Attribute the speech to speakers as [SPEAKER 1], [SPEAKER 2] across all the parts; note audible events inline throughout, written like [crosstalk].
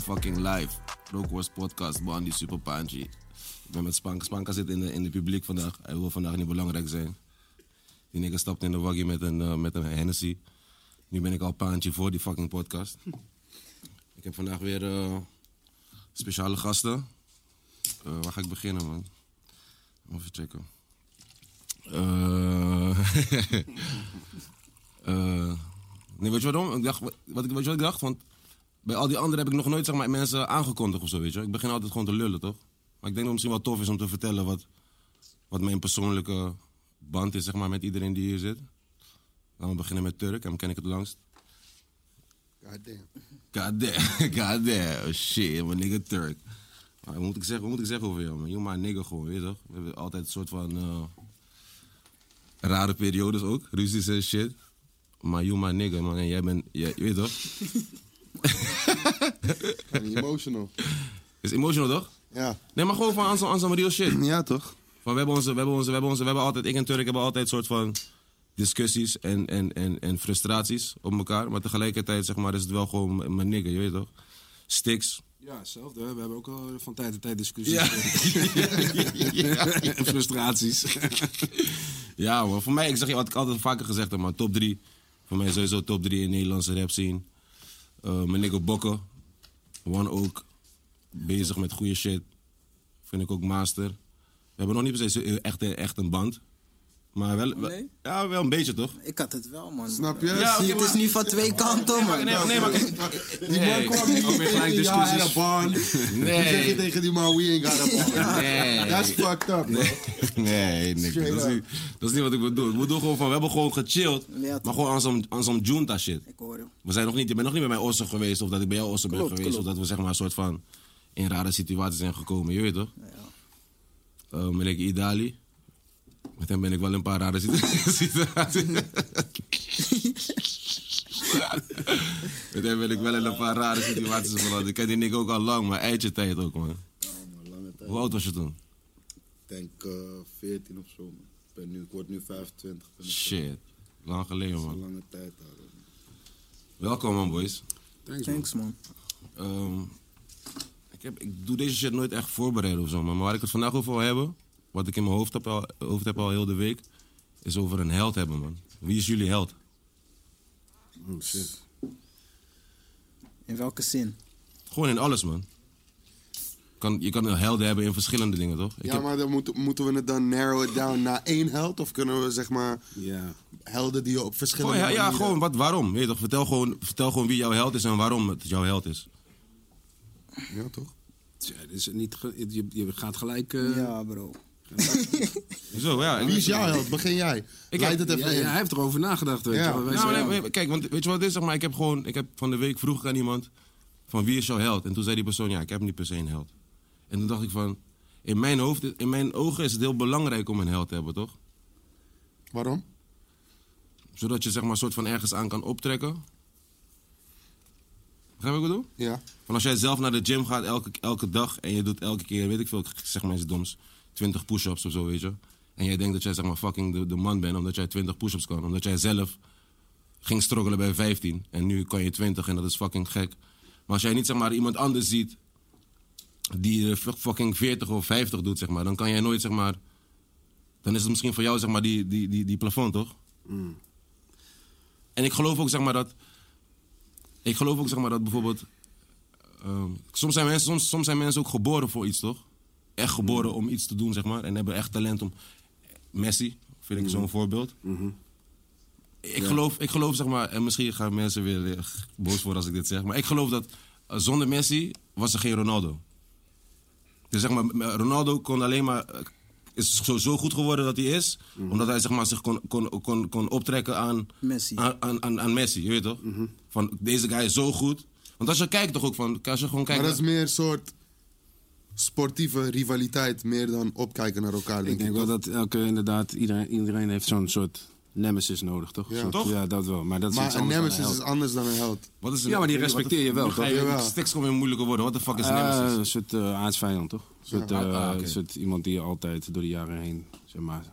[SPEAKER 1] fucking live. Rookworst Podcast, Bandy, Super Panji. Ik ben met Spanka. Spanka zit in de, in de publiek vandaag. Hij wil vandaag niet belangrijk zijn. Die nigger stapt in de waggie met een, eh, met een Hennessy. Nu ben ik al paantje voor die fucking podcast. [laughs] Ik heb vandaag weer eh, speciale gasten. Eh, waar ga ik beginnen, man? Even checken. Eh, [laughs] eh, nee, weet je waarom? Ik dacht, wat ik, weet je wat ik dacht? Want bij al die anderen heb ik nog nooit zeg maar, mensen aangekondigd of zo, weet je. wel. Ik begin altijd gewoon te lullen, toch? Maar ik denk dat het misschien wel tof is om te vertellen wat, wat mijn persoonlijke band is zeg maar, met iedereen die hier zit. Laten we beginnen met Turk, hem ken ik het langst.
[SPEAKER 2] God damn.
[SPEAKER 1] God [laughs] damn, god damn, oh shit, mijn nigga Turk. Maar wat moet ik zeggen, wat moet ik zeggen over jou, man? You're my nigga gewoon, weet je toch? We hebben altijd een soort van eh, rare periodes ook, ruzies en shit. Maar you're my nigga, man, en jij bent, jij, je weet toch?
[SPEAKER 2] Fucking emotional.
[SPEAKER 1] Is emotional, toch?
[SPEAKER 2] Ja.
[SPEAKER 1] Nee, maar gewoon van aan zo'n aan zo'n real shit.
[SPEAKER 2] Ja, toch?
[SPEAKER 1] Van, we hebben onze, we hebben onze, we hebben onze, we hebben altijd, ik en Turk hebben altijd soort van discussies en, en, en, en frustraties op elkaar. Maar tegelijkertijd, zeg maar, is het wel gewoon m- mijn nigger, je weet toch? Sticks.
[SPEAKER 3] Ja, hetzelfde. hè. We hebben ook al van tijd tot tijd discussies.
[SPEAKER 1] Ja.
[SPEAKER 3] [laughs] en frustraties.
[SPEAKER 1] [laughs] Ja, man. Voor mij, ik zeg je wat ik altijd vaker gezegd heb, man. Top 3. Voor mij sowieso top 3 in Nederlandse rap scene. Eh, mijn nigger Bokken. One ook. Bezig met goede shit. Vind ik ook master. We hebben nog niet per se zo- echt, echt een band. Maar wel,
[SPEAKER 2] Oh,
[SPEAKER 1] wel-
[SPEAKER 4] nee?
[SPEAKER 1] ja, wel een beetje toch?
[SPEAKER 4] Ik had het wel, man.
[SPEAKER 2] Snap je?
[SPEAKER 1] Ja,
[SPEAKER 4] Zie,
[SPEAKER 2] Zie je,
[SPEAKER 4] het is nu van twee kanten, man.
[SPEAKER 1] Nee, nee, maar.
[SPEAKER 2] Die man kwam niet
[SPEAKER 3] ook weer gelijk
[SPEAKER 2] tegen jou had
[SPEAKER 3] discussies.
[SPEAKER 2] a bond.
[SPEAKER 1] Nee.
[SPEAKER 2] Dan zeg je tegen die man, we ain't got a bond.
[SPEAKER 1] Nee.
[SPEAKER 2] That's fucked up, bro.
[SPEAKER 1] [laughs] Nee, niks. Dat,
[SPEAKER 2] Straight
[SPEAKER 1] is niet- dat is niet wat ik bedoel. Ik bedoel gewoon van, we hebben gewoon gechilled.
[SPEAKER 4] Ja, toch.
[SPEAKER 1] maar gewoon aan zo'n- aan zo'n junta shit.
[SPEAKER 4] Ik hoor hem.
[SPEAKER 1] We zijn nog niet, je bent nog niet bij mij ossen geweest. Of dat ik bij jou ossen ben
[SPEAKER 4] Klopt,
[SPEAKER 1] geweest.
[SPEAKER 4] klopt.
[SPEAKER 1] Of dat we zeg maar een soort van in rare situaties zijn gekomen. Je weet toch? Eh, ben ik Idali. Met hem ben ik wel in een paar rare situ- [laughs] situaties. Met hem ben ik wel in een paar rare situaties beland. Ik ken die Nick ook al lang, maar eitje tijd ook, man.
[SPEAKER 5] Lange tijd.
[SPEAKER 1] Hoe oud was je toen?
[SPEAKER 5] Ik denk eh 14 of zo. Man. Ik, ben nu, ik word nu 25. Ben ik
[SPEAKER 1] Shit. Lang geleden,
[SPEAKER 5] een
[SPEAKER 1] man.
[SPEAKER 5] lange tijd houden.
[SPEAKER 1] Welkom, man, boys.
[SPEAKER 3] Thanks, man.
[SPEAKER 4] Thanks, man.
[SPEAKER 1] Ehm, ik, heb, ik doe deze shit nooit echt voorbereid of zo, man. Maar waar ik het vandaag over wil hebben, wat ik in mijn hoofd heb, al, hoofd heb al heel de week, is over een held hebben, man. Wie is jullie held?
[SPEAKER 5] Oh shit.
[SPEAKER 4] In welke zin?
[SPEAKER 1] Gewoon in alles, man. Kan, je kan een helden hebben in verschillende dingen, toch? Ik
[SPEAKER 2] Ja,
[SPEAKER 1] heb-
[SPEAKER 2] maar dan moeten- moeten we het dan narrow it down naar één held? Of kunnen we zeg maar
[SPEAKER 3] Ja.
[SPEAKER 2] helden die je op
[SPEAKER 1] Gewoon,
[SPEAKER 2] verschillende
[SPEAKER 1] Oh, ja, ja,
[SPEAKER 2] manieren-
[SPEAKER 1] gewoon wat, waarom? Weet je toch? Vertel, gewoon, vertel gewoon wie jouw held is en waarom het jouw held is.
[SPEAKER 2] Ja, toch?
[SPEAKER 3] Tja, dit is niet ge- je, je gaat gelijk... eh,
[SPEAKER 4] ja, bro.
[SPEAKER 1] Zo, ja.
[SPEAKER 2] Wie is jouw held? Begin jij.
[SPEAKER 1] Ik
[SPEAKER 2] Leid
[SPEAKER 1] heb-
[SPEAKER 2] het even
[SPEAKER 3] ja, ja, hij
[SPEAKER 2] in.
[SPEAKER 3] heeft erover nagedacht, weet
[SPEAKER 2] Ja.
[SPEAKER 3] je wel. Wij
[SPEAKER 1] Nou,
[SPEAKER 3] zijn-
[SPEAKER 1] nee, maar kijk, want weet je wat het is? Zeg maar, ik heb gewoon, ik heb van de week vroeg ik aan iemand van wie is jouw held? En toen zei die persoon, ja, ik heb niet per se een held. En toen dacht ik van, in mijn hoofd, in mijn ogen is het heel belangrijk om een held te hebben, toch?
[SPEAKER 2] Waarom?
[SPEAKER 1] Zodat je zeg maar soort van ergens aan kan optrekken. Begrijp je wat ik bedoel?
[SPEAKER 2] Ja.
[SPEAKER 1] Van als jij zelf naar de gym gaat elke, elke dag en je doet elke keer, weet ik veel, ik zeg maar iets doms, 20 push-ups of zo, weet je. En jij denkt dat jij zeg maar fucking de, de man bent omdat jij 20 push-ups kan. Omdat jij zelf ging struggelen bij 15 en nu kan je 20 en dat is fucking gek. Maar als jij niet zeg maar iemand anders ziet die er fu- fucking 40 of 50 doet, zeg maar, dan kan jij nooit zeg maar. Dan is het misschien voor jou zeg maar die, die, die, die plafond, toch? En ik geloof ook zeg maar dat. Ik geloof ook zeg maar dat bijvoorbeeld. ehm, soms, zijn mensen, soms, soms zijn mensen ook geboren voor iets, toch? Echt geboren om iets te doen, zeg maar. En hebben echt talent om. Messi, vind ik zo'n voorbeeld. Ik, geloof, ik geloof, zeg maar, en misschien gaan mensen weer eh, boos worden als ik dit zeg, maar ik geloof dat eh, zonder Messi was er geen Ronaldo. Dus zeg maar, m- Ronaldo kon alleen maar. eh, Is zo, zo goed geworden dat hij is, omdat hij zeg maar, zich kon, kon, kon, kon optrekken aan
[SPEAKER 4] Messi.
[SPEAKER 1] Aan, aan, aan, aan Messi, je weet toch?
[SPEAKER 3] Mhm.
[SPEAKER 1] Van deze guy is zo goed. Want als je kijkt toch ook van, als je gewoon kijkt.
[SPEAKER 2] Maar dat is meer een soort sportieve rivaliteit. Meer dan opkijken naar elkaar,
[SPEAKER 3] Ik
[SPEAKER 2] denk
[SPEAKER 3] denk
[SPEAKER 2] ik.
[SPEAKER 3] wel dat elke, inderdaad, iedereen, iedereen heeft zo'n soort nemesis nodig, toch?
[SPEAKER 2] Ja.
[SPEAKER 3] Zo'n-
[SPEAKER 1] Toch?
[SPEAKER 3] Ja, dat wel. Maar dat is
[SPEAKER 2] Maar
[SPEAKER 3] iets
[SPEAKER 2] een
[SPEAKER 3] anders dan
[SPEAKER 2] nemesis
[SPEAKER 3] held.
[SPEAKER 2] is anders dan een held.
[SPEAKER 1] wat is
[SPEAKER 3] Ja, maar die respecteer je wel,
[SPEAKER 1] toch?
[SPEAKER 2] toch? Jawel.
[SPEAKER 1] Stiks komen weer moeilijker worden. Wat de fuck is
[SPEAKER 3] Eh,
[SPEAKER 1] Nemesis?
[SPEAKER 3] een soort eh, aardsvijand, toch? Een soort, eh,
[SPEAKER 1] Ah, ah, oké.
[SPEAKER 3] een soort iemand die je altijd door de jaren heen, zeg maar,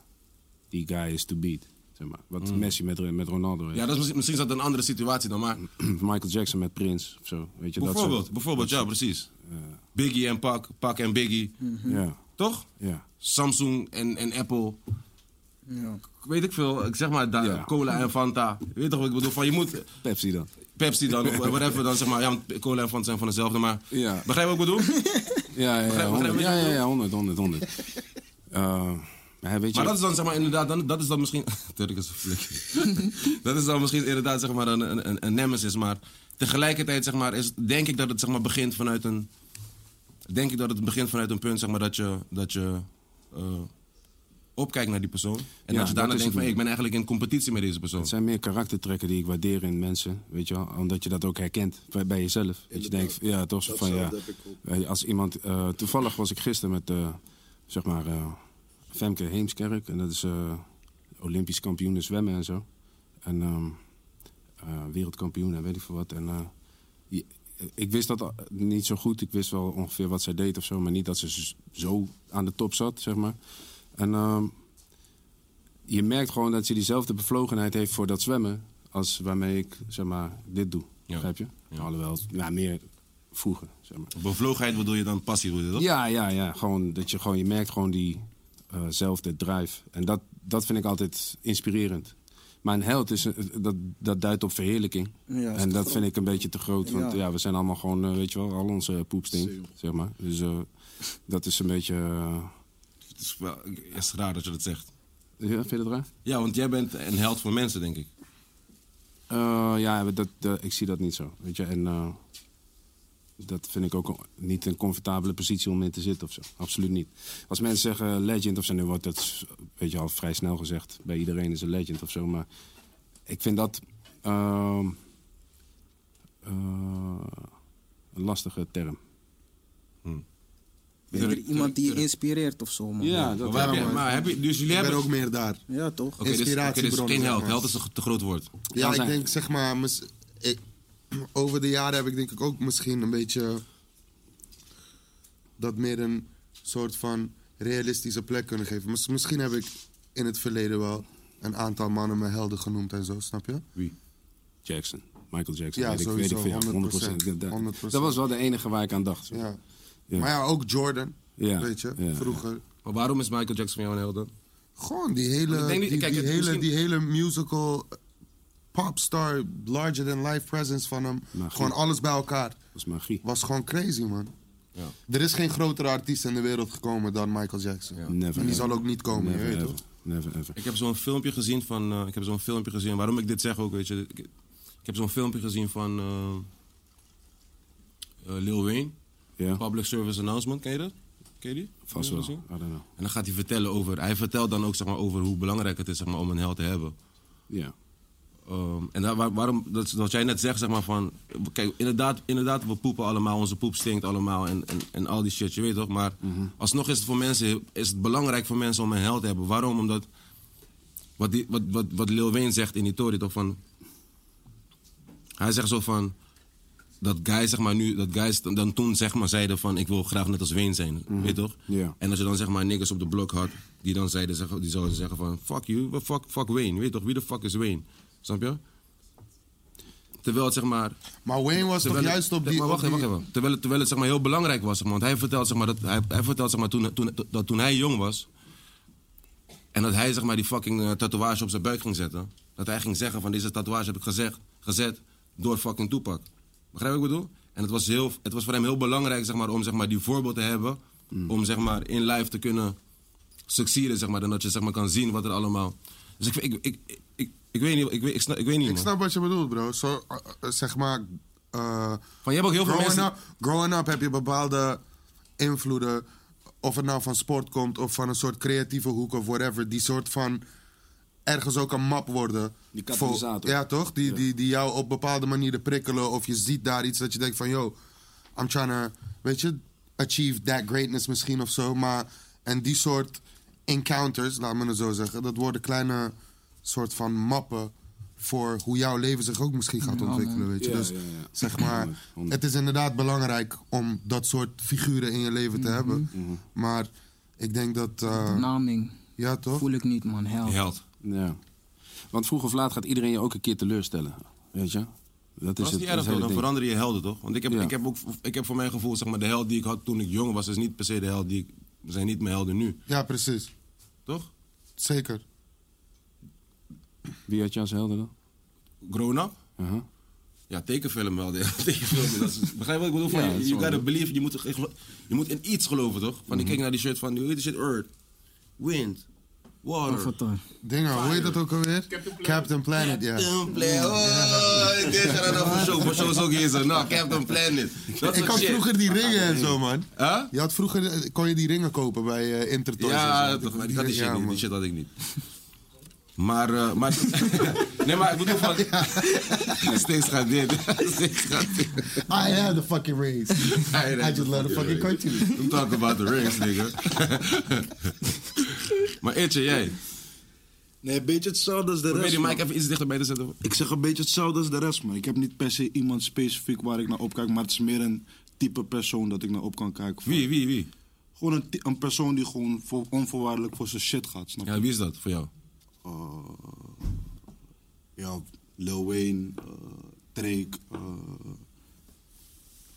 [SPEAKER 3] die guy is to beat. Zeg maar. Wat
[SPEAKER 2] Mm.
[SPEAKER 3] Messi met, met Ronaldo heeft.
[SPEAKER 1] Ja, dat is, misschien- misschien is dat een andere situatie dan, maar...
[SPEAKER 3] [clears throat] Michael Jackson met Prince of zo. Weet je,
[SPEAKER 1] bijvoorbeeld,
[SPEAKER 3] Dat
[SPEAKER 1] bijvoorbeeld, ja, precies. Biggie en Pac, Pac en Biggie.
[SPEAKER 3] soort, ja,
[SPEAKER 1] Toch?
[SPEAKER 3] ja.
[SPEAKER 1] Samsung en, en Apple.
[SPEAKER 4] Ja.
[SPEAKER 1] Weet ik veel, ik zeg maar, da-
[SPEAKER 3] Ja.
[SPEAKER 1] cola en Fanta. Weet je toch wat ik bedoel? Van, je moet
[SPEAKER 3] Pepsi dan.
[SPEAKER 1] Pepsi dan, of whatever dan, zeg maar. Ja, want cola en Fanta zijn van dezelfde, maar...
[SPEAKER 3] Ja.
[SPEAKER 1] Begrijp je wat ik bedoel?
[SPEAKER 3] Ja, ja, ja.
[SPEAKER 1] Begrijp- begrijp
[SPEAKER 3] 100,
[SPEAKER 1] je
[SPEAKER 3] ja,
[SPEAKER 1] wat ik
[SPEAKER 3] ja,
[SPEAKER 1] bedoel?
[SPEAKER 3] ja, 100,
[SPEAKER 1] [laughs]
[SPEAKER 3] 100, 100. Eh, maar weet je,
[SPEAKER 1] Maar dat is dan, zeg maar, inderdaad, dan, dat is dan misschien... [laughs] Turk is een flik. [laughs] dat is dan misschien inderdaad, zeg maar, een, een, een, een nemesis. Maar tegelijkertijd, zeg maar, is, denk ik dat het, zeg maar, begint vanuit een... Denk ik dat het begint vanuit een punt, zeg maar, dat je... Dat je eh, opkijkt naar die persoon. En
[SPEAKER 3] Ja,
[SPEAKER 1] dat je daarna
[SPEAKER 3] dat
[SPEAKER 1] denkt
[SPEAKER 3] is
[SPEAKER 1] van,
[SPEAKER 3] het.
[SPEAKER 1] hey, ik ben eigenlijk in competitie met deze persoon.
[SPEAKER 3] het zijn meer karaktertrekken die ik waardeer in mensen. Weet je wel, omdat je dat ook herkent bij, bij jezelf. Dat je denkt, ja, toch zo van ja.
[SPEAKER 5] Datzelfde heb ik ook.
[SPEAKER 3] Weet je, Als iemand, eh, toevallig was ik gisteren met, eh, zeg maar, eh, Femke Heemskerk. En dat is eh, Olympisch kampioen in zwemmen en zo. En ehm, eh, wereldkampioen en weet ik veel wat. En eh, je- eh, ik wist dat al- niet zo goed. Ik wist wel ongeveer wat zij deed of zo. Maar niet dat ze z- zo aan de top zat, zeg maar. En ehm, je merkt gewoon dat ze diezelfde bevlogenheid heeft voor dat zwemmen. als waarmee ik, zeg maar, dit doe.
[SPEAKER 1] Ja.
[SPEAKER 3] Begrijp je?
[SPEAKER 1] Ja.
[SPEAKER 3] Alhoewel, ja, meer vroeger, zeg maar.
[SPEAKER 1] Bevlogenheid bedoel je dan passie, bedoel je dat?
[SPEAKER 3] Ja, ja, ja. Gewoon dat je gewoon, je merkt gewoon diezelfde drive. En dat, dat vind ik altijd inspirerend. Maar een held is, een- dat, dat duidt op verheerlijking.
[SPEAKER 4] Ja, is
[SPEAKER 3] en
[SPEAKER 4] te
[SPEAKER 3] dat
[SPEAKER 4] groot.
[SPEAKER 3] vind ik een beetje te groot. Want ja,
[SPEAKER 4] Ja.
[SPEAKER 3] we zijn allemaal gewoon, eh, weet je wel, al onze poepsting, zeg maar. Dus eh, dat is een beetje... eh,
[SPEAKER 1] Het is, wel, het is raar dat je dat zegt.
[SPEAKER 3] ja, vind je dat raar?
[SPEAKER 1] Ja, want jij bent een held voor mensen, denk ik.
[SPEAKER 3] Eh, ja, dat, dat- ik zie dat niet zo, weet je. En eh, dat vind ik ook een- niet een comfortabele positie om in te zitten of zo. Absoluut niet. Als mensen zeggen legend of zo, nu wordt dat, weet je, al vrij snel gezegd. Bij iedereen is een legend of zo, maar ik vind dat ehm, eh, een lastige term.
[SPEAKER 4] Ben je er iemand die je inspireert of zo, man?
[SPEAKER 1] Maar, waar heb je- maar heb je, dus jullie
[SPEAKER 2] Ik ben
[SPEAKER 1] hebben...
[SPEAKER 2] ook meer daar.
[SPEAKER 4] Ja, toch?
[SPEAKER 1] Oké, dus- oké, dus
[SPEAKER 2] inspiratiebron,
[SPEAKER 1] geen held.
[SPEAKER 2] zeg maar.
[SPEAKER 1] Held is een te groot woord.
[SPEAKER 2] Ja,
[SPEAKER 3] Kan
[SPEAKER 2] ik
[SPEAKER 3] zijn.
[SPEAKER 2] denk zeg maar. mis- ik- over de jaren heb ik denk ik ook misschien een beetje. dat meer een soort van realistische plek kunnen geven. Mis- misschien heb ik in het verleden wel een aantal mannen mijn helden genoemd en zo, snap je?
[SPEAKER 3] Jackson. Michael Jackson,
[SPEAKER 2] Ja,
[SPEAKER 3] weet, ik, weet
[SPEAKER 2] sowieso,
[SPEAKER 3] ik veel. 100%.
[SPEAKER 2] 100%.
[SPEAKER 3] Dat- dat-
[SPEAKER 2] 100%.
[SPEAKER 3] Dat was wel de enige waar ik aan dacht.
[SPEAKER 2] Ja.
[SPEAKER 3] Ja.
[SPEAKER 2] Maar ja, ook Jordan,
[SPEAKER 3] Ja,
[SPEAKER 2] weet je,
[SPEAKER 3] ja,
[SPEAKER 2] vroeger.
[SPEAKER 1] Maar waarom is Michael Jackson voor jou een held dan?
[SPEAKER 2] Gewoon die hele,
[SPEAKER 1] Ik denk niet-
[SPEAKER 2] die,
[SPEAKER 1] kijk,
[SPEAKER 2] die
[SPEAKER 1] het-
[SPEAKER 2] hele,
[SPEAKER 1] misschien-
[SPEAKER 2] die hele musical eh, popstar, larger than life presence van hem.
[SPEAKER 3] Magie.
[SPEAKER 2] Gewoon alles bij elkaar.
[SPEAKER 3] Dat was magie.
[SPEAKER 2] Was gewoon crazy, man.
[SPEAKER 1] Ja.
[SPEAKER 2] Er is geen grotere artiest in de wereld gekomen dan Michael Jackson.
[SPEAKER 3] Never
[SPEAKER 2] en die
[SPEAKER 3] ever.
[SPEAKER 2] zal ook niet komen, je
[SPEAKER 3] Never
[SPEAKER 2] weet
[SPEAKER 3] ever.
[SPEAKER 2] toch?
[SPEAKER 3] Never ever.
[SPEAKER 1] Ik heb zo'n filmpje gezien van. eh, ik heb zo'n filmpje gezien. Waarom ik dit zeg ook, weet je. Ik, ik heb zo'n filmpje gezien van. eh, eh, Lil Wayne.
[SPEAKER 3] Ja.
[SPEAKER 1] Public Service Announcement. Ken je dat? Ken je die?
[SPEAKER 3] Vast
[SPEAKER 1] Heb je
[SPEAKER 3] wel.
[SPEAKER 1] dat gezien?
[SPEAKER 3] I don't know.
[SPEAKER 1] En dan gaat hij vertellen over. Hij vertelt dan ook zeg maar, over hoe belangrijk het is zeg maar, om een held te hebben.
[SPEAKER 3] Ja.
[SPEAKER 1] Ehm, en daar, waar- waarom, dat, is wat jij net zegt, zeg maar van. Kijk, inderdaad, inderdaad, we poepen allemaal, onze poep stinkt allemaal en, en, en al die shit, je weet toch? Maar
[SPEAKER 3] Mhm.
[SPEAKER 1] alsnog is het voor mensen is het belangrijk voor mensen om een held te hebben. Waarom? Omdat. Wat, die, wat, wat, wat Lil Wayne zegt in die tory, toch van. Hij zegt zo van. Dat guys, zeg maar nu, dat guys dan- dan toen zeg maar zeiden van ik wil graag net als Wayne zijn, weet toch?
[SPEAKER 3] Ja.
[SPEAKER 1] En als je dan zeg maar niggers op de blok had, die dan zeiden, zeg- die zouden zeggen van fuck you, wa- fuck, fuck Wayne, weet toch? Wie de fuck is Wayne? Snap je? Terwijl het zeg maar.
[SPEAKER 2] Maar Wayne was
[SPEAKER 1] terwijl
[SPEAKER 2] toch
[SPEAKER 1] het-
[SPEAKER 2] juist op
[SPEAKER 1] te-
[SPEAKER 2] die...
[SPEAKER 1] maar wacht
[SPEAKER 2] op
[SPEAKER 1] even,
[SPEAKER 2] die-
[SPEAKER 1] wacht even. Terwijl, het- terwijl het zeg maar heel belangrijk was, zeg maar. want hij vertelt zeg maar dat hij, hij vertelt zeg maar toen, toen, dat toen hij jong was. En dat hij zeg maar die fucking eh, tatoeage op zijn buik ging zetten. Dat hij ging zeggen van deze tatoeage heb ik gezegd, gezet door fucking Tupac. Begrijp je wat ik bedoel? En het was, heel, het was voor hem heel belangrijk zeg maar, om zeg maar, die voorbeeld te hebben.
[SPEAKER 2] Hmm.
[SPEAKER 1] Om zeg maar, in live te kunnen succederen. Zeg maar, en dat je zeg maar, kan zien wat er allemaal... Dus ik, ik, ik, ik, ik, ik weet niet, ik, weet- ik snap, ik weet niet
[SPEAKER 2] Ik
[SPEAKER 1] man.
[SPEAKER 2] snap wat je bedoelt, bro. Zo, eh, eh, zeg maar... eh,
[SPEAKER 1] Van, je hebt ook heel veel
[SPEAKER 2] growing
[SPEAKER 1] mensen-
[SPEAKER 2] Up, growing up heb je bepaalde invloeden. Of het nou van sport komt of van een soort creatieve hoek of whatever. Die soort van... Ergens ook een map worden.
[SPEAKER 3] Die
[SPEAKER 2] voor-
[SPEAKER 3] katalysator.
[SPEAKER 2] ja, toch? Die, die, die jou op bepaalde manieren prikkelen. Of je ziet daar iets dat je denkt van... Yo, I'm trying to... Weet je? Achieve that greatness misschien of zo. Maar... En die soort encounters, laat me het zo zeggen. Dat worden kleine soort van mappen voor hoe jouw leven zich ook misschien gaat ontwikkelen. Weet je?
[SPEAKER 3] Ja,
[SPEAKER 2] dus
[SPEAKER 3] ja, ja.
[SPEAKER 2] zeg maar,
[SPEAKER 3] Honderd, honderd.
[SPEAKER 2] het is inderdaad belangrijk om dat soort figuren in je leven
[SPEAKER 3] Mhm.
[SPEAKER 2] te hebben. Maar ik denk dat, eh,
[SPEAKER 6] Nou,
[SPEAKER 4] Naming
[SPEAKER 2] ja toch?
[SPEAKER 4] voel ik niet, man. Hel.
[SPEAKER 1] Held.
[SPEAKER 3] Ja. Want vroeg of laat gaat iedereen je ook een keer teleurstellen. Weet je? Dat is
[SPEAKER 1] Dat is
[SPEAKER 3] Dus
[SPEAKER 1] niet
[SPEAKER 3] het. dat
[SPEAKER 1] erg,
[SPEAKER 3] is het
[SPEAKER 1] toch?
[SPEAKER 3] hele
[SPEAKER 1] dan
[SPEAKER 3] ding.
[SPEAKER 1] verander je helden toch? Want ik heb,
[SPEAKER 3] Ja.
[SPEAKER 1] ik heb, ook, ik heb voor mijn gevoel, zeg maar, de held die ik had toen ik jong was, is niet per se de held die ik. zijn niet mijn helden nu,
[SPEAKER 2] Ja, precies.
[SPEAKER 1] toch?
[SPEAKER 2] Zeker.
[SPEAKER 3] Wie had je als helder dan? Uh-huh.
[SPEAKER 1] Grown up?
[SPEAKER 3] Aha.
[SPEAKER 1] Ja, tekenfilm wel. [laughs] de- tekenfilm, dat is- begrijp je wat ik bedoel? Van,
[SPEAKER 3] Ja,
[SPEAKER 1] you-
[SPEAKER 3] dat is
[SPEAKER 1] you
[SPEAKER 3] wel- Mhm.
[SPEAKER 1] gotta believe, je moet, toch echt gelo- je moet in iets geloven, toch? Van ik kijk naar die shirt van, hoe heet die shit? Earth, wind,
[SPEAKER 3] Oh,
[SPEAKER 1] water.
[SPEAKER 4] Avatar.
[SPEAKER 2] Dingen, hoe heet dat ook alweer? Captain Planet, ja.
[SPEAKER 1] Captain Planet. Oh, ik denk dat dat voor show. Voor show is ook eens. een- Nou, Captain Planet. Dat
[SPEAKER 2] Ik
[SPEAKER 1] soort
[SPEAKER 2] had
[SPEAKER 1] shit.
[SPEAKER 2] vroeger die ringen en zo, man.
[SPEAKER 1] Huh?
[SPEAKER 2] Je had vroeger, eh, kon je die ringen kopen bij eh Intertoys. en
[SPEAKER 1] Ja,
[SPEAKER 2] zo.
[SPEAKER 1] toch, maar die had die
[SPEAKER 2] ringen-
[SPEAKER 1] shit
[SPEAKER 2] ja,
[SPEAKER 1] niet.
[SPEAKER 2] man.
[SPEAKER 1] Die shit had ik niet. Maar, eh, maar [laughs] nee, maar ik bedoel van. [laughs] Steeds gaat dit. Steeds gaat dit.
[SPEAKER 2] I have the fucking rings.
[SPEAKER 1] [laughs] Hij
[SPEAKER 2] I just love the fucking country.
[SPEAKER 1] I'm talking about the rings, nigga. maar Eetje, jij.
[SPEAKER 5] Nee, een beetje hetzelfde als de
[SPEAKER 1] Probeer
[SPEAKER 5] rest.
[SPEAKER 1] die
[SPEAKER 5] man.
[SPEAKER 1] mic even iets dichterbij te zetten.
[SPEAKER 5] Ik zeg een beetje hetzelfde als de rest, man. Ik heb niet per se iemand specifiek waar ik naar opkijk, maar het is meer een type persoon dat ik naar op kan kijken. Van-
[SPEAKER 1] Wie, wie, wie?
[SPEAKER 5] Gewoon een, ty- een persoon die gewoon voor, onvoorwaardelijk voor zijn shit gaat, snap je?
[SPEAKER 1] Ja, wie is dat voor jou?
[SPEAKER 5] Eh, ja, Lil Wayne, eh, Drake, eh,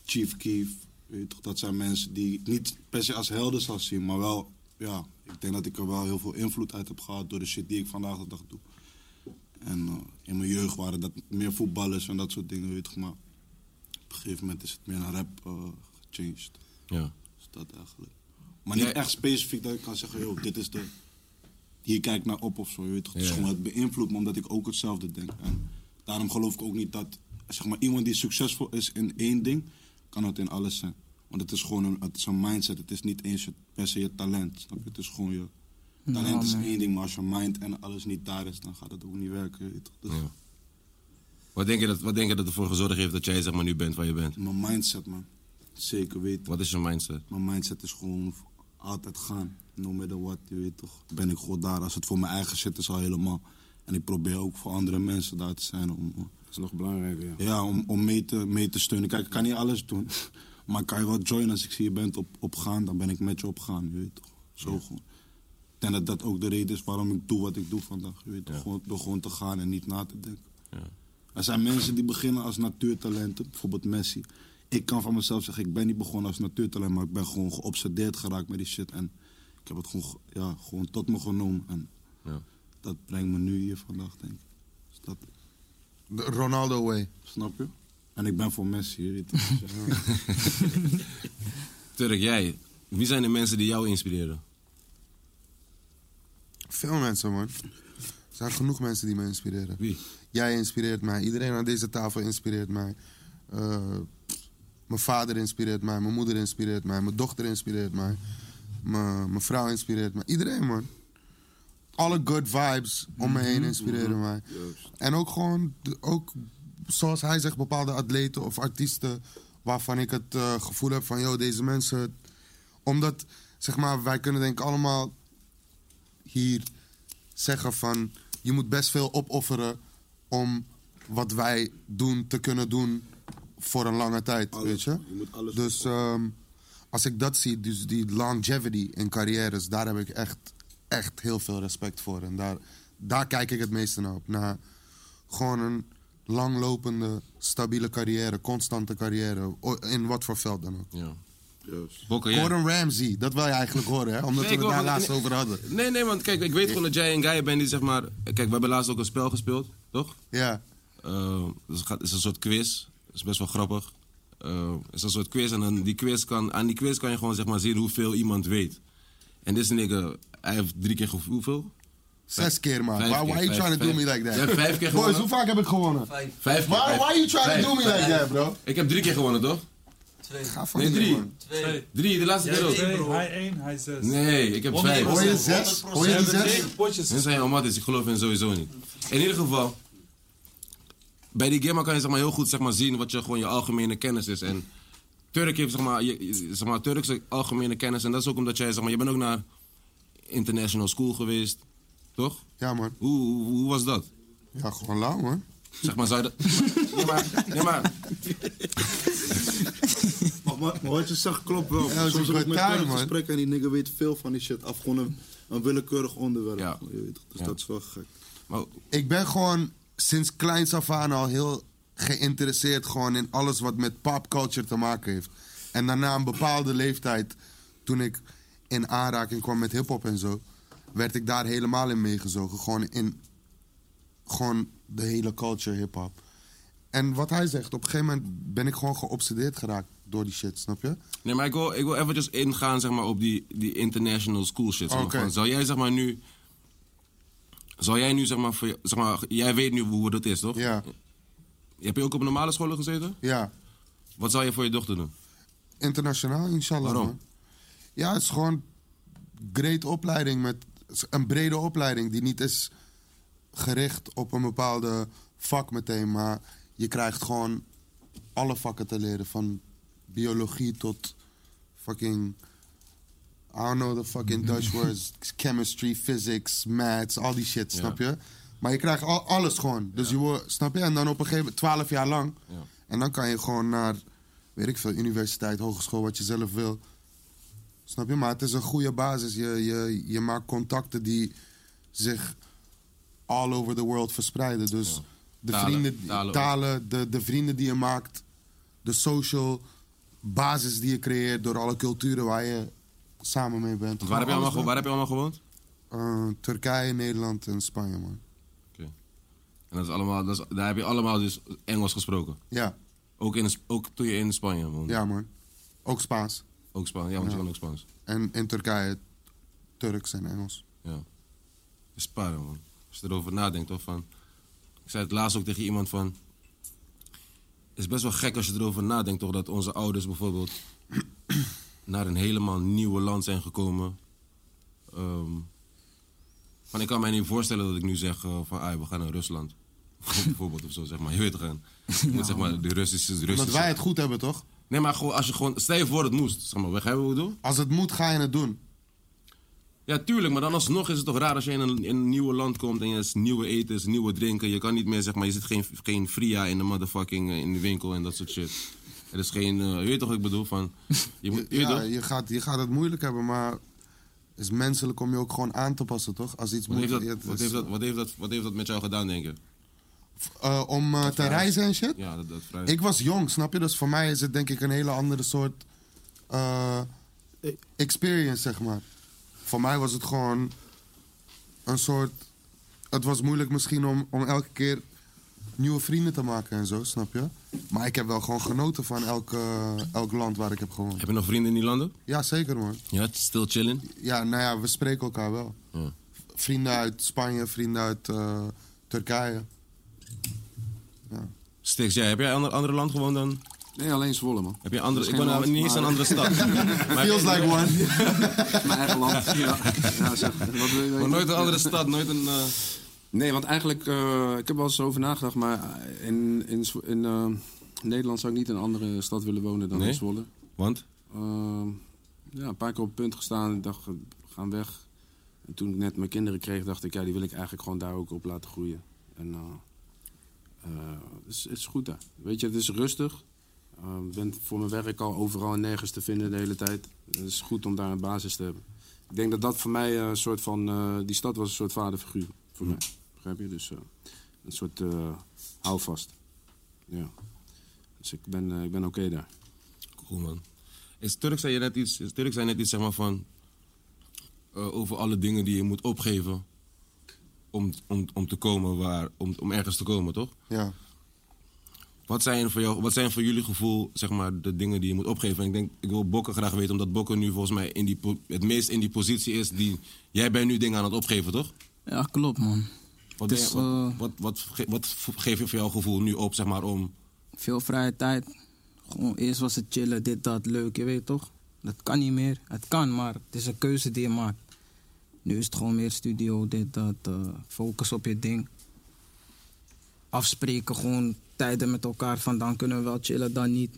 [SPEAKER 5] Chief Keef. Weet je toch, dat zijn mensen die ik niet per se als helden zal zien, maar wel, ja, ik denk dat ik er wel heel veel invloed uit heb gehad door de shit die ik vandaag de dag doe. En eh, in mijn jeugd waren dat meer voetballers en dat soort dingen, weet je toch, maar op een gegeven moment is het meer naar rap eh, gechanged.
[SPEAKER 1] Ja.
[SPEAKER 5] Dus dat eigenlijk. Maar niet
[SPEAKER 1] Ja.
[SPEAKER 5] echt specifiek dat ik kan zeggen, joh, dit is de... Hier kijk ik naar op of zo, je weet toch. Het, is
[SPEAKER 1] Ja.
[SPEAKER 5] gewoon, het beïnvloedt me omdat ik ook hetzelfde denk. En daarom geloof ik ook niet dat zeg maar, iemand die succesvol is in één ding, kan het in alles zijn. Want het is gewoon een, het is een mindset, het is niet eens je- per se je talent. Snap je? Het is gewoon je... Talent is
[SPEAKER 4] man.
[SPEAKER 5] één ding, maar als je mind en alles niet daar is, dan gaat het ook niet werken. je Weet toch? Dus
[SPEAKER 1] Ja. Wat denk, je dat, wat denk je dat ervoor gezorgd heeft dat jij zeg maar, nu bent waar je bent?
[SPEAKER 5] Mijn mindset, man. Zeker weten.
[SPEAKER 1] Wat is je mindset?
[SPEAKER 5] Mijn mindset is gewoon altijd gaan. No matter what, je weet toch. Ben ik gewoon daar. Als het voor mijn eigen shit is al helemaal. En ik probeer ook voor andere mensen daar te zijn. Om, eh,
[SPEAKER 3] Dat is nog belangrijker, ja.
[SPEAKER 5] ja, om, om mee, te, mee te steunen. Kijk, ik kan niet alles doen. [laughs] Maar ik kan je wel joinen. Als ik zie je bent op, opgaan, dan ben ik met je opgaan. Je weet toch. Zo gewoon. Ik denk dat dat ook de reden is waarom ik doe wat ik doe vandaag. Je weet toch. Gewoon, door gewoon te gaan en niet na te denken. Er zijn mensen die beginnen als natuurtalenten, bijvoorbeeld Messi. Ik kan van mezelf zeggen, ik ben niet begonnen als natuurtalent, maar ik ben gewoon geobsedeerd geraakt met die shit. En ik heb het gewoon, ge- ja, gewoon tot me genomen. En
[SPEAKER 1] Ja.
[SPEAKER 5] dat brengt me nu hier vandaag, denk ik. Dus dat,
[SPEAKER 2] De Ronaldo way.
[SPEAKER 5] snap je? En ik ben voor Messi, je
[SPEAKER 2] [laughs]
[SPEAKER 5] weet het. Ja.
[SPEAKER 1] Turk, jij. Wie zijn de mensen die jou inspireren?
[SPEAKER 2] Veel mensen, man. Er zijn genoeg mensen die me inspireren.
[SPEAKER 1] Wie?
[SPEAKER 2] Jij inspireert mij. Iedereen aan deze tafel inspireert mij. Eh, mijn vader inspireert mij. Mijn moeder inspireert mij. Mijn dochter inspireert mij. Mijn mijn vrouw inspireert mij. Iedereen, man. Alle good vibes om me heen inspireren mij. En ook gewoon, de- ook, zoals hij zegt, bepaalde atleten of artiesten... waarvan ik het eh, gevoel heb van, yo, deze mensen... Omdat, zeg maar, wij kunnen denk ik allemaal hier zeggen van je moet best veel opofferen om wat wij doen te kunnen doen voor een lange tijd,
[SPEAKER 5] Alles,
[SPEAKER 2] weet je?
[SPEAKER 5] je moet alles
[SPEAKER 2] dus ehm, als ik dat zie, dus die longevity in carrières, daar heb ik echt, echt heel veel respect voor. En daar, daar kijk ik het meeste naar op. Naar gewoon een langlopende, stabiele carrière, constante carrière, o- in wat voor veld dan ook.
[SPEAKER 1] Ja.
[SPEAKER 5] Juist.
[SPEAKER 1] Bokken, jij.
[SPEAKER 2] Gordon Ramsay, dat wil je eigenlijk horen, hè? Omdat
[SPEAKER 1] Nee, ik
[SPEAKER 2] we
[SPEAKER 1] wil
[SPEAKER 2] het
[SPEAKER 1] gewoon-
[SPEAKER 2] daar laatst over hadden.
[SPEAKER 1] Nee, nee, want kijk, ik weet gewoon dat jij een guy bent die zeg maar... Kijk, we hebben laatst ook een spel gespeeld, toch?
[SPEAKER 2] Ja.
[SPEAKER 1] Eh, dus het gaat- het is een soort quiz. Het is best wel grappig. Eh, het is een soort quiz en dan die quiz kan, aan die quiz kan je gewoon zeg maar zien hoeveel iemand weet. En dit is een nigga, hij heeft drie keer gevo- hoeveel?
[SPEAKER 2] Zes keer, man.
[SPEAKER 1] Vijf
[SPEAKER 2] Why,
[SPEAKER 1] keer,
[SPEAKER 2] why are you
[SPEAKER 1] vijf,
[SPEAKER 2] trying to do
[SPEAKER 1] vijf.
[SPEAKER 2] me like that?
[SPEAKER 1] Jij hebt vijf
[SPEAKER 2] [laughs]
[SPEAKER 1] keer
[SPEAKER 2] Boys,
[SPEAKER 1] gewonnen.
[SPEAKER 2] hoe vaak heb ik gewonnen?
[SPEAKER 1] Vijf keer.
[SPEAKER 2] Why, why are you trying to do me like that, bro?
[SPEAKER 1] Ik heb drie keer gewonnen, toch?
[SPEAKER 6] Twee.
[SPEAKER 2] Ga van
[SPEAKER 1] Nee,
[SPEAKER 2] hier,
[SPEAKER 1] drie.
[SPEAKER 2] man.
[SPEAKER 6] Twee.
[SPEAKER 1] Drie, de laatste keer ook.
[SPEAKER 6] Jij-
[SPEAKER 7] Twee,
[SPEAKER 6] bro.
[SPEAKER 7] hij 1, hij 6.
[SPEAKER 1] Nee, ik heb vijf.
[SPEAKER 2] Hoor je zes? Hoor je die
[SPEAKER 7] Ze hebben
[SPEAKER 2] zes?
[SPEAKER 7] negen potjes.
[SPEAKER 1] Mensen zijn automatisch, ik geloof in sowieso niet. In ieder geval, bij die gamma kan je zeg maar, heel goed zeg maar, zien wat je, gewoon je algemene kennis is. En Turk heeft zeg maar, je- je- zeg maar, Turkse algemene kennis. En dat is ook omdat jij, zeg maar, je bent ook naar international school geweest, toch?
[SPEAKER 2] Ja, man.
[SPEAKER 1] Hoe, hoe, hoe was dat?
[SPEAKER 2] Ja, gewoon lauw, man.
[SPEAKER 1] Zeg maar, zou je dat... [laughs] Nee, maar, nee, maar
[SPEAKER 5] Maar, maar- maar wat je zegt klopt wel.
[SPEAKER 2] Ja, dat is
[SPEAKER 5] Soms
[SPEAKER 2] een
[SPEAKER 5] heb ik met
[SPEAKER 2] kwartaal,
[SPEAKER 5] Turk
[SPEAKER 2] man.
[SPEAKER 5] gesprekken en die nigger weet veel van die shit af. Gewoon een, een willekeurig onderwerp.
[SPEAKER 1] Ja.
[SPEAKER 5] Je weet toch, dus
[SPEAKER 1] Ja.
[SPEAKER 5] dat is wel gek.
[SPEAKER 1] Maar
[SPEAKER 2] ik ben gewoon sinds kleins af aan al heel geïnteresseerd gewoon in alles wat met popculture te maken heeft. En daarna een bepaalde leeftijd, toen ik in aanraking kwam met hip-hop en zo, werd ik daar helemaal in meegezogen. Gewoon in gewoon de hele culture hip-hop. En wat hij zegt, op een gegeven moment ben ik gewoon geobsedeerd geraakt door die shit, snap je?
[SPEAKER 1] Nee, maar ik wil, ik wil eventjes ingaan zeg maar, op die, die international school shit. Zeg maar.
[SPEAKER 2] Oké.
[SPEAKER 1] Van, zou jij zeg maar nu... Zou jij nu zeg maar, voor, je- zeg maar... Jij weet nu hoe dat is, toch?
[SPEAKER 2] Ja,
[SPEAKER 1] Heb je ook op normale scholen gezeten?
[SPEAKER 2] ja.
[SPEAKER 1] Wat zou je voor je dochter doen?
[SPEAKER 2] Internationaal, inshallah.
[SPEAKER 1] Waarom?
[SPEAKER 2] man. Ja, het is gewoon great opleiding met een brede opleiding die niet is gericht op een bepaalde vak meteen, maar je krijgt gewoon alle vakken te leren van biologie tot fucking I don't know the
[SPEAKER 1] [laughs]
[SPEAKER 2] fucking Dutch words, chemistry, physics, maths, al die shit, snap je? Maar je krijgt al, alles gewoon. Dus je wordt, snap je? En dan op een gegeven moment, twaalf jaar lang. En dan kan je gewoon naar, weet ik veel, universiteit, hogeschool, wat je zelf wil. Snap je? Maar het is een goede basis. Je, je, je maakt contacten die zich all over the world verspreiden. Dus de
[SPEAKER 1] Talen,
[SPEAKER 2] vrienden,
[SPEAKER 1] talen
[SPEAKER 2] talen,
[SPEAKER 1] ook.
[SPEAKER 2] de, de vrienden die je maakt, de social basis die je creëert door alle culturen waar je samen mee bent.
[SPEAKER 1] Waar heb, je allemaal,
[SPEAKER 2] Alles,
[SPEAKER 1] ge- waar heb je allemaal gewoond?
[SPEAKER 2] man. Eh, Turkije, Nederland en Spanje, man.
[SPEAKER 1] En dat is allemaal, dat is, daar heb je allemaal dus Engels gesproken.
[SPEAKER 2] Ja,
[SPEAKER 1] Ook, in, de Sp- ook toen je in Spanje woonde.
[SPEAKER 2] ja, man. Ook Spaans.
[SPEAKER 1] Ook Spaans. Ja, want je kan ook Spaans.
[SPEAKER 2] En in Turkije Turks en Engels.
[SPEAKER 1] Ja. is sparen, man. Als je erover nadenkt, toch? Van, ik zei het laatst ook tegen iemand van... Het is best wel gek als je erover nadenkt, toch? Dat onze ouders bijvoorbeeld [clears throat] naar een helemaal nieuwe land zijn gekomen. Ehm, van, ik kan mij niet voorstellen dat ik nu zeg eh, van... "Ai, we gaan naar Rusland. [laughs] bijvoorbeeld of zo, zeg maar. Je weet toch, hè? Je moet zeg maar de Russische... de
[SPEAKER 2] Omdat
[SPEAKER 1] Russische...
[SPEAKER 2] wij het goed hebben, toch?
[SPEAKER 1] Nee, maar gewoon, als je gewoon... Stel je voor dat het moest. Zeg maar, we gaan we doen.
[SPEAKER 2] Als het moet, ga je het doen.
[SPEAKER 1] Ja, tuurlijk, maar dan alsnog is het toch raar als je in een, in een nieuwe land komt en je is nieuwe eten, is nieuwe drinken. Je kan niet meer, zeg maar, je zit geen, geen fria in de motherfucking eh, in de winkel en dat soort shit. Er is geen, eh, je weet toch wat ik bedoel, van, je moet, je weet
[SPEAKER 2] [laughs] Ja,
[SPEAKER 1] toch?
[SPEAKER 2] je gaat, je gaat het moeilijk hebben, maar het is menselijk om je ook gewoon aan te passen, toch? Als iets
[SPEAKER 1] Wat heeft,
[SPEAKER 2] moeilijk
[SPEAKER 1] dat,
[SPEAKER 2] het
[SPEAKER 1] wat,
[SPEAKER 2] is-
[SPEAKER 1] heeft dat, wat, heeft dat, wat heeft dat met jou gedaan, denk je?
[SPEAKER 2] Eh, om eh, te reizen en shit?
[SPEAKER 1] Ja, dat, dat vrij.
[SPEAKER 2] Ik was jong, snap je? Dus voor mij is het denk ik een hele andere soort eh, experience, zeg maar. Voor mij was het gewoon een soort. Het was moeilijk misschien om, om elke keer nieuwe vrienden te maken en zo, snap je? Maar ik heb wel gewoon genoten van elk, eh, elk land waar ik heb gewoond.
[SPEAKER 1] Heb je nog vrienden in die landen?
[SPEAKER 2] Ja, zeker man.
[SPEAKER 1] Ja, still chillen.
[SPEAKER 2] Ja, nou ja, we spreken elkaar wel.
[SPEAKER 1] Ja.
[SPEAKER 2] Vrienden uit Spanje, vrienden uit eh, Turkije.
[SPEAKER 1] Stix, jij, heb jij een ander, ander land gewoond dan?
[SPEAKER 3] Nee, alleen Zwolle, man.
[SPEAKER 1] Heb je andere, ik
[SPEAKER 3] geen
[SPEAKER 1] ben nou
[SPEAKER 3] land,
[SPEAKER 1] niet eens
[SPEAKER 3] maar-
[SPEAKER 1] een andere stad.
[SPEAKER 2] [laughs]
[SPEAKER 1] maar
[SPEAKER 2] Feels like one.
[SPEAKER 1] [laughs]
[SPEAKER 3] [laughs] Mijn eigen land. Ja, ja zeg. Wat wil je
[SPEAKER 1] maar nooit een andere stad, nooit een... eh,
[SPEAKER 3] Nee, want eigenlijk, eh, ik heb wel eens over nagedacht, maar in, in, Zwo- in eh, Nederland zou ik niet in een andere stad willen wonen dan
[SPEAKER 1] Nee?
[SPEAKER 3] in Zwolle.
[SPEAKER 1] Want?
[SPEAKER 3] Ehm, ja, een paar keer op het punt gestaan. Ik dacht, we gaan weg. En toen ik net mijn kinderen kreeg, dacht ik, ja, die wil ik eigenlijk gewoon daar ook op laten groeien. En eh, eh, het, is, het is goed daar. Weet je, het is rustig. Eh, Ik ben voor mijn werk al overal en nergens te vinden de hele tijd. Het is goed om daar een basis te hebben. Ik denk dat dat voor mij eh, een soort van... eh, die stad was een soort vaderfiguur voor mij. Begrijp je? Dus eh, een soort eh, houvast. Ja. Dus ik ben, eh, ik ben oké daar.
[SPEAKER 1] Cool man. Is Turk zei je net iets, is Turk zei net iets zeg maar van eh, over alle dingen die je moet opgeven om, om, om te komen waar, om, om ergens te komen, toch?
[SPEAKER 2] Ja.
[SPEAKER 1] Wat zijn voor jou, wat zijn voor jullie gevoel zeg maar de dingen die je moet opgeven? En ik denk, ik wil Bokken graag weten omdat Bokken nu volgens mij in die, po- het meest in die positie is die jij bent nu dingen aan het opgeven, toch?
[SPEAKER 4] Ja, klopt man.
[SPEAKER 1] Wat,
[SPEAKER 4] Het
[SPEAKER 1] ben
[SPEAKER 4] is,
[SPEAKER 1] je- wat,
[SPEAKER 4] eh,
[SPEAKER 1] wat, wat, ge- wat v- geef je voor jouw gevoel nu op zeg maar om?
[SPEAKER 4] Veel vrije tijd. Gewoon, eerst was het chillen, dit, dat, leuk, je weet toch? Dat kan niet meer. Het kan, maar het is een keuze die je maakt. Nu is het gewoon meer studio, dit, dat. eh, focus op je ding. Afspreken, gewoon tijden met elkaar van dan kunnen we wel chillen, dan niet.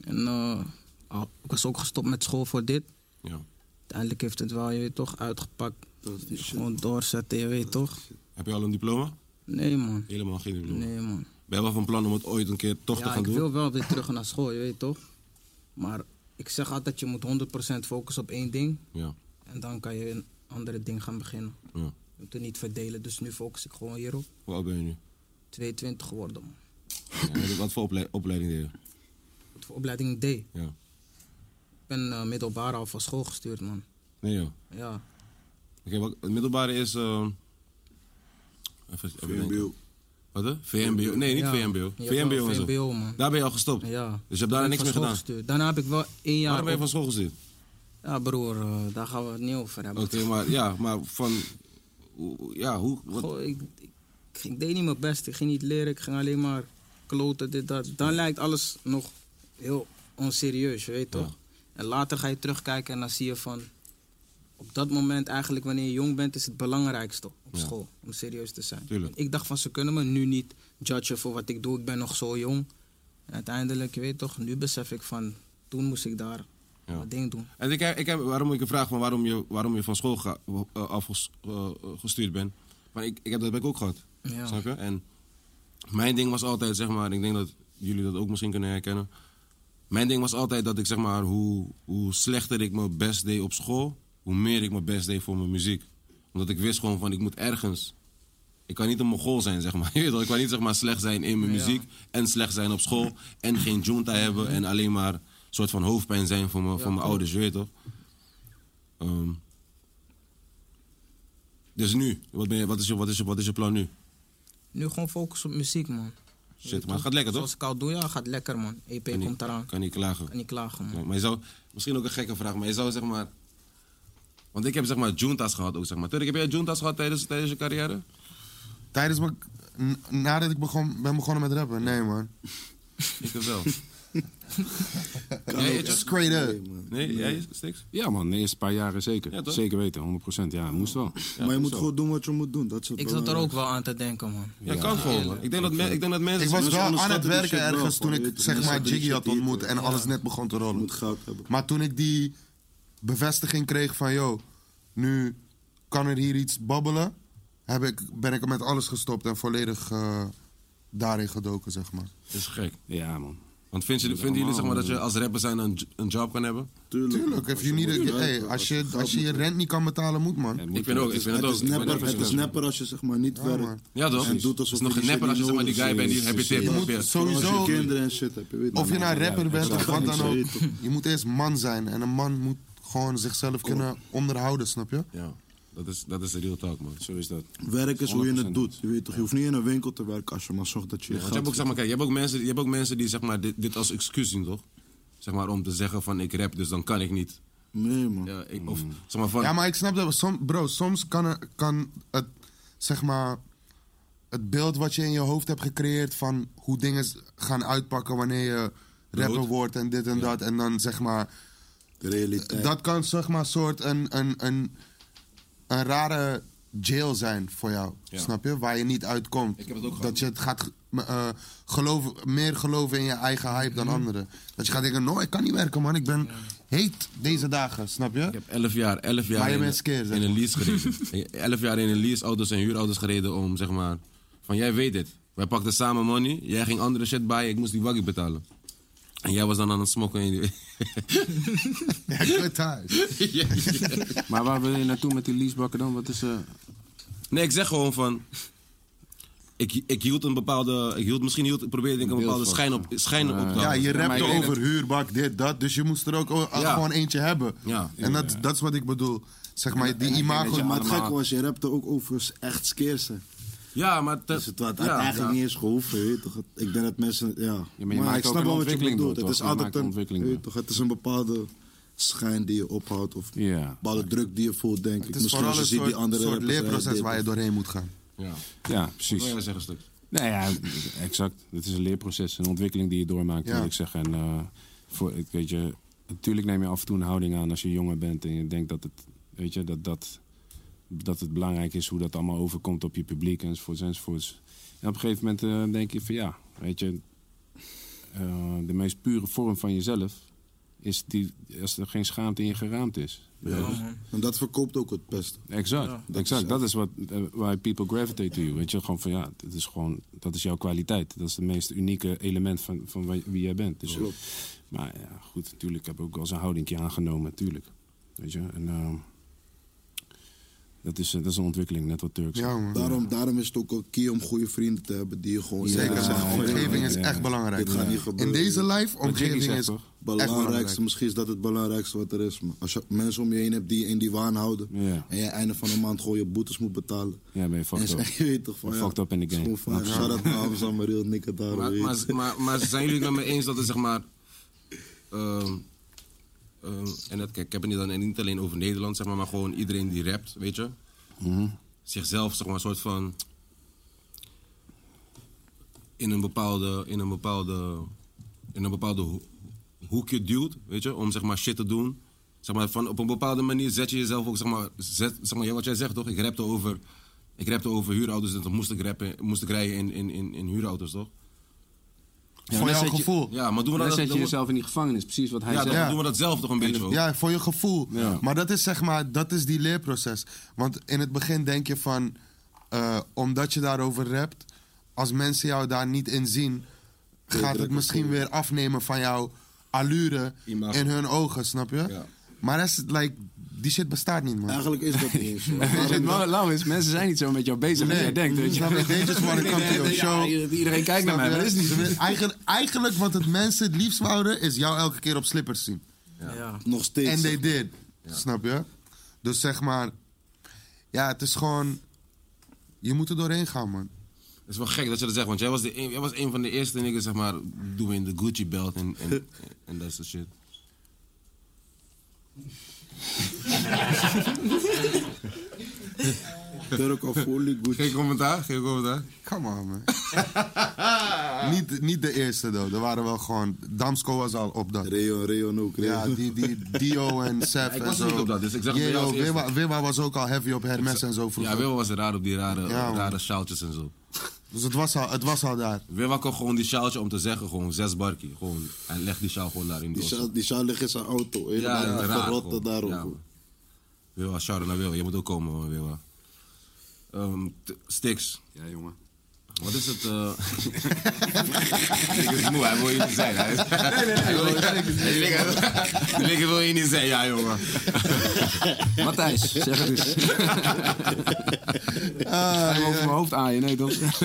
[SPEAKER 4] En eh, al- ik was ook gestopt met school voor dit.
[SPEAKER 1] Ja.
[SPEAKER 4] Uiteindelijk heeft het wel, je weet toch, uitgepakt. Gewoon doorzetten, je weet toch?
[SPEAKER 1] Heb je al een diploma?
[SPEAKER 4] Nee man,
[SPEAKER 1] Helemaal geen diploma.
[SPEAKER 4] nee man.
[SPEAKER 1] Ben je wel van plan om het ooit een keer toch te
[SPEAKER 4] ja,
[SPEAKER 1] gaan
[SPEAKER 4] ik
[SPEAKER 1] doen?
[SPEAKER 4] wil wel weer terug naar school, je weet toch? Maar ik zeg altijd, je moet 100% focussen op één ding.
[SPEAKER 1] Ja.
[SPEAKER 4] En dan kan je een andere ding gaan beginnen.
[SPEAKER 1] Ja.
[SPEAKER 4] Om te niet verdelen. Dus nu focus ik gewoon hierop.
[SPEAKER 1] Hoe oud ben je nu?
[SPEAKER 4] 22 geworden, man.
[SPEAKER 1] Ja, wat voor ople- opleiding deed je?
[SPEAKER 4] Wat voor opleiding ik deed.
[SPEAKER 1] Ja.
[SPEAKER 4] Ik ben eh, middelbaar al van school gestuurd, man.
[SPEAKER 1] Nee joh.
[SPEAKER 4] Ja.
[SPEAKER 1] Oké, wat het middelbare is... ehm, even, even denken.
[SPEAKER 5] VMBO.
[SPEAKER 1] Wat hè? VMBO? Nee, niet
[SPEAKER 4] Ja.
[SPEAKER 1] VMBO.
[SPEAKER 4] Ja,
[SPEAKER 1] VMBO en zo.
[SPEAKER 4] VMBO, man.
[SPEAKER 1] Daar ben je al gestopt?
[SPEAKER 4] Ja.
[SPEAKER 1] Dus je hebt daar
[SPEAKER 4] Ben
[SPEAKER 1] niks
[SPEAKER 4] van school
[SPEAKER 1] mee gedaan?
[SPEAKER 4] Gestuurd. Daarna heb ik wel één jaar...
[SPEAKER 1] Waarom ben je van
[SPEAKER 4] op-
[SPEAKER 1] school gestuurd?
[SPEAKER 4] Ja, broer, eh, daar gaan we het niet over
[SPEAKER 1] Oké,
[SPEAKER 4] hebben.
[SPEAKER 1] maar ja, maar van... hoe- Ja, hoe... Wat,
[SPEAKER 4] Goh, ik, ik, ik deed niet mijn best. Ik ging niet leren. Ik ging alleen maar kloten, dit, dat. Dan lijkt alles nog heel onserieus, je weet
[SPEAKER 1] Ja.
[SPEAKER 4] toch? En later ga je terugkijken en dan zie je van... Op dat moment eigenlijk, wanneer je jong bent, is het belangrijkste op
[SPEAKER 1] Ja.
[SPEAKER 4] school. Om serieus te zijn.
[SPEAKER 1] Tuurlijk.
[SPEAKER 4] Ik dacht van, ze kunnen me nu niet judgen voor wat ik doe. Ik ben nog zo jong. En uiteindelijk, je weet toch, nu besef ik van... Toen moest ik daar
[SPEAKER 1] Ja.
[SPEAKER 4] mijn ding doen.
[SPEAKER 1] En ik heb, ik heb, waarom ik een vraag van waarom je, waarom je van school ga, eh, afges- eh, gestuurd bent. Maar ik, ik heb dat bij ook gehad.
[SPEAKER 4] Ja.
[SPEAKER 1] Snap je? En mijn ding was altijd, zeg maar, ik denk dat jullie dat ook misschien kunnen herkennen. Mijn ding was altijd dat ik, zeg maar, hoe, hoe slechter ik mijn best deed op school, hoe meer ik mijn best deed voor mijn muziek. Omdat ik wist gewoon van, ik moet ergens. Ik kan niet een mogol zijn, zeg maar. [laughs] Je weet wel, ik kan niet, zeg maar, slecht zijn in mijn
[SPEAKER 4] Ja.
[SPEAKER 1] muziek en slecht zijn op school en geen junta hebben en alleen maar een soort van hoofdpijn zijn voor mijn, voor mijn ouders, je weet toch? Ehm, dus nu, wat, ben je, wat, is je, wat, is je, wat is je plan nu?
[SPEAKER 4] Nu gewoon focus op muziek, man.
[SPEAKER 1] Shit, maar het gaat lekker toch?
[SPEAKER 4] Zoals ik al doe, ja, gaat lekker, man. EP
[SPEAKER 1] Kan niet-
[SPEAKER 4] komt eraan.
[SPEAKER 1] Kan niet klagen.
[SPEAKER 4] Kan niet klagen, man.
[SPEAKER 1] Ja, maar je zou, misschien ook een gekke vraag, maar je zou zeg maar. Want ik heb zeg maar juntas gehad ook zeg maar. Turk, heb jij juntas gehad tijdens, tijdens je carrière?
[SPEAKER 2] Tijdens mijn... n- Nadat ik begon, ben begonnen met rappen. Nee, man.
[SPEAKER 1] Ik heb wel.
[SPEAKER 2] It's Straight up.
[SPEAKER 1] Nee, jij Stix?
[SPEAKER 3] Ja man, de eerste paar jaren zeker.
[SPEAKER 1] Ja, toch?
[SPEAKER 3] zeker weten, 100%. Ja, moest wel.
[SPEAKER 5] maar je moet gewoon doen wat je moet doen. Dat is het
[SPEAKER 4] Ik zat er
[SPEAKER 5] belangrijkste.
[SPEAKER 4] ook wel aan te denken, man.
[SPEAKER 1] Ja, kan gewoon. man. Ik denk dat, men- ik denk dat mensen.
[SPEAKER 2] Ik was
[SPEAKER 5] Dus
[SPEAKER 2] wel aan
[SPEAKER 5] onderschatten
[SPEAKER 2] het
[SPEAKER 5] die
[SPEAKER 2] werken
[SPEAKER 5] shit wel,
[SPEAKER 2] ergens
[SPEAKER 5] gewoon,
[SPEAKER 2] toen
[SPEAKER 5] je
[SPEAKER 2] ik
[SPEAKER 5] weet
[SPEAKER 2] zeg
[SPEAKER 5] toch,
[SPEAKER 2] maar
[SPEAKER 5] onderschatten
[SPEAKER 2] Jiggy
[SPEAKER 5] die
[SPEAKER 2] had
[SPEAKER 5] shit niet,
[SPEAKER 2] ontmoet en alles net begon te
[SPEAKER 5] Je
[SPEAKER 2] rollen.
[SPEAKER 5] moet goud hebben.
[SPEAKER 2] Maar toen ik die bevestiging kreeg van, yo, nu kan er hier iets babbelen, heb ik, ben ik er met alles gestopt en volledig eh, daarin gedoken, zeg maar.
[SPEAKER 1] Dat is gek.
[SPEAKER 3] Ja man.
[SPEAKER 1] Want vinden jullie, vinden jullie zeg maar dat je als rapper zijn een, j- een job kan hebben?
[SPEAKER 5] Tuurlijk.
[SPEAKER 2] Tuurlijk, if
[SPEAKER 5] Als
[SPEAKER 2] you
[SPEAKER 5] je
[SPEAKER 2] need
[SPEAKER 5] moet
[SPEAKER 2] a- hey,
[SPEAKER 5] werken,
[SPEAKER 2] als je,
[SPEAKER 5] geld
[SPEAKER 2] als je je
[SPEAKER 5] moet
[SPEAKER 2] rent niet kan betalen, moet man.
[SPEAKER 1] Ik vind ook, ik vind het
[SPEAKER 5] Het
[SPEAKER 1] ook.
[SPEAKER 5] is
[SPEAKER 1] Ik ben
[SPEAKER 5] nepper,
[SPEAKER 1] ook-
[SPEAKER 5] het is nepper als je zeg maar niet
[SPEAKER 2] man.
[SPEAKER 5] werkt.
[SPEAKER 1] Ja, toch?
[SPEAKER 5] En doet
[SPEAKER 1] Het is
[SPEAKER 5] alsof
[SPEAKER 1] nog
[SPEAKER 5] je
[SPEAKER 1] geen
[SPEAKER 5] die
[SPEAKER 1] nepper als je
[SPEAKER 5] shit
[SPEAKER 1] zeg maar die
[SPEAKER 5] niet
[SPEAKER 1] guy bent die
[SPEAKER 5] nodig
[SPEAKER 1] heb je
[SPEAKER 5] hebt.
[SPEAKER 1] tip.
[SPEAKER 2] Je moet
[SPEAKER 1] Ja.
[SPEAKER 5] Als
[SPEAKER 2] sowieso,
[SPEAKER 5] je kinderen en shit hebt, je weet
[SPEAKER 2] of je
[SPEAKER 5] man.
[SPEAKER 2] nou rapper bent
[SPEAKER 5] exact.
[SPEAKER 2] of wat dan
[SPEAKER 5] Ja,
[SPEAKER 2] ook,
[SPEAKER 5] je weet toch.
[SPEAKER 2] je moet eerst man zijn. En een man moet gewoon zichzelf kunnen onderhouden, snap je?
[SPEAKER 1] Ja, dat is, dat is de real talk, man.
[SPEAKER 3] Zo is dat.
[SPEAKER 5] Werk is hoe je het doet. Je weet toch, je hoeft niet in een winkel te werken als je maar zorgt dat je je
[SPEAKER 1] Want je hebt ook, zeg maar, kijk, je hebt ook mensen, je hebt ook mensen die zeg maar, dit, dit als excuus zien, toch? Zeg maar, om te zeggen van ik rap, dus dan kan ik niet.
[SPEAKER 5] Nee man.
[SPEAKER 1] Ja, ik,
[SPEAKER 5] Mm.
[SPEAKER 1] of zeg maar van...
[SPEAKER 2] Ja, maar ik snap dat. we som- bro, soms kan, er- kan het, zeg maar, het beeld wat je in je hoofd hebt gecreëerd van hoe dingen s- gaan uitpakken wanneer je rapper
[SPEAKER 1] Rood.
[SPEAKER 2] wordt en dit en dat. En dan zeg maar,
[SPEAKER 5] De realiteit.
[SPEAKER 2] Eh, dat kan zeg maar soort een, een, een, een rare jail zijn voor jou.
[SPEAKER 1] Ja.
[SPEAKER 2] Snap je? Waar je niet uitkomt.
[SPEAKER 1] Ik heb het ook gehad.
[SPEAKER 2] dat je het gaat ge- m- eh, geloven, meer geloven in je eigen hype dan anderen. Dat je gaat denken, no, ik kan niet werken man. Ik ben heet deze dagen, snap je?
[SPEAKER 1] Ik heb 11 jaar, 11 jaar
[SPEAKER 2] Maar je
[SPEAKER 1] in,
[SPEAKER 2] bent scared, zeg
[SPEAKER 1] in een lease
[SPEAKER 2] [laughs]
[SPEAKER 1] gereden. 11 jaar in een lease, auto's en huurauto's gereden om zeg maar... Van jij weet dit. Wij pakten samen money, jij ging andere shit bij, ik moest die waggie betalen. En jij was dan aan het smokken in die... [laughs]
[SPEAKER 2] Ja, good times.
[SPEAKER 3] Maar waar wil je naartoe met die leasebakken dan? Wat is... eh,
[SPEAKER 1] Nee, ik zeg gewoon van. Ik, ik hield een bepaalde. Ik hield, misschien hield, ik probeerde denk ik een
[SPEAKER 3] Beeld
[SPEAKER 1] bepaalde
[SPEAKER 3] vast,
[SPEAKER 1] schijn op, schijn
[SPEAKER 5] Ah,
[SPEAKER 1] op te
[SPEAKER 2] Ja,
[SPEAKER 1] houden.
[SPEAKER 2] je
[SPEAKER 3] maar
[SPEAKER 2] rapte
[SPEAKER 3] ik weet
[SPEAKER 2] over huurbak, dit, dat. Dus je moest er ook o-
[SPEAKER 1] Ja.
[SPEAKER 2] gewoon eentje hebben.
[SPEAKER 1] Ja.
[SPEAKER 2] En dat, dat is wat ik bedoel. Zeg maar, die imago...
[SPEAKER 5] Ja, maar het
[SPEAKER 2] Maar-
[SPEAKER 5] gekke was, je rapte ook over echt skeersen.
[SPEAKER 1] Ja, maar. te-
[SPEAKER 5] Dus het had
[SPEAKER 1] ja,
[SPEAKER 5] eigenlijk
[SPEAKER 1] ja.
[SPEAKER 5] niet eens gehoeven, je weet toch. Het- Ik denk dat mensen, ja.
[SPEAKER 3] maar je maakt
[SPEAKER 5] ik
[SPEAKER 3] ook
[SPEAKER 5] snap wel
[SPEAKER 3] een
[SPEAKER 5] wat je
[SPEAKER 3] ontwikkeling
[SPEAKER 5] bedoelt.
[SPEAKER 3] door,
[SPEAKER 5] Het is
[SPEAKER 3] toch? Je
[SPEAKER 5] altijd
[SPEAKER 3] maakt een
[SPEAKER 5] een,
[SPEAKER 3] ontwikkeling
[SPEAKER 5] je weet
[SPEAKER 3] door.
[SPEAKER 5] toch, het is een bepaalde schijn die je ophoudt. Of
[SPEAKER 3] Ja.
[SPEAKER 5] een bepaalde druk die je voelt, denk ik.
[SPEAKER 2] Het is
[SPEAKER 5] Misschien
[SPEAKER 2] vooral
[SPEAKER 5] als je
[SPEAKER 2] een
[SPEAKER 5] ziet
[SPEAKER 2] soort,
[SPEAKER 5] die andere
[SPEAKER 2] soort
[SPEAKER 5] rappers, eh,
[SPEAKER 2] leerproces
[SPEAKER 5] dit
[SPEAKER 2] waar je
[SPEAKER 5] of-
[SPEAKER 2] doorheen moet gaan.
[SPEAKER 1] Ja.
[SPEAKER 3] Ja,
[SPEAKER 1] Wil
[SPEAKER 3] precies.
[SPEAKER 1] jij zeggen, stuk?
[SPEAKER 3] Nou ja, exact. Het is een leerproces, een ontwikkeling die je doormaakt,
[SPEAKER 2] Ja.
[SPEAKER 3] wil ik zeggen. En eh, voor, ik weet je, natuurlijk neem je af en toe een houding aan als je jonger bent en je denkt dat het, weet je, dat, dat, dat het belangrijk is hoe dat allemaal overkomt op je publiek enzovoorts enzovoorts. En op een gegeven moment eh, denk je van ja, weet je, eh, de meest pure vorm van jezelf is die, als er geen schaamte in je geraamd is.
[SPEAKER 5] Ja, dus- En dat verkoopt ook het beste.
[SPEAKER 3] Exact,
[SPEAKER 5] Dat
[SPEAKER 3] exact.
[SPEAKER 5] is-
[SPEAKER 3] Dat is wat eh, why people gravitate to you. Weet je, gewoon van ja, het is gewoon, dat is jouw kwaliteit. Dat is het meest unieke element van, van wa- wie jij bent. Dus,
[SPEAKER 5] Klopt.
[SPEAKER 3] Maar ja, goed, natuurlijk ik heb ik ook wel eens een houdingje aangenomen, natuurlijk. Weet je, en ehm, Dat is, eh, dat is een ontwikkeling, net wat Turks.
[SPEAKER 2] Ja, man.
[SPEAKER 5] Daarom, daarom is het ook een key om goede vrienden te hebben die je gewoon
[SPEAKER 2] Zeker,
[SPEAKER 5] zeggen, oh,
[SPEAKER 2] man.
[SPEAKER 5] van, goh,
[SPEAKER 2] omgeving is
[SPEAKER 3] ja,
[SPEAKER 2] echt
[SPEAKER 3] ja.
[SPEAKER 2] belangrijk.
[SPEAKER 5] Dit gaat niet gebeuren.
[SPEAKER 2] In deze live,
[SPEAKER 3] Wat Jiggy
[SPEAKER 2] omgeving
[SPEAKER 3] zegt,
[SPEAKER 2] is
[SPEAKER 3] toch?
[SPEAKER 2] belangrijk.
[SPEAKER 5] belangrijkste, misschien is dat het belangrijkste wat er is. man. Als je mensen om je heen hebt die je in die waan houden.
[SPEAKER 3] Ja.
[SPEAKER 5] En je einde van de maand gewoon je boetes moet betalen.
[SPEAKER 3] Ja, ben je fucked
[SPEAKER 5] en
[SPEAKER 3] up.
[SPEAKER 5] Je weet toch van
[SPEAKER 3] Ben
[SPEAKER 5] ja,
[SPEAKER 3] fucked up in the game.
[SPEAKER 5] schoon van, Shout out naar Amsterdam, Real Nikke daar.
[SPEAKER 1] Maar,
[SPEAKER 5] weet
[SPEAKER 1] maar,
[SPEAKER 5] je.
[SPEAKER 1] maar, maar zijn jullie het met me eens dat het zeg maar. ehm, ehm, en dat, kijk, ik heb het niet, dan, niet alleen over Nederland, zeg maar, maar gewoon iedereen die rapt, weet je. Zichzelf, zeg maar, een soort van. In een bepaalde. In een bepaalde. In een bepaalde ho- hoekje duwt, weet je, om zeg maar shit te doen. Zeg maar, van, op een bepaalde manier zet je jezelf ook, zeg maar, zet, zeg maar ja, wat jij zegt toch? Ik rapte over. Ik rapte over huurauto's en toen moest ik, rappen, moest ik rijden in, in, in, in huurauto's, toch?
[SPEAKER 3] Ja,
[SPEAKER 2] voor
[SPEAKER 3] dan
[SPEAKER 2] jouw
[SPEAKER 3] zet je-
[SPEAKER 2] gevoel.
[SPEAKER 1] Ja, maar doen we
[SPEAKER 3] Dan
[SPEAKER 1] dat
[SPEAKER 3] zet je
[SPEAKER 1] doen we-
[SPEAKER 3] jezelf in die gevangenis, precies wat hij
[SPEAKER 1] Ja, dan
[SPEAKER 3] zegt.
[SPEAKER 1] doen we dat zelf toch een beetje ook.
[SPEAKER 2] Ja, voor je gevoel.
[SPEAKER 3] Ja.
[SPEAKER 2] Maar dat is zeg maar, dat is die leerproces. Want in het begin denk je van, eh, omdat je daarover rapt, als mensen jou daar niet in zien, gaat het misschien weer afnemen van jouw allure
[SPEAKER 1] Imago.
[SPEAKER 2] in hun ogen, snap je?
[SPEAKER 1] Ja.
[SPEAKER 2] Maar dat is like, die shit bestaat niet, man.
[SPEAKER 5] Eigenlijk is dat niet
[SPEAKER 1] [laughs]
[SPEAKER 5] eens. man.
[SPEAKER 3] Shit, Lau- Lauwens, mensen zijn niet zo met jou bezig als jij denkt. Weet je.
[SPEAKER 2] Snap je? They just
[SPEAKER 3] [laughs]
[SPEAKER 2] wanna come to your show.
[SPEAKER 3] Ja, iedereen kijkt naar
[SPEAKER 2] Snap
[SPEAKER 3] mij,
[SPEAKER 2] je?
[SPEAKER 3] maar dat is niet
[SPEAKER 2] Ze willen- Eigenlijk, eigenlijk wat het mensen het liefst wouden, is jou elke keer op slippers zien.
[SPEAKER 4] Ja.
[SPEAKER 5] Nog steeds.
[SPEAKER 2] En they
[SPEAKER 5] zeg maar.
[SPEAKER 2] did. Snap je? Dus zeg maar, ja, het is gewoon. Je moet er doorheen gaan, man.
[SPEAKER 1] Het is wel gek dat je dat zegt, want jij was, de een, jij was een van de eerste niggas, zeg maar, doen we in de Gucci belt en en- en dat soort shit.
[SPEAKER 5] Turk of Holy Gucci.
[SPEAKER 1] Geen commentaar, geen commentaar.
[SPEAKER 2] Come on, man. niet, niet de eerste, though. Er waren wel gewoon. Damsko was al op dat.
[SPEAKER 5] Reon, Reon ook. Reon.
[SPEAKER 2] Ja, die, die Dio
[SPEAKER 1] [laughs]
[SPEAKER 2] en Seth
[SPEAKER 1] ik
[SPEAKER 2] en
[SPEAKER 1] was
[SPEAKER 2] zo.
[SPEAKER 1] niet op dat, dus ik zeg het bij jou
[SPEAKER 2] Jero,
[SPEAKER 1] als eerste.
[SPEAKER 2] Wimma, Wimma was ook al heavy op Hermes en zo vroeger.
[SPEAKER 1] Ja, Wilma was raar op die rare,
[SPEAKER 2] Ja, man.
[SPEAKER 1] rare sjaaltjes en zo.
[SPEAKER 2] Dus het was, al, het was al daar.
[SPEAKER 1] Wilma kon gewoon die sjaaltje om te zeggen, gewoon zes barkie. Gewoon, hij legt die sjaal gewoon daar in
[SPEAKER 5] Die
[SPEAKER 1] doos.
[SPEAKER 5] Sjaal- Die Sjaal ligt in zijn auto.
[SPEAKER 1] Ja, ja,
[SPEAKER 5] Helemaal
[SPEAKER 1] raar
[SPEAKER 5] verrotten
[SPEAKER 1] gewoon.
[SPEAKER 5] daarop.
[SPEAKER 1] Ja, man. Wilma, shout out naar Wilma, nou je moet ook komen, hoor, Wilma. Ehm, t- Stix,
[SPEAKER 3] Ja, jongen.
[SPEAKER 1] wat is het? eh? [laughs] Ik is moe, hij wil hier niet zijn. Hij is... Hij wil- Die nigger- die nigger wil hier niet zijn, ja jongen.
[SPEAKER 3] Matthijs, zeg het eens. [laughs] Ga je over mijn hoofd aaien, nee toch?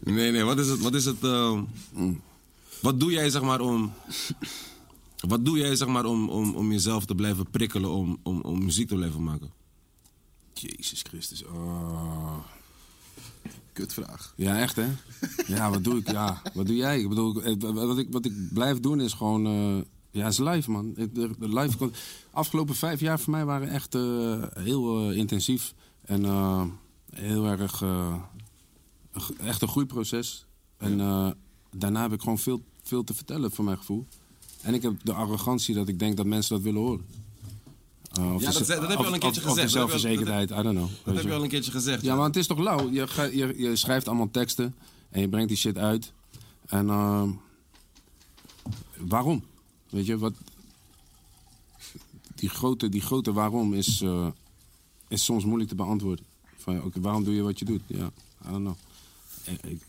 [SPEAKER 1] Nee, nee, wat is het? Wat, is het, ehm, wat doe jij zeg maar om. Wat doe jij zeg maar om, om, om jezelf te blijven prikkelen om, om, om muziek te blijven maken?
[SPEAKER 3] Jezus Christus, oh.
[SPEAKER 2] Kutvraag.
[SPEAKER 3] Ja, echt hè? Ja, wat doe ik? Ja, wat doe jij? Ik bedoel, eh, wat ik, wat ik blijf doen is gewoon... eh, ja, is live man. Ik- de- de Live, kon- afgelopen vijf jaar voor mij waren echt eh, heel eh, intensief. En eh, heel erg... eh, een g- echt een groeiproces. En eh, daarna heb ik gewoon veel, veel te vertellen voor mijn gevoel. En ik heb de arrogantie dat ik denk dat mensen dat willen horen. Eh, of
[SPEAKER 1] Ja, dat
[SPEAKER 3] de ze-
[SPEAKER 1] zei- dat heb je
[SPEAKER 3] of-
[SPEAKER 1] al een keertje
[SPEAKER 3] of- of de
[SPEAKER 1] gezegd. Dat heb je al-
[SPEAKER 3] zelfverzekerdheid, I don't know.
[SPEAKER 1] Dat
[SPEAKER 3] Weet
[SPEAKER 1] heb
[SPEAKER 3] je.
[SPEAKER 1] je al een keertje gezegd.
[SPEAKER 3] Ja, maar het is toch lauw? Je, ga- je, je schrijft allemaal teksten en je brengt die shit uit. En ehm, waarom? Weet je, wat... Die grote, die grote waarom is, eh, is soms moeilijk te beantwoorden. Van, oké, waarom doe je wat je doet? Ja, I don't know. Ik, ik,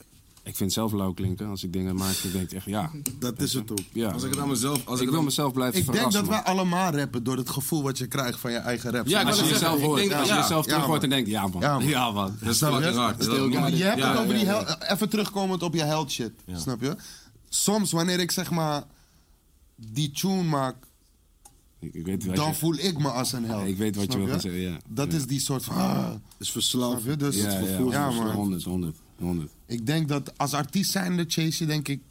[SPEAKER 3] ik vind het zelf lauw klinken als ik dingen maak. Dan denk ik echt, ja.
[SPEAKER 5] Dat is het ook.
[SPEAKER 3] ja.
[SPEAKER 1] Als ik het aan mezelf. Als
[SPEAKER 3] ik
[SPEAKER 1] ik
[SPEAKER 3] wil
[SPEAKER 1] het aan-
[SPEAKER 3] mezelf blijven
[SPEAKER 2] Ik denk
[SPEAKER 3] verrassen.
[SPEAKER 2] dat wij
[SPEAKER 3] man.
[SPEAKER 2] allemaal rappen door het gevoel wat je krijgt van je eigen rap.
[SPEAKER 1] Ja, ik
[SPEAKER 3] Als je
[SPEAKER 1] wou net
[SPEAKER 3] jezelf
[SPEAKER 1] zeggen,
[SPEAKER 3] hoort,
[SPEAKER 1] ik denk-
[SPEAKER 3] als je
[SPEAKER 1] ja,
[SPEAKER 3] jezelf
[SPEAKER 2] ja,
[SPEAKER 3] terug hoort,
[SPEAKER 2] man.
[SPEAKER 3] dan denk je, ja man.
[SPEAKER 1] [laughs]
[SPEAKER 2] Ja, man.
[SPEAKER 3] man.
[SPEAKER 1] Dat is
[SPEAKER 2] Snap je?
[SPEAKER 1] fucking hard. Dat
[SPEAKER 3] Stil
[SPEAKER 1] moet-
[SPEAKER 3] guy.
[SPEAKER 2] Je hebt
[SPEAKER 1] Ja,
[SPEAKER 2] het over
[SPEAKER 1] ja,
[SPEAKER 2] die
[SPEAKER 1] ja.
[SPEAKER 2] hel- even terugkomend op je held shit, snap je? Soms wanneer ik zeg maar die tune maak,
[SPEAKER 3] Ik, ik weet wat
[SPEAKER 2] dan
[SPEAKER 3] je-
[SPEAKER 2] voel ik me als een held.
[SPEAKER 3] Ik weet wat je
[SPEAKER 2] snap
[SPEAKER 3] wil gaan zeggen, ja.
[SPEAKER 2] Dat
[SPEAKER 3] Ja.
[SPEAKER 2] is die soort van.
[SPEAKER 5] Is
[SPEAKER 2] ah, snap je?
[SPEAKER 5] verslaafd.
[SPEAKER 2] Dus
[SPEAKER 3] Ja, ja,
[SPEAKER 2] ja,
[SPEAKER 3] man.
[SPEAKER 2] man.
[SPEAKER 3] 100, 100, 100.
[SPEAKER 2] Ik denk dat als artiest zijnde chase je denk ik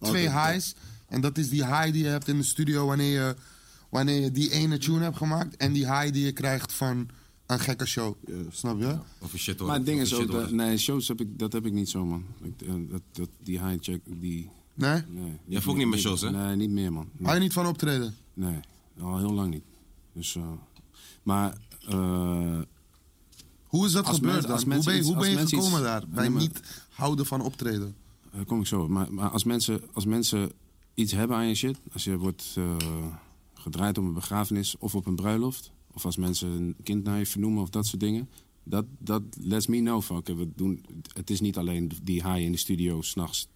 [SPEAKER 2] twee highs. En dat is die high die je hebt in de studio wanneer je, wanneer je die ene tune hebt gemaakt. En die high die je krijgt van een gekke show. Snap je?
[SPEAKER 1] Of je shit hoor.
[SPEAKER 3] Maar het ding
[SPEAKER 1] Oh, Of
[SPEAKER 3] is
[SPEAKER 1] je
[SPEAKER 3] ook,
[SPEAKER 1] shit hoor.
[SPEAKER 3] dat, nee, shows heb ik, dat heb ik niet zo, man. Ik, eh, dat, dat, die high check, die...
[SPEAKER 2] Nee?
[SPEAKER 3] Nee,
[SPEAKER 1] Jij voelt niet meer shows, hè?
[SPEAKER 3] Nee, niet meer, man.
[SPEAKER 2] Hou je niet van optreden?
[SPEAKER 3] Nee, al heel lang niet. Dus, eh, maar eh,
[SPEAKER 2] Hoe is dat
[SPEAKER 3] Als
[SPEAKER 2] gebeurd
[SPEAKER 3] mensen-
[SPEAKER 2] dan?
[SPEAKER 3] als
[SPEAKER 2] hoe
[SPEAKER 3] mensen
[SPEAKER 2] ben, je-
[SPEAKER 3] iets-
[SPEAKER 2] hoe ben
[SPEAKER 3] als
[SPEAKER 2] je
[SPEAKER 3] mensen
[SPEAKER 2] gekomen
[SPEAKER 3] iets-
[SPEAKER 2] daar? Bij
[SPEAKER 3] Nee, maar-
[SPEAKER 2] niet houden van optreden.
[SPEAKER 3] daar kom ik zo. op. Maar, maar als, mensen, als mensen iets hebben aan je shit, als je wordt eh, gedraaid op een begrafenis of op een bruiloft, of als mensen een kind naar je vernoemen of dat soort dingen, dat, dat lets me know van, oké, we doen, het is niet alleen die high in de studio s'nachts,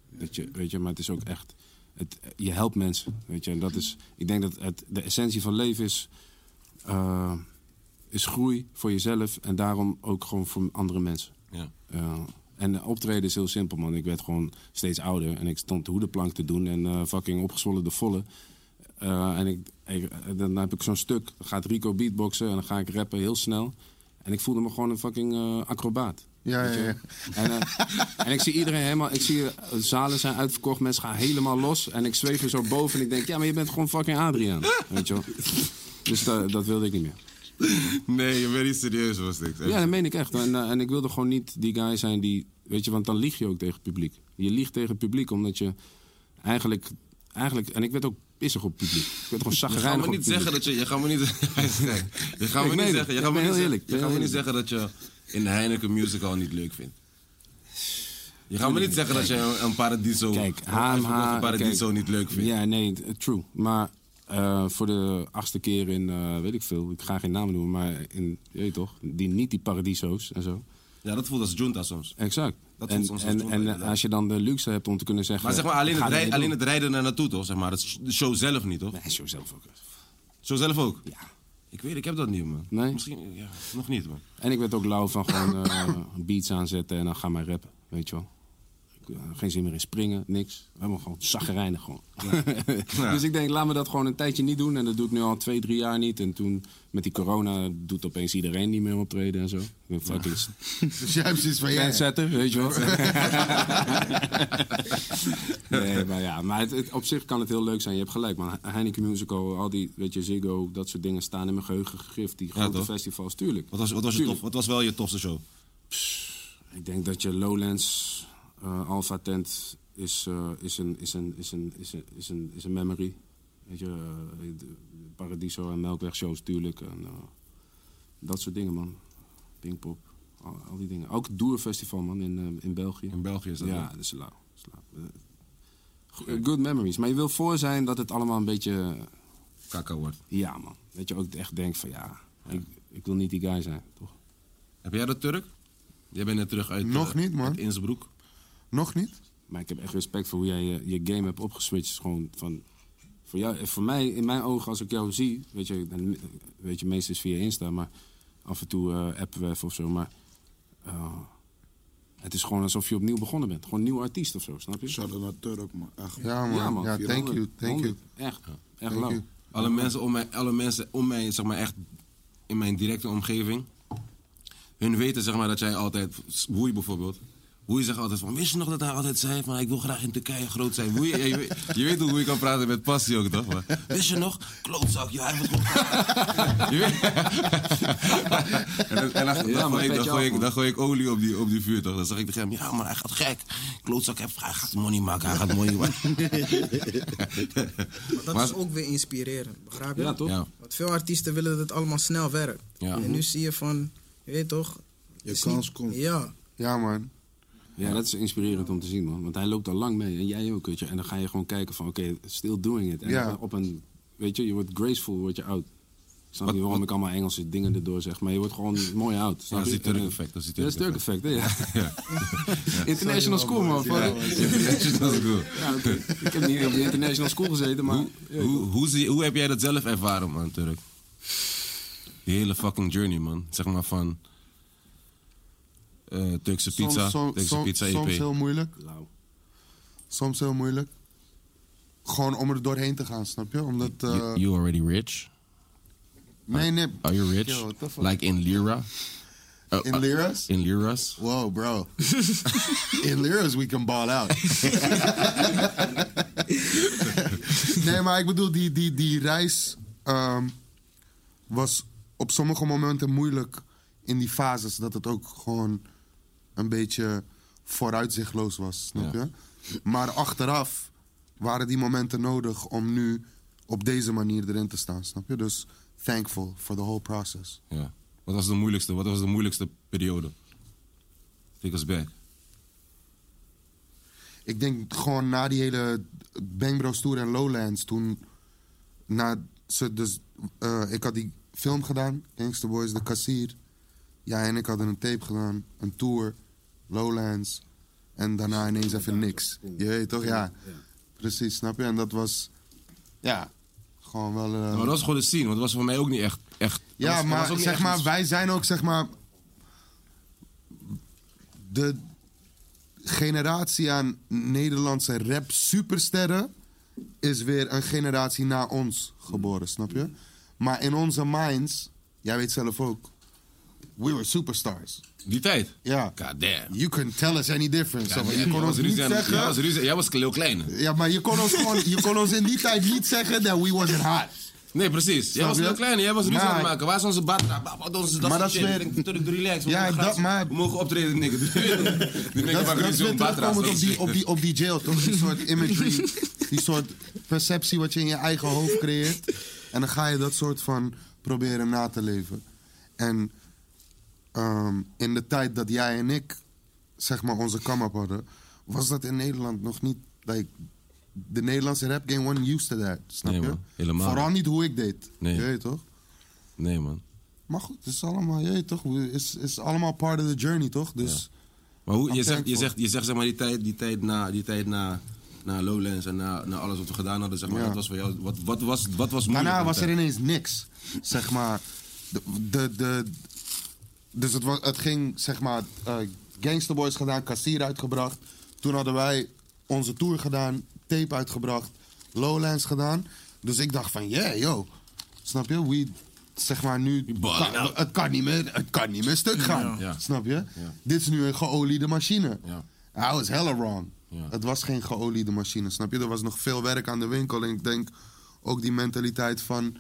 [SPEAKER 3] weet je, maar het is ook echt, het, je helpt mensen, weet je. En dat is, ik denk dat het, de essentie van leven is, eh, is groei voor jezelf en daarom ook gewoon voor andere mensen.
[SPEAKER 1] Ja.
[SPEAKER 3] Eh, en optreden is heel simpel, man. Ik werd gewoon steeds ouder en ik stond de hoedenplank te doen en eh, fucking opgezwollen de volle. Eh, en ik, ik- dan heb ik zo'n stuk, dan gaat Rico beatboxen en dan ga ik rappen heel snel. En ik voelde me gewoon een fucking eh, acrobaat.
[SPEAKER 2] Ja, ja, ja.
[SPEAKER 3] En, eh, en ik zie iedereen helemaal, ik zie eh, zalen zijn uitverkocht, mensen gaan helemaal los. En ik zweef er zo boven en ik denk, ja, maar je bent gewoon fucking Adriaan. Weet je wel. Dus da- dat wilde ik niet meer.
[SPEAKER 1] Nee, je bent niet serieus, was ik.
[SPEAKER 3] Ja, dat meen ik echt. En, eh, en ik wilde gewoon niet die guy zijn die. Weet je, want dan lieg je ook tegen het publiek. Je liegt tegen het publiek omdat je eigenlijk. eigenlijk en ik werd ook pissig op het publiek. Ik werd gewoon
[SPEAKER 1] Je gaat
[SPEAKER 3] zagrijnig
[SPEAKER 1] me
[SPEAKER 3] op
[SPEAKER 1] niet
[SPEAKER 3] het publiek.
[SPEAKER 1] zeggen [laughs] dat je. Je gaat me niet. [laughs] je gaat me
[SPEAKER 3] meen
[SPEAKER 1] niet
[SPEAKER 3] het.
[SPEAKER 1] zeggen. Je
[SPEAKER 3] Ik
[SPEAKER 1] gaat me niet
[SPEAKER 3] ben heel
[SPEAKER 1] zeggen.
[SPEAKER 3] eerlijk.
[SPEAKER 1] Je
[SPEAKER 3] Ik
[SPEAKER 1] gaat
[SPEAKER 3] ben
[SPEAKER 1] me niet
[SPEAKER 3] heel
[SPEAKER 1] zeggen dat je in de Heineken Musical niet leuk vindt. Je gaat me niet zeggen dat je een- een Paradiso.
[SPEAKER 3] Kijk,
[SPEAKER 1] een verkochte
[SPEAKER 3] HMH...
[SPEAKER 1] Paradiso
[SPEAKER 3] kijk,
[SPEAKER 1] niet leuk vindt.
[SPEAKER 3] Ja, nee, t- true. Maar eh, voor de achtste keer in, eh, weet ik veel, ik ga geen namen noemen, maar in, je weet toch, die, niet die Paradiso's en zo.
[SPEAKER 1] Ja, dat voelt als Junta soms.
[SPEAKER 3] Exact.
[SPEAKER 1] Dat
[SPEAKER 3] en
[SPEAKER 1] vond ons als
[SPEAKER 3] en,
[SPEAKER 1] zonde,
[SPEAKER 3] en
[SPEAKER 1] inderdaad.
[SPEAKER 3] als je dan de luxe hebt om te kunnen zeggen...
[SPEAKER 1] Maar zeg maar alleen het,
[SPEAKER 3] ik ga dat
[SPEAKER 1] rij-
[SPEAKER 3] niet
[SPEAKER 1] alleen
[SPEAKER 3] doen.
[SPEAKER 1] het rijden er naartoe toch? Zeg maar, het sh- de show zelf niet toch?
[SPEAKER 3] Nee, show zelf ook.
[SPEAKER 1] Show zelf ook?
[SPEAKER 3] Ja.
[SPEAKER 1] Ik weet, ik heb dat niet man.
[SPEAKER 3] Nee?
[SPEAKER 1] Misschien, ja, nog niet man.
[SPEAKER 3] En ik werd ook lauw van gewoon eh, beats aanzetten en dan ga maar rappen, weet je wel. Ik, eh, geen zin meer in springen, niks. We hebben gewoon zaggerijnen gewoon. [laughs] dus ik denk, laat me dat gewoon een tijdje niet doen. En dat doe ik nu al twee, drie jaar niet. En toen met die corona doet opeens iedereen niet meer optreden en zo. Ik ben fucking
[SPEAKER 2] Dus jij hebt zoiets van, ja, ja.
[SPEAKER 3] trendsetter, weet je wel.
[SPEAKER 1] Oh.
[SPEAKER 3] [laughs] nee, maar ja, maar het, het- op zich kan het heel leuk zijn. Je hebt gelijk, man. Heineken Musical, al die, weet je, Ziggo, dat soort dingen staan in mijn geheugen gegrift. Die grote
[SPEAKER 1] toch?
[SPEAKER 3] festivals, tuurlijk.
[SPEAKER 1] Wat was, wat, was je
[SPEAKER 3] Tuurlijk.
[SPEAKER 1] tof, wat was wel je tofste show?
[SPEAKER 3] Ik denk dat je Lowlands eh Alpha Tent is, eh, is, een, is, een, is, een, is, een, is, een, is een memory. Weet je, eh, de- de Paradiso en Melkweg shows natuurlijk. En, eh, dat soort dingen, man. Pinkpop, al, al die dingen. Ook het Doer Festival, man, in, eh, in België.
[SPEAKER 1] In België is dat
[SPEAKER 3] ja,
[SPEAKER 1] ook.
[SPEAKER 3] dat is lauw. Dat is lauw. Eh, go- Good memories. Maar je wil voor zijn dat het allemaal een beetje... eh,
[SPEAKER 1] Kaka wordt.
[SPEAKER 3] Ja, man. Dat je ook echt denkt van ja, ik, ik wil niet die guy zijn, toch?
[SPEAKER 1] Heb jij dat Turk? Jij bent net terug uit,
[SPEAKER 2] Nog
[SPEAKER 1] eh,
[SPEAKER 2] niet, man.
[SPEAKER 1] uit Innsbruck.
[SPEAKER 2] Nog niet?
[SPEAKER 3] Maar ik heb echt respect voor hoe jij eh, je, je game hebt opgeswitcht. Is Gewoon van, voor, jou, voor mij, in mijn ogen, als ik jou zie, weet je, dan, eh, weet je meestal is via Insta, maar af en toe eh, appen we even of zo. Maar eh, het is gewoon alsof je opnieuw begonnen bent. Gewoon een nieuw artiest of zo, snap je?
[SPEAKER 5] Shout out naar Turk, man. Echt.
[SPEAKER 2] Ja, man. Ja, thank you,
[SPEAKER 3] 400,
[SPEAKER 2] thank you.
[SPEAKER 3] 100. Echt, echt
[SPEAKER 2] Thank
[SPEAKER 3] lang.
[SPEAKER 2] you.
[SPEAKER 1] Alle mensen om mij, alle mensen om mij zeg maar echt in mijn directe omgeving. Hun weten zeg maar dat jij altijd, Woei bijvoorbeeld. Woei zegt altijd van, wist je nog dat hij altijd zei van, ik wil graag in Turkije groot zijn. Woei, je, weet- je weet hoe je kan praten met passie ook toch? Maar, wist je nog? Klootzak, ja, hij was nog... [laughs] Je weet- en dan, en dan, dan
[SPEAKER 3] maar
[SPEAKER 1] gooi ik,
[SPEAKER 3] petje
[SPEAKER 1] dan,
[SPEAKER 3] af,
[SPEAKER 1] gooi ik,
[SPEAKER 3] man.
[SPEAKER 1] dan gooi ik olie op die, op die vuur toch? Dan zeg ik tegen hem, ja maar hij gaat gek. Klootzak, heeft- hij gaat money maken, hij gaat money
[SPEAKER 6] [laughs]
[SPEAKER 1] maken.
[SPEAKER 6] Maar dat
[SPEAKER 1] Maar-
[SPEAKER 6] is ook weer inspirerend, begrijp je?
[SPEAKER 3] Ja, toch?
[SPEAKER 1] Ja.
[SPEAKER 6] Want veel artiesten willen dat het allemaal snel werkt.
[SPEAKER 1] Ja.
[SPEAKER 6] En nu zie je van, je weet toch... het
[SPEAKER 5] Je
[SPEAKER 6] is
[SPEAKER 5] kans
[SPEAKER 6] niet-
[SPEAKER 5] komt.
[SPEAKER 6] Ja,
[SPEAKER 2] Ja, man.
[SPEAKER 3] Ja, dat is inspirerend om te zien, man. Want hij loopt al lang mee en jij ook, weet je. En dan ga je gewoon kijken van, oké, still doing it. En
[SPEAKER 2] Ja.
[SPEAKER 3] op een, weet je, je wordt graceful, word je oud. Ik snap niet waarom ik allemaal Engelse dingen erdoor zeg, maar je wordt gewoon mooi oud. snap
[SPEAKER 1] dat is
[SPEAKER 3] je?
[SPEAKER 1] die Turk
[SPEAKER 3] En, eh,
[SPEAKER 1] effect, dat is die
[SPEAKER 3] ja, dat is
[SPEAKER 1] Turk
[SPEAKER 3] Turk effect, hè, ja. [laughs] International school, man. fuck.
[SPEAKER 1] [laughs] Dat is goed.
[SPEAKER 3] Ja, oké. Ik heb niet op de international school gezeten, maar...
[SPEAKER 1] Hoe, hoe, zie- hoe heb jij dat zelf ervaren, man, Turk? Die hele fucking journey, man. Zeg maar van... eh, Turkse pizza,
[SPEAKER 2] Soms, soms,
[SPEAKER 1] Turkse
[SPEAKER 2] soms-
[SPEAKER 1] pizza E EP.
[SPEAKER 2] soms heel moeilijk.
[SPEAKER 3] Lauw.
[SPEAKER 2] Soms heel moeilijk. Gewoon om er doorheen te gaan, snap je? Omdat... eh,
[SPEAKER 1] you, you already rich?
[SPEAKER 2] nee, nee.
[SPEAKER 1] Are you rich?
[SPEAKER 2] Yo, what the fuck?
[SPEAKER 1] like in lira? Oh,
[SPEAKER 2] In
[SPEAKER 1] uh,
[SPEAKER 2] liras?
[SPEAKER 1] in liras?
[SPEAKER 2] Whoa, bro. [laughs] In liras we can ball out. [laughs] nee, maar ik bedoel, die, die, die reis ehm, was op sommige momenten moeilijk in die fases. Dat het ook gewoon een beetje vooruitzichtloos was, snap
[SPEAKER 1] Ja.
[SPEAKER 2] je? Maar achteraf waren die momenten nodig om nu op deze manier erin te staan, snap je? Dus thankful for the whole process.
[SPEAKER 1] Ja. Wat was de moeilijkste, wat was de moeilijkste periode? Take us back.
[SPEAKER 2] Ehm. Ik denk gewoon na die hele Bang Bros Tour en Lowlands, toen... Na ze dus, eh, ik had die film gedaan, Gangster Boys, De Kassier. Ja, en ik had een tape gedaan, een tour, Lowlands. En daarna ineens even niks. Je weet toch? Ja, precies, snap je? En dat was... Ja, Gewoon wel... eh,
[SPEAKER 1] Maar dat is gewoon de scene, want dat was voor mij ook niet echt. echt dat
[SPEAKER 2] ja,
[SPEAKER 1] was- dat was ook
[SPEAKER 2] maar
[SPEAKER 1] niet
[SPEAKER 2] zeg
[SPEAKER 1] echt
[SPEAKER 2] maar,
[SPEAKER 1] iets-
[SPEAKER 2] wij zijn ook zeg maar... De generatie aan Nederlandse rap supersterren is weer een generatie na ons geboren, snap je? Maar in onze minds, jij weet zelf ook, we were superstars.
[SPEAKER 1] Die tijd.
[SPEAKER 2] Ja.
[SPEAKER 1] God damn.
[SPEAKER 2] You couldn't tell us any different. Zeg maar,
[SPEAKER 1] Ja,
[SPEAKER 2] je kon
[SPEAKER 1] jij
[SPEAKER 2] ons
[SPEAKER 1] was
[SPEAKER 2] niet
[SPEAKER 1] Ruud en-
[SPEAKER 2] zeggen...
[SPEAKER 1] Jij was, Ruud en- jij was heel klein.
[SPEAKER 2] Ja, maar je kon, ons gewoon, je kon ons in die tijd niet zeggen dat we wasn't hot.
[SPEAKER 1] Nee, precies. Jij
[SPEAKER 2] Snap
[SPEAKER 1] was
[SPEAKER 2] je?
[SPEAKER 1] heel klein. Jij was ruzie
[SPEAKER 2] Maar-
[SPEAKER 1] aan het maken. Waar is onze bad? Wat doen ze? Dat
[SPEAKER 2] Maar
[SPEAKER 1] soort
[SPEAKER 2] dat is
[SPEAKER 1] shit.
[SPEAKER 2] weer-
[SPEAKER 1] Ik denk, Turk, doe relax. We,
[SPEAKER 2] Ja,
[SPEAKER 1] mogen
[SPEAKER 2] dat-
[SPEAKER 1] gratis-
[SPEAKER 2] maar-
[SPEAKER 1] we mogen optreden,
[SPEAKER 2] [laughs]
[SPEAKER 1] nigga. Die nigga maakt
[SPEAKER 2] Dat, dat is
[SPEAKER 1] ruzie
[SPEAKER 2] weer
[SPEAKER 1] om badra's.
[SPEAKER 2] terugkomend op die, op, die, op die jail, toch? Die soort imagery, die soort perceptie wat je in je eigen hoofd creëert. En dan ga je dat soort van proberen na te leven. En ehm, in de tijd dat jij en ik, zeg maar, onze come-up hadden... was dat in Nederland nog niet... Like, de Nederlandse rap game wasn't used to that, snap
[SPEAKER 1] Nee,
[SPEAKER 2] je?
[SPEAKER 1] man. Helemaal
[SPEAKER 2] Vooral niet hoe ik deed,
[SPEAKER 1] Nee.
[SPEAKER 2] je weet toch?
[SPEAKER 1] Nee, man.
[SPEAKER 2] Maar goed, het is allemaal, je weet toch, het is, is allemaal part of the journey, toch? Dus
[SPEAKER 1] Maar hoe, je,
[SPEAKER 2] I'm
[SPEAKER 1] zegt, je,
[SPEAKER 2] thankful.
[SPEAKER 1] zegt, je zegt zeg maar die tijd, die tijd, na, die tijd na, na Lowlands en na, na alles wat we gedaan hadden, zeg maar,
[SPEAKER 2] Ja.
[SPEAKER 1] dat was voor jou, wat, wat was, wat was moeilijk?
[SPEAKER 2] daarna
[SPEAKER 1] in
[SPEAKER 2] was
[SPEAKER 1] die
[SPEAKER 2] er
[SPEAKER 1] tijd?
[SPEAKER 2] ineens niks, zeg maar. De, de, de- dus het, was, het ging, zeg maar, eh Gangster Boys gedaan, Kassier uitgebracht. Toen hadden wij onze tour gedaan, tape uitgebracht, Lowlands gedaan. Dus ik dacht van, yeah, yo, snap je? We, zeg maar, nu,
[SPEAKER 1] ballen
[SPEAKER 2] kan-
[SPEAKER 1] out.
[SPEAKER 2] het, kan niet meer, het kan niet meer stuk gaan,
[SPEAKER 1] Ja.
[SPEAKER 2] snap je? Dit is nu een geoliede machine.
[SPEAKER 1] Ja.
[SPEAKER 2] I was hella wrong.
[SPEAKER 1] Ja.
[SPEAKER 2] Het was geen geoliede machine, snap je? Er was nog veel werk aan de winkel. En ik denk ook die mentaliteit van... een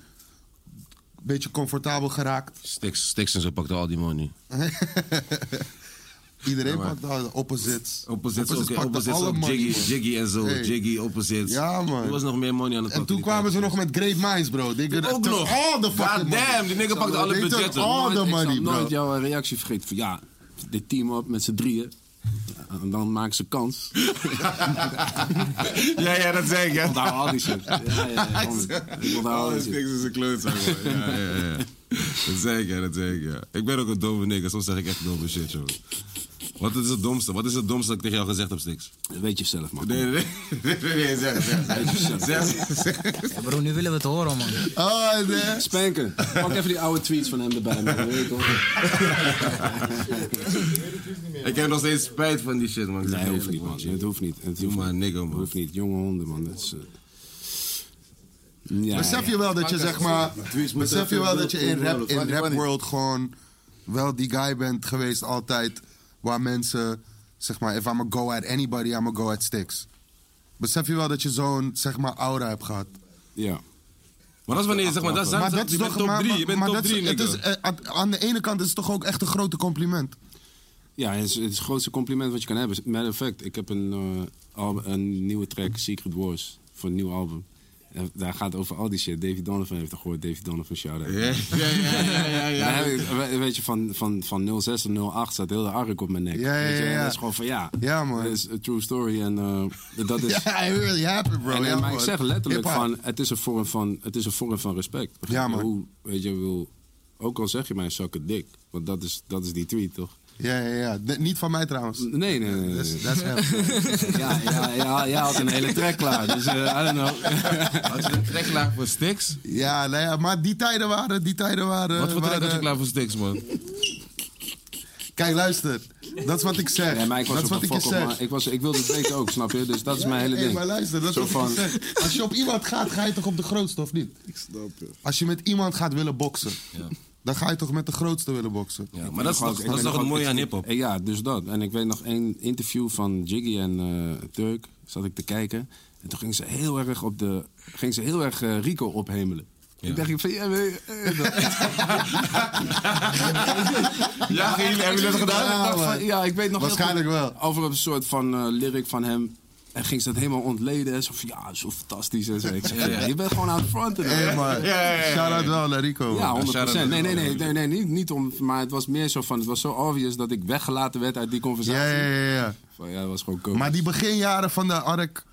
[SPEAKER 2] beetje comfortabel geraakt. [laughs]
[SPEAKER 1] Stix, Stix en zo pakte al die money.
[SPEAKER 2] Iedereen
[SPEAKER 1] maar-
[SPEAKER 2] pakte al de opposites.
[SPEAKER 1] Opposites,
[SPEAKER 2] Opposites
[SPEAKER 1] ook, hè.
[SPEAKER 2] pakten
[SPEAKER 1] opposites
[SPEAKER 2] alle
[SPEAKER 1] ook.
[SPEAKER 2] money,
[SPEAKER 1] Jiggy,
[SPEAKER 2] man.
[SPEAKER 1] Jiggy en zo.
[SPEAKER 2] Hey.
[SPEAKER 1] Jiggy, opposites.
[SPEAKER 2] Ja, man.
[SPEAKER 1] Er was nog meer money aan het
[SPEAKER 2] En
[SPEAKER 1] pakken
[SPEAKER 2] toen
[SPEAKER 1] die
[SPEAKER 2] kwamen ze
[SPEAKER 1] tijd.
[SPEAKER 2] nog met Great Minds, bro. They could-
[SPEAKER 1] Ook
[SPEAKER 2] took
[SPEAKER 1] nog.
[SPEAKER 2] All the fucking
[SPEAKER 1] God damn, die nigger pakte alle
[SPEAKER 2] They took
[SPEAKER 1] budgetten.
[SPEAKER 2] all the
[SPEAKER 3] Ik zal
[SPEAKER 2] money, bro.
[SPEAKER 3] nooit jouw eh, reactie vergeten van ja, dit team op met z'n drieën. En dan maken ze kans.
[SPEAKER 1] ja, ja, dat zei ik, ja.
[SPEAKER 3] Onthoud al die shit. Ja, ja,
[SPEAKER 1] [laughs]
[SPEAKER 3] ja. Ik onthoud al die
[SPEAKER 1] Alles
[SPEAKER 3] shit.
[SPEAKER 1] niks Oh, is een klootzak, man. Ja, ja, ja. Dat zei ik, ja, dat zei ik, ja. Ik ben ook een domme nigger, soms zeg ik echt domme shit, joh. Wat is het domste? Wat is het domste dat ik tegen jou gezegd heb, Stix?
[SPEAKER 3] Dat weet je zelf, man.
[SPEAKER 1] Nee, nee, nee, nee, nee, zeg, zeg, zeg, zeg, zeg.
[SPEAKER 4] Ja, bro, nu willen we het horen, man.
[SPEAKER 2] Oh, nee.
[SPEAKER 3] Spanken. Pak even die oude tweets van hem erbij, man. Weet je toch?
[SPEAKER 1] Ik heb nog steeds spijt van die shit, man. Ik zeg
[SPEAKER 3] Nee,
[SPEAKER 1] je
[SPEAKER 3] hoeft
[SPEAKER 1] eerlijk,
[SPEAKER 3] niet, man. Het hoeft niet. Het
[SPEAKER 1] Doe
[SPEAKER 3] hoeft
[SPEAKER 1] maar,
[SPEAKER 3] niet.
[SPEAKER 1] nigger,
[SPEAKER 3] Het
[SPEAKER 1] man.
[SPEAKER 3] hoeft niet. Jonge honden, man. Dat is... eh, Ja,
[SPEAKER 2] Besef je wel dat je zeg maar. Besef je wel dat je in rap, in rap world gewoon wel die guy bent geweest altijd. Waar mensen zeg maar, if I'm a go at anybody, I'm a go at sticks. Besef je wel dat je zo'n zeg maar aura hebt gehad.
[SPEAKER 3] Ja.
[SPEAKER 1] Maar dat is wanneer je zeg maar, dat is,
[SPEAKER 2] Maar dat
[SPEAKER 1] je
[SPEAKER 2] is
[SPEAKER 1] bent
[SPEAKER 2] toch
[SPEAKER 1] top
[SPEAKER 2] maar-
[SPEAKER 1] 3, je
[SPEAKER 2] maar-
[SPEAKER 1] bent
[SPEAKER 2] maar
[SPEAKER 1] top
[SPEAKER 2] dat is-
[SPEAKER 1] 3,
[SPEAKER 2] het is,
[SPEAKER 1] nigger.
[SPEAKER 2] eh, aan- Aan de ene kant is het toch ook echt een grote compliment.
[SPEAKER 3] Ja, het is, het is het grootste compliment wat je kan hebben. Matter of fact, ik heb een, eh, al- een nieuwe track, Secret Wars, voor een nieuw album. En daar gaat over al die shit. David Donovan heeft er gehoord. David Donovan, shout-out.
[SPEAKER 1] Ja, ja, ja, ja, ja,
[SPEAKER 3] Ja,
[SPEAKER 1] ja.
[SPEAKER 3] heb ik- we- weet je, van, van, van 06 tot 08 staat heel de ark op mijn nek.
[SPEAKER 2] Ja, ja,
[SPEAKER 3] Weet je, en
[SPEAKER 2] ja.
[SPEAKER 3] dat is gewoon van ja.
[SPEAKER 2] Ja, man.
[SPEAKER 3] Dat is a true story. En eh, dat is.
[SPEAKER 2] [laughs] Ja, it really happened, bro.
[SPEAKER 3] en, en-
[SPEAKER 2] Ja,
[SPEAKER 3] maar ik
[SPEAKER 2] man.
[SPEAKER 3] zeg letterlijk
[SPEAKER 2] Hip-hop.
[SPEAKER 3] van, het is een vorm van, het is een vorm van respect. Begrijp
[SPEAKER 2] Ja,
[SPEAKER 3] je?
[SPEAKER 2] man.
[SPEAKER 3] Hoe, weet je, wil, ook al zeg je mij zakken dik, want dat is, dat is die tweet, toch?
[SPEAKER 2] Ja, ja, ja. De- Niet van mij trouwens.
[SPEAKER 3] Nee, nee, nee. nee,
[SPEAKER 2] That's,
[SPEAKER 3] nee.
[SPEAKER 2] that's him.
[SPEAKER 3] Ja, ja, ja, jij had een hele track klaar, dus eh, I don't
[SPEAKER 2] [laughs]
[SPEAKER 3] know.
[SPEAKER 1] Had je een track klaar voor Stix?
[SPEAKER 2] Ja, nou ja, maar die tijden waren, die tijden waren...
[SPEAKER 1] Wat voor track had je
[SPEAKER 2] waren-
[SPEAKER 1] klaar voor Stix, man?
[SPEAKER 2] Kijk, luister. Dat is wat ik zeg.
[SPEAKER 3] Nee, maar ik was
[SPEAKER 2] dat is
[SPEAKER 3] op
[SPEAKER 2] wat
[SPEAKER 3] een
[SPEAKER 2] ik je
[SPEAKER 3] fuck op,
[SPEAKER 2] zeg.
[SPEAKER 3] maar ik, was, ik wilde het weten ook, snap je? Dus dat is mijn hele
[SPEAKER 2] Hey,
[SPEAKER 3] ding.
[SPEAKER 2] maar luister, dat
[SPEAKER 3] Zo
[SPEAKER 2] is wat
[SPEAKER 3] van-
[SPEAKER 2] ik zeg. Als je op iemand gaat, ga je toch op de grootste, of niet? Ik snap je. Als je met iemand gaat willen boksen, dan ga je toch met de grootste willen boksen?
[SPEAKER 1] Ja, maar dat is
[SPEAKER 3] Ik
[SPEAKER 1] toch-
[SPEAKER 3] weet
[SPEAKER 1] dat is
[SPEAKER 3] nog
[SPEAKER 1] toch het
[SPEAKER 3] ook-
[SPEAKER 1] mooie aan
[SPEAKER 3] ik-
[SPEAKER 1] hiphop?
[SPEAKER 3] eh, Ja, dus dat. En ik weet nog één interview van Jiggy en eh, Turk. Zat ik te kijken. En toen ging ze heel erg op de... Ging ze heel erg eh, Rico ophemelen. Ik dacht van... Ja, we-
[SPEAKER 1] [laughs]
[SPEAKER 3] eh, dat-
[SPEAKER 1] Ja, hebben jullie dat gedaan?
[SPEAKER 3] Ja, ik dacht van- ja, ik weet nog heel
[SPEAKER 2] Waarschijnlijk
[SPEAKER 3] goed
[SPEAKER 2] wel.
[SPEAKER 3] Over een soort van eh, lyric van hem. En ging ze dat helemaal ontleden. En zo van, ja, zo fantastisch. En zo. Ik zeg, ja, je bent gewoon aan het fronten.
[SPEAKER 2] [laughs] Hé,
[SPEAKER 3] hè.
[SPEAKER 2] maar shout-out wel naar Rico.
[SPEAKER 3] Ja,
[SPEAKER 2] man.
[SPEAKER 3] 100
[SPEAKER 1] shout-out
[SPEAKER 3] Nee, nee, nee, nee, nee niet, niet om. Maar het was meer zo van. Het was zo obvious dat ik weggelaten werd uit die conversatie.
[SPEAKER 2] ja, ja, ja, ja.
[SPEAKER 3] Van, ja, dat was gewoon cool.
[SPEAKER 2] Maar die beginjaren van de ARK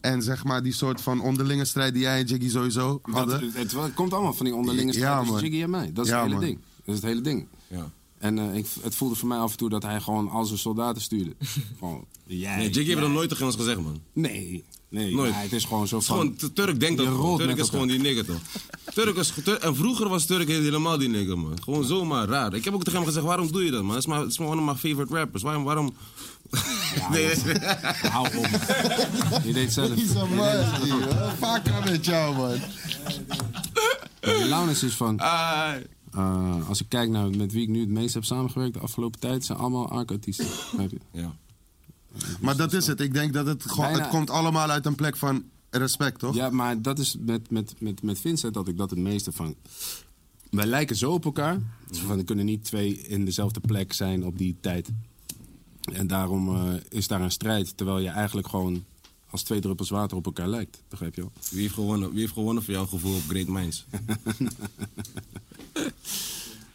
[SPEAKER 2] en zeg maar die soort van onderlinge strijd die jij en Jiggy sowieso
[SPEAKER 3] dat,
[SPEAKER 2] hadden.
[SPEAKER 3] het, het komt allemaal van die onderlinge
[SPEAKER 2] Ja,
[SPEAKER 3] strijd tussen
[SPEAKER 2] man.
[SPEAKER 3] Jiggy en mij. Dat is
[SPEAKER 2] Ja,
[SPEAKER 3] het hele
[SPEAKER 2] man.
[SPEAKER 3] ding. Dat is het hele ding.
[SPEAKER 1] Ja.
[SPEAKER 3] En eh, ik, het voelde voor mij af en toe dat hij gewoon al zijn soldaten stuurde. Gewoon, jij,
[SPEAKER 1] Nee, Jiggy heeft dat nooit tegen ons gezegd, man. Het
[SPEAKER 3] Nee, nee.
[SPEAKER 1] Nooit.
[SPEAKER 3] ja, het is gewoon zo
[SPEAKER 1] is
[SPEAKER 3] van...
[SPEAKER 1] gewoon, de Turk denkt dat
[SPEAKER 3] Je
[SPEAKER 1] gewoon.
[SPEAKER 3] rolt
[SPEAKER 1] Turk
[SPEAKER 3] met
[SPEAKER 1] is gewoon die nigger, toch? Turk is, Tur- en vroeger was Turk helemaal die nigger, man. Gewoon zomaar, raar. Ik heb ook tegen hem gezegd, waarom doe je dat, man? Dat is, maar, dat is maar one of my favorite rappers. Waarom, waarom... [laughs] nee,
[SPEAKER 3] Hou op. Je deed zelf.
[SPEAKER 2] [laughs] He's a man, G, hoor. Vaker met jou, man.
[SPEAKER 3] De Launus is van...
[SPEAKER 1] Ah,
[SPEAKER 3] eh, als ik kijk naar met wie ik nu het meest heb samengewerkt de afgelopen tijd... zijn allemaal arc-artiesten. Begrijp je?
[SPEAKER 1] ja.
[SPEAKER 2] Maar dat is het. Ik denk dat het gewoon...
[SPEAKER 3] Bijna-
[SPEAKER 2] Het komt allemaal uit een plek van respect, toch?
[SPEAKER 3] Ja, maar dat is met, met, met, met Vincent dat ik dat het meeste van. Wij lijken zo op elkaar. Zo Van, er kunnen niet twee in dezelfde plek zijn op die tijd. En daarom eh, is daar een strijd. Terwijl je eigenlijk gewoon als twee druppels water op elkaar lijkt. Begrijp je wel?
[SPEAKER 1] Wie heeft gewonnen? Wie heeft gewonnen voor jouw gevoel op Great Minds?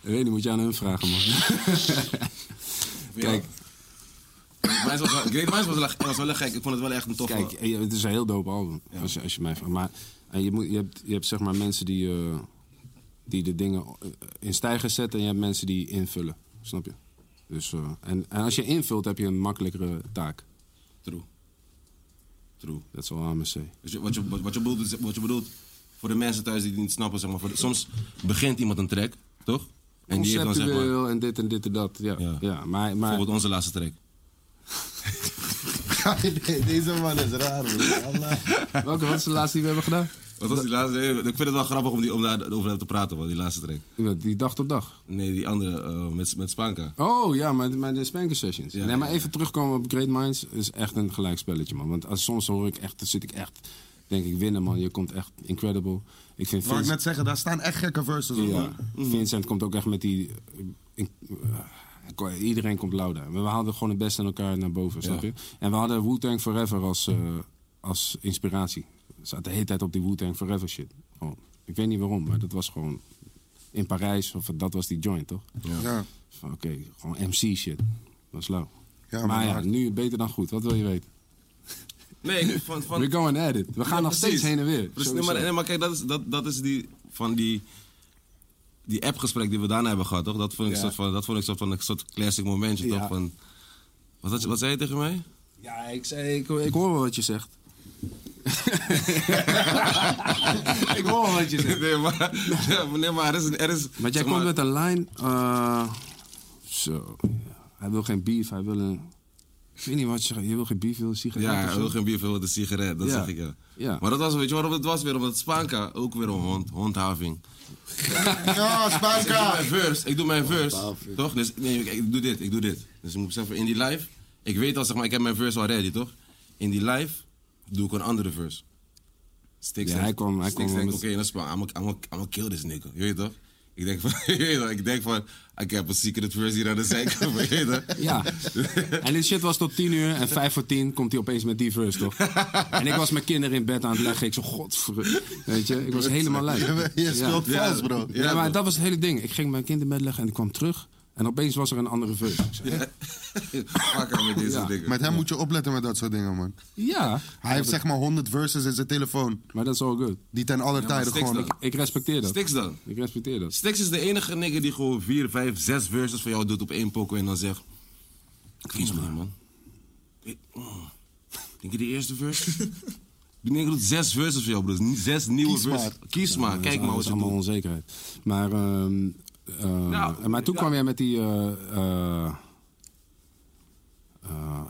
[SPEAKER 3] Ik weet niet, moet je aan hun vragen, man. [laughs] Kijk.
[SPEAKER 1] Great Minds was, wel- Great Minds was, wel- was wel echt gek. Ik vond het wel echt een toffe...
[SPEAKER 3] Kijk, eh, het is een heel dope album, als, je, als je mij vraagt. Maar eh, je, moet, je, hebt, je hebt zeg maar mensen die, eh, die de dingen eh, in stijgers zetten... en je hebt mensen die invullen, snap je? Dus, eh, en, en als je invult, heb je een makkelijkere taak.
[SPEAKER 1] True. True.
[SPEAKER 3] Dat is al aan me zeggen.
[SPEAKER 1] Dus je- wat, je, wat, je bedoelt, is- wat je bedoelt, voor de mensen thuis die het niet snappen, zeg maar, voor de- soms begint iemand een track, toch? En die heeft dan zeg maar,
[SPEAKER 3] Conceptueel en dit en dit en dat, ja.
[SPEAKER 1] Ja.
[SPEAKER 3] ja. maar, maar
[SPEAKER 1] bijvoorbeeld onze laatste track.
[SPEAKER 2] Nee, Deze man is raar, man. Allah.
[SPEAKER 3] welke was de laatste die we hebben gedaan?
[SPEAKER 1] Wat was die laatste? nee, Ik vind het wel grappig om, die, om daarover te praten, want die laatste track.
[SPEAKER 3] Ja,
[SPEAKER 1] [laughs]
[SPEAKER 3] Die dag tot dag.
[SPEAKER 1] Nee, die andere eh, met, met Spanka.
[SPEAKER 3] Oh ja, maar, maar de Spanker Sessions.
[SPEAKER 1] Ja,
[SPEAKER 3] nee, maar
[SPEAKER 1] ja,
[SPEAKER 3] even terugkomen op Great Minds is echt een gelijkspelletje, man. Want als, soms hoor ik echt, dan zit ik echt, denk ik, winnen, man. Je komt echt incredible. Ik vind
[SPEAKER 2] Wou ik
[SPEAKER 3] Vincent,
[SPEAKER 2] net zeggen, daar staan echt gekke verses op.
[SPEAKER 3] ja,
[SPEAKER 2] man.
[SPEAKER 1] Mhm.
[SPEAKER 3] Vincent komt ook echt met die... eh, in- eh, iedereen komt louder. We haalden gewoon het beste in elkaar naar boven, snap je? En we hadden Wu-Tang Forever als, eh, als inspiratie. We zaten de hele tijd op die Wu-Tang Forever shit. Gewoon. ik weet niet waarom, maar dat was gewoon... In Parijs, of dat was die joint, toch?
[SPEAKER 2] Ja.
[SPEAKER 3] Van oké, gewoon MC shit. Dat is lauw.
[SPEAKER 2] Ja,
[SPEAKER 3] maar
[SPEAKER 2] maar
[SPEAKER 3] ja,
[SPEAKER 2] hard.
[SPEAKER 3] nu beter dan goed. Wat wil je weten?
[SPEAKER 1] Nee, ik- van, van,
[SPEAKER 3] We're going at it. We gaan
[SPEAKER 1] Ja,
[SPEAKER 3] nog
[SPEAKER 1] precies.
[SPEAKER 3] steeds heen en weer.
[SPEAKER 1] Precies, nee,
[SPEAKER 3] Sowieso.
[SPEAKER 1] maar, nee, maar kijk, dat is, dat, dat is die, van die, die app-gesprek die we daarna hebben gehad, toch? Dat vond ik,
[SPEAKER 3] Ja.
[SPEAKER 1] soort, van, dat vond ik soort van een soort classic momentje,
[SPEAKER 3] Ja.
[SPEAKER 1] toch? Van, wat, had je- wat zei je tegen mij?
[SPEAKER 3] Ja, ik, zei, ik, ik hoor wel wat je
[SPEAKER 1] [laughs]
[SPEAKER 3] zegt. ik hoor wel wat je zegt.
[SPEAKER 1] Nee, maar, nee, maar er is... Er is
[SPEAKER 3] Want jij
[SPEAKER 1] zeg
[SPEAKER 3] komt
[SPEAKER 1] maar-
[SPEAKER 3] met een line. eh, zo. ja. Hij wil geen beef, hij wil een. Ik weet niet wat je zegt. Je wil geen beef, je wil een sigaret.
[SPEAKER 1] Ja,
[SPEAKER 3] of
[SPEAKER 1] hij
[SPEAKER 3] zo.
[SPEAKER 1] wil geen bier, hij wil een sigaret. Dat
[SPEAKER 3] Ja.
[SPEAKER 1] zeg ik ja.
[SPEAKER 3] Ja.
[SPEAKER 1] Maar dat was, weet je waarom het was weer? Omdat Spanka ook weer een hond, handhaving.
[SPEAKER 2] Ja,
[SPEAKER 1] Ik doe
[SPEAKER 2] Spanka.
[SPEAKER 1] mijn verse, ik doe
[SPEAKER 3] Oh,
[SPEAKER 1] mijn verse. Toch? Dus nee, ik, ik doe dit, ik doe dit. Dus ik moet zeggen, in die live, ik weet al zeg maar, ik heb mijn verse al ready, toch? In die live doe ik een andere verse. Sticks
[SPEAKER 3] Ja,
[SPEAKER 1] zegt-
[SPEAKER 3] hij kwam- hij
[SPEAKER 1] Sticks
[SPEAKER 3] kwam
[SPEAKER 1] denkt,
[SPEAKER 3] met-
[SPEAKER 1] oké, dat is Spanka, I'm gonna- I'm gonna- I'm gonna kill this nigga. Je weet toch? Ik denk van, [laughs] je weet toch, ik denk van, ik heb een secret verse hier aan de zijkant. [laughs] je weet toch?
[SPEAKER 3] Ja. En dit shit was tot 10 uur en 5 voor 10 komt hij opeens met die verse, toch? En ik was mijn kinderen in bed aan het leggen. Ik zo, godver. Weet je, ik was helemaal lui.
[SPEAKER 2] Je speelt
[SPEAKER 1] Ja.
[SPEAKER 2] vals, bro.
[SPEAKER 1] Ja,
[SPEAKER 3] Ja,
[SPEAKER 1] bro.
[SPEAKER 3] maar dat was het hele ding. Ik ging mijn kind in bed leggen en ik kwam terug. En opeens was er een andere verse. Ik zei,
[SPEAKER 1] [laughs] Fuck met deze
[SPEAKER 3] Ja.
[SPEAKER 1] nigga.
[SPEAKER 2] Met hem moet je opletten met dat soort dingen, man.
[SPEAKER 3] Ja,
[SPEAKER 2] Hij heeft zeg maar 100 verses in zijn telefoon.
[SPEAKER 3] maar dat is all good.
[SPEAKER 2] Die ten alle tijden
[SPEAKER 1] Sticks
[SPEAKER 2] gewoon...
[SPEAKER 3] [laughs]
[SPEAKER 1] dan.
[SPEAKER 3] Ik respecteer dat.
[SPEAKER 1] Sticks dan.
[SPEAKER 3] Ik respecteer dat.
[SPEAKER 1] Stix is de enige nigger die gewoon vier, vijf, zes verses van jou doet op één poko en dan zegt... Ik weet het niet, man. Ik- oh. Denk je de eerste
[SPEAKER 3] [laughs]
[SPEAKER 1] verse? Die nigger doet zes verses van jou, broer. Niet Zes nieuwe verses. Kies maar.
[SPEAKER 3] Dat is-
[SPEAKER 1] Kijk maar
[SPEAKER 3] dat
[SPEAKER 1] wat
[SPEAKER 3] is
[SPEAKER 1] je
[SPEAKER 3] allemaal
[SPEAKER 1] doet.
[SPEAKER 3] onzekerheid. Maar, ehm, ehm,
[SPEAKER 1] Nou,
[SPEAKER 3] maar toen
[SPEAKER 1] ja.
[SPEAKER 3] kwam jij met die... eh, eh, eh,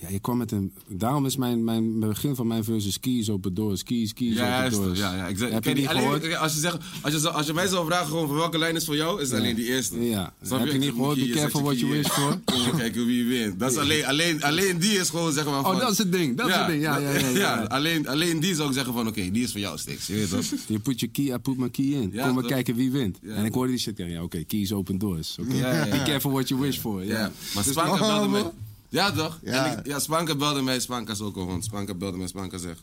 [SPEAKER 3] ja, je kwam met een... Daarom is mijn, mijn mijn begin van mijn versus keys open doors, keys, keys
[SPEAKER 1] Juist,
[SPEAKER 3] open doors.
[SPEAKER 1] ja, ja. Ik zeg,
[SPEAKER 3] Heb je
[SPEAKER 1] ken
[SPEAKER 3] die
[SPEAKER 1] alleen- eh,
[SPEAKER 3] gehoord?
[SPEAKER 1] Als je, zegt, als, je, zo- als je mij zou vragen gewoon van welke lijn is voor jou, is het alleen die eerste.
[SPEAKER 3] Ja.
[SPEAKER 1] Snap
[SPEAKER 3] Heb je
[SPEAKER 1] Ik
[SPEAKER 3] niet
[SPEAKER 1] zeg,
[SPEAKER 3] gehoord?
[SPEAKER 1] moet
[SPEAKER 3] Be
[SPEAKER 1] je
[SPEAKER 3] careful
[SPEAKER 1] zet
[SPEAKER 3] what you wish for.
[SPEAKER 1] Kom [laughs] maar kijken wie wint. Dat is alleen, alleen, alleen die is gewoon zeggen maar
[SPEAKER 3] Oh,
[SPEAKER 1] van-
[SPEAKER 3] dat is het ding, dat is het ding. Ja, ja, ja,
[SPEAKER 1] [laughs]
[SPEAKER 3] ja, ja.
[SPEAKER 1] alleen, alleen die zou ik zeggen van oké, die is voor jou Stix. Je weet toch?
[SPEAKER 3] Je put je key, I put my key in.
[SPEAKER 1] Ja,
[SPEAKER 3] Kom maar
[SPEAKER 1] toch?
[SPEAKER 3] kijken wie wint.
[SPEAKER 1] Ja.
[SPEAKER 3] en ik hoorde die shit. Ja, ja oké, keys open doors. Oké.
[SPEAKER 1] Ja, ja, ja.
[SPEAKER 3] Be careful what you wish for. [laughs] Ja. Dus
[SPEAKER 1] Ja, maar Spanka
[SPEAKER 2] Oh,
[SPEAKER 1] belde
[SPEAKER 2] man.
[SPEAKER 1] mij. Ja, toch?
[SPEAKER 2] Ja.
[SPEAKER 1] En ik, ja, Spanka belde mij. Spanka is ook een hond. Spanka belde mij. Spanka zegt...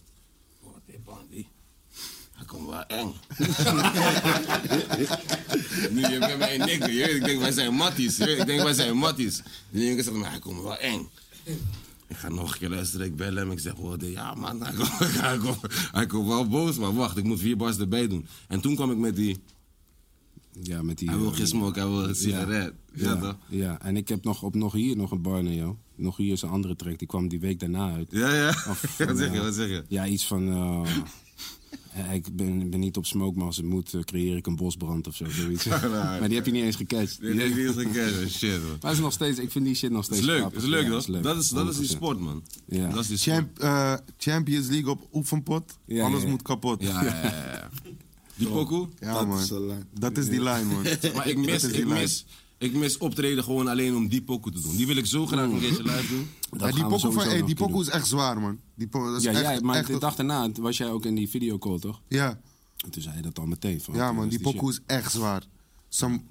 [SPEAKER 1] Oh, dit bandie. Hij komt wel
[SPEAKER 3] [laughs]
[SPEAKER 1] eng. [laughs] nu, je bent mij een nikker. je weet. Ik denk, wij zijn matties. je weet. Ik denk, wij zijn matties. Die jongen zegt, maar hij komt nou, wel eng. Ik ga nog een keer luisteren. Ik bel hem. Ik zeg, oh, dit- ja man, hij komt [laughs] hij komt- hij komt wel boos. Maar wacht, ik moet vier bars erbij doen. En toen kwam ik met die...
[SPEAKER 3] Ja, met die...
[SPEAKER 1] Hij wil
[SPEAKER 3] eh,
[SPEAKER 1] geen smoke, hij wil een sigaret. Ja,
[SPEAKER 3] Ja,
[SPEAKER 1] toch?
[SPEAKER 3] ja, en ik heb nog op Nog Hier nog een barney, joh. Nog Hier is een andere track, die kwam die week daarna uit.
[SPEAKER 1] Ja, ja. [laughs]
[SPEAKER 3] Of- eh,
[SPEAKER 1] Wat zeg je, wat zeg je?
[SPEAKER 3] Ja, iets van... eh, [laughs] eh, ik ben, ben niet op smoke, maar als het moet eh, creëer ik een bosbrand of zo. Zoiets.
[SPEAKER 1] Nou,
[SPEAKER 3] maar die heb je niet eens gecatcht.
[SPEAKER 1] Dit
[SPEAKER 3] Die-
[SPEAKER 1] is niet eens een keer, shit, man.
[SPEAKER 3] Maar het is nog steeds, ik vind die shit nog
[SPEAKER 1] Het
[SPEAKER 3] steeds
[SPEAKER 1] is leuk, het
[SPEAKER 3] grappig.
[SPEAKER 1] is leuk,
[SPEAKER 3] Ja,
[SPEAKER 1] toch?
[SPEAKER 3] het leuk.
[SPEAKER 1] Dat is, dat is die
[SPEAKER 3] 100%.
[SPEAKER 1] sport, man.
[SPEAKER 3] Ja.
[SPEAKER 1] Dat is die sport.
[SPEAKER 2] Champ, eh, Champions League op oefenpot.
[SPEAKER 3] Ja,
[SPEAKER 2] Alles
[SPEAKER 3] ja, ja.
[SPEAKER 2] moet kapot.
[SPEAKER 1] Ja, ja, ja, ja. Die pokoe.
[SPEAKER 2] Ja,
[SPEAKER 8] Dat
[SPEAKER 2] man.
[SPEAKER 8] is de lijn.
[SPEAKER 2] Dat is die lijn, man.
[SPEAKER 1] Maar ik mis,
[SPEAKER 2] Dat is die
[SPEAKER 1] ik
[SPEAKER 2] lijn.
[SPEAKER 1] mis, ik mis optreden gewoon alleen om die pokoe te doen. Die wil ik zo graag een keertje live doen.
[SPEAKER 2] Ja, die
[SPEAKER 3] gaan we
[SPEAKER 2] pokoe van-
[SPEAKER 3] sowieso
[SPEAKER 2] hey,
[SPEAKER 3] nog
[SPEAKER 2] die
[SPEAKER 3] doen.
[SPEAKER 2] pokoe is echt zwaar, man. Die pokoe dat is
[SPEAKER 3] Ja,
[SPEAKER 2] echt,
[SPEAKER 3] jij, maar
[SPEAKER 2] echt-
[SPEAKER 3] de dag daarna was jij ook in die videocall, toch?
[SPEAKER 2] ja,
[SPEAKER 3] En toen zei je dat al meteen. Van,
[SPEAKER 2] ja,
[SPEAKER 3] oké,
[SPEAKER 2] man.
[SPEAKER 3] dat
[SPEAKER 2] Die
[SPEAKER 3] is
[SPEAKER 2] pokoe
[SPEAKER 3] dus shit.
[SPEAKER 2] is echt zwaar. Some,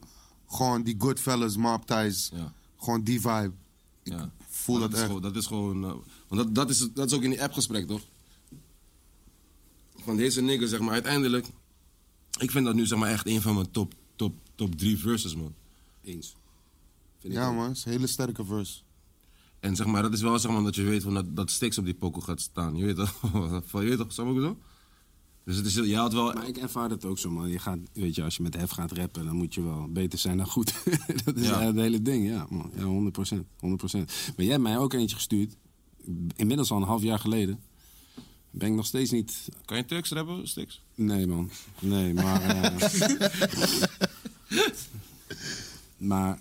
[SPEAKER 2] gewoon die Goodfellas, Mob Ties.
[SPEAKER 1] Ja.
[SPEAKER 2] Gewoon die vibe. Ik
[SPEAKER 1] Ja.
[SPEAKER 2] voel dat,
[SPEAKER 1] is
[SPEAKER 2] echt.
[SPEAKER 1] gewoon- dat is gewoon. eh, want dat, dat, is, dat is ook in die appgesprek, toch? Van deze nigger, zeg maar, uiteindelijk. Ik vind dat nu zeg maar echt een van mijn top, top, top drie verses, man.
[SPEAKER 3] Eens. Vind ik
[SPEAKER 2] Ja,
[SPEAKER 3] ook.
[SPEAKER 2] man. Is een hele sterke verse.
[SPEAKER 1] En zeg maar, dat is wel zeg maar dat je weet van dat, dat Stix op die pokoe gaat staan. Je weet toch? [laughs] Van, je weet toch, snap ik zo? Dus het is, je had wel.
[SPEAKER 3] Maar ik ervaar dat ook zo, man. Je gaat, weet je, als je met hef gaat rappen, dan moet je wel beter zijn dan goed. [laughs] dat is
[SPEAKER 1] Ja.
[SPEAKER 3] het hele ding, ja, man. Ja, 100%, 100%. Maar jij hebt mij ook eentje gestuurd, inmiddels al een half jaar geleden. Ben ik nog steeds niet...
[SPEAKER 1] Kan je Turks rappen, Stix?
[SPEAKER 3] Nee, man. Nee, maar... eh, [laughs] maar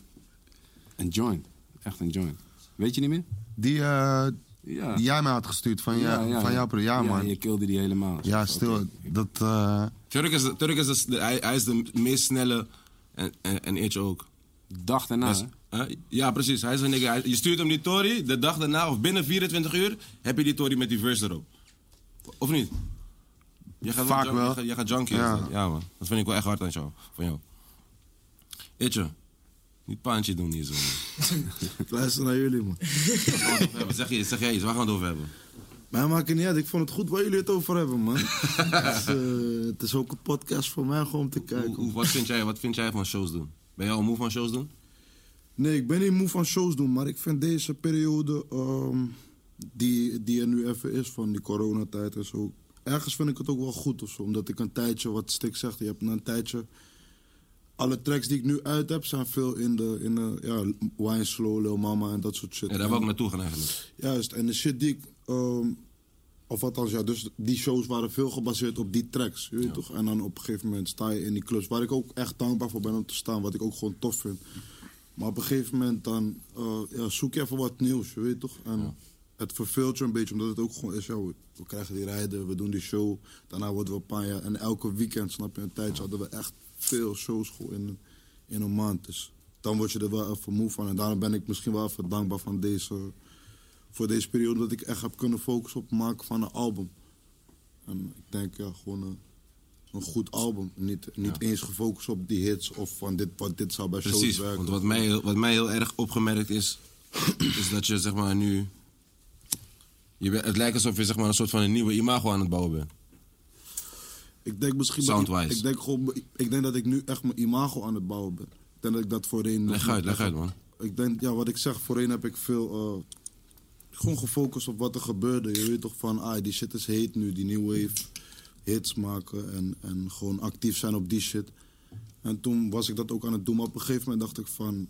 [SPEAKER 3] een joint. Echt een joint. Weet je niet meer?
[SPEAKER 2] Die, eh,
[SPEAKER 3] Ja.
[SPEAKER 2] die jij mij had gestuurd van, ja, van jouw pro. Ja, man.
[SPEAKER 3] je kilde die helemaal.
[SPEAKER 2] Ja, stil. Dat, eh,
[SPEAKER 1] Turk is, de- Turk is de, de- hij, hij is de meest snelle en, en, en Itch ook.
[SPEAKER 3] Dag daarna,
[SPEAKER 2] Nou,
[SPEAKER 1] Dus, hè? ja, precies. Hij is een nigga. Hij- Je stuurt hem die Tory, de dag daarna of binnen 24 uur heb je die Tory met die verse erop. Of niet? Je gaat
[SPEAKER 2] Vaak
[SPEAKER 1] junk-
[SPEAKER 2] wel.
[SPEAKER 1] Je gaat, je gaat junkie.
[SPEAKER 2] Ja.
[SPEAKER 1] Ja. ja, man. Dat vind ik wel echt hard aan jou. Van jou. Itje, niet paantje doen hier zo. man.
[SPEAKER 5] Ik luister naar jullie, man.
[SPEAKER 1] Waar gaan we het over hebben? zeg, je, zeg jij iets, waar gaan we het over hebben?
[SPEAKER 5] Mij maakt het niet uit. Ik vond het goed waar jullie het over hebben,
[SPEAKER 1] [laughs]
[SPEAKER 5] man. Het is, eh, het is ook een podcast voor mij gewoon om te kijken.
[SPEAKER 1] Hoe, hoe- wat, vind jij, wat vind jij van shows doen? Ben jij al moe van shows doen?
[SPEAKER 5] Nee, ik ben niet moe van shows doen, maar ik vind deze periode ehm, die, die er nu even is van die coronatijd en zo. Ergens vind ik het ook wel goed of zo, omdat ik een tijdje, wat Stik zegt, je hebt na een tijdje. Alle tracks die ik nu uit heb zijn veel in de, in de ja, Wine Slow, Lil Mama en dat soort shit.
[SPEAKER 1] Ja, daar wil ik naartoe gaan eigenlijk.
[SPEAKER 5] Juist, en de shit die ik. ehm, of althans, ja, dus die shows waren veel gebaseerd op die tracks. Je weet toch? En dan op een gegeven moment sta je in die clubs. Waar ik ook echt dankbaar voor ben om te staan. Wat ik ook gewoon tof vind. Maar op een gegeven moment dan eh, ja, zoek je even wat nieuws. Je weet toch? En het verveelt je een beetje, omdat het ook gewoon is. Ja, we, we krijgen die rijden, we doen die show. Daarna worden we een paar jaar. En elke weekend, snap je, een tijdje hadden we echt veel shows gewoon in, in een maand. Dus dan word je er wel even moe van. En daarom ben ik misschien wel even dankbaar van deze voor deze periode dat ik echt heb kunnen focussen op het maken van een album. En ik denk ja, gewoon een, een goed album. Niet, niet eens gefocust op die hits of van dit, wat dit zou bij shows
[SPEAKER 1] Precies,
[SPEAKER 5] werken.
[SPEAKER 1] want wat mij, heel- wat mij heel erg opgemerkt
[SPEAKER 5] [clears throat]
[SPEAKER 1] is, is dat je zeg maar nu. Je bent- het lijkt alsof je zeg maar een soort van een nieuwe imago aan het bouwen bent.
[SPEAKER 5] Ik denk misschien...
[SPEAKER 1] Soundwise.
[SPEAKER 5] Ik denk, gewoon, ik denk dat ik nu echt mijn imago aan het bouwen ben. Ik denk dat ik dat voorheen... nog
[SPEAKER 1] Leg uit,
[SPEAKER 5] niet
[SPEAKER 1] leg
[SPEAKER 5] echt-
[SPEAKER 1] uit man.
[SPEAKER 5] Ik denk, ja, wat ik zeg, voorheen heb ik veel... eh, gewoon gefocust op wat er gebeurde. Je weet toch van, ah, die shit is heet nu. Die new wave hits maken en, en gewoon actief zijn op die shit. En toen was ik dat ook aan het doen. Maar op een gegeven moment dacht ik van...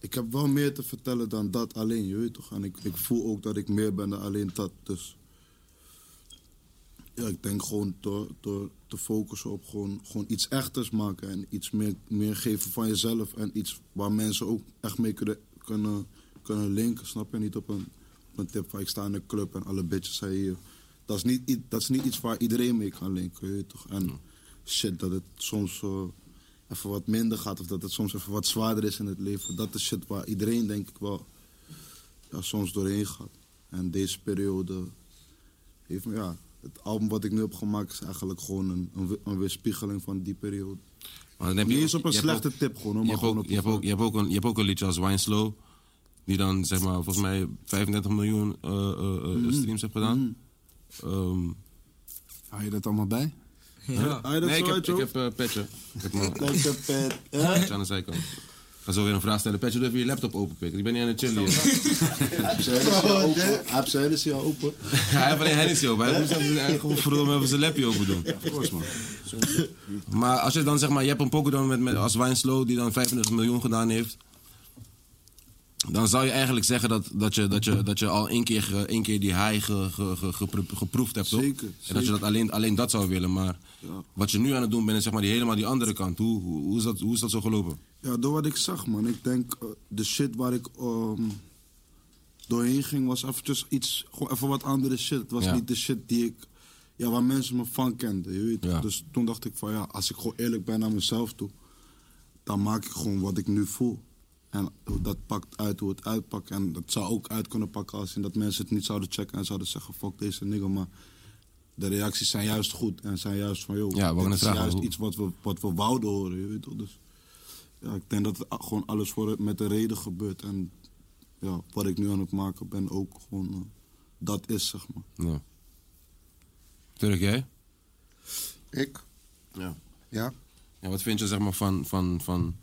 [SPEAKER 5] Ik heb wel meer te vertellen dan dat alleen, je weet toch? En ik, ik voel ook dat ik meer ben dan alleen dat. Dus ja, ik denk gewoon door, door te focussen op gewoon, gewoon iets echters maken en iets meer, meer geven van jezelf. En iets waar mensen ook echt mee kunnen, kunnen, kunnen linken, snap je? Niet op een, op een tip van ik sta in een club en alle bitches zijn hier. Dat is niet, i- dat is niet iets waar iedereen mee kan linken, je weet toch? En shit, dat het soms eh, even wat minder gaat of dat het soms even wat zwaarder is in het leven. Dat is shit waar iedereen denk ik wel ja, soms doorheen gaat. En deze periode heeft me, ja, het album wat ik nu heb gemaakt is eigenlijk gewoon een, een, we- een weerspiegeling van die periode.
[SPEAKER 1] Want dan heb
[SPEAKER 5] Niet
[SPEAKER 1] je-
[SPEAKER 5] eens op een
[SPEAKER 1] je hebt
[SPEAKER 5] slechte
[SPEAKER 1] ook-
[SPEAKER 5] tip gewoon, hoor,
[SPEAKER 1] Je
[SPEAKER 5] maar
[SPEAKER 1] hebt ook-
[SPEAKER 5] gewoon op
[SPEAKER 1] je hebt ook- je hebt ook een- je hebt ook een liedje als Wine Slow, die dan zeg maar volgens mij 35 miljoen eh, eh, eh,
[SPEAKER 5] Mhm.
[SPEAKER 1] streams heeft gedaan. Ehm,
[SPEAKER 3] Hou je dat allemaal bij?
[SPEAKER 9] Ja.
[SPEAKER 5] Ah, je dat
[SPEAKER 1] nee, ik
[SPEAKER 5] zo
[SPEAKER 1] heb,
[SPEAKER 5] uit,
[SPEAKER 1] ik
[SPEAKER 5] joh? [laughs]
[SPEAKER 1] heb eh, Petje. Ik heb mijn
[SPEAKER 5] Lekker pet.
[SPEAKER 1] petje aan de zijkant. ga zo weer een vraag stellen. Petje, doe even je laptop openpikken. Ik ben niet aan het chillen hier.
[SPEAKER 5] Heb zijn is hier al open.
[SPEAKER 1] Hij heeft alleen Hennessy open. Hij moest even eh, zijn eigen verdomme even zijn lapje open doen. Maar als je dan zeg maar, je hebt een Pokédon met, met, als Wijnslo die dan 35 miljoen gedaan heeft. Dan zou je eigenlijk zeggen dat, dat, je, dat, je, dat je al één keer, ge- één keer die high ge- ge- ge- gepro- geproefd hebt, toch?
[SPEAKER 5] Zeker,
[SPEAKER 1] En dat je dat alleen, alleen dat zou willen. Maar wat je nu aan het doen bent, is zeg maar die, helemaal die andere kant. Hoe, hoe, hoe is dat, hoe is dat zo gelopen?
[SPEAKER 5] Ja, door wat ik zag, man. Ik denk, eh, de shit waar ik ehm, doorheen ging was eventjes iets, gewoon even wat andere shit. Het was
[SPEAKER 1] Ja.
[SPEAKER 5] niet de shit die ik, ja, waar mensen me van kenden, je weet.
[SPEAKER 1] Ja.
[SPEAKER 5] Dus toen dacht ik van, ja, als ik gewoon eerlijk ben naar mezelf toe, dan maak ik gewoon wat ik nu voel. En dat pakt uit hoe het uitpakt. En dat zou ook uit kunnen pakken als in dat mensen het niet zouden checken en zouden zeggen, fuck deze nigger, maar... De reacties zijn juist goed en zijn juist van, joh,
[SPEAKER 1] Ja, we gaan het
[SPEAKER 5] dit is
[SPEAKER 1] vragen,
[SPEAKER 5] juist
[SPEAKER 1] hoe-
[SPEAKER 5] iets wat we, wat we wouden horen, je weet toch. Dus ja, ik denk dat a- gewoon alles voor, met de reden gebeurt. En ja, wat ik nu aan het maken ben, ook gewoon eh, dat is, zeg maar.
[SPEAKER 1] Ja. Nou. Turk, jij?
[SPEAKER 2] Ik?
[SPEAKER 1] Ja.
[SPEAKER 2] Ja. [laughs]
[SPEAKER 1] Ja, wat vind je zeg maar van. van, van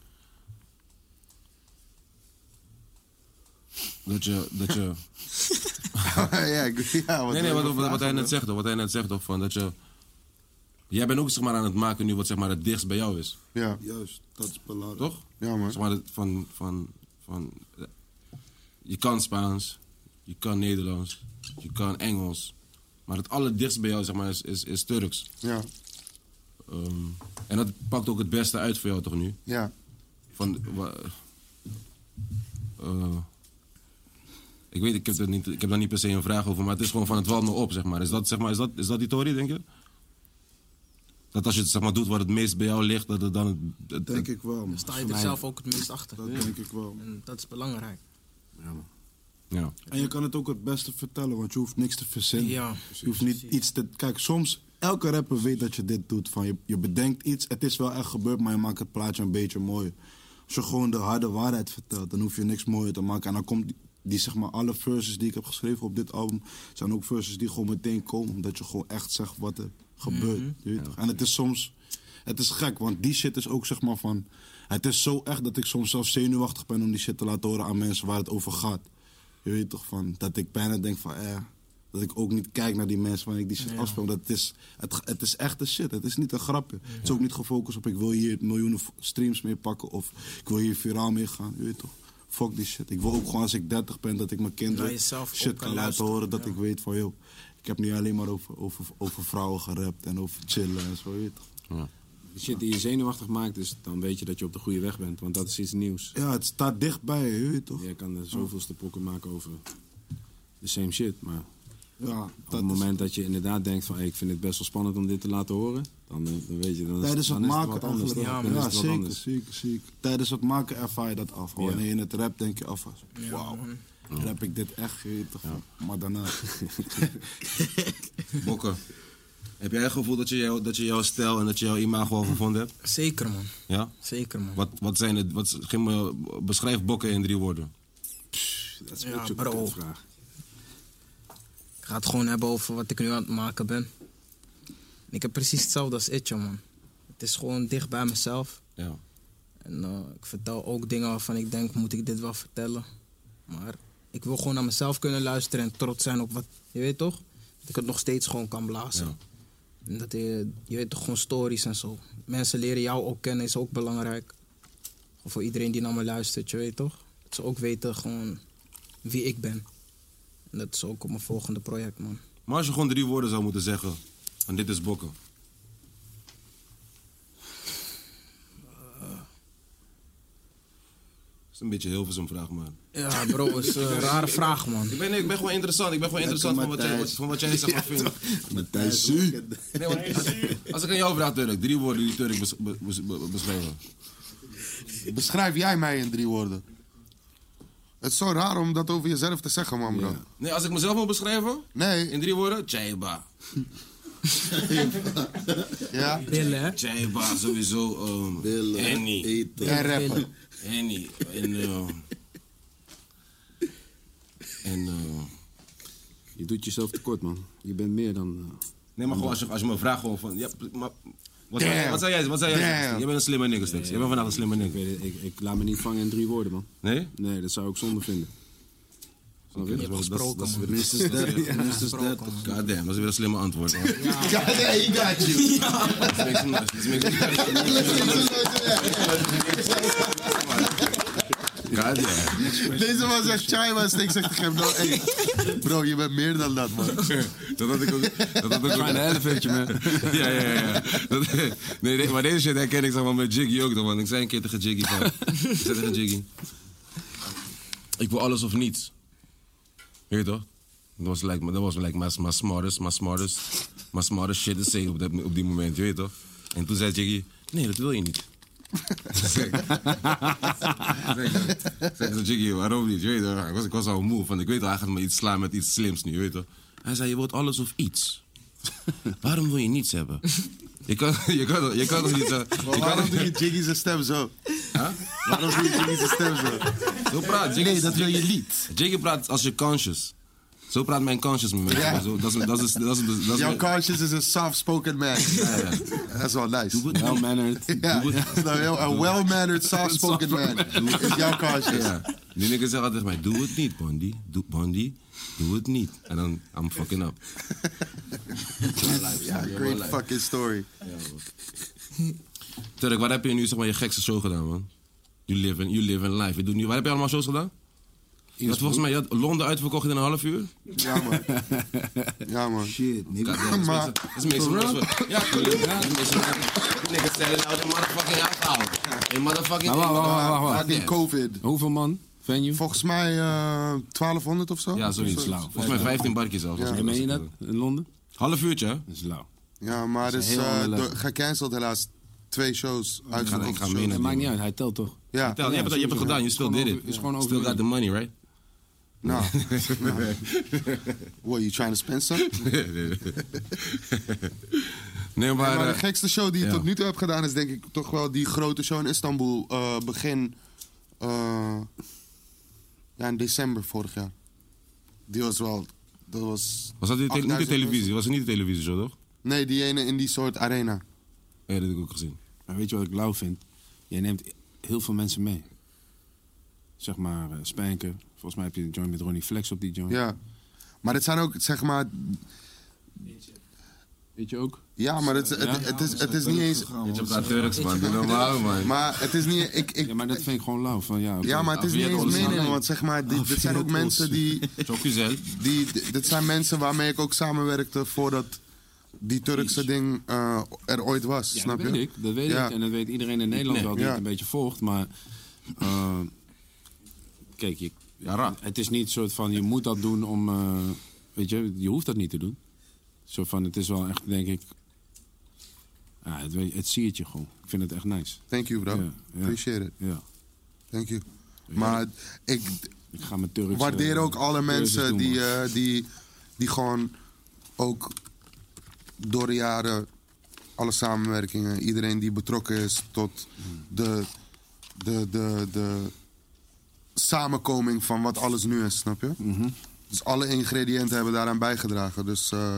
[SPEAKER 1] dat je. Dat je
[SPEAKER 2] ja, ik, [laughs] ja, [laughs] wat
[SPEAKER 1] nee, nee,
[SPEAKER 2] wil je
[SPEAKER 1] wat,
[SPEAKER 2] me
[SPEAKER 1] wat, wat hij
[SPEAKER 2] vragen,
[SPEAKER 1] net zegt, toch, wat hij net zegt, toch, van dat je. Jij bent ook zeg maar, aan het maken nu wat zeg maar, het dichtst bij jou is,
[SPEAKER 2] hè? Ja,
[SPEAKER 5] Juist, dat is belangrijk.
[SPEAKER 1] toch?
[SPEAKER 2] ja man.
[SPEAKER 1] Zeg maar, dat- van, van, van, eh, je kan Spaans, je kan Nederlands, je kan Engels. Maar het allerdichtst bij jou zeg maar, is, is, is Turks.
[SPEAKER 2] Ja,
[SPEAKER 1] Ehm, en dat pakt ook het beste uit voor jou toch nu?
[SPEAKER 2] ja.
[SPEAKER 1] Van. wa- eh, ik weet, ik heb, er niet, ik heb daar niet per se een vraag over, maar het is gewoon van het valt me op, zeg maar. Is dat, zeg maar, is dat, is dat die Tory, denk je? Dat als je het zeg maar, doet wat het meest bij jou ligt, dat het dan. het- het-
[SPEAKER 5] Denk ik wel, man.
[SPEAKER 6] Dan sta je er zelf ook het meest achter.
[SPEAKER 5] Dat denk ik wel.
[SPEAKER 6] En dat is belangrijk.
[SPEAKER 1] Ja.
[SPEAKER 5] En je kan het ook het beste vertellen, want je hoeft niks te verzinnen.
[SPEAKER 6] Ja,
[SPEAKER 5] je hoeft niet iets te... Kijk, soms, elke rapper weet dat je dit doet. Van je, je bedenkt iets, het is wel echt gebeurd, maar je maakt het plaatje een beetje mooier. Als je gewoon de harde waarheid vertelt, dan hoef je niks mooier te maken. En dan komt die, die, zeg maar, alle verses die ik heb geschreven op dit album... zijn ook verses die gewoon meteen komen. Omdat je gewoon echt zegt wat er gebeurt. je weet toch? En het is soms... Het is gek, want die shit is ook zeg maar van... Het is zo echt dat ik soms zelf zenuwachtig ben om die shit te laten horen aan mensen waar het over gaat. Je weet toch van, dat ik bijna denk van, eh, dat ik ook niet kijk naar die mensen wanneer ik die shit afspeel. Omdat het is, het, het is echte shit, het is niet een grapje. Het is ook niet gefocust op, ik wil hier miljoenen v- streams mee pakken of ik wil hier viraal mee gaan, je weet toch. Fuck die shit. Ik wil ook gewoon als ik 30 ben dat ik mijn
[SPEAKER 6] Naar
[SPEAKER 5] kinderen
[SPEAKER 6] jezelf
[SPEAKER 5] shit
[SPEAKER 6] op kan
[SPEAKER 5] kan laten
[SPEAKER 6] luisteren,
[SPEAKER 5] horen. Dat
[SPEAKER 6] ja.
[SPEAKER 5] ik weet van, joh, ik heb nu alleen maar over, over, over vrouwen gerapt en over chillen en zo, je weet toch.
[SPEAKER 3] De shit die je zenuwachtig maakt, is, dan weet je dat je op de goede weg bent. Want dat is iets nieuws.
[SPEAKER 5] Ja, het staat dichtbij, je weet toch.
[SPEAKER 3] Je kan er zoveelste pokken maken over de same shit. Maar
[SPEAKER 5] Ja,
[SPEAKER 3] op
[SPEAKER 5] dat
[SPEAKER 3] het moment dat je inderdaad denkt van... hey, ik vind het best wel spannend om dit te laten horen... dan, eh, dan weet je, dan is,
[SPEAKER 5] is, tijdens het
[SPEAKER 3] dan is
[SPEAKER 5] maken
[SPEAKER 3] wat anders.
[SPEAKER 5] eigenlijk.
[SPEAKER 3] toch?
[SPEAKER 5] Ja,
[SPEAKER 3] Dan is het wat
[SPEAKER 5] zeker,
[SPEAKER 3] anders.
[SPEAKER 5] zeker, zeker. Tijdens het maken ervaar je dat af. hoor.
[SPEAKER 3] Ja.
[SPEAKER 5] Wanneer je in het rap denk je af als, wauw, dan heb ik dit echt gegeten. Maar
[SPEAKER 3] [laughs]
[SPEAKER 5] daarna,
[SPEAKER 1] Bokken. Heb jij het gevoel dat je, jou, dat je jouw stijl en dat je jouw imago al gevonden hebt?
[SPEAKER 6] Zeker man,
[SPEAKER 1] Ja?
[SPEAKER 6] zeker man.
[SPEAKER 1] Wat, wat zijn het? Wat, geef me, beschrijf bokken in drie woorden.
[SPEAKER 3] Dat is
[SPEAKER 6] Ja,
[SPEAKER 3] een
[SPEAKER 6] bro.
[SPEAKER 3] beetje vraag.
[SPEAKER 6] Ik ga het gewoon hebben over wat ik nu aan het maken ben. Ik heb precies hetzelfde als Itje man. Het is gewoon dicht bij mezelf.
[SPEAKER 1] Ja.
[SPEAKER 6] En eh, ik vertel ook dingen waarvan ik denk, moet ik dit wel vertellen? Maar ik wil gewoon naar mezelf kunnen luisteren en trots zijn op wat, je weet toch? Dat ik het nog steeds gewoon kan blazen.
[SPEAKER 1] Ja.
[SPEAKER 6] En dat je, je weet toch, gewoon stories en zo. Mensen leren jou ook kennen, is ook belangrijk. Gewoon Voor iedereen die naar me luistert, je weet toch? Dat ze ook weten gewoon wie ik ben. En dat is ook op mijn volgende project, man.
[SPEAKER 1] Maar als je gewoon drie woorden zou moeten zeggen, en dit is bokken. Dat is een beetje heel veel vraag, maar.
[SPEAKER 6] Ja, bro, is eh, een [laughs] rare vraag, man.
[SPEAKER 1] Ik ben, nee, ik ben gewoon interessant. Ik ben gewoon interessant van wat, jij, wat- van wat jij zeg maar vindt.
[SPEAKER 5] Matthijs Su.
[SPEAKER 1] Nee, want als, als ik aan jou vraag, Turk, drie woorden die Turk bes, be- bes- be- beschrijven.
[SPEAKER 2] Beschrijf jij mij in drie woorden. Het is zo raar om dat over jezelf te zeggen, man, bro.
[SPEAKER 1] Nee, als ik mezelf wil beschrijven,
[SPEAKER 2] Nee,
[SPEAKER 1] in drie woorden, Chaiba.
[SPEAKER 2] ja.
[SPEAKER 6] Billen, hè?
[SPEAKER 1] Chaiba, sowieso. ehm Henny.
[SPEAKER 5] eten.
[SPEAKER 2] En rappen.
[SPEAKER 1] Henny. En. ehm, en. ehm,
[SPEAKER 3] Je doet jezelf tekort, man. Je bent meer dan... eh,
[SPEAKER 1] Nee, maar gewoon als je, als je me vraagt gewoon van... Ja, maar Wat zou jij- wat zou jij Wat zou jij
[SPEAKER 2] Damn.
[SPEAKER 1] zeggen? Je bent een slimme nigger, Stix. Je bent vandaag een slimme
[SPEAKER 3] Ik,
[SPEAKER 1] nigger.
[SPEAKER 3] weet het, ik, ik laat me niet vangen in drie woorden, man.
[SPEAKER 1] Nee?
[SPEAKER 3] Nee, dat zou ik zonde vinden. Snap je?
[SPEAKER 1] Dat is wel- dat is- dat is weer-
[SPEAKER 5] Minstens 30, minstens 30.
[SPEAKER 1] God damn, dat is weer een slimme antwoord. man. [laughs]
[SPEAKER 2] Ja, nee, you got you.
[SPEAKER 1] Dat is niks anders, dat is niks anders. God damn.
[SPEAKER 2] Deze man zegt chai, maar Stik zegt tegen hem, nou, hey, bro, je bent meer dan dat, man.
[SPEAKER 1] [laughs] Dat had ik ook. Dat had ik ook.
[SPEAKER 3] Kleine elephantje, man.
[SPEAKER 1] [laughs] Ja, ja, ja, ja. Dat, nee, nee, maar deze shit herken ik zeg maar met Jiggy ook dan, want ik zei een keer tegen Jiggy
[SPEAKER 3] [laughs]
[SPEAKER 1] van... ik zei tegen Jiggy... Ik wil alles of niets. Weet je toch? Dat was like, dat was like my, my smartest, my smartest, my smartest shit to say op, dat, op die moment, je weet toch? En toen zei Jiggy, nee, dat wil je niet. [laughs] Zeg ik zeg zo, Jiggy, waarom niet? Je weet toch? Ik was, ik was al moe, van ik weet al, hij gaat me iets slaan met iets slims nu, je weet toch? Hij zei, je wilt alles of iets. [laughs] Waarom wil je niets hebben? Je kan, je kan, je kan toch niet [laughs] zo... Je kan
[SPEAKER 2] Waarom
[SPEAKER 1] toch
[SPEAKER 2] doe je
[SPEAKER 1] niet...
[SPEAKER 2] Jiggy zijn stem zo? Waarom doe je Jiggy zijn stem zo?
[SPEAKER 1] Zo praat Jiggy. Nee, dat wil je niet. Jiggy praat als je conscious. Zo praat mijn conscious met mij.
[SPEAKER 2] Ja.
[SPEAKER 1] Zo, Dat is... Dat is, dat is, dat is
[SPEAKER 2] Jouw
[SPEAKER 1] mijn-
[SPEAKER 2] conscience is een soft-spoken man. Dat is wel nice.
[SPEAKER 3] Well mannered.
[SPEAKER 2] Ja, nou, heel- een well-mannered, soft-spoken man is jouw conscience.
[SPEAKER 1] Ja. Die nigger zegt altijd tegen mij, doe het niet, Bondi. Doe, Bondi, doe het niet. En dan, I'm fucking up.
[SPEAKER 2] Ja, great fucking story.
[SPEAKER 1] Turk, waar heb je nu zeg maar je gekste show gedaan, man? You live in, you live in life. Je doet nu, waar heb je allemaal shows gedaan? Je had volgens mij je had Londen uitverkocht in een half uur.
[SPEAKER 2] Ja, man. Ja, man.
[SPEAKER 5] Shit, nigga.
[SPEAKER 1] Goddamn,
[SPEAKER 2] Maar-
[SPEAKER 1] dat is meestal Ja, tuurlijk. Dat is meestal Niggas nou selling out in motherfucking alcohol. In motherfucking...
[SPEAKER 3] Nou, wacht, wacht, wacht, wacht, wacht.
[SPEAKER 2] Fucking COVID.
[SPEAKER 3] Hoeveel man? Venue?
[SPEAKER 2] Volgens mij eh 1200 of zo?
[SPEAKER 1] Ja, zoiets.
[SPEAKER 3] Flauw.
[SPEAKER 1] Volgens mij 15 barkjes zelfs.
[SPEAKER 3] Nee, meen je dat? In Londen?
[SPEAKER 1] Half uurtje, hè?
[SPEAKER 3] Dat is lauw.
[SPEAKER 2] Ja, maar dus,
[SPEAKER 3] heel
[SPEAKER 2] eh,
[SPEAKER 3] ander
[SPEAKER 2] door-
[SPEAKER 3] level.
[SPEAKER 2] gecanceld helaas. Twee shows
[SPEAKER 1] ik ga
[SPEAKER 2] uitgekomen.
[SPEAKER 1] mee
[SPEAKER 3] Het maakt niet uit, hij telt toch?
[SPEAKER 2] Ja,
[SPEAKER 1] Tel, je hebt het- je hebt het gedaan, je still
[SPEAKER 3] Gewoon
[SPEAKER 1] did
[SPEAKER 3] over-
[SPEAKER 1] it.
[SPEAKER 3] is gewoon
[SPEAKER 1] Still got
[SPEAKER 3] overwinning.
[SPEAKER 1] the money, [laughs] right? [laughs]
[SPEAKER 2] nou. [laughs] nou. What, you trying to spend some?
[SPEAKER 1] Nee,
[SPEAKER 2] Ja, maar
[SPEAKER 1] maar...
[SPEAKER 2] de
[SPEAKER 1] eh,
[SPEAKER 2] gekste show die je
[SPEAKER 1] ja.
[SPEAKER 2] tot nu toe hebt gedaan is denk ik toch wel die grote show in Istanbul. eh, begin eh, ja, in december vorig jaar. Die was wel. Dat was
[SPEAKER 1] Was dat die tele- niet de
[SPEAKER 2] 8000
[SPEAKER 1] televisie? Was het niet de televisie show, toch?
[SPEAKER 2] mensen. Nee, die ene in die soort arena.
[SPEAKER 1] Oh. Ja, dat heb ik ook gezien.
[SPEAKER 3] Maar weet je wat ik lauw vind? Jij neemt heel veel mensen mee. Zeg maar eh, Spanker. Volgens mij heb je een joint met Ronnie Flex op die joint.
[SPEAKER 2] Ja. Maar het zijn ook, zeg maar.
[SPEAKER 3] Weet je ook?
[SPEAKER 2] Ja, maar het, het, het, is, het is niet eens.
[SPEAKER 1] Je praat Turks, man. Doe
[SPEAKER 2] [laughs]
[SPEAKER 1] normaal, [laughs] man.
[SPEAKER 2] Maar het is niet. Ik, ik,
[SPEAKER 3] Ja, maar dat vind ik gewoon lauw. Van, ja, oké. Ah,
[SPEAKER 2] ja, maar het is niet
[SPEAKER 1] Afiyet
[SPEAKER 2] eens
[SPEAKER 1] ons.
[SPEAKER 2] meenemen. Want zeg maar, dit, dit zijn ook
[SPEAKER 3] Afiyet ons.
[SPEAKER 2] mensen die.
[SPEAKER 1] Zo gezellig.
[SPEAKER 2] die, d- dit zijn mensen waarmee ik ook samenwerkte voordat die Turkse ding eh, er ooit was.
[SPEAKER 3] Ja,
[SPEAKER 2] snap
[SPEAKER 3] dat weet
[SPEAKER 2] je?
[SPEAKER 3] ik. Dat weet
[SPEAKER 2] Ja.
[SPEAKER 3] ik. En dat weet iedereen in Nederland wel die
[SPEAKER 2] Ja.
[SPEAKER 3] het een beetje volgt. Maar eh, kijk, je,
[SPEAKER 1] Ja, raar.
[SPEAKER 3] het is niet soort van je moet dat doen om... eh, weet je, je hoeft dat niet te doen. Zo van, het is wel echt, denk ik... Ja, het, weet- het zie het je gewoon. Ik vind het echt nice.
[SPEAKER 2] Thank you, bro.
[SPEAKER 3] Ja, ja.
[SPEAKER 2] Appreciate it.
[SPEAKER 3] Ja.
[SPEAKER 2] Thank you. Maar ik d-
[SPEAKER 3] Ik ga met Turks...
[SPEAKER 2] waardeer
[SPEAKER 3] eh,
[SPEAKER 2] ook alle
[SPEAKER 3] cursus
[SPEAKER 2] mensen
[SPEAKER 3] doen,
[SPEAKER 2] die,
[SPEAKER 3] man.
[SPEAKER 2] eh, die, die gewoon ook door de jaren alle samenwerkingen, iedereen die betrokken is tot de, de, de, de samenkoming van wat alles nu is, snap je?
[SPEAKER 3] Mhm.
[SPEAKER 2] Dus alle ingrediënten hebben daaraan bijgedragen. Dus eh,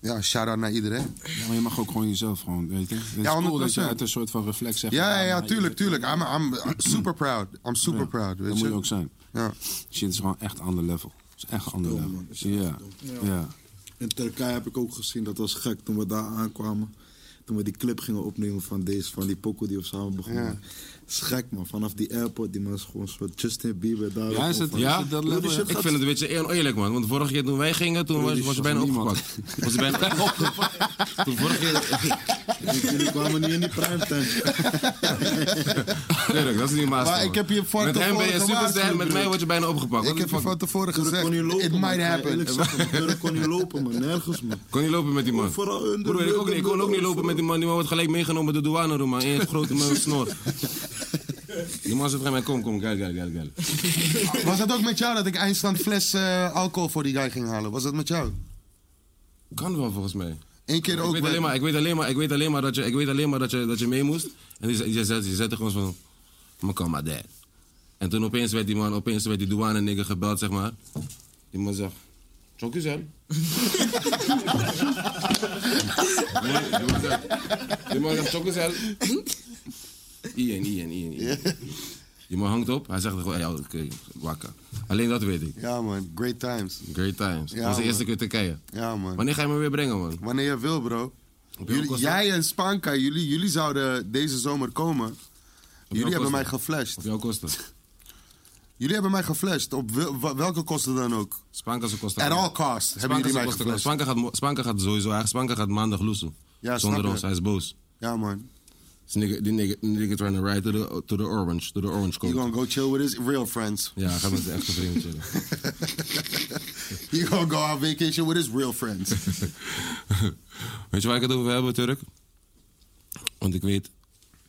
[SPEAKER 2] ja, shout-out naar iedereen.
[SPEAKER 3] Ja, maar je mag ook gewoon jezelf gewoon, weet je. Het
[SPEAKER 2] Ja,
[SPEAKER 3] is cool dat je
[SPEAKER 2] 100%.
[SPEAKER 3] uit een soort van reflex zegt...
[SPEAKER 2] Ja, ja, ja,
[SPEAKER 3] maar
[SPEAKER 2] tuurlijk, tuurlijk. I'm, I'm super proud. I'm super proud,
[SPEAKER 3] Dat
[SPEAKER 2] weet
[SPEAKER 3] moet je
[SPEAKER 2] je?
[SPEAKER 3] ook zijn.
[SPEAKER 2] Ja.
[SPEAKER 3] Shit is gewoon echt ander level. Het is echt ander level.
[SPEAKER 5] man. Het is echt
[SPEAKER 3] Ja. ja.
[SPEAKER 5] In Turkije heb ik ook gezien, dat was gek toen we daar aankwamen. Toen we die clip gingen opnemen van, deze, van die pokoe die we samen begonnen.
[SPEAKER 2] Ja.
[SPEAKER 5] Het is gek man, vanaf die airport, die man is gewoon een soort Justin Bieber daar.
[SPEAKER 3] Ja, is het-
[SPEAKER 5] Van-
[SPEAKER 3] ja,
[SPEAKER 5] Yo,
[SPEAKER 3] dat
[SPEAKER 5] die
[SPEAKER 3] level,
[SPEAKER 5] shit
[SPEAKER 1] Ik
[SPEAKER 5] gaat-
[SPEAKER 1] vind het een beetje oneerlijk, man. Want vorige keer toen wij gingen, toen was, was je bijna opgepakt. Was je [laughs] bijna opgepakt. Toen vorige keer...
[SPEAKER 5] Jullie kwamen niet in [laughs] die
[SPEAKER 3] [laughs]
[SPEAKER 5] primetime.
[SPEAKER 1] Tuurlijk, dat is niet maas.
[SPEAKER 2] Maar ik heb je van
[SPEAKER 1] Met hem ben je
[SPEAKER 2] tevoren
[SPEAKER 1] superster, met
[SPEAKER 2] gewaarschuwd,
[SPEAKER 1] mij
[SPEAKER 2] broer.
[SPEAKER 1] word je bijna opgepakt. Wat
[SPEAKER 2] Ik heb
[SPEAKER 1] de
[SPEAKER 2] je
[SPEAKER 1] fuck?
[SPEAKER 2] van tevoren
[SPEAKER 5] Turk
[SPEAKER 2] gezegd,
[SPEAKER 5] kon niet lopen.
[SPEAKER 2] it
[SPEAKER 5] man.
[SPEAKER 2] might
[SPEAKER 5] Ik ga je eerlijk
[SPEAKER 2] happen.
[SPEAKER 5] zeggen, Turk kon niet lopen, man. Nergens, man.
[SPEAKER 1] Kon niet lopen met die man.
[SPEAKER 5] Overal under-
[SPEAKER 1] Broer, ik, ook niet, ik kon ook niet lopen
[SPEAKER 5] overal.
[SPEAKER 1] met die man. Die man wordt gelijk meegenomen door de douane, roem, man. Eén grote man snor. Die man zegt tegen mij, kom, kom, gal, gal, gal, gal.
[SPEAKER 2] Was dat ook met jou dat ik eindstand fles eh, alcohol voor die guy ging halen? Was dat met jou?
[SPEAKER 1] Kan wel, volgens mij.
[SPEAKER 2] Eén keer
[SPEAKER 1] Ik
[SPEAKER 2] ook
[SPEAKER 1] weet,
[SPEAKER 2] bij-
[SPEAKER 1] alleen maar, ik, weet alleen maar, ik weet alleen maar dat je, ik weet alleen maar dat je, dat je mee moest. En die, zei- die, zei- die zei tegen ons van, maar kom maar daar. En toen opeens werd [laughs] die man, opeens werd die douane nigger gebeld, zeg maar. Die man zegt, Zou ik u zijn? Je man zegt chokken zijn. Ian, Ian, Ian, Ian. Je man hangt op, hij zegt gewoon, hey, oké, wakker. Alleen dat weet ik.
[SPEAKER 2] Ja, man. Great times.
[SPEAKER 1] Great times.
[SPEAKER 2] Ja,
[SPEAKER 1] dat was de
[SPEAKER 2] man.
[SPEAKER 1] eerste keer Turkije.
[SPEAKER 2] Ja, man.
[SPEAKER 1] Wanneer ga je me weer brengen, man?
[SPEAKER 2] Wanneer je wil, bro.
[SPEAKER 1] welke
[SPEAKER 2] Jullie,
[SPEAKER 1] kost-
[SPEAKER 2] jij en Spanka, jullie, jullie zouden deze zomer komen. Jullie hebben
[SPEAKER 1] kost-
[SPEAKER 2] mij geflasht.
[SPEAKER 1] Of jouw kosten?
[SPEAKER 2] Jullie hebben mij geflasht. Op wel- wa- welke kosten dan ook.
[SPEAKER 1] Spanka zijn kosten.
[SPEAKER 2] At all cost hebben
[SPEAKER 1] Spanka
[SPEAKER 2] jullie
[SPEAKER 1] zijn
[SPEAKER 2] mij
[SPEAKER 1] kosten.
[SPEAKER 2] geflasht.
[SPEAKER 1] Spanka gaat, mo- Spanka gaat sowieso, Spanka gaat maandag loesen.
[SPEAKER 2] Ja,
[SPEAKER 1] Zonder
[SPEAKER 2] snap
[SPEAKER 1] ons,
[SPEAKER 2] je.
[SPEAKER 1] hij is boos.
[SPEAKER 2] Ja, man.
[SPEAKER 1] This nigga, die nigga, die nigga trying to ride to the, to the orange, to the orange
[SPEAKER 2] You
[SPEAKER 1] coat.
[SPEAKER 2] gonna go chill with his real friends.
[SPEAKER 1] Ja, hij gaat met de echte vrienden chillen.
[SPEAKER 2] [laughs] You gonna go on vacation with his real friends.
[SPEAKER 1] [laughs] Weet je waar ik het over wil hebben, Turk? Want ik weet,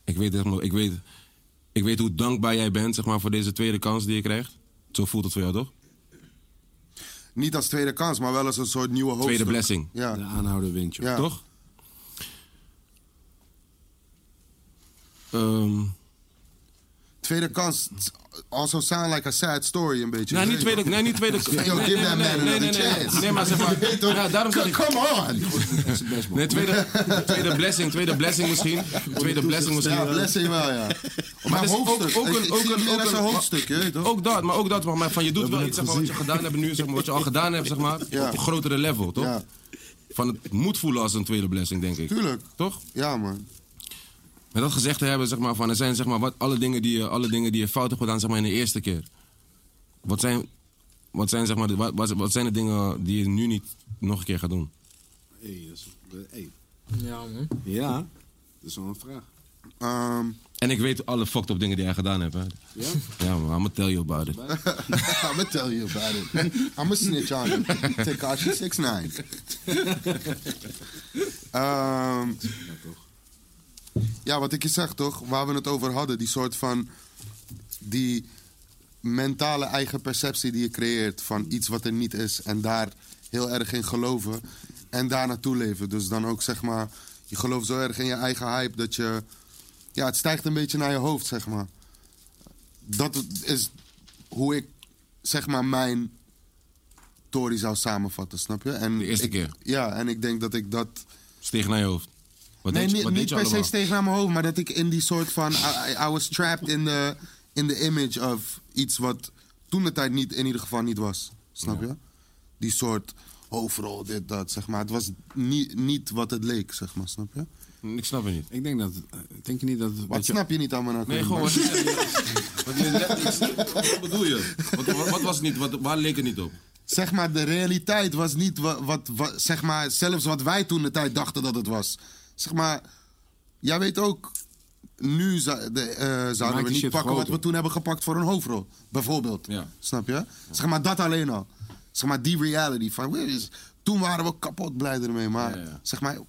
[SPEAKER 1] ik weet, zeg maar, ik weet, ik weet hoe dankbaar jij bent, zeg maar, voor deze tweede kans die je krijgt. Zo voelt het voor jou, toch?
[SPEAKER 2] Niet als tweede kans, maar wel als een soort nieuwe hoofdstuk.
[SPEAKER 1] Tweede blessing,
[SPEAKER 2] Ja.
[SPEAKER 3] De aanhouder wint, joh.
[SPEAKER 2] Ja.
[SPEAKER 1] toch? Ehm,
[SPEAKER 2] Tweede kans also sound like a sad story een beetje.
[SPEAKER 1] nou, niet
[SPEAKER 2] Nee,
[SPEAKER 1] tweede, nee, niet tweede. Nee,
[SPEAKER 2] Yo,
[SPEAKER 1] nee,
[SPEAKER 2] give
[SPEAKER 1] nee,
[SPEAKER 2] that
[SPEAKER 1] nee,
[SPEAKER 2] man
[SPEAKER 1] nee,
[SPEAKER 2] another
[SPEAKER 1] nee, nee.
[SPEAKER 2] chance.
[SPEAKER 1] Nee, maar zeg
[SPEAKER 2] [laughs]
[SPEAKER 1] maar,
[SPEAKER 2] toch?
[SPEAKER 1] ja, daarom zeg ik,
[SPEAKER 2] Come on!
[SPEAKER 1] nee, tweede, tweede blessing, tweede blessing misschien, tweede blessing misschien.
[SPEAKER 2] Ja, blessing wel, ja. Maar
[SPEAKER 1] het is ook-
[SPEAKER 2] hoofdstuk.
[SPEAKER 1] ook een-
[SPEAKER 2] Ik- ik
[SPEAKER 1] ook
[SPEAKER 2] zie
[SPEAKER 1] een-
[SPEAKER 2] het meer
[SPEAKER 1] ook
[SPEAKER 2] als
[SPEAKER 1] een-
[SPEAKER 2] een hoofdstuk, je weet toch?
[SPEAKER 1] Ook dat, maar ook dat, maar van je doet wel iets zeg maar, wat je gedaan hebt nu, zeg maar, wat je al gedaan hebt, zeg maar,
[SPEAKER 2] Ja.
[SPEAKER 1] op een grotere level, toch?
[SPEAKER 2] Ja.
[SPEAKER 1] Van het moet voelen als een tweede blessing, denk ik.
[SPEAKER 2] Tuurlijk.
[SPEAKER 1] Toch?
[SPEAKER 2] Ja, man.
[SPEAKER 1] Met dat gezegd te hebben, zeg maar, van er zijn zeg maar, wat, alle, dingen die je, alle dingen die je fout hebt gedaan zeg maar, in de eerste keer. Wat zijn, wat, zijn, zeg maar, de- wat, wat, wat zijn de dingen die je nu niet nog een keer gaat doen?
[SPEAKER 3] Hey, dat is, hey.
[SPEAKER 6] Ja, man. [laughs]
[SPEAKER 3] Ja, dat is wel een vraag.
[SPEAKER 2] Ehm, [laughs]
[SPEAKER 1] En ik weet alle fucked up dingen die jij gedaan hebt, hè?
[SPEAKER 3] Ja?
[SPEAKER 1] Ja, man, I'ma tell you about it.
[SPEAKER 2] I'ma tell you about it. I'ma snitch on you. Tekashi 69. Ehm
[SPEAKER 1] nou,
[SPEAKER 2] ja, wat ik je zeg toch, waar we het over hadden, die soort van die mentale eigen perceptie die je creëert van iets wat er niet is en daar heel erg in geloven en daar naartoe leven. Dus dan ook zeg maar, je gelooft zo erg in je eigen hype dat je, ja, het stijgt een beetje naar je hoofd zeg maar. Dat is hoe ik zeg maar mijn story zou samenvatten, snap je? En
[SPEAKER 1] De eerste
[SPEAKER 2] ik-
[SPEAKER 1] keer.
[SPEAKER 2] Ja, en ik denk dat ik dat
[SPEAKER 1] Steeg naar je hoofd. Wat
[SPEAKER 2] nee,
[SPEAKER 1] deed je,
[SPEAKER 2] niet,
[SPEAKER 1] wat deed
[SPEAKER 2] niet
[SPEAKER 1] je
[SPEAKER 2] per se
[SPEAKER 1] allemaal?
[SPEAKER 2] steeg naar mijn hoofd, maar dat ik in die soort van. I, I- I was trapped in the, in the image of iets wat toen de tijd niet, in ieder geval niet was. Snap je? Die soort overal dit, dat, zeg maar. Het was niet, niet wat het leek, zeg maar, snap je?
[SPEAKER 1] Ik snap het niet.
[SPEAKER 3] Ik denk dat, eh, denk je niet dat... het-
[SPEAKER 2] Wat
[SPEAKER 3] dat je-
[SPEAKER 2] snap je niet allemaal nou?
[SPEAKER 1] Nee, gewoon. Wat, [laughs] wat, wat, bedoel je? Wat, wat, wat was het niet? Wat, waar leek het niet op?
[SPEAKER 2] Zeg maar, de realiteit was niet wat, wat, wa- zeg maar, zelfs wat wij toen de tijd dachten dat het was. Zeg maar, jij weet ook, nu zou- de, eh, zouden
[SPEAKER 3] die
[SPEAKER 2] we niet
[SPEAKER 3] shit
[SPEAKER 2] pakken wat
[SPEAKER 3] groter.
[SPEAKER 2] we toen hebben gepakt voor een hoofdrol. Bijvoorbeeld.
[SPEAKER 1] Ja.
[SPEAKER 2] Snap je? Zeg maar, dat alleen al. Zeg maar, die reality van, weet je, toen waren we kapot blij ermee. Maar,
[SPEAKER 1] Ja, ja.
[SPEAKER 2] zeg maar,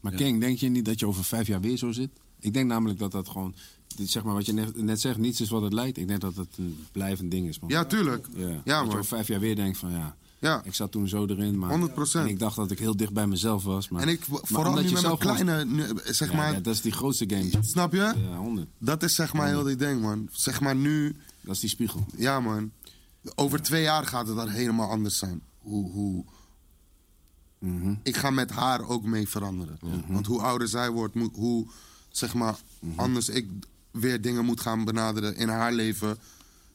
[SPEAKER 3] Maar King, denk je niet dat je over vijf jaar weer zo zit? Ik denk namelijk dat dat gewoon... Dit, zeg maar wat je net, net zegt, niets is wat het lijkt. Ik denk dat dat een blijvend ding is, man.
[SPEAKER 2] ja, tuurlijk.
[SPEAKER 3] Ja,
[SPEAKER 2] Ja,
[SPEAKER 3] dat je
[SPEAKER 2] man.
[SPEAKER 3] over vijf jaar weer denkt van ja,
[SPEAKER 2] Ja.
[SPEAKER 3] ik zat toen zo erin. Maar,
[SPEAKER 2] 100%.
[SPEAKER 3] En ik dacht dat ik heel dicht bij mezelf was. Maar,
[SPEAKER 2] En ik,
[SPEAKER 3] maar
[SPEAKER 2] vooral
[SPEAKER 3] omdat
[SPEAKER 2] nu
[SPEAKER 3] je
[SPEAKER 2] met mijn
[SPEAKER 3] zelf gewoon-
[SPEAKER 2] kleine, nu, zeg
[SPEAKER 3] Ja,
[SPEAKER 2] maar,
[SPEAKER 3] ja, dat is die grootste game.
[SPEAKER 2] snap je?
[SPEAKER 3] Ja, 100.
[SPEAKER 2] Dat is zeg maar heel die ding, man. Zeg maar, nu...
[SPEAKER 3] Dat is die spiegel.
[SPEAKER 2] Ja, man. Over twee jaar gaat het dan helemaal anders zijn. Hoe, hoe...
[SPEAKER 3] Mhm.
[SPEAKER 2] Ik ga met haar ook mee veranderen. Want hoe ouder zij wordt, moet- hoe zeg maar,
[SPEAKER 3] Mhm.
[SPEAKER 2] anders ik weer dingen moet gaan benaderen in haar leven,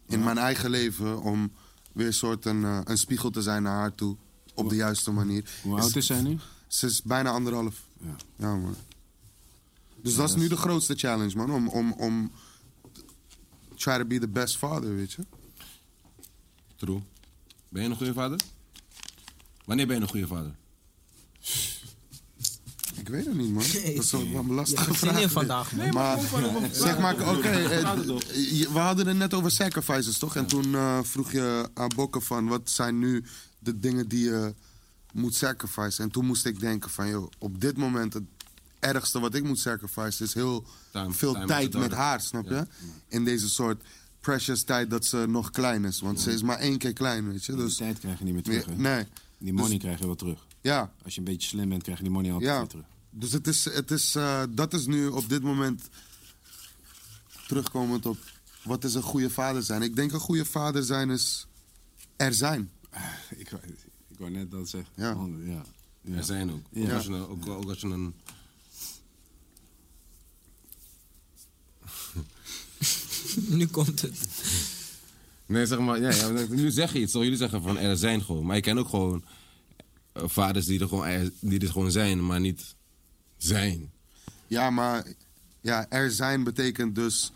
[SPEAKER 2] in mijn eigen leven, om weer soort een, eh, een spiegel te zijn naar haar toe. Op de juiste manier.
[SPEAKER 3] Hoe oud is zij nu?
[SPEAKER 2] Ze is bijna anderhalf.
[SPEAKER 3] Ja.
[SPEAKER 2] Ja, man. Dus dat is nu de grootste challenge, man. Om, om, om try to be the best father, weet je.
[SPEAKER 1] True. Ben je een goede vader? Wanneer ben je een goede vader?
[SPEAKER 2] Ik weet het niet,
[SPEAKER 6] [laughs]
[SPEAKER 2] man. Dat is wel een lastige
[SPEAKER 6] het is
[SPEAKER 2] vraag.
[SPEAKER 6] niet vandaag, man.
[SPEAKER 2] Maar
[SPEAKER 1] [laughs]
[SPEAKER 2] zeg maar, oké. eh, je- we hadden het net over sacrifices, toch? En toen eh, vroeg je aan Bokken van... wat zijn nu de dingen die je moet sacrifice? En toen moest ik denken van... joh, op dit moment het ergste wat ik moet sacrifice... is heel
[SPEAKER 1] Time-
[SPEAKER 2] veel
[SPEAKER 1] time met
[SPEAKER 2] tijd
[SPEAKER 1] de
[SPEAKER 2] met
[SPEAKER 1] doden.
[SPEAKER 2] haar, snap je? In deze soort precious tijd dat ze nog klein is. Want ze is maar één keer klein, weet je?
[SPEAKER 3] Die
[SPEAKER 2] [laughs] Dus,
[SPEAKER 3] tijd krijg je niet meer terug. hè?
[SPEAKER 2] nee,
[SPEAKER 3] Die money krijg je wel terug.
[SPEAKER 2] ja.
[SPEAKER 3] Als je een beetje slim bent, krijg je die money altijd
[SPEAKER 2] Ja,
[SPEAKER 3] weer terug.
[SPEAKER 2] dus het is, het is, eh, dat is nu op dit moment terugkomend op wat is een goede vader zijn. [laughs] Ik denk een goede vader zijn is er zijn.
[SPEAKER 3] Ik, wou- ik wou wou net dat zeggen.
[SPEAKER 2] Ja.
[SPEAKER 3] Honderd, ja. Ja.
[SPEAKER 1] Er zijn ook. Ook,
[SPEAKER 3] Ja.
[SPEAKER 1] als je, een- ook, ook als je een.
[SPEAKER 6] Nu komt het.
[SPEAKER 1] Nee, zeg maar, ja, ja, nu zeg je iets. Toch? Jullie zeggen van er zijn gewoon. Maar je kan ook gewoon eh, vaders die er gewoon, er- die er gewoon zijn, maar niet zijn.
[SPEAKER 2] Ja, maar ja, er zijn betekent dus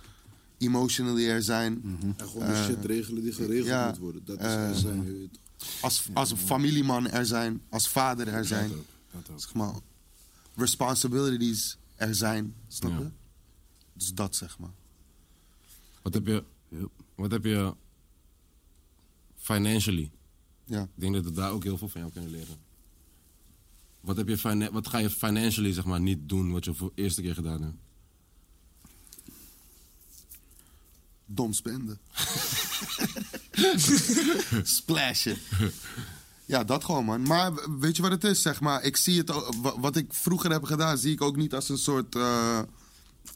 [SPEAKER 2] emotionally er zijn.
[SPEAKER 7] En gewoon de shit regelen die geregeld
[SPEAKER 2] Eh, ja,
[SPEAKER 7] moet worden. Dat is
[SPEAKER 2] eh,
[SPEAKER 7] er zijn, je weet toch.
[SPEAKER 2] Als, als een familieman er zijn, als vader er zijn. Zeg maar, responsibilities er zijn, snap je?
[SPEAKER 1] Ja.
[SPEAKER 2] Dus dat zeg maar.
[SPEAKER 1] Wat heb je. Wat heb je. Financially.
[SPEAKER 2] Ja.
[SPEAKER 1] Ik denk dat we daar ook heel veel van jou kunnen leren. Wat, heb je fina- wat ga je financially zeg maar, niet doen wat je voor de eerste keer gedaan hebt? [laughs]
[SPEAKER 2] dom spenden. Splashen. Ja, dat gewoon, man. Maar weet je wat het is, zeg maar? Ik zie het, ook- wa- wat ik vroeger heb gedaan, zie ik ook niet als een soort eh,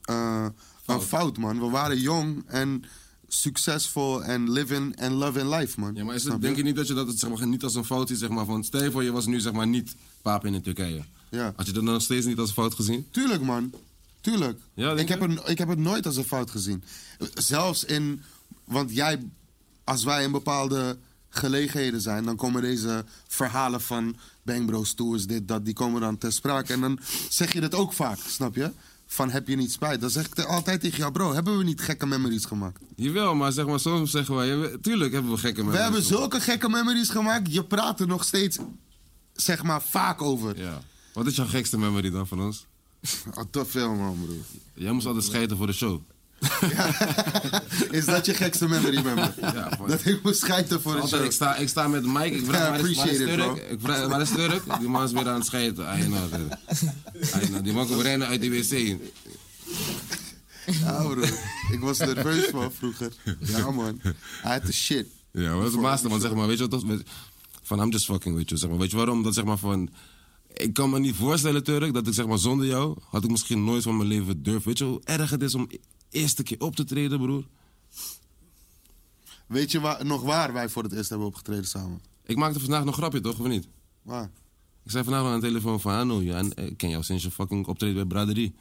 [SPEAKER 2] eh, een fout, man. We waren jong en succesvol en living and loving life, man.
[SPEAKER 1] Ja, maar is
[SPEAKER 2] Snap
[SPEAKER 1] het, denk je niet dat je dat het, zeg maar, niet als een fout ziet? Zeg maar, van, stel je voor, je was nu zeg maar, niet paap in de Turkije.
[SPEAKER 2] Ja.
[SPEAKER 1] Had je dat nog steeds niet als een fout gezien?
[SPEAKER 2] Tuurlijk, man. Tuurlijk.
[SPEAKER 1] Ja, denk
[SPEAKER 2] ik, heb
[SPEAKER 1] je?
[SPEAKER 2] het, ik heb het nooit als een fout gezien. Zelfs in... Want jij... Als wij in bepaalde gelegenheden zijn... dan komen deze verhalen van... Bang Bros, Tours, dit, dat... die komen dan ter sprake. En dan zeg je dat ook vaak, snap je? Van heb je niet spijt. Dan zeg ik te- altijd tegen jou... Bro, hebben we niet gekke memories gemaakt?
[SPEAKER 1] Jawel, maar, zeg maar soms zeggen wij, ja, we- tuurlijk hebben we gekke
[SPEAKER 2] we
[SPEAKER 1] mensen.
[SPEAKER 2] hebben zulke gekke memories gemaakt... je praat er nog steeds... zeg maar vaak over.
[SPEAKER 1] Ja. Wat is jouw gekste memory dan van ons?
[SPEAKER 2] Ah, te veel, man, broer.
[SPEAKER 1] Jij moest altijd scheiden voor de show.
[SPEAKER 2] [laughs] Is dat je gekste memory, man?
[SPEAKER 1] Ja, man.
[SPEAKER 2] dat ik moest schijten voor een
[SPEAKER 1] Altijd,
[SPEAKER 2] show.
[SPEAKER 1] ik, sta, ik sta met Mike, ik vraag
[SPEAKER 2] Ja,
[SPEAKER 1] waar is, waar is
[SPEAKER 2] appreciate it,
[SPEAKER 1] Turk? Ik vraag waar is Turk? Die man is weer aan het scheiden. Ai, nou, de- ai, nou, die man komt rennen uit de wc.
[SPEAKER 2] Ja, bro. Ik was nerveus van vroeger. Ja, man. Hij had de shit.
[SPEAKER 1] Ja, maar dat is het master, man. Zeg maar, weet je wat? dat- Van I'm just fucking with you, zeg maar. Weet je waarom? Dat zeg maar van... Ik kan me niet voorstellen, Turk, dat ik zeg maar zonder jou... had ik misschien nooit van mijn leven durf. Weet je hoe erg het is om e- eerste keer op te treden, broer?
[SPEAKER 2] Weet je wa- nog waar wij voor het eerst hebben opgetreden samen?
[SPEAKER 1] Ik maakte vandaag nog een grapje, toch? Of niet?
[SPEAKER 2] Waar?
[SPEAKER 1] Ik zei vanavond aan de telefoon van... Hanno, ja, en eh, ik ken jou sinds je fucking optreedt bij Braderie.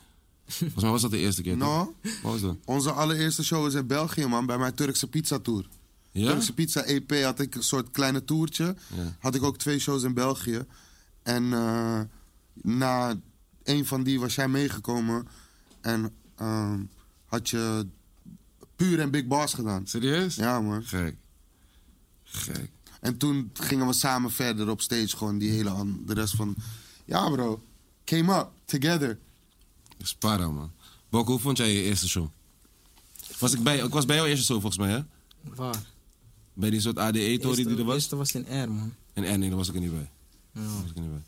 [SPEAKER 1] Volgens mij was dat de eerste keer, toch?
[SPEAKER 2] No.
[SPEAKER 1] Wat was dat?
[SPEAKER 2] Onze allereerste show is in België, man. Bij mijn Turkse Pizza Tour.
[SPEAKER 1] Ja?
[SPEAKER 2] Turkse Pizza EP had ik een soort kleine toertje.
[SPEAKER 1] Ja.
[SPEAKER 2] Had ik ook twee shows in België. En eh, na een van die was jij meegekomen. En ehm, had je puur en Big Boss gedaan.
[SPEAKER 1] Serieus?
[SPEAKER 2] Ja, man.
[SPEAKER 1] Gek. Gek.
[SPEAKER 2] En toen gingen we samen verder op stage. Gewoon die hele an- de rest van. Ja, bro. Came up. Together.
[SPEAKER 1] Spara, man. Bok, hoe vond jij je eerste show? Was ik, bij, ik was bij jouw eerste show, volgens mij, hè?
[SPEAKER 6] Waar?
[SPEAKER 1] Bij die soort ADE-tory die er was?
[SPEAKER 6] eerste was in R, man.
[SPEAKER 1] En en nee, daar was ik er niet bij. Daar was ik er niet bij.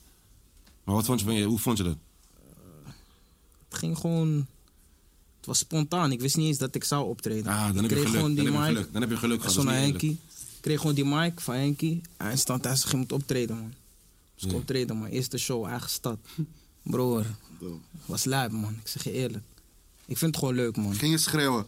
[SPEAKER 1] Maar wat vond je van je, hoe vond je dat?
[SPEAKER 6] Het ging gewoon... Het was spontaan. Ik wist niet eens dat ik zou optreden.
[SPEAKER 1] Ah, dan heb je
[SPEAKER 6] kreeg
[SPEAKER 1] geluk.
[SPEAKER 6] gewoon
[SPEAKER 1] Dan
[SPEAKER 6] die
[SPEAKER 1] heb je
[SPEAKER 6] mic.
[SPEAKER 1] geluk. Dan heb je geluk
[SPEAKER 6] Ik
[SPEAKER 1] gehad.
[SPEAKER 6] zo
[SPEAKER 1] dat is
[SPEAKER 6] naar
[SPEAKER 1] niet eerlijk.
[SPEAKER 6] Henkie. Ik kreeg gewoon die mic van Henkie. Hij stond daar, ze ging moeten optreden, man. Dus ik
[SPEAKER 1] Ja.
[SPEAKER 6] optreden, man. Eerste show, eigen
[SPEAKER 1] [laughs]
[SPEAKER 6] stad. Broer, was lijp, man. Ik zeg je eerlijk. Ik vind het gewoon leuk, man.
[SPEAKER 2] Ging je schreeuwen.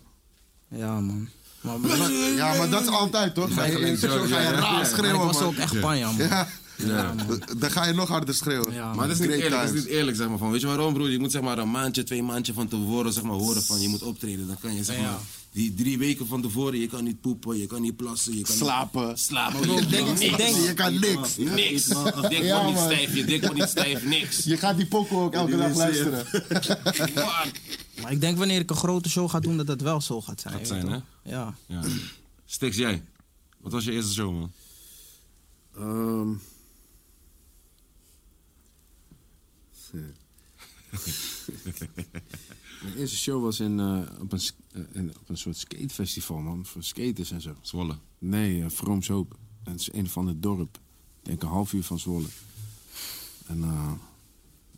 [SPEAKER 6] Ja, man. Maar, maar,
[SPEAKER 2] Ja, maar dat is altijd toch? Ga je
[SPEAKER 1] gelijk
[SPEAKER 2] eerst
[SPEAKER 1] zo,
[SPEAKER 2] zo ga je
[SPEAKER 1] ja, ja.
[SPEAKER 2] raar
[SPEAKER 6] maar ik
[SPEAKER 2] schreeuwen,
[SPEAKER 6] was
[SPEAKER 2] man.
[SPEAKER 6] ook echt panja, man.
[SPEAKER 2] Ja.
[SPEAKER 6] Ja, man.
[SPEAKER 2] Dan ga je nog harder schreeuwen.
[SPEAKER 6] Ja,
[SPEAKER 1] Maar dat is niet
[SPEAKER 2] Great
[SPEAKER 1] eerlijk, dat is
[SPEAKER 2] times.
[SPEAKER 1] niet eerlijk zeg maar. Van. Weet je waarom broer? Je moet zeg maar een maandje, twee maandje van tevoren zeg maar, horen van je moet optreden. Dan kan je zeg maar die drie weken van tevoren, je kan niet poepen, je kan niet plassen, je kan
[SPEAKER 2] Slapen.
[SPEAKER 1] niet slapen. Je denkt
[SPEAKER 6] ik denk-
[SPEAKER 2] Je kan niks.
[SPEAKER 1] niks. Je dik
[SPEAKER 2] Ja,
[SPEAKER 1] wordt niet
[SPEAKER 2] man.
[SPEAKER 1] stijf, je dik wordt niet stijf, niks.
[SPEAKER 2] Je gaat die pokoe ook elke dag luisteren.
[SPEAKER 1] Fuck.
[SPEAKER 6] maar ik denk wanneer ik een grote show ga doen, dat dat wel zo gaat zijn.
[SPEAKER 1] Gaat
[SPEAKER 6] je weet
[SPEAKER 1] zijn,
[SPEAKER 6] toch? Ja.
[SPEAKER 1] Ja. Stix, jij. Wat was je eerste show man?
[SPEAKER 3] Ehm. Mijn eerste show was in, eh, op, een, sk- eh, in- op een soort skatefestival, man. Voor skaters en zo.
[SPEAKER 1] Zwolle.
[SPEAKER 3] Nee, eh Vrooms Hoop. Dat is een van het dorp. Ik denk een half uur van Zwolle. En eh,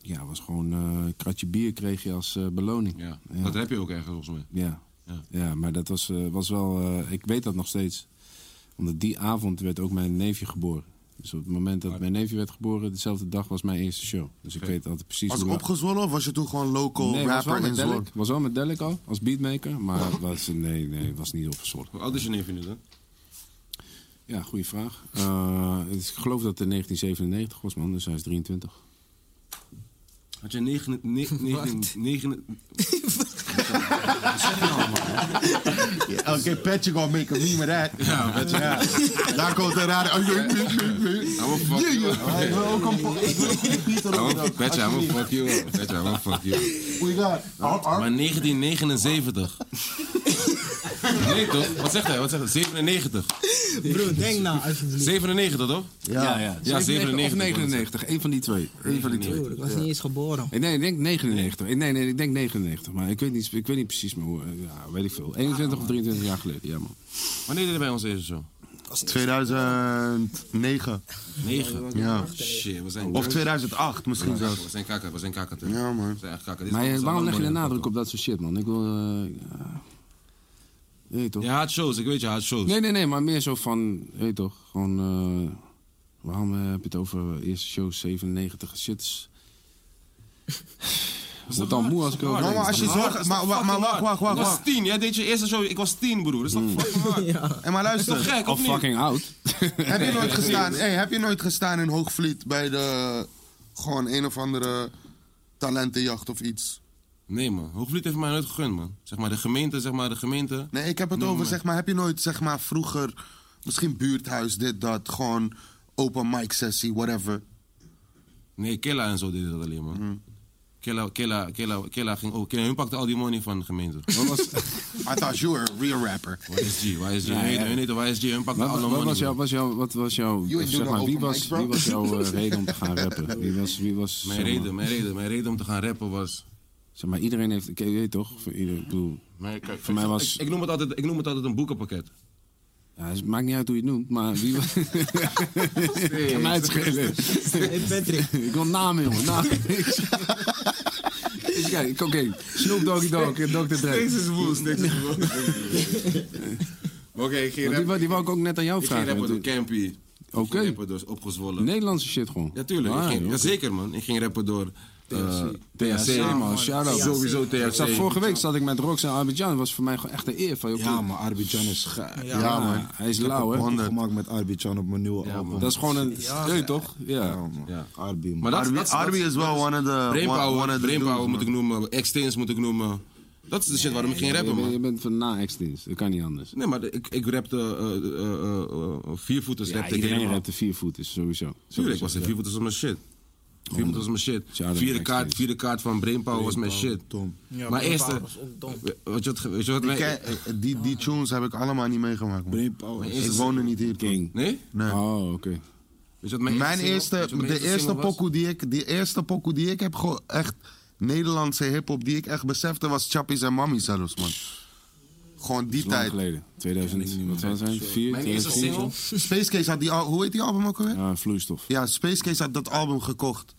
[SPEAKER 3] ja, het was gewoon eh, een kratje bier kreeg je als eh, beloning.
[SPEAKER 1] Ja.
[SPEAKER 3] Ja.
[SPEAKER 1] Dat heb je ook ergens volgens mij.
[SPEAKER 3] Ja,
[SPEAKER 1] Ja.
[SPEAKER 3] ja. maar dat was, eh, was wel. eh, ik weet dat nog steeds. Omdat die avond werd ook mijn neefje geboren. Dus op het moment dat mijn neefje werd geboren, dezelfde dag was mijn eerste show. Dus ik weet altijd precies
[SPEAKER 2] Was
[SPEAKER 3] hoe.
[SPEAKER 2] opgezwollen of was je toen gewoon local
[SPEAKER 3] nee, was wel
[SPEAKER 2] rapper
[SPEAKER 3] met
[SPEAKER 2] in Zwolle? Oh.
[SPEAKER 3] Delic. Was wel met Delic al, als beatmaker. Maar het was, nee, nee, was niet opgezwollen.
[SPEAKER 1] Hoe oud is je neefje nu dan?
[SPEAKER 3] Ja, goede vraag. Eh, ik geloof dat het in 1997 was, man, dus hij is 23.
[SPEAKER 1] Had je 9... 9... 9...
[SPEAKER 2] Okay, Pat, you gonna make a meme of that. Ja, Pat. Daar komt de raar. Oh, jee, jee, jee, jee.
[SPEAKER 1] I'm a fuck you
[SPEAKER 2] Jee, jee.
[SPEAKER 1] up.
[SPEAKER 2] Oh, Ik wil ook een po- ik wil ook niet nou- een
[SPEAKER 1] I'm a-
[SPEAKER 2] rood.
[SPEAKER 1] Betja, I'm a fuck you up. Betja, I'm a fuck you up.
[SPEAKER 2] Hoe je daar- Ar- ar-
[SPEAKER 1] Maar 1979. Nee toch? Wat zegt hij? Wat zegt hij? 97.
[SPEAKER 6] Bro, denk nou alsjeblieft.
[SPEAKER 1] 97 toch?
[SPEAKER 3] Ja, ja.
[SPEAKER 1] Ja,
[SPEAKER 3] 97.
[SPEAKER 1] 97.
[SPEAKER 3] Of 99, één van die twee. Eén van die twee.
[SPEAKER 6] Broer, ik was niet eens geboren.
[SPEAKER 3] Nee, nee, ik denk 99. Nee, nee, ik denk 99. Maar ik weet niet, ik weet niet precies meer hoe. eh, Ja, weet ik veel. 21 of 23 jaar geleden, ja man.
[SPEAKER 1] Wanneer deden wij ons eerste show?
[SPEAKER 2] 2009.
[SPEAKER 1] 9.
[SPEAKER 2] Ja.
[SPEAKER 1] Shit, we zijn...
[SPEAKER 2] Of 2008 misschien zelfs.
[SPEAKER 1] We zijn kakker, we zijn kakker. toch?
[SPEAKER 2] Ja, man.
[SPEAKER 1] We zijn echt kakker. Dit
[SPEAKER 3] Maar
[SPEAKER 1] is-
[SPEAKER 3] eh,
[SPEAKER 1] dit is
[SPEAKER 3] waarom leg je de
[SPEAKER 1] allemaal
[SPEAKER 3] nadruk op dat soort shit, man? Ik wil. eh, ja. Je weet toch?
[SPEAKER 1] Je haat shows, ik weet je haat shows.
[SPEAKER 3] Nee, nee, nee, maar meer zo van. je Weet toch? Gewoon. eh, waarom eh, heb je het over eerste show 97
[SPEAKER 2] [laughs]
[SPEAKER 3] shit? Ik word al moe als ik erover
[SPEAKER 2] Maar, maar
[SPEAKER 3] denk.
[SPEAKER 2] als je zorgt. Maar, maar, maar wacht, wacht,
[SPEAKER 1] Ik
[SPEAKER 2] wacht.
[SPEAKER 1] was
[SPEAKER 2] wacht.
[SPEAKER 1] tien, jij deed je eerste show, ik was tien broer. Dat is toch fucking hard?
[SPEAKER 2] En maar
[SPEAKER 1] Toch
[SPEAKER 2] luister.
[SPEAKER 1] gek,
[SPEAKER 3] Al
[SPEAKER 1] Hmm. of niet?
[SPEAKER 3] fucking oud.
[SPEAKER 2] Heb je nooit gestaan, hey, heb je nooit gestaan in Hoogvliet bij de. gewoon een of andere talentenjacht of iets?
[SPEAKER 1] Nee man, Hoogvliet heeft mij nooit gegund man. Zeg maar de gemeente, zeg maar de gemeente.
[SPEAKER 2] Nee, ik heb het
[SPEAKER 1] Noem
[SPEAKER 2] over,
[SPEAKER 1] maar.
[SPEAKER 2] zeg maar. Heb je nooit, zeg maar, vroeger. misschien buurthuis, dit, dat. gewoon open mic sessie, whatever.
[SPEAKER 1] Nee, Killa en zo deden dat alleen man. Killa, Killa, Killa, Killa ging ook. Killa, hun pakte al die money van de [laughs] gemeente. Wat was
[SPEAKER 2] I thought you were a real rapper.
[SPEAKER 1] YSG? YSG, hun heette- hun heette YSG, hun pakte
[SPEAKER 3] Wat,
[SPEAKER 1] alle
[SPEAKER 3] wat
[SPEAKER 1] money.
[SPEAKER 3] was jouw,
[SPEAKER 1] man.
[SPEAKER 3] was jouw, wat was jouw,
[SPEAKER 2] You ain't
[SPEAKER 3] zeg
[SPEAKER 2] doing
[SPEAKER 3] maar,
[SPEAKER 2] no
[SPEAKER 3] wie
[SPEAKER 2] open
[SPEAKER 3] was,
[SPEAKER 2] mic, bro.
[SPEAKER 3] wie was jouw eh, reden om te gaan
[SPEAKER 2] [laughs]
[SPEAKER 3] rappen? Wie was, wie was,
[SPEAKER 1] Mijn
[SPEAKER 3] zeg maar-
[SPEAKER 1] reden, mijn reden, mijn reden om te gaan rappen was...
[SPEAKER 3] Zeg maar, iedereen heeft, ik weet toch, voor ieder, ik bedoel,
[SPEAKER 1] Mijn, kijk,
[SPEAKER 3] Voor mij
[SPEAKER 1] ik-
[SPEAKER 3] was-
[SPEAKER 1] Ik, ik noem het altijd, ik noem het altijd een boekenpakket.
[SPEAKER 3] ja, het maakt niet uit hoe je het noemt, maar wie was... Kan mij het schelen.
[SPEAKER 6] Hey Patrick.
[SPEAKER 3] ik wil namen, jongen, namen. Dus Kijk, oké, Snoop Doggy Dogg en Dr.
[SPEAKER 1] [laughs]
[SPEAKER 3] Dre.
[SPEAKER 1] is woest, niks is woest. Oké, ik ging
[SPEAKER 3] Want Die,
[SPEAKER 1] rappen.
[SPEAKER 3] wou- die wou ik ook net aan jou
[SPEAKER 1] Ik ging
[SPEAKER 3] vragen.
[SPEAKER 1] rappen door
[SPEAKER 3] want-
[SPEAKER 1] Campy. Ik ging
[SPEAKER 3] Oké.
[SPEAKER 1] rappen door opgezwollen.
[SPEAKER 3] Nederlandse shit gewoon.
[SPEAKER 1] Ja, tuurlijk.
[SPEAKER 3] Ah,
[SPEAKER 1] ik ging,
[SPEAKER 3] joh.
[SPEAKER 1] ja, zeker, man. Ik ging rappen door eh THC.
[SPEAKER 3] Ja, man, shout-out.
[SPEAKER 1] Sowieso THC.
[SPEAKER 3] Ik zat- Vorige week zat ik met Rox en Abidjan. Dat was voor mij gewoon echt een eer van je.
[SPEAKER 5] Ja, maar Arbidjan is gaaf.
[SPEAKER 6] Ja,
[SPEAKER 2] Ja, man.
[SPEAKER 3] Hij is lauw, hè?
[SPEAKER 5] Honderd gemaakt met Arbidjan op mijn nieuwe album.
[SPEAKER 3] Dat is gewoon een. Ja, toch? Ja.
[SPEAKER 1] Ja.
[SPEAKER 5] Arbi, man.
[SPEAKER 1] Maar dat,
[SPEAKER 2] Arby,
[SPEAKER 1] dat, dat,
[SPEAKER 2] Arby is wel one of the.
[SPEAKER 1] brainpower,
[SPEAKER 2] one of the
[SPEAKER 1] brainpower
[SPEAKER 2] dudes,
[SPEAKER 1] moet ik
[SPEAKER 2] man.
[SPEAKER 1] noemen. Extens moet ik noemen. Dat is de shit waarom ik ging
[SPEAKER 3] Je,
[SPEAKER 1] rappen,
[SPEAKER 3] bent,
[SPEAKER 1] man.
[SPEAKER 3] je bent van na dienst Dat kan niet anders.
[SPEAKER 1] Nee, maar de- ik, ik rapte eh, eh, eh, eh, eh, viervoeters. rapte ik
[SPEAKER 3] iedereen
[SPEAKER 1] helemaal.
[SPEAKER 3] hebt de vier voet, is sowieso.
[SPEAKER 1] Tuurlijk
[SPEAKER 3] Sowieso,
[SPEAKER 1] was de
[SPEAKER 3] ja.
[SPEAKER 1] viervoeters was mijn shit. Viervoeters was mijn shit.
[SPEAKER 3] Shout-out
[SPEAKER 1] Vierde
[SPEAKER 3] Extens.
[SPEAKER 1] kaart, vierde kaart van brainpower was mijn shit.
[SPEAKER 6] Ja,
[SPEAKER 1] Maar
[SPEAKER 6] mijn
[SPEAKER 1] eerst...
[SPEAKER 6] pa was ook dom.
[SPEAKER 1] Weet je wat- weet je wat
[SPEAKER 2] Die,
[SPEAKER 1] mij...
[SPEAKER 2] ke- eh, die, die tunes heb ik allemaal niet meegemaakt, man.
[SPEAKER 5] Brainpower.
[SPEAKER 2] Ik woonde niet hier. toen.
[SPEAKER 3] King.
[SPEAKER 1] Nee?
[SPEAKER 2] Nee.
[SPEAKER 3] Oh, oké.
[SPEAKER 1] Weet je wat mijn,
[SPEAKER 2] Mijn
[SPEAKER 1] single-
[SPEAKER 2] eerste,
[SPEAKER 1] weet je wat mijn
[SPEAKER 2] de eerste
[SPEAKER 1] single was?
[SPEAKER 2] pokoe die ik, die eerste pokoe die ik heb gewoon echt Nederlandse hip-hop die ik echt besefte was Chappies en Mami zelfs, man. Gewoon die
[SPEAKER 3] Dat is lang
[SPEAKER 2] tijd.
[SPEAKER 3] geleden. 2000, wat zou het zijn? 4,
[SPEAKER 1] Mijn eerste single...
[SPEAKER 2] Space Case had die al, hoe heet die album ook alweer? Ja.
[SPEAKER 3] Ja, vloeistof.
[SPEAKER 2] Space Case had dat album gekocht.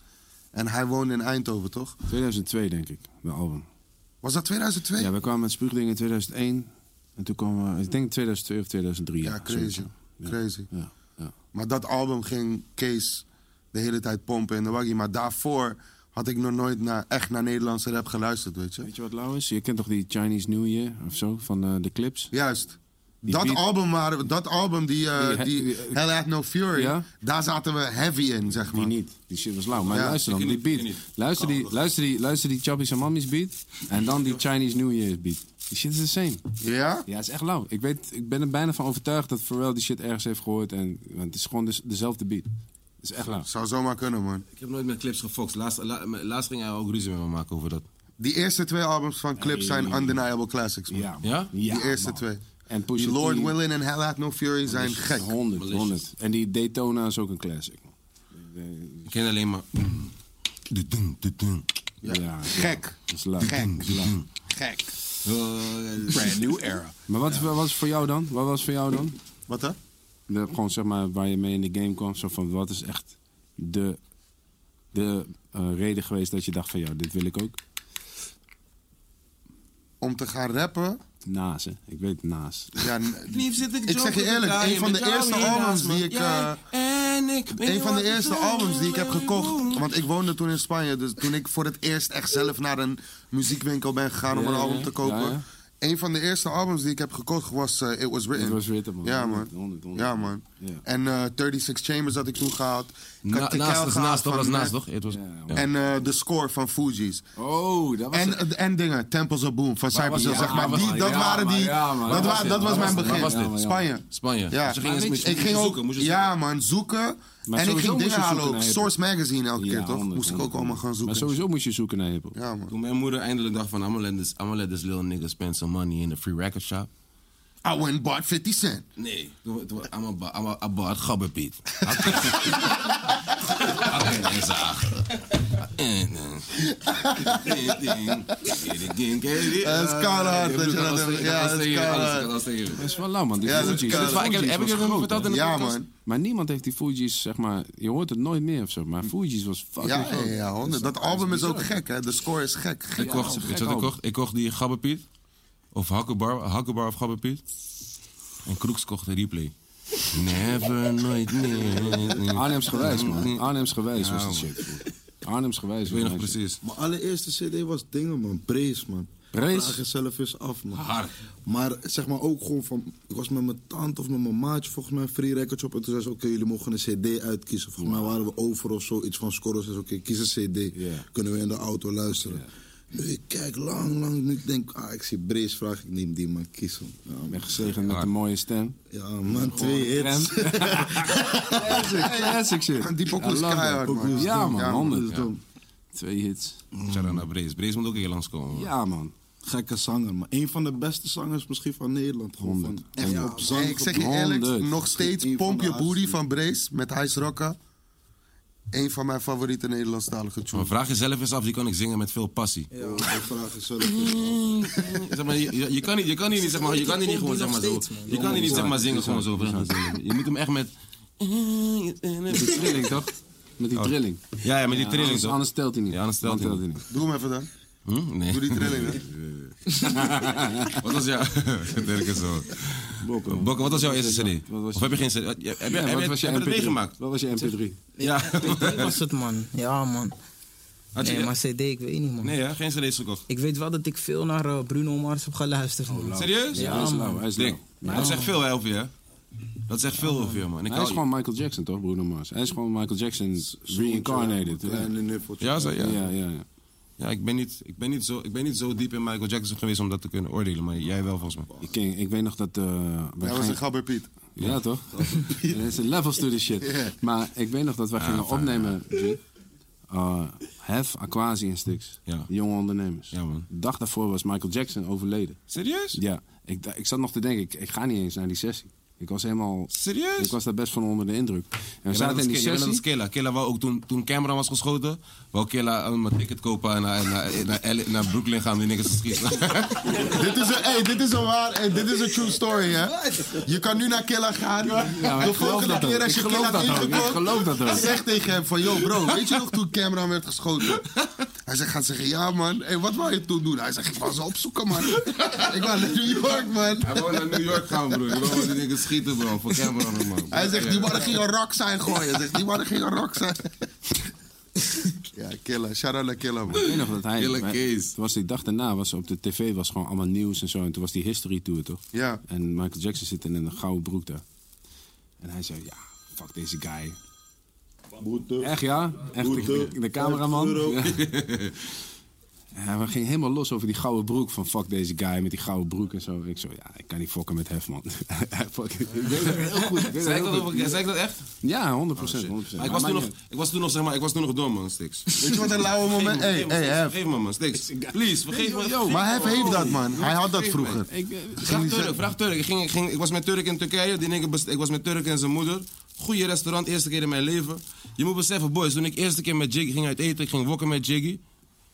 [SPEAKER 2] En hij woonde in Eindhoven, toch?
[SPEAKER 3] 2002 denk ik, de album.
[SPEAKER 2] Was dat 2002?
[SPEAKER 3] Ja,
[SPEAKER 2] Ja,
[SPEAKER 3] we kwamen met Spuugdingen in 2001. En toen kwam, eh, ik denk 2002 of 2003. zoiets,
[SPEAKER 2] crazy.
[SPEAKER 3] ja.
[SPEAKER 2] Crazy.
[SPEAKER 3] Ja, ja.
[SPEAKER 2] Maar dat album ging Kees de hele tijd pompen in de waggie. Maar daarvoor had ik nog nooit naar, echt naar Nederlandse rap geluisterd, weet je?
[SPEAKER 3] Weet je wat lauw is? Je kent toch die Chinese New Year of zo, van eh, de clips?
[SPEAKER 2] Juist.
[SPEAKER 3] Die
[SPEAKER 2] dat,
[SPEAKER 3] beat-
[SPEAKER 2] album waar, dat album, die, eh,
[SPEAKER 3] Die-
[SPEAKER 2] die,
[SPEAKER 3] die-
[SPEAKER 2] Hell Hath No Fury,
[SPEAKER 3] Ja?
[SPEAKER 2] daar zaten we heavy in, zeg
[SPEAKER 3] Die
[SPEAKER 2] maar.
[SPEAKER 3] niet. Die shit was lauw. Maar
[SPEAKER 2] Ja.
[SPEAKER 3] luister dan,
[SPEAKER 1] Ik
[SPEAKER 3] die
[SPEAKER 1] niet,
[SPEAKER 3] beat.
[SPEAKER 1] ik niet.
[SPEAKER 3] Luister die, luister die, luister die Chubby's en Mammy's beat. En dan die Chinese New Year's beat. Die shit is the same.
[SPEAKER 2] Ja?
[SPEAKER 3] Ja, het is echt lauw. Ik, weet, ik ben er bijna van overtuigd dat Pharrell die shit ergens heeft gehoord. En, want het is gewoon de- dezelfde beat. Het is echt lauw.
[SPEAKER 2] Zou zomaar kunnen, man.
[SPEAKER 1] Ik heb nooit met clips gefokt. Laatst, la- laatst ging hij ook ruzie met me maken over dat.
[SPEAKER 2] Die eerste twee albums van Clips zijn undeniable classics, man.
[SPEAKER 3] Ja, man.
[SPEAKER 1] Ja?
[SPEAKER 2] die eerste
[SPEAKER 3] man.
[SPEAKER 2] twee.
[SPEAKER 3] En Pusha
[SPEAKER 2] Die Lord
[SPEAKER 3] T,
[SPEAKER 2] Willin en Hell Hath No Fury zijn gek.
[SPEAKER 3] 100, 100. En die Daytona is ook een classic. man.
[SPEAKER 1] Ik ken alleen maar...
[SPEAKER 3] Ja,
[SPEAKER 2] Gek.
[SPEAKER 3] Het is lauw.
[SPEAKER 2] Gek.
[SPEAKER 3] Het is lauw.
[SPEAKER 2] Gek.
[SPEAKER 1] Oh, Brand new era.
[SPEAKER 3] Maar wat wat was voor jou dan? Wat was voor jou dan?
[SPEAKER 2] Wat hè?
[SPEAKER 3] De- gewoon zeg maar waar je mee in de game kwam. Zo van wat is echt de, de eh, reden geweest dat je dacht van ja, dit wil ik ook.
[SPEAKER 2] Om te gaan rappen.
[SPEAKER 3] Naast, hè? Ik weet naast.
[SPEAKER 2] Ja, n-
[SPEAKER 1] Lief zit ik
[SPEAKER 2] Ik zeg je eerlijk, een van de eerste albums die ik, eh, een van de eerste albums die ik heb gekocht. Want ik woonde toen in Spanje. Dus toen ik voor het eerst echt zelf naar een muziekwinkel ben gegaan om
[SPEAKER 3] Ja,
[SPEAKER 2] een
[SPEAKER 3] ja,
[SPEAKER 2] album
[SPEAKER 3] ja.
[SPEAKER 2] te kopen.
[SPEAKER 3] Ja, ja.
[SPEAKER 2] een van de eerste albums die ik heb gekocht was eh, It Was Written.
[SPEAKER 3] It Was Written, man.
[SPEAKER 2] Ja, man.
[SPEAKER 3] Honderd, honderd, honderd.
[SPEAKER 2] Ja, man.
[SPEAKER 3] Ja.
[SPEAKER 2] En eh 36 Chambers had ik toen gehaald. Ik had
[SPEAKER 1] Na,
[SPEAKER 2] Tekel
[SPEAKER 1] naast, dat is
[SPEAKER 2] gehaald
[SPEAKER 1] naast, dat
[SPEAKER 2] van
[SPEAKER 1] was naast,
[SPEAKER 2] Mac.
[SPEAKER 1] toch? Het was,
[SPEAKER 3] Ja,
[SPEAKER 1] ja.
[SPEAKER 2] En eh, de score van Fuji's.
[SPEAKER 3] Oh, dat was
[SPEAKER 2] En, eh,
[SPEAKER 3] het.
[SPEAKER 2] en dingen, Temples of Boom van Cypress Hill,
[SPEAKER 3] was-
[SPEAKER 2] zeg
[SPEAKER 3] ja,
[SPEAKER 2] maar.
[SPEAKER 3] was-
[SPEAKER 2] Die, dat
[SPEAKER 3] ja,
[SPEAKER 2] waren
[SPEAKER 3] maar-
[SPEAKER 2] die,
[SPEAKER 3] ja, maar
[SPEAKER 2] dat,
[SPEAKER 3] dat
[SPEAKER 2] wa-
[SPEAKER 3] was dit,
[SPEAKER 2] dat was
[SPEAKER 3] dat
[SPEAKER 2] mijn
[SPEAKER 3] was dit,
[SPEAKER 2] begin.
[SPEAKER 3] dat was dit.
[SPEAKER 2] Spanje.
[SPEAKER 1] Spanje. Dus
[SPEAKER 2] Ja,
[SPEAKER 1] Ze gingen
[SPEAKER 2] Maar
[SPEAKER 1] eens met-
[SPEAKER 2] weet je, ik
[SPEAKER 1] moest
[SPEAKER 2] ging
[SPEAKER 1] je
[SPEAKER 2] ook,
[SPEAKER 1] zoeken, moest je
[SPEAKER 2] ja
[SPEAKER 1] zoeken.
[SPEAKER 2] man, zoeken.
[SPEAKER 3] Maar
[SPEAKER 2] en ik
[SPEAKER 3] sowieso
[SPEAKER 2] ging
[SPEAKER 3] moest
[SPEAKER 2] dingen
[SPEAKER 3] je
[SPEAKER 2] halen
[SPEAKER 3] zoeken
[SPEAKER 2] ook.
[SPEAKER 3] naar
[SPEAKER 2] Source Magazine elke keer, toch?
[SPEAKER 3] honderd,
[SPEAKER 2] Moest ik ook
[SPEAKER 3] honderd.
[SPEAKER 2] allemaal gaan zoeken.
[SPEAKER 3] Maar sowieso moest je zoeken naar hiphop.
[SPEAKER 2] Ja man.
[SPEAKER 1] Toen mijn moeder eindelijk dacht van, I'm gonna let this, I'm gonna let this little nigga spend some money in the free record shop.
[SPEAKER 2] I went and bought 50 cent.
[SPEAKER 1] Nee, toen- toen- I'm a, ba- I'm a, I bought gabberpiet. En zagen. En,
[SPEAKER 2] Dat is keihard dat je dat hebt. Ja, dat is
[SPEAKER 1] Dat is
[SPEAKER 2] keihard.
[SPEAKER 1] keihard.
[SPEAKER 3] Dat is wel lauw, man. Die
[SPEAKER 2] Ja, dat
[SPEAKER 3] Fuji's.
[SPEAKER 2] kan.
[SPEAKER 3] die
[SPEAKER 2] Is waar-
[SPEAKER 1] ik heb-
[SPEAKER 3] Fuji's
[SPEAKER 1] heb ik
[SPEAKER 3] was
[SPEAKER 1] het nog
[SPEAKER 3] groot,
[SPEAKER 1] verteld
[SPEAKER 3] hè?
[SPEAKER 1] in de
[SPEAKER 2] Ja,
[SPEAKER 1] podcast?
[SPEAKER 2] man.
[SPEAKER 3] Maar niemand heeft die Fuji's, zeg maar... Je hoort het nooit meer of zo. Maar Fuji's was fucking
[SPEAKER 2] Ja, ja,
[SPEAKER 3] groot.
[SPEAKER 2] ja, honderd. Dat album is ook gek, hè? De score is gek.
[SPEAKER 1] Ik
[SPEAKER 2] gek.
[SPEAKER 1] kocht, weet je wat ik kocht? Ik kocht die Gabberpiet. Of Hakkebar, Hakkebar of Gabberpiet. En Kroeks kocht de replay. Never, nooit meer.
[SPEAKER 3] Arnhems gewijs, man. Arnhems gewijs
[SPEAKER 1] Ja,
[SPEAKER 3] was dat
[SPEAKER 1] man.
[SPEAKER 3] shit. broer. Arnhems gewijs.
[SPEAKER 1] Ik weet nog
[SPEAKER 3] was dat shit.
[SPEAKER 1] precies.
[SPEAKER 5] Mijn allereerste CD was dingen, man. Prees, man.
[SPEAKER 3] Prees?
[SPEAKER 5] Vraag jezelf eens af, man.
[SPEAKER 1] Hard.
[SPEAKER 5] Maar zeg maar ook gewoon van. Ik was met mijn tante of met mijn maatje, volgens mij, free records op. En toen zei ze: Oké, jullie mogen een CD uitkiezen. Volgens mij waren we over of zo. Iets van scoren. Ze zei: Oké, kies een CD.
[SPEAKER 3] Ja.
[SPEAKER 5] Kunnen we in de auto luisteren? Dus ik kijk lang, lang. Nu denk ik: Ah, ik zie Brees. Vraag ik neem die, maar kies hem. Ja,
[SPEAKER 3] Ik ben
[SPEAKER 5] man.
[SPEAKER 3] gezegend met een mooie stem.
[SPEAKER 5] Ja, man, twee hits.
[SPEAKER 3] Rem. [laughs] Classic, classic shit.
[SPEAKER 2] Die pokoe is
[SPEAKER 3] I love that
[SPEAKER 2] keihard,
[SPEAKER 3] pokoe
[SPEAKER 2] man.
[SPEAKER 3] is Ja,
[SPEAKER 2] Ja,
[SPEAKER 3] man,
[SPEAKER 2] man.
[SPEAKER 3] honderd. Twee hits.
[SPEAKER 1] Shout-out naar Brees. Brees moet ook hier langskomen. man.
[SPEAKER 3] Ja, man.
[SPEAKER 5] Gekke zanger, maar een van de beste zangers misschien van Nederland. Gewoon van echt op zang.
[SPEAKER 2] Hey, ik zeg je eerlijk, nog steeds
[SPEAKER 5] Eén van
[SPEAKER 2] Pomp
[SPEAKER 5] de
[SPEAKER 2] je booty
[SPEAKER 5] hardste.
[SPEAKER 2] van Brace met Hijs Rocca. Eén van mijn favoriete Nederlandstalige
[SPEAKER 1] Maar
[SPEAKER 2] tunes.
[SPEAKER 1] vraag jezelf eens af, die kan ik zingen met veel passie.
[SPEAKER 5] Ja, ik vraag jezelf. af.
[SPEAKER 1] Zeg maar, je, je- je kan niet, je kan hier niet, zeg maar, je kan hier niet gewoon zeg maar, zo. Je kan hier niet zeg maar, zingen gewoon zo. Je moet hem echt met. Eh,
[SPEAKER 3] Die trilling, toch? Met die trilling.
[SPEAKER 1] Ja, ja, met die trilling
[SPEAKER 3] Anders,
[SPEAKER 1] toch?
[SPEAKER 3] anders telt hij niet.
[SPEAKER 1] Ja, anders telt hij niet.
[SPEAKER 2] Doe hem even dan.
[SPEAKER 1] Hm? Nee.
[SPEAKER 2] Doe die [laughs] trilling, hè?
[SPEAKER 1] Wat was jouw... [laughs] Denk het zo.
[SPEAKER 3] Bokke.
[SPEAKER 1] Bokke, wat was jouw eerste CD?
[SPEAKER 3] Wat was
[SPEAKER 1] Of heb je geen CD? Heb je, heb je,
[SPEAKER 3] Ja,
[SPEAKER 1] heb
[SPEAKER 3] wat
[SPEAKER 1] je,
[SPEAKER 3] was je
[SPEAKER 1] heb je het
[SPEAKER 3] MP3?
[SPEAKER 1] meegemaakt?
[SPEAKER 3] Wat was je MP3?
[SPEAKER 1] Ja.
[SPEAKER 6] Dat was het, man. Ja, man.
[SPEAKER 1] [laughs] Had je,
[SPEAKER 6] Nee, maar CD, ik weet niet, man.
[SPEAKER 1] Nee, hè? geen CD's gekocht.
[SPEAKER 6] Ik weet wel dat ik veel naar eh, Bruno Mars heb geluisterd.
[SPEAKER 1] Oh,
[SPEAKER 6] man.
[SPEAKER 1] Serieus?
[SPEAKER 6] Ja,
[SPEAKER 3] hij is
[SPEAKER 6] man.
[SPEAKER 3] lauw, hij is
[SPEAKER 1] Dik.
[SPEAKER 3] lauw.
[SPEAKER 1] Maar dat zegt veel hè, over je, hè? Dat zegt veel over je, man. Ik
[SPEAKER 3] Hij is
[SPEAKER 1] hou-
[SPEAKER 3] gewoon Michael Jackson, toch, Bruno Mars? Hij is gewoon Michael Jackson reincarnated. Ja,
[SPEAKER 5] Kleine nuffeltje.
[SPEAKER 1] Ja, zo, eh, ja.
[SPEAKER 3] ja, ja. ja.
[SPEAKER 1] Ja, ik ben, niet, ik, ben niet zo, ik ben niet zo diep in Michael Jackson geweest om dat te kunnen oordelen, maar jij wel volgens mij.
[SPEAKER 3] Ik, ken- ik weet nog dat... eh, wij
[SPEAKER 2] Hij was
[SPEAKER 3] gingen-
[SPEAKER 2] een gabber Piet.
[SPEAKER 3] Ja, toch? [laughs] Er is een levels to the shit. Maar ik weet nog dat we gingen opnemen. G. Eh, Hef, Aquasi en Stix.
[SPEAKER 1] Ja.
[SPEAKER 3] Jonge ondernemers.
[SPEAKER 1] Ja, man.
[SPEAKER 3] De dag daarvoor was Michael Jackson overleden.
[SPEAKER 1] Serieus?
[SPEAKER 3] Ja, ik, da- ik zat nog te denken, ik, ik ga niet eens naar die sessie. Ik was helemaal...
[SPEAKER 1] Serieus?
[SPEAKER 3] Ik was daar best van onder de indruk. En we
[SPEAKER 1] Je bent
[SPEAKER 3] zaten
[SPEAKER 1] net
[SPEAKER 3] in
[SPEAKER 1] als
[SPEAKER 3] die
[SPEAKER 1] Killa- je bent net als
[SPEAKER 3] sessie...
[SPEAKER 1] Killa. Killa wou ook toen, toen Cameron was geschoten, wou Killa een ticket kopen en naar, naar, naar, LA naar Brooklyn gaan om die niks te schieten.
[SPEAKER 2] Dit is een, hey, dit is een waar, hey, dit is een true story, hè? Je kan nu naar Killa gaan.
[SPEAKER 3] maar
[SPEAKER 2] de
[SPEAKER 3] ik geloof
[SPEAKER 2] volgende
[SPEAKER 3] dat ook.
[SPEAKER 2] keer als
[SPEAKER 3] Ik
[SPEAKER 2] je
[SPEAKER 3] geloof
[SPEAKER 2] Killa
[SPEAKER 3] dat ook. Ik geloof dat ook.
[SPEAKER 2] hebt zeg tegen hem van, yo bro, weet je nog toen Cameron werd geschoten? Hij zegt, gaat zeggen, ja man, hey, wat wou je toen doen? Hij zegt, ik was opzoeken man. ik was naar New York man.
[SPEAKER 1] [laughs] Hij wou naar New York gaan, broer. Hij wou die niks schieten, bro. Voor Cameron, man.
[SPEAKER 2] Hij zegt, die mannen gingen rock zijn gooien. Hij zegt, die mannen gingen rock zijn. ja, Killa, shout out naar Killa man.
[SPEAKER 3] Ik weet nog dat hij...
[SPEAKER 1] Killer
[SPEAKER 3] wij-
[SPEAKER 1] case.
[SPEAKER 3] Het was die dag daarna, was op de tv was gewoon allemaal nieuws en zo. En toen was die history tour, toch?
[SPEAKER 2] Ja.
[SPEAKER 3] En Michael Jackson zit in een gouden broek daar. En hij zei, ja, fuck deze guy.
[SPEAKER 5] Boete.
[SPEAKER 3] Echt ja? Echt de, de cameraman? Ja. [laughs] Ja, we gingen helemaal los over die gouden broek. Van fuck deze guy met die gouden broek en zo. Ik zo, ja, ik kan niet fokken met Hef, man. [laughs] Fuck. Ik weet het heel goed. Ik weet het
[SPEAKER 1] Zei ik
[SPEAKER 3] heel
[SPEAKER 1] dat,
[SPEAKER 3] goed.
[SPEAKER 1] over- zei ik dat echt?
[SPEAKER 3] Ja, 100 procent.
[SPEAKER 1] Oh, Maar ik, was toen nog, ik was toen nog, zeg maar, ik was toen nog dom, man, Stix.
[SPEAKER 2] Weet je wat een lauwe
[SPEAKER 1] Vergeef me,
[SPEAKER 2] moment? Hey,
[SPEAKER 1] vergeef me, Stix. Vergeef
[SPEAKER 2] hey, Hef.
[SPEAKER 1] me, man, [laughs] Stix. Please, vergeef me.
[SPEAKER 2] Maar Hef heeft dat man, hij had dat vroeger.
[SPEAKER 3] eh,
[SPEAKER 1] Vraag Turk, vraag Turk. Ik, ging, ik, ging, ik was met Turk in Turkije. Die nigger best- ik was met Turk en zijn moeder. Goeie restaurant, eerste keer in mijn leven. Je moet beseffen, boys, toen ik eerste keer met Jiggy ging uit eten, ik ging wokken met Jiggy.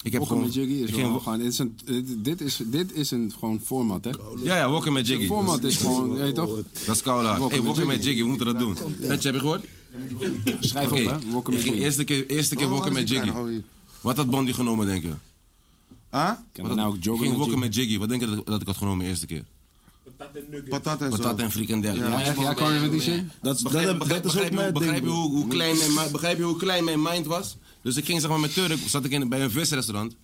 [SPEAKER 1] Ik heb
[SPEAKER 3] Pokken met Jiggy is
[SPEAKER 1] ik ging
[SPEAKER 3] wel
[SPEAKER 1] wo-
[SPEAKER 3] gewoon... Dit is, een, dit- dit is, dit is een gewoon format, hè?
[SPEAKER 1] Ja, ja, wokken met Jiggy.
[SPEAKER 3] Format Oh, is oh, gewoon, weet je toch?
[SPEAKER 1] Dat is koud hard.
[SPEAKER 3] Wokken
[SPEAKER 1] Hey,
[SPEAKER 3] met
[SPEAKER 1] wokken met Jiggy, we moeten dat doen. Netje, heb je gehoord?
[SPEAKER 3] Schrijf
[SPEAKER 1] Oké,
[SPEAKER 3] op, hè? Wokken
[SPEAKER 1] ik
[SPEAKER 3] met
[SPEAKER 1] ging
[SPEAKER 3] Jiggy. Oh,
[SPEAKER 1] eerste keer, eerste keer wokken met Jiggy. Wat had Bondi genomen, denk je?
[SPEAKER 2] Huh?
[SPEAKER 3] Kan er nou ook
[SPEAKER 1] ik
[SPEAKER 3] joggen
[SPEAKER 1] ging
[SPEAKER 3] met
[SPEAKER 1] wokken
[SPEAKER 3] Jiggy?
[SPEAKER 1] met Jiggy. Wat denk je dat, dat ik had genomen de eerste keer?
[SPEAKER 2] Patat en zo.
[SPEAKER 1] Patat en frikandel. Ja,
[SPEAKER 3] echt? Ja, kan je met die zin?
[SPEAKER 5] Dat is-
[SPEAKER 1] begrijp,
[SPEAKER 5] dat-
[SPEAKER 1] begrijp-
[SPEAKER 5] dat is ook
[SPEAKER 1] begrijp-
[SPEAKER 5] mijn
[SPEAKER 1] begrijp
[SPEAKER 5] ding,
[SPEAKER 1] je
[SPEAKER 5] broer.
[SPEAKER 1] hoe, hoe klein mijn, ma- begrijp je hoe klein mijn mind was? Dus ik ging zeg maar met Turk, zat ik in, bij een visrestaurant.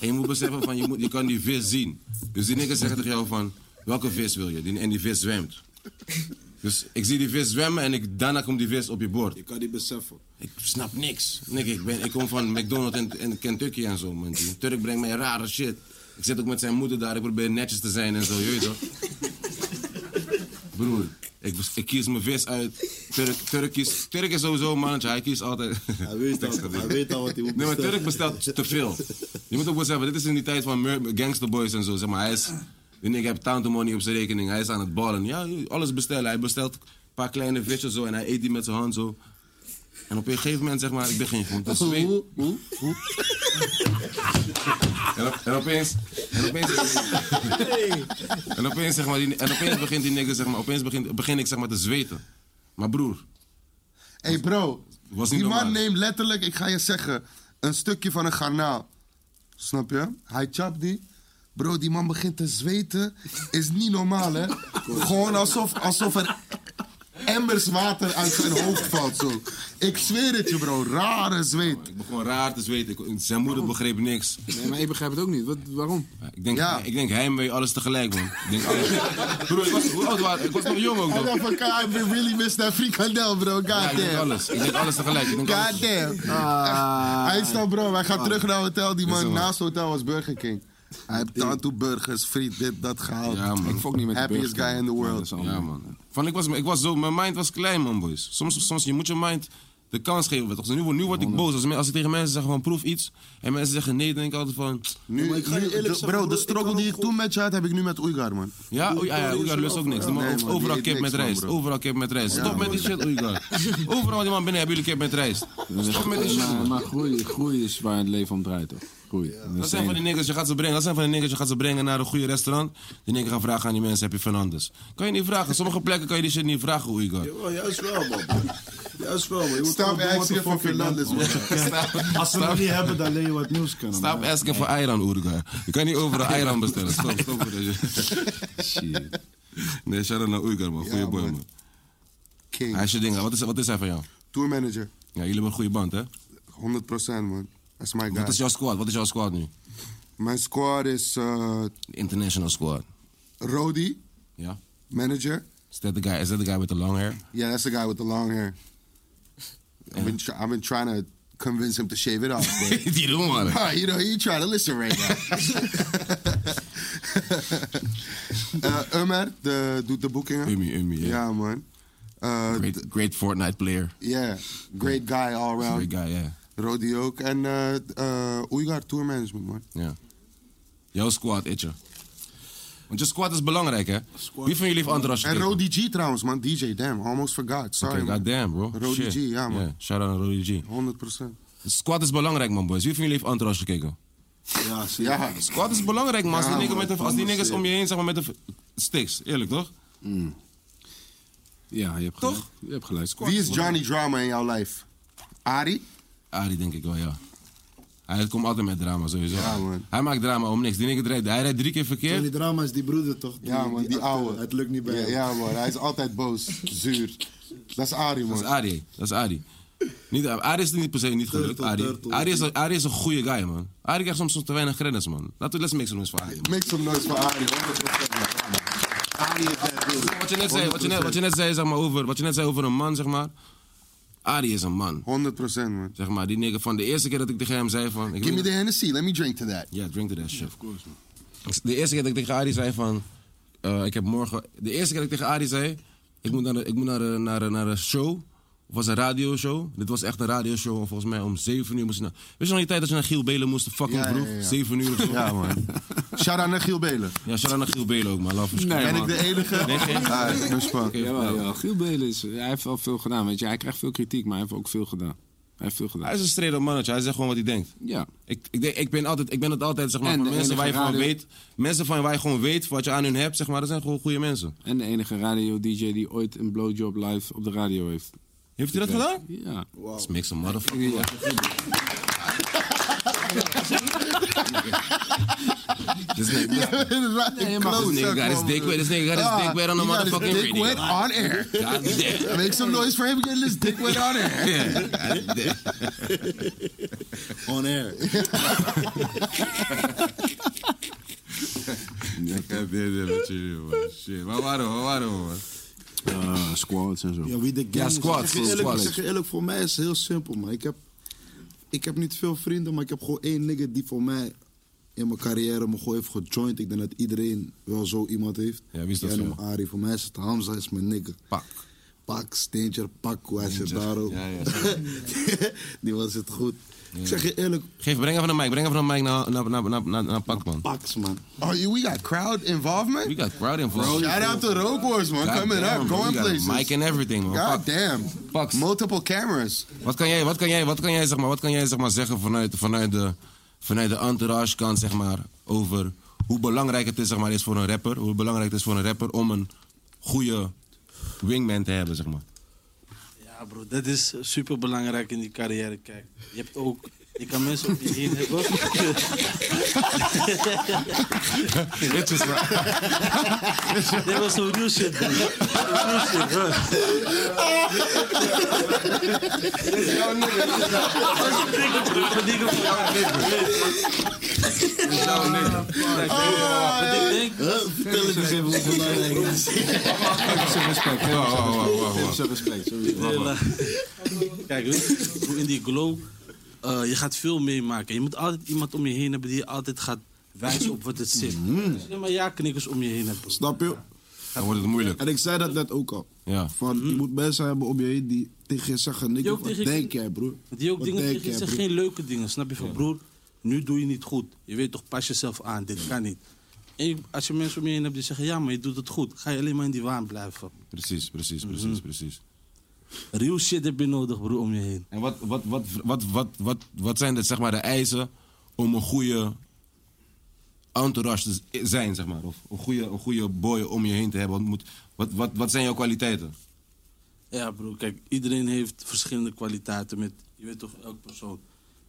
[SPEAKER 1] En je moet beseffen van, je, moet, je kan die vis zien. Dus die nigger zegt tegen jou van, welke vis wil je? Die- en die vis zwemt. Dus ik zie die vis zwemmen en ik, daarna komt die vis op je bord.
[SPEAKER 5] Je kan die beseffen.
[SPEAKER 1] Ik snap niks. Niks, ik, ben, ik kom van McDonald's en, en Kentucky en zo. Man. Die Turk brengt mij rare shit. Ik zit ook met zijn moeder daar, ik probeer netjes te zijn en zo, je weet toch? Broer, ik, ik kies mijn vis uit. Turk, Turk, kiest- Turk is sowieso een mannetje, hij kiest altijd.
[SPEAKER 5] Hij
[SPEAKER 1] [laughs]
[SPEAKER 5] weet al, hij weet al wat hij moet
[SPEAKER 1] Nee, maar
[SPEAKER 5] bestellen.
[SPEAKER 1] Turk bestelt te veel. Je moet ook wel zeggen, dit is in die tijd van mur- gangsterboys en zo. Zeg maar, hij is, ik heb tanto money op zijn rekening, hij is aan het ballen. Ja, alles bestellen. Hij bestelt een paar kleine visjes zo en hij eet die met zijn hand zo. En op een gegeven moment, zeg maar, ik begin gewoon te zweten. En, op- en opeens, en opeens, en opeens, zeg maar, die, en opeens begint die nigger, zeg maar, opeens begin, begin ik zeg maar te zweten. Maar broer,
[SPEAKER 2] hey bro,
[SPEAKER 1] Was niet
[SPEAKER 2] die man
[SPEAKER 1] normaal.
[SPEAKER 2] neemt letterlijk, ik ga je zeggen, een stukje van een garnaal. Snap je? Hij chapt die. Bro, die man begint te zweten. Is niet normaal, hè? Gewoon alsof, alsof er emmers water uit zijn hoofd valt, zo. Ik zweer het je, bro. Rare zweet.
[SPEAKER 1] ik begon raar te zweten. Ik- zijn moeder begreep niks.
[SPEAKER 3] Nee, maar ik begrijp het ook niet. Wat, waarom?
[SPEAKER 1] Ik denk,
[SPEAKER 2] Ja.
[SPEAKER 1] ik denk heimwee, alles tegelijk, man. Ik denk alles. Broer, ik was, hoe oud was ik? Ik was nog jong ook,
[SPEAKER 2] En
[SPEAKER 1] toch?
[SPEAKER 2] dan van, I really missed that frikandel, bro.
[SPEAKER 1] Ja, ik denk
[SPEAKER 2] Goddamn.
[SPEAKER 1] alles. Ik denk alles tegelijk. Ik denk alles.
[SPEAKER 2] Goddamn. [laughs] Hij is dan, bro. Wij gaan terug naar hotel. Die man naast hotel was Burger King. Hij heeft tattoo burgers, friet, dit, dat gehaald.
[SPEAKER 1] Ja, man.
[SPEAKER 3] Ik fok niet met de
[SPEAKER 2] Happiest
[SPEAKER 3] burger.
[SPEAKER 2] guy in the
[SPEAKER 3] Ja, dat
[SPEAKER 2] world.
[SPEAKER 3] is allemaal-
[SPEAKER 1] Ja, man. Van, ik, was, ik was zo, mijn mind was klein, man, boys. Soms, soms je moet je mind de kans geven. Toch? Nu, word- nu word ik boos. Als, me- als ik tegen mensen zeg van proef iets en mensen zeggen nee, dan denk ik altijd van.
[SPEAKER 2] Nu,
[SPEAKER 5] maar ik ga je
[SPEAKER 2] nu-
[SPEAKER 5] eerlijk
[SPEAKER 2] de-
[SPEAKER 5] zeggen,
[SPEAKER 2] bro,
[SPEAKER 5] broer,
[SPEAKER 2] de
[SPEAKER 5] ik
[SPEAKER 2] struggle
[SPEAKER 5] kan
[SPEAKER 2] die
[SPEAKER 5] ook
[SPEAKER 2] ik toen met je had, heb ik nu met Oeigar, man.
[SPEAKER 1] Ja, oei, ah, ja, ja, Oeigar lust ook niks. Die man,
[SPEAKER 2] Nee, man, die
[SPEAKER 1] overal
[SPEAKER 2] eet
[SPEAKER 1] kip
[SPEAKER 2] niks,
[SPEAKER 1] met
[SPEAKER 2] man,
[SPEAKER 1] rijst.
[SPEAKER 2] bro.
[SPEAKER 1] Overal kip met rijst. Stop met die shit,
[SPEAKER 2] [laughs]
[SPEAKER 1] Oeigar. Overal die man binnen hebben jullie kip met rijst. Stop met die shit, man.
[SPEAKER 3] Maar, maar groei, groei is waar het leven om draait, toch? Groei. En
[SPEAKER 1] Dat zijn van die niggers, je gaat ze brengen. Dat zijn van die niggers, je gaat ze brengen naar een goede restaurant. Die nigger gaan vragen aan die mensen, heb je Fernandes? Kan je niet vragen. Sommige plekken kan je die shit niet vragen, hoe Igor.
[SPEAKER 5] Jawel, juist wel, man. Juist wel, man. Je moet
[SPEAKER 2] Stop
[SPEAKER 5] gewoon doen wat
[SPEAKER 2] asking
[SPEAKER 5] de
[SPEAKER 2] for
[SPEAKER 5] fuck je
[SPEAKER 2] Fernandes,
[SPEAKER 5] bent,
[SPEAKER 2] man.
[SPEAKER 5] Als we het niet hebben, dan leer je wat nieuws kennen.
[SPEAKER 1] Stop
[SPEAKER 5] man.
[SPEAKER 1] asking voor Iran, Oerga. Je kan niet overal Iran bestellen. Stop, stop voor deze.
[SPEAKER 3] Shit.
[SPEAKER 1] Nee, shout out naar Oerga, man. Goeie
[SPEAKER 2] Ja,
[SPEAKER 1] boy,
[SPEAKER 2] man.
[SPEAKER 1] man. Hij
[SPEAKER 2] [laughs] King.
[SPEAKER 1] is je ding. Wat is, wat is hij van jou?
[SPEAKER 2] Tourmanager.
[SPEAKER 1] Ja, jullie hebben een goede band, hè?
[SPEAKER 2] 100% man. That's my guy.
[SPEAKER 1] Wat is jouw squad? Wat is jouw squad nu?
[SPEAKER 2] Mijn squad is eh
[SPEAKER 1] De International squad.
[SPEAKER 2] Rodi,
[SPEAKER 1] Ja?
[SPEAKER 2] manager.
[SPEAKER 1] Is dat de guy, is that the guy with the long hair?
[SPEAKER 2] Yeah, that's the guy with the long hair. I've been, try- I've been trying to convince him to shave it [laughs] off, but
[SPEAKER 1] [laughs] Die doen, man.
[SPEAKER 2] Huh, you know, you try to listen right
[SPEAKER 1] [laughs]
[SPEAKER 2] now. Eh, Ömer de, doet de boekingen.
[SPEAKER 1] Ummi, Ummi, ja.
[SPEAKER 2] Ja, man. Eh,
[SPEAKER 1] Great, great Fortnite player.
[SPEAKER 2] yeah, great guy all
[SPEAKER 1] Great
[SPEAKER 2] around.
[SPEAKER 1] guy, ja.
[SPEAKER 2] Rodi ook. En eh eh, Oeigar Tour Management, man.
[SPEAKER 1] Ja. Jouw squad, Itje. Want je squad is belangrijk, hè? Wie van jullie heeft Entourage
[SPEAKER 2] En
[SPEAKER 1] gekeken?
[SPEAKER 2] Rodi G trouwens, man. DJ, damn. Almost forgot. Sorry,
[SPEAKER 1] Oké, nou,
[SPEAKER 2] man.
[SPEAKER 1] goddamn, bro.
[SPEAKER 2] Rodi
[SPEAKER 1] Shit.
[SPEAKER 2] G, ja, man.
[SPEAKER 1] shout out aan Rodi G.
[SPEAKER 2] 100%.
[SPEAKER 1] De squad is belangrijk, man, boys. Wie van jullie heeft Entourage gekeken?
[SPEAKER 5] Ja, zie je.
[SPEAKER 2] Ja,
[SPEAKER 1] Squad is belangrijk, man. Als die
[SPEAKER 2] Ja,
[SPEAKER 1] nigger
[SPEAKER 2] man.
[SPEAKER 1] met de- als die niggas om je heen, zeg maar, met de v- sticks. Eerlijk, toch?
[SPEAKER 3] Ja, je hebt
[SPEAKER 1] Toch?
[SPEAKER 3] gelijk. Je hebt gelijk.
[SPEAKER 2] wie is Johnny Drama in jouw lijf? Ari?
[SPEAKER 1] Arie, denk ik wel, ja. Hij komt altijd met drama, sowieso.
[SPEAKER 2] Ja, man.
[SPEAKER 1] Hij maakt drama om niks. Die nigger rijdt, hij rijdt drie keer verkeerd.
[SPEAKER 5] Die drama is die broeder toch? Die-
[SPEAKER 2] Ja, man, die,
[SPEAKER 5] acteur.
[SPEAKER 2] ouwe.
[SPEAKER 5] Het lukt niet bij
[SPEAKER 2] Ja,
[SPEAKER 5] hem.
[SPEAKER 2] ja, man. Hij is altijd
[SPEAKER 5] [laughs]
[SPEAKER 2] boos, zuur. Dat is Ari, man.
[SPEAKER 1] Dat is Arie. Dat is Arie. Niet, Arie is niet per se niet gelukt.
[SPEAKER 5] Turtle,
[SPEAKER 1] Arie.
[SPEAKER 5] turtle.
[SPEAKER 1] Arie, is, een- Arie is een goede guy, man. Arie krijgt soms te weinig credits, man. Laten we let's make some noise voor Arie. man.
[SPEAKER 2] Make some noise voor Ari, 100%. man. Ari is that dude.
[SPEAKER 1] Wat je net zei, wat je net, wat je net zei, zeg maar, over, wat je net zei over een man, zeg maar. Arie is een man.
[SPEAKER 2] 100% man.
[SPEAKER 1] Zeg maar, die nigger van de eerste keer dat ik tegen hem zei van... Ik
[SPEAKER 2] Give me
[SPEAKER 1] weet
[SPEAKER 2] the
[SPEAKER 1] niet-
[SPEAKER 2] Hennessy, let me drink to that.
[SPEAKER 1] Ja, drink to that shit. of course, De eerste keer dat ik tegen Arie zei van... eh, ik heb morgen... De eerste keer dat ik tegen Arie zei... Ik moet naar, de- ik moet naar, de- naar, de- naar een show. Of was een radioshow. Dit was echt een radioshow. en Volgens mij om 7 uur moest je naar... Weet je nog die tijd dat je naar Giel Belen moest? Fucking
[SPEAKER 2] Ja, ja,
[SPEAKER 1] vroeg.
[SPEAKER 2] [laughs] ja, ja.
[SPEAKER 1] 7 uur of zo. Ja, man.
[SPEAKER 2] Shout out naar Giel Belen.
[SPEAKER 1] Ja, shout-out naar Giel Belen ook, man. Love is
[SPEAKER 3] Nee,
[SPEAKER 1] cool.
[SPEAKER 2] Ben
[SPEAKER 3] man.
[SPEAKER 2] ik de enige?
[SPEAKER 1] Nee, geen-
[SPEAKER 2] Ah, no span. [laughs]
[SPEAKER 1] Oké,
[SPEAKER 3] Jawel, jawel. Giel Belen is, hij heeft wel veel gedaan, weet je. Hij krijgt veel kritiek, maar hij heeft ook veel gedaan. Hij heeft veel gedaan.
[SPEAKER 1] Hij is een straight-up mannetje. Hij zegt gewoon wat hij denkt.
[SPEAKER 3] Ja.
[SPEAKER 1] Ik, ik, denk, ik, ben altijd, ik ben het altijd, zeg maar,
[SPEAKER 3] En
[SPEAKER 1] van
[SPEAKER 3] de
[SPEAKER 1] mensen waar je
[SPEAKER 3] enige
[SPEAKER 1] van
[SPEAKER 3] radio-
[SPEAKER 1] weet. Mensen van waar je gewoon weet wat je aan hun hebt, zeg maar, dat zijn gewoon goede mensen.
[SPEAKER 3] En de enige radio-dj die ooit een blowjob live op de radio heeft.
[SPEAKER 1] Heeft hij dat gedaan?
[SPEAKER 3] Ja.
[SPEAKER 1] Dat is niks, een motherfucker. This nigga, this,
[SPEAKER 2] Nee,
[SPEAKER 1] this nigga got his
[SPEAKER 2] eh,
[SPEAKER 1] dick wet. This nigga got his dick wet on the motherfucking
[SPEAKER 2] ah, dick
[SPEAKER 1] radio.
[SPEAKER 2] wet on air.
[SPEAKER 1] God damn.
[SPEAKER 2] Make some noise for him getting his dick wet on air.
[SPEAKER 1] God damn.
[SPEAKER 5] On air.
[SPEAKER 1] Ja, ik heb dit dit met jullie, man. Shit, waar waren we? Waar waren we, man?
[SPEAKER 3] Eh, squads en zo.
[SPEAKER 5] Ja, wie de gang is.
[SPEAKER 1] squats,
[SPEAKER 5] Ik zeg je eerlijk,
[SPEAKER 1] squats.
[SPEAKER 5] ik zeg je eerlijk, voor mij is het heel simpel, man. Ik heb, ik heb niet veel vrienden, maar ik heb gewoon één nigger die voor mij in mijn carrière me gewoon heeft gejoind. Ik denk dat iedereen wel zo iemand heeft.
[SPEAKER 1] Ja, wie is dat
[SPEAKER 5] Jij
[SPEAKER 1] voor
[SPEAKER 5] noemt Arie. Voor mij is het Hamza, is mijn nigger.
[SPEAKER 1] Pak.
[SPEAKER 5] Pak, Steentje, Pak, Wajadaro.
[SPEAKER 1] Ja,
[SPEAKER 5] [laughs]
[SPEAKER 1] ja.
[SPEAKER 5] die was het goed. Ik zeg je eerlijk,
[SPEAKER 1] Geef, breng even een mic. Breng even een mic naar, naar, naar, naar, naar, naar Pak, man.
[SPEAKER 5] Paks, man.
[SPEAKER 2] Oh, you- we got crowd
[SPEAKER 1] We
[SPEAKER 2] involvement?
[SPEAKER 1] got crowd involved.
[SPEAKER 2] Shout out to Rogue Wars, man.
[SPEAKER 1] God
[SPEAKER 2] Coming
[SPEAKER 1] damn,
[SPEAKER 2] up,
[SPEAKER 1] bro.
[SPEAKER 2] going
[SPEAKER 1] We got
[SPEAKER 2] places.
[SPEAKER 1] Mic and everything, man.
[SPEAKER 2] God
[SPEAKER 1] Pak.
[SPEAKER 2] damn.
[SPEAKER 1] Paks.
[SPEAKER 2] Multiple cameras.
[SPEAKER 1] Wat kan jij, wat kan jij, wat kan jij, zeg maar, wat kan jij zeg maar, zeggen vanuit, vanuit de, vanuit de entourage kant zeg maar, over hoe belangrijk het is, zeg maar, is voor een rapper? Hoe belangrijk het is voor een rapper om een goede wingman te hebben, zeg maar.
[SPEAKER 10] Ja, bro, dat is super belangrijk in die carrière. Kijk, je hebt ook. Je kan mensen om je heen hebben.
[SPEAKER 1] [laughs] Dit is waar.
[SPEAKER 10] [laughs] Dit was zo'n real shit, bro. Real shit, bro. Verdikken, bro. Verdikken, bro.
[SPEAKER 2] Oh,
[SPEAKER 10] Wat ik denk,
[SPEAKER 5] Vertel het eens even hoe belangrijk het is. Even respect, sorry.
[SPEAKER 10] Nee, maar- Kijk, weet je, hoe in die glow, eh, je gaat veel meemaken. Je moet altijd iemand om je heen hebben die je altijd gaat wijzen op wat het zit. Dus alleen maar ja-knikkers om je heen hebben.
[SPEAKER 5] Snap je?
[SPEAKER 1] Dan wordt het moeilijk.
[SPEAKER 5] En ik zei dat net ook al.
[SPEAKER 1] Ja.
[SPEAKER 5] Van, je moet mensen hebben om je heen die tegen je zeggen,
[SPEAKER 10] Die
[SPEAKER 5] Nick,
[SPEAKER 10] ook
[SPEAKER 5] wat
[SPEAKER 10] tegen-
[SPEAKER 5] denk jij, broer?
[SPEAKER 10] Die ook
[SPEAKER 5] Wat
[SPEAKER 10] dingen
[SPEAKER 5] denk
[SPEAKER 10] tegen
[SPEAKER 5] jij,
[SPEAKER 10] je zeggen,
[SPEAKER 5] broer?
[SPEAKER 10] geen leuke dingen. Snap je van, broer, nu doe je niet goed. Je weet toch, pas jezelf aan, dit kan niet. En je- als je mensen om je heen hebt die zeggen, ja, maar je doet het goed. Ga je alleen maar in die waan blijven.
[SPEAKER 1] Precies, precies, precies, precies.
[SPEAKER 10] Real shit heb je nodig, broer, om je heen.
[SPEAKER 1] En wat, wat, wat, wat, wat, wat, wat zijn de, zeg maar, de eisen om een goede entourage te zijn, zeg maar? Of een goede, een goede boy om je heen te hebben? Wat, moet, wat, wat, wat zijn jouw kwaliteiten?
[SPEAKER 10] Ja, broer, kijk, iedereen heeft verschillende kwaliteiten. Met, je weet toch, elke persoon.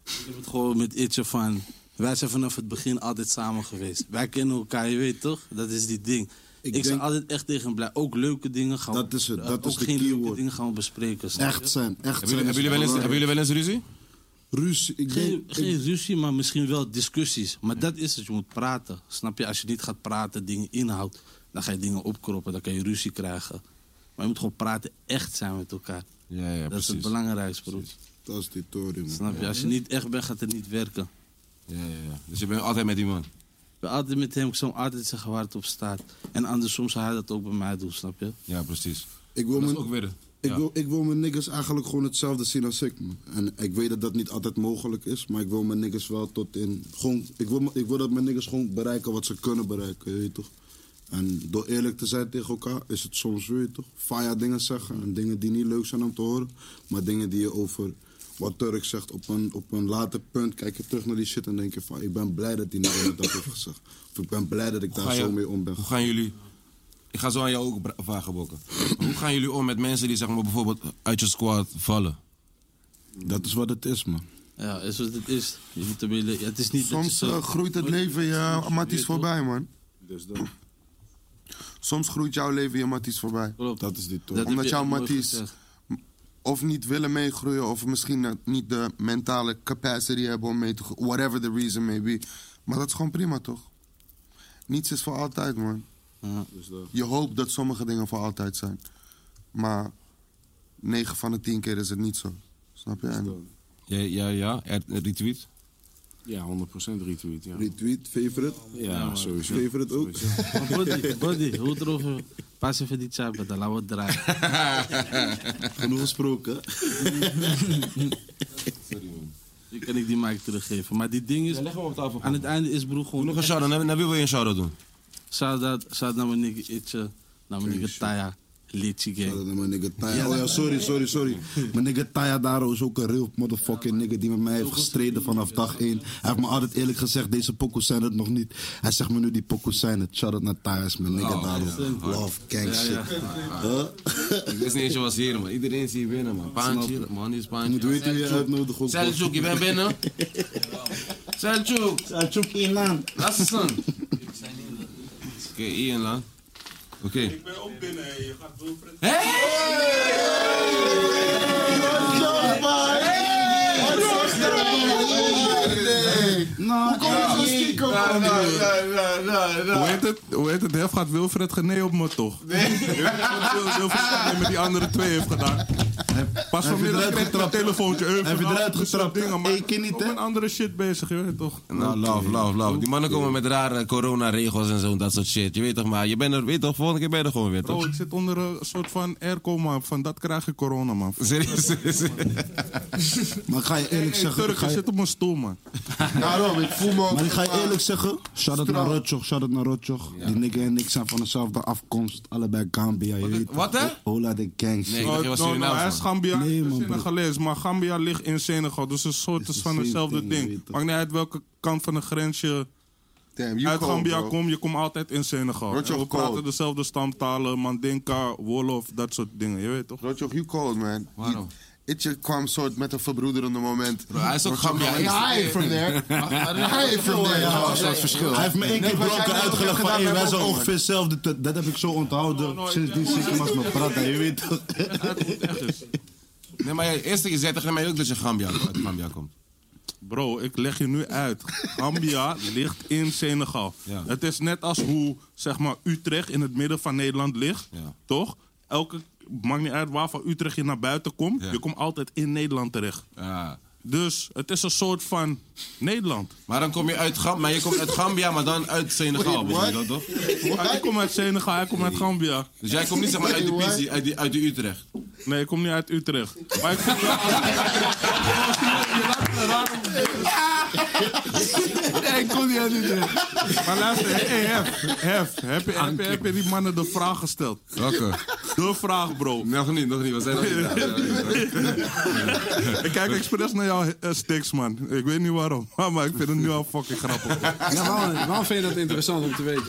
[SPEAKER 10] Ik heb het gewoon met Itje van. Wij zijn vanaf het begin altijd samen geweest. Wij kennen elkaar, je weet toch? Dat is die ding. Ik,
[SPEAKER 5] Ik
[SPEAKER 10] zeg
[SPEAKER 5] denk-
[SPEAKER 10] altijd echt tegen hem blij. Ook leuke dingen gaan we
[SPEAKER 5] Dat is het, dat
[SPEAKER 10] ook
[SPEAKER 5] is de
[SPEAKER 10] geen leuke
[SPEAKER 5] keyword.
[SPEAKER 10] dingen gaan we bespreken. snap je?
[SPEAKER 5] Echt zijn, echt
[SPEAKER 1] Hebben
[SPEAKER 5] zijn.
[SPEAKER 1] jullie, hebben, jullie wel eens, hebben jullie wel eens ruzie?
[SPEAKER 5] Ruzie, ik
[SPEAKER 10] Geen,
[SPEAKER 5] denk...
[SPEAKER 10] geen ruzie, maar misschien wel discussies. Maar dat is het, je moet praten. Snap je? Als je niet gaat praten, dingen inhoudt, dan ga je dingen opkroppen, dan kan je ruzie krijgen. Maar je moet gewoon praten, echt zijn met elkaar.
[SPEAKER 1] Ja, ja,
[SPEAKER 10] dat is het
[SPEAKER 1] precies.
[SPEAKER 10] belangrijkste, broer.
[SPEAKER 5] Dat is die toren, man.
[SPEAKER 10] Snap je? Als je niet echt bent, gaat het niet werken.
[SPEAKER 1] Ja, ja, ja. Dus je bent altijd met die man.
[SPEAKER 10] Ik ben altijd met hem, ik zal hem altijd zeggen waar het op staat. En andersom zou hij dat ook bij mij doen, snap je?
[SPEAKER 1] Ja, precies.
[SPEAKER 5] Ik wil
[SPEAKER 1] Dat is
[SPEAKER 5] mijn,
[SPEAKER 1] ook weer de-
[SPEAKER 5] ik
[SPEAKER 1] ja.
[SPEAKER 5] wil, ik wil mijn niggas eigenlijk gewoon hetzelfde zien als ik. man. En ik weet dat dat niet altijd mogelijk is, maar ik wil mijn niggas wel tot in. Gewoon, ik, wil, ik wil dat mijn niggas gewoon bereiken wat ze kunnen bereiken, je weet toch? En door eerlijk te zijn tegen elkaar is het soms, weet je toch? Faya dingen zeggen en dingen die niet leuk zijn om te horen, maar dingen die je over. Wat Turk zegt, op een, op een later punt kijk je terug naar die shit en denk je van... ik ben blij dat die nigger me [coughs] dat heeft gezegd. Of ik ben blij dat ik
[SPEAKER 1] Ga
[SPEAKER 5] daar
[SPEAKER 1] je-
[SPEAKER 5] zo mee om ben
[SPEAKER 1] Hoe gaan jullie... Ik ga zo aan jou ook bra- vragen, Bokken. hoe gaan jullie om met mensen die zeg maar, bijvoorbeeld uit je squad vallen?
[SPEAKER 5] Dat is wat het is, man.
[SPEAKER 10] Ja, is wat het is. Je moet ermee le- ja, het is niet
[SPEAKER 2] Soms
[SPEAKER 10] dat je
[SPEAKER 2] eh,
[SPEAKER 10] zo-
[SPEAKER 2] groeit het leven je matties voorbij, man.
[SPEAKER 5] Dus dat,
[SPEAKER 2] Soms groeit jouw leven je matties voorbij.
[SPEAKER 10] Klopt.
[SPEAKER 5] dat is die toren.
[SPEAKER 10] Dat heb
[SPEAKER 2] Omdat
[SPEAKER 10] je
[SPEAKER 2] jouw
[SPEAKER 10] echt mooi
[SPEAKER 2] matties-
[SPEAKER 10] gezegd.
[SPEAKER 2] Of niet willen meegroeien, of misschien dat niet de mentale capacity hebben om mee te groeien. Whatever the reason may be. Maar dat is gewoon prima, toch? Niets is voor altijd, man.
[SPEAKER 5] Dus dat.
[SPEAKER 2] Je hoopt dat sommige dingen voor altijd zijn. Maar 9 van de 10 keer is het niet zo. Snap je? En
[SPEAKER 1] Ja, ja, ja. Er- Retweet.
[SPEAKER 3] Ja, 100% retweet. Ja,
[SPEAKER 5] Retweet, favorite.
[SPEAKER 3] ja sowieso.
[SPEAKER 5] Favorite ook.
[SPEAKER 10] Maar Body, body, hoe het erover? Pas even die chapa, dan laten we het draaien.
[SPEAKER 5] [laughs] Genoeg gesproken.
[SPEAKER 10] Nu kan ik die mic teruggeven. Maar die ding is,
[SPEAKER 1] hem op tafel.
[SPEAKER 10] aan het einde is broer gewoon...
[SPEAKER 1] Nog een shout-out. Naar, naar wie wil je een shout-out doen?
[SPEAKER 10] Shout-out shout naar mijn nigga Itche, naar mijn nigga eh, Taya, Litchi
[SPEAKER 5] Dat
[SPEAKER 10] Gang.
[SPEAKER 5] is mijn nigga Taya. Oh ja, sorry, sorry, sorry. Mijn nigga Taya Daro is ook een real motherfucking nigga die met mij heeft gestreden vanaf dag 1. Hij heeft me altijd eerlijk gezegd, deze pokoes zijn het nog niet. Hij zegt me nu, die pokoes zijn het. Shout-out naar Taya, is mijn nigga Daro. Love, gang shit. Huh? [laughs]
[SPEAKER 1] Ik wist niet eens je was hier, man. Iedereen is hier binnen, man. Paantje, man. Die is
[SPEAKER 5] Je moet
[SPEAKER 1] Paantje.
[SPEAKER 5] weten wie je uitnodigt. ook.
[SPEAKER 1] Seljuk, je bent binnen. Selçuk,
[SPEAKER 5] Selçuk Inan.
[SPEAKER 1] nasılsın? Okey, iyiyim lan. Okey.
[SPEAKER 11] ben ook binnen. Je gaat Wilfred.
[SPEAKER 12] Hoe heet het? Hoe heet het? Hef gaat Wilfred Gené op me, toch? Nee. Wilfred Gené met die andere twee heeft gedaan. Pas vanmiddag kreeg ik een telefoontje. Heb je eruit getrapt? Dingen, maar ik ben niet, een andere shit bezig, je weet toch?
[SPEAKER 1] Nou, love, love, love. Die mannen komen met rare coronaregels en zo, dat soort shit. Je weet toch maar, je bent er, weet toch, volgende keer ben je er gewoon weer,
[SPEAKER 12] Bro,
[SPEAKER 1] toch?
[SPEAKER 12] Oh, ik zit onder een soort van airco, man. Van dat krijg je corona, man.
[SPEAKER 1] Serieus, serieus.
[SPEAKER 5] Maar ik ga je eerlijk
[SPEAKER 12] Hey,
[SPEAKER 5] zeggen.
[SPEAKER 12] Turk,
[SPEAKER 5] ik ga
[SPEAKER 12] je
[SPEAKER 5] je-
[SPEAKER 12] zit op mijn stoel, man.
[SPEAKER 2] Daarom, ik voel me ook...
[SPEAKER 5] Maar ik ga je
[SPEAKER 2] eh,
[SPEAKER 5] eerlijk zeggen, shout-out naar Rotjoch, shout-out naar Rotjoch. Die nigger en ik zijn van dezelfde afkomst, allebei Gambia, je weet
[SPEAKER 1] wat,
[SPEAKER 5] toch?
[SPEAKER 1] hè?
[SPEAKER 5] Hola de gang, shit.
[SPEAKER 1] Nee, ik
[SPEAKER 12] No,
[SPEAKER 1] dacht je was
[SPEAKER 12] no, no,
[SPEAKER 1] Surinaams,
[SPEAKER 12] Oh, nou, hij
[SPEAKER 1] man.
[SPEAKER 12] is Gambia,
[SPEAKER 5] Nee, man, bro.
[SPEAKER 12] Senegalees. Maar Gambia ligt in Senegal, dus het is soort
[SPEAKER 5] Het is
[SPEAKER 12] is van
[SPEAKER 5] the same
[SPEAKER 12] hetzelfde
[SPEAKER 5] thing, je weet
[SPEAKER 12] ding.
[SPEAKER 5] toch.
[SPEAKER 12] Maakt niet uit welke kant van de grens je
[SPEAKER 2] Damn, you
[SPEAKER 12] uit
[SPEAKER 2] cold,
[SPEAKER 12] Gambia
[SPEAKER 2] bro.
[SPEAKER 12] komt, je komt altijd in Senegal.
[SPEAKER 2] Word je
[SPEAKER 12] En we
[SPEAKER 2] ook cold?
[SPEAKER 12] praten dezelfde stamtalen, Mandinka, Wolof, dat soort dingen, je weet toch?
[SPEAKER 2] Rotjoch, you cold, man.
[SPEAKER 1] Waarom?
[SPEAKER 2] Die- Itje kwam soort met een verbroederende moment.
[SPEAKER 1] Bro, hij is ook Gambia.
[SPEAKER 2] Hij ain't from there. Hij ain't from there.
[SPEAKER 5] Ja,
[SPEAKER 2] Ja,
[SPEAKER 1] verschil.
[SPEAKER 5] Hij heeft me één keer
[SPEAKER 2] wat jij
[SPEAKER 5] blanken
[SPEAKER 2] net
[SPEAKER 5] uitgelegd van,
[SPEAKER 2] gedaan
[SPEAKER 5] hey,
[SPEAKER 2] hebt,
[SPEAKER 5] wij zijn
[SPEAKER 2] ook
[SPEAKER 5] ongeveer hetzelfde. te- Dat heb ik zo onthouden, sindsdien zit ik als mijn prata, je weet toch?
[SPEAKER 1] Nee, maar jij- eerste keer zei tegen mij ook dat je Gambia, uit Gambia komt.
[SPEAKER 12] Bro, ik leg je nu uit.
[SPEAKER 1] [laughs]
[SPEAKER 12] Gambia ligt in Senegal.
[SPEAKER 1] Ja.
[SPEAKER 12] Het is net als hoe zeg maar, Utrecht in het midden van Nederland ligt.
[SPEAKER 1] Ja.
[SPEAKER 12] Toch? Elke, maakt niet uit waar van Utrecht je naar buiten komt.
[SPEAKER 1] Ja.
[SPEAKER 12] Je komt altijd in Nederland terecht.
[SPEAKER 1] Ja.
[SPEAKER 12] Dus het is een soort van
[SPEAKER 1] [laughs]
[SPEAKER 12] Nederland.
[SPEAKER 1] Maar dan kom je uit Gambia, maar je komt uit Gambia, maar dan uit Senegal. weet je dat toch?
[SPEAKER 12] Hij komt uit Senegal, hij komt uit Gambia.
[SPEAKER 1] Dus jij komt niet zeg maar uit de Pizzi, uit, die- uit de Utrecht.
[SPEAKER 12] Nee, ik kom niet uit Utrecht. Maar ik vind wel-
[SPEAKER 1] Nee, ik kom niet uit Utrecht.
[SPEAKER 12] Maar luister, hey, hef, hef, heb, je- heb, je- heb je die mannen de vraag gesteld?
[SPEAKER 1] Oké.
[SPEAKER 12] De vraag, bro.
[SPEAKER 1] Nog niet, nog niet. We zijn nog niet daar.
[SPEAKER 12] Ik kijk expres naar jou, eh, Stix, man. Ik weet niet waarom, [laughs] maar ik vind het nu al fucking grappig.
[SPEAKER 6] Ja, waarom, waarom vind je dat interessant om te weten?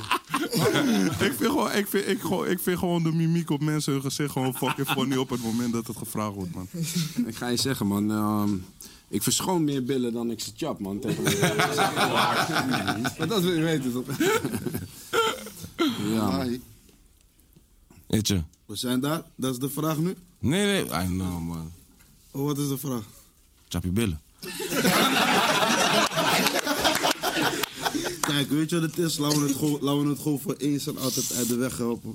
[SPEAKER 12] ik, vind gewoon, ik, vind, ik, gewoon, ik vind gewoon de mimiek op mensen hun gezicht gewoon fucking funny op het moment dat het gevraagd wordt, man.
[SPEAKER 3] Ik ga je zeggen, man. ehm, ik verschoon meer billen dan ik ze chap, man.
[SPEAKER 6] [laughs]
[SPEAKER 3] tegenwoordig.
[SPEAKER 6] Maar dat wil je weten toch?
[SPEAKER 3] ja, man.
[SPEAKER 2] Hi.
[SPEAKER 1] Eetje.
[SPEAKER 5] We zijn daar, dat is de vraag nu.
[SPEAKER 2] [laughs]
[SPEAKER 1] Nee, nee. [laughs] I know, man.
[SPEAKER 5] Oh, wat is de vraag?
[SPEAKER 1] Chap je billen.
[SPEAKER 5] Kijk, weet je wat het is? Laten we het gewoon, laten we het gewoon voor eens en altijd uit de weg helpen.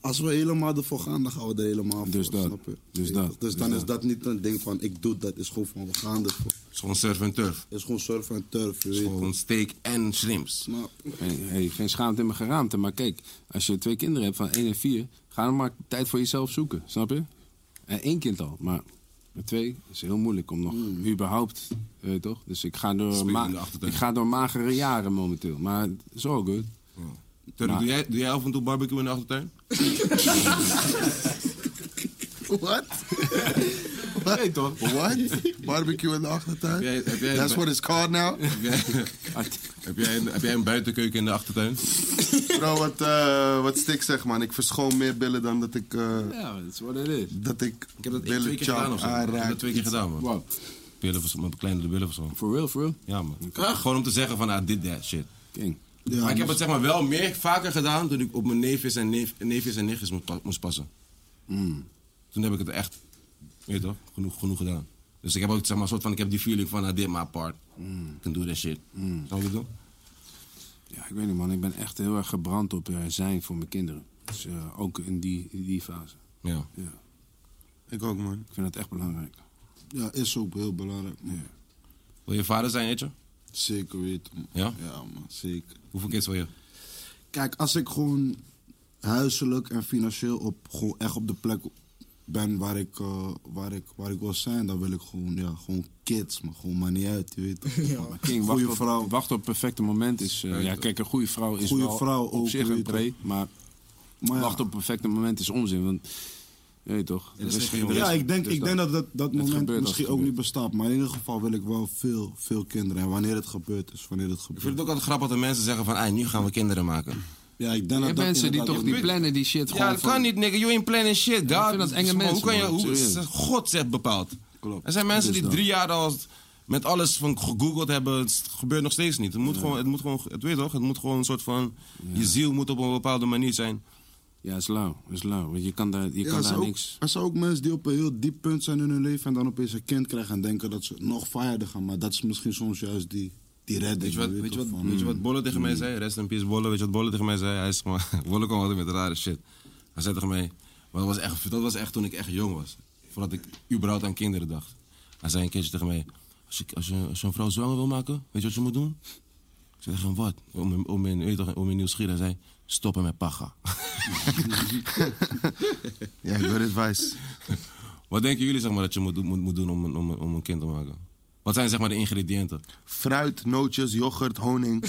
[SPEAKER 5] Als we helemaal ervoor gaan, dan gaan we er helemaal voor.
[SPEAKER 3] Dus dat.
[SPEAKER 5] Snap je?
[SPEAKER 3] Dus
[SPEAKER 5] Ja,
[SPEAKER 3] dat.
[SPEAKER 5] Dus dan is dat niet een ding van ik doe dat. Is gewoon van we gaan ervoor.
[SPEAKER 1] Het is gewoon surf en turf.
[SPEAKER 5] Is gewoon surf en turf. Je
[SPEAKER 1] Het is
[SPEAKER 5] weet.
[SPEAKER 1] gewoon steak en shrimps.
[SPEAKER 5] Maar
[SPEAKER 3] Hey, hey, geen schaamte in mijn geraamte. Maar kijk, als je twee kinderen hebt van 1 en 4, ga dan maar tijd voor jezelf zoeken. Snap je? En één kind al, maar met twee is heel moeilijk om nog
[SPEAKER 6] Hmm.
[SPEAKER 3] überhaupt, weet je toch? Dus ik ga, door
[SPEAKER 1] Spelen
[SPEAKER 3] ma-
[SPEAKER 1] in de achtertuin.
[SPEAKER 3] ik ga door magere jaren momenteel. Maar it's all good.
[SPEAKER 1] Turk, doe, jij, doe jij af en toe barbecue in de [laughs] achtertuin? [laughs]
[SPEAKER 2] What? Barbecue in de achtertuin?
[SPEAKER 1] Heb jij- heb jij-
[SPEAKER 2] That's what it's called now?
[SPEAKER 1] Heb jij, heb jij, een, heb jij een buitenkeuken in de achtertuin?
[SPEAKER 2] Bro, wat, eh wat Stik zegt, man. Ik verschoon meer billen dan dat ik... eh
[SPEAKER 3] Ja, dat is wat het is.
[SPEAKER 2] dat ik,
[SPEAKER 1] Ik heb dat één,
[SPEAKER 2] billen
[SPEAKER 1] twee keer
[SPEAKER 2] chop
[SPEAKER 1] gedaan of zo. Ik heb
[SPEAKER 2] aanraak.
[SPEAKER 1] dat twee keer gedaan, man.
[SPEAKER 3] Wow,
[SPEAKER 1] Billen vers- mijn kleine billen verzorgen.
[SPEAKER 3] for real, for real?
[SPEAKER 1] Ja, man. Gewoon om te zeggen van, ah, dit, dat, shit.
[SPEAKER 3] King.
[SPEAKER 1] maar
[SPEAKER 3] dus-
[SPEAKER 1] ik heb het zeg maar wel meer, vaker gedaan toen ik op mijn neefjes en, neef, neefjes en nichtjes moest, pa- moest passen. Toen heb ik het echt, weet je toch, genoeg, genoeg gedaan. Dus ik heb ook zeg maar, een soort van, ik heb die feeling van, ah, dit my part. Ik kan doen that shit. Snap je wat ik bedoel?
[SPEAKER 3] Ja, ik weet niet man. Ik ben echt heel erg gebrand op eh, zijn voor mijn kinderen. Dus eh, ook in die, in die fase.
[SPEAKER 1] Ja.
[SPEAKER 3] Ja,
[SPEAKER 2] Ik ook, man.
[SPEAKER 3] ik vind dat echt belangrijk.
[SPEAKER 5] ja, is ook heel belangrijk. man.
[SPEAKER 1] Wil je vader zijn, Etje?
[SPEAKER 5] Zeker weten. man.
[SPEAKER 1] Ja?
[SPEAKER 5] Ja, man, zeker.
[SPEAKER 1] Hoeveel kids wil je?
[SPEAKER 5] Kijk, als ik gewoon huiselijk en financieel op, gewoon echt op de plek ben waar ik, eh, waar, ik, waar ik wil zijn, dan wil ik gewoon, ja, gewoon kids, maar gewoon maar niet uit, je weet toch?
[SPEAKER 3] [laughs] Maar King, wacht
[SPEAKER 5] Goeie
[SPEAKER 3] op,
[SPEAKER 5] vrouw.
[SPEAKER 3] Wacht op het perfecte moment is... eh, ja, kijk, een goede vrouw is
[SPEAKER 5] Goeie
[SPEAKER 3] wel
[SPEAKER 5] vrouw
[SPEAKER 3] op
[SPEAKER 5] ook,
[SPEAKER 3] zich
[SPEAKER 5] weet
[SPEAKER 3] een
[SPEAKER 5] je
[SPEAKER 3] pre. Maar
[SPEAKER 5] Maar ja.
[SPEAKER 3] wacht op het perfecte moment is onzin. Want, je weet toch? Er is geen
[SPEAKER 5] Ja, ik denk,
[SPEAKER 3] Dus
[SPEAKER 5] ik denk dat dat, dat
[SPEAKER 3] gebeurt als
[SPEAKER 5] moment
[SPEAKER 3] het
[SPEAKER 5] misschien ook
[SPEAKER 3] gebeurt.
[SPEAKER 5] niet bestaat. Maar in ieder geval wil ik wel veel, veel kinderen. En wanneer het gebeurt is, wanneer het
[SPEAKER 1] Ik vind
[SPEAKER 5] gebeurt.
[SPEAKER 1] het ook altijd grappig dat mensen zeggen van, ah, nu gaan we kinderen maken.
[SPEAKER 5] Ja, ik denk
[SPEAKER 3] Je
[SPEAKER 5] dat
[SPEAKER 3] hebt
[SPEAKER 5] dat
[SPEAKER 3] mensen die
[SPEAKER 5] inderdaad-
[SPEAKER 3] toch die plannen die shit
[SPEAKER 1] Ja,
[SPEAKER 3] gewoon
[SPEAKER 1] dat
[SPEAKER 3] van-
[SPEAKER 1] kan niet, nigga. You ain't planning shit, God.
[SPEAKER 3] vind dat enge
[SPEAKER 1] Hoe
[SPEAKER 3] mensen,
[SPEAKER 1] kan je...
[SPEAKER 3] man.
[SPEAKER 1] Hoe,
[SPEAKER 3] Serieus.
[SPEAKER 1] God zegt bepaald.
[SPEAKER 3] Klopt.
[SPEAKER 1] Er zijn mensen
[SPEAKER 3] Dus
[SPEAKER 1] die
[SPEAKER 3] dat.
[SPEAKER 1] drie jaar al... met alles van gegoogeld hebben, het gebeurt nog steeds niet. Het moet gewoon, het moet gewoon, het weet je toch, het moet gewoon een soort van, je ziel moet op een bepaalde manier zijn.
[SPEAKER 3] Ja, het is lauw. Het is lauw. Want je kan daar, je
[SPEAKER 5] Ja,
[SPEAKER 3] kan
[SPEAKER 5] er zijn
[SPEAKER 3] daar
[SPEAKER 5] ook-
[SPEAKER 3] niks.
[SPEAKER 5] Er zijn ook mensen die op een heel diep punt zijn in hun leven en dan opeens een kind krijgen en denken dat ze nog verder gaan. Maar dat is misschien soms juist die, die redding.
[SPEAKER 1] Weet je wat, weet je
[SPEAKER 5] toch,
[SPEAKER 1] wat,
[SPEAKER 5] van- hmm.
[SPEAKER 1] weet je wat Bolle tegen mij zei? Rest in peace Bolle. Weet je wat Bolle tegen mij zei? Hij is gewoon... [laughs] Bolle kwam altijd met rare shit. Hij zei tegen mij... Maar dat, was echt, dat was echt toen ik echt jong was. Voordat ik überhaupt aan kinderen dacht. Hij zei een keertje tegen mij... Als, ik, als, je, als je een vrouw zwanger wil maken, weet je wat je moet doen? Ik zei tegen hem, wat? Om, hem- om, mijn, weet je toch, om mijn nieuwsgierig. Hij zei, stoppen met pacha.
[SPEAKER 2] Ja, good advice.
[SPEAKER 1] [laughs] Wat denken jullie zeg maar, dat je moet, doen- moet, moet doen om, een- om, een- om een kind te maken? Wat zijn zeg maar, de ingrediënten?
[SPEAKER 2] Fruit, nootjes, yoghurt, honing.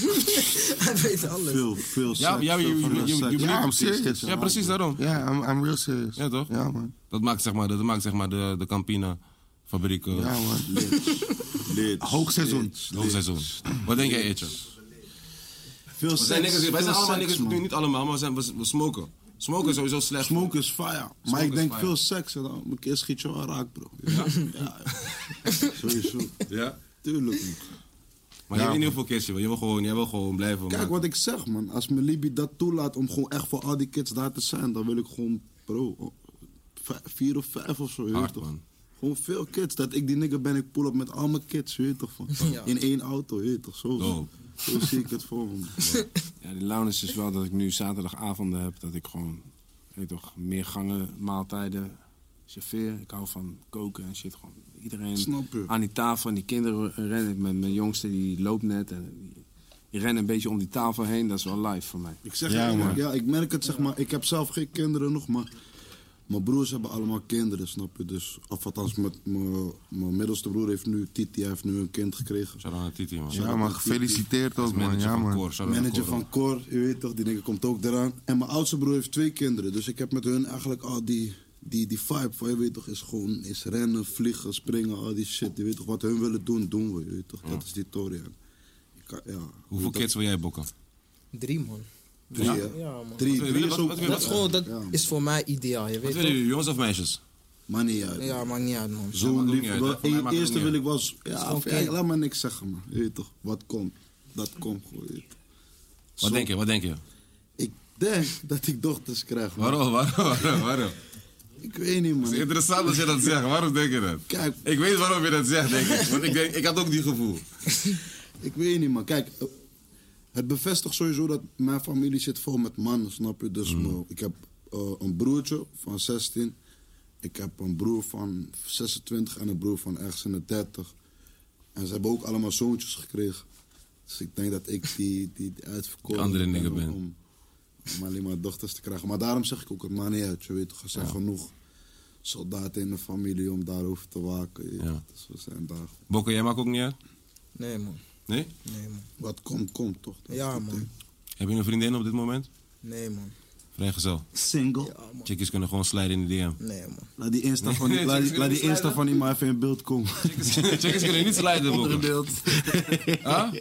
[SPEAKER 6] Hij weet alles.
[SPEAKER 5] Veel, veel
[SPEAKER 1] Ja,
[SPEAKER 5] seks,
[SPEAKER 1] ja,
[SPEAKER 5] veel
[SPEAKER 1] je-
[SPEAKER 5] van
[SPEAKER 1] je-
[SPEAKER 5] de
[SPEAKER 1] je-
[SPEAKER 5] seks.
[SPEAKER 1] je-
[SPEAKER 2] Ja, I'm
[SPEAKER 5] precies,
[SPEAKER 2] serious.
[SPEAKER 5] dit
[SPEAKER 1] Ja, precies daarom.
[SPEAKER 2] Ja, I'm, I'm real serious.
[SPEAKER 1] Ja, toch?
[SPEAKER 2] Ja, man.
[SPEAKER 1] Dat maakt zeg maar, dat maakt, zeg maar de, de Campina fabriek eh,
[SPEAKER 2] Ja, man.
[SPEAKER 1] [laughs]
[SPEAKER 5] zijn Lid.
[SPEAKER 2] Hoogseizoen.
[SPEAKER 1] hoogseizoen. Wat denk jij, Eetje?
[SPEAKER 5] Veel
[SPEAKER 1] We zijn
[SPEAKER 5] seks,
[SPEAKER 1] niks, wij
[SPEAKER 5] veel
[SPEAKER 1] zijn allemaal
[SPEAKER 5] seks,
[SPEAKER 1] niks,
[SPEAKER 5] man.
[SPEAKER 1] nu niet allemaal, maar we, zijn, we, we smoken. Smoken is sowieso slecht.
[SPEAKER 5] Smoke is fire. maar
[SPEAKER 1] Smoke
[SPEAKER 5] ik
[SPEAKER 1] is
[SPEAKER 5] denk
[SPEAKER 1] fire.
[SPEAKER 5] veel seks en dan een keer schiet je wel raak, bro. Ja? ja.
[SPEAKER 1] [laughs]
[SPEAKER 5] Sowieso.
[SPEAKER 1] Ja?
[SPEAKER 5] Tuurlijk.
[SPEAKER 1] Maar je weet niet hoeveel kids je wil. Je wil gewoon, jij wil gewoon blijven.
[SPEAKER 5] Kijk
[SPEAKER 1] maken.
[SPEAKER 5] wat ik zeg, man. Als mijn Libi dat toelaat om gewoon echt voor al die kids daar te zijn, dan wil ik gewoon, bro, oh, vij- vier of vijf of zo. je weet
[SPEAKER 1] Hard,
[SPEAKER 5] toch?
[SPEAKER 1] man.
[SPEAKER 5] Gewoon veel kids. Dat ik die nigger ben, ik pull up met al mijn kids, je weet toch? Van. In één auto, je weet toch? Zo,
[SPEAKER 1] Dope.
[SPEAKER 5] zo zie ik het voor me. man.
[SPEAKER 3] Ja, de lounge is wel dat ik nu zaterdagavonden heb dat ik gewoon, weet je toch, meer gangen, maaltijden, serveer. Ik hou van koken en shit. Gewoon iedereen
[SPEAKER 5] Snap je.
[SPEAKER 3] aan die tafel en die kinderen rennen. Mijn, mijn jongste die loopt net en die, die rennen een beetje om die tafel heen. Dat is wel live voor mij.
[SPEAKER 5] Ik zeg ja, ja, ik merk het zeg maar. Ik heb zelf geen kinderen nog, maar mijn broers hebben allemaal kinderen, snap je? Dus, of althans, met mijn mijn middelste broer heeft nu, Titi, hij heeft nu een kind gekregen.
[SPEAKER 1] Shout-out naar Titi, man.
[SPEAKER 2] Ja, man. Gefeliciteerd ook, man.
[SPEAKER 1] Manager
[SPEAKER 2] Ja,
[SPEAKER 1] van
[SPEAKER 2] man.
[SPEAKER 1] Cor. shout-out naar
[SPEAKER 5] Manager
[SPEAKER 1] Cor,
[SPEAKER 5] van Cor, je weet toch, die nigger komt ook eraan. En mijn oudste broer heeft twee kinderen, dus ik heb met hun eigenlijk al die, die, die vibe van, je weet toch, is gewoon is rennen, vliegen, springen, al die shit. Je weet toch, wat hun willen doen, doen we, je weet toch. Dat is die Tori. aan. Ik kan- Ja,
[SPEAKER 1] Hoeveel
[SPEAKER 5] Weet
[SPEAKER 1] kids wil jij bokken?
[SPEAKER 6] Drie, man.
[SPEAKER 5] toch, Drie, hè?
[SPEAKER 6] Ja, man.
[SPEAKER 5] Drie,
[SPEAKER 1] Wat-
[SPEAKER 5] drie
[SPEAKER 1] wat-
[SPEAKER 5] is ook...
[SPEAKER 1] wat-
[SPEAKER 6] Dat is gewoon, dat
[SPEAKER 5] Ja, man.
[SPEAKER 6] is voor mij ideaal, je
[SPEAKER 1] Wat
[SPEAKER 6] weet
[SPEAKER 1] willen
[SPEAKER 6] toch?
[SPEAKER 1] jullie, jongens of meisjes?
[SPEAKER 5] Maar niet uit.
[SPEAKER 6] Ja, maakt niet uit, man.
[SPEAKER 1] Ja,
[SPEAKER 5] Zo
[SPEAKER 1] maakt ook
[SPEAKER 5] lief.
[SPEAKER 1] niet uit,
[SPEAKER 5] wel-
[SPEAKER 1] hè. Voor mij
[SPEAKER 5] e-
[SPEAKER 1] maakt het
[SPEAKER 5] eerste
[SPEAKER 1] ook
[SPEAKER 5] wil
[SPEAKER 1] niet
[SPEAKER 5] ik was. Ja,
[SPEAKER 6] oké.
[SPEAKER 5] ja, laat maar niks zeggen, man. Je weet toch, wat komt. Dat komt gewoon.
[SPEAKER 1] Wat denk je, wat denk je?
[SPEAKER 5] Ik denk [laughs] dat ik dochters krijg. man.
[SPEAKER 1] Waarom, waarom, [laughs] waarom, waarom?
[SPEAKER 5] Ik weet niet,
[SPEAKER 1] Het is
[SPEAKER 5] man.
[SPEAKER 1] interessant als je dat zegt. Waarom denk je dat?
[SPEAKER 5] Kijk.
[SPEAKER 1] Ik weet waarom je dat zegt, denk ik. Want ik, denk, ik had ook die gevoel.
[SPEAKER 5] Ik weet niet, man. Kijk, eh, het bevestigt sowieso dat mijn familie zit vol met mannen, snap je?
[SPEAKER 1] Mm.
[SPEAKER 5] Dus man, ik heb eh, een broertje van 16. Ik heb een broer van 26 en een broer van ergens in de 30. En ze hebben ook allemaal zoontjes gekregen. Dus ik denk dat ik die, die, die uitverkoren
[SPEAKER 1] Die andere nigger
[SPEAKER 5] om-
[SPEAKER 1] ben.
[SPEAKER 5] Om, om alleen maar dochters te krijgen. Maar daarom zeg ik ook, het maakt niet uit. Je weet toch, er zijn genoeg soldaten in de familie om daarover te waken.
[SPEAKER 1] Ja.
[SPEAKER 5] Ja. Dus we zijn daar.
[SPEAKER 1] Bokken, jij maakt ook niet uit?
[SPEAKER 6] Nee, man.
[SPEAKER 1] Nee?
[SPEAKER 6] Nee, man.
[SPEAKER 5] Wat komt, komt toch? Dat is
[SPEAKER 6] Ja,
[SPEAKER 5] het
[SPEAKER 6] man.
[SPEAKER 5] ding.
[SPEAKER 1] Heb je een vriendin op dit moment?
[SPEAKER 6] Nee, man.
[SPEAKER 1] Vrijgezel.
[SPEAKER 5] Single.
[SPEAKER 6] Ja, man.
[SPEAKER 1] Chickies kunnen gewoon sliden in de [laughs] DM.
[SPEAKER 6] Nee, man.
[SPEAKER 5] Laat die Insta van die,
[SPEAKER 1] Nee,
[SPEAKER 5] laat, die-
[SPEAKER 1] chicks
[SPEAKER 5] laat die
[SPEAKER 1] kunnen
[SPEAKER 5] Insta van die maar even in beeld komen.
[SPEAKER 1] Chickens kunnen niet slijden, boeken.
[SPEAKER 5] beeld.
[SPEAKER 1] [laughs] Huh?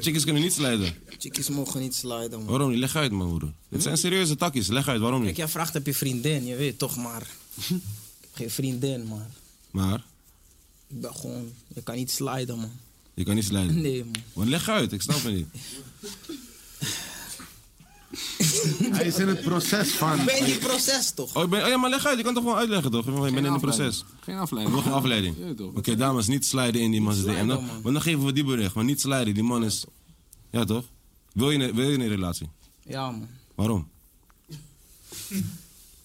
[SPEAKER 1] Chickens kunnen niet slijden.
[SPEAKER 6] Chickies mogen niet sliden, man.
[SPEAKER 1] Waarom niet? Leg uit, man, broer. Dit zijn serieuze takjes. Leg uit, waarom
[SPEAKER 6] Kijk,
[SPEAKER 1] niet?
[SPEAKER 6] jij vraagt heb je vriendin, je weet toch,
[SPEAKER 1] [laughs]
[SPEAKER 6] maar... Geen vriendin, maar...
[SPEAKER 1] Maar,
[SPEAKER 6] Ik ben gewoon... Je kan niet sliden, man. [laughs]
[SPEAKER 1] je kan niet slijden.
[SPEAKER 6] Nee, man.
[SPEAKER 1] Maar leg uit, ik snap het niet.
[SPEAKER 2] Hij is in het proces van.
[SPEAKER 6] Ben je in proces, toch?
[SPEAKER 1] Oh, ik ben, oh ja, maar leg uit, je kan toch gewoon uitleggen, toch? Ik ben in het proces.
[SPEAKER 3] Geen
[SPEAKER 1] Ik
[SPEAKER 3] afleiding.
[SPEAKER 1] wil geen afleiding.
[SPEAKER 3] Ja, toch.
[SPEAKER 1] Oké, dames, niet slijden in die man's DM.
[SPEAKER 6] slijden,
[SPEAKER 1] Dan,
[SPEAKER 6] man.
[SPEAKER 1] want dan geven we die bericht, maar niet slijden. Die man is... Ja, toch? Wil je, een- wil je een relatie?
[SPEAKER 6] Ja, man.
[SPEAKER 1] Waarom?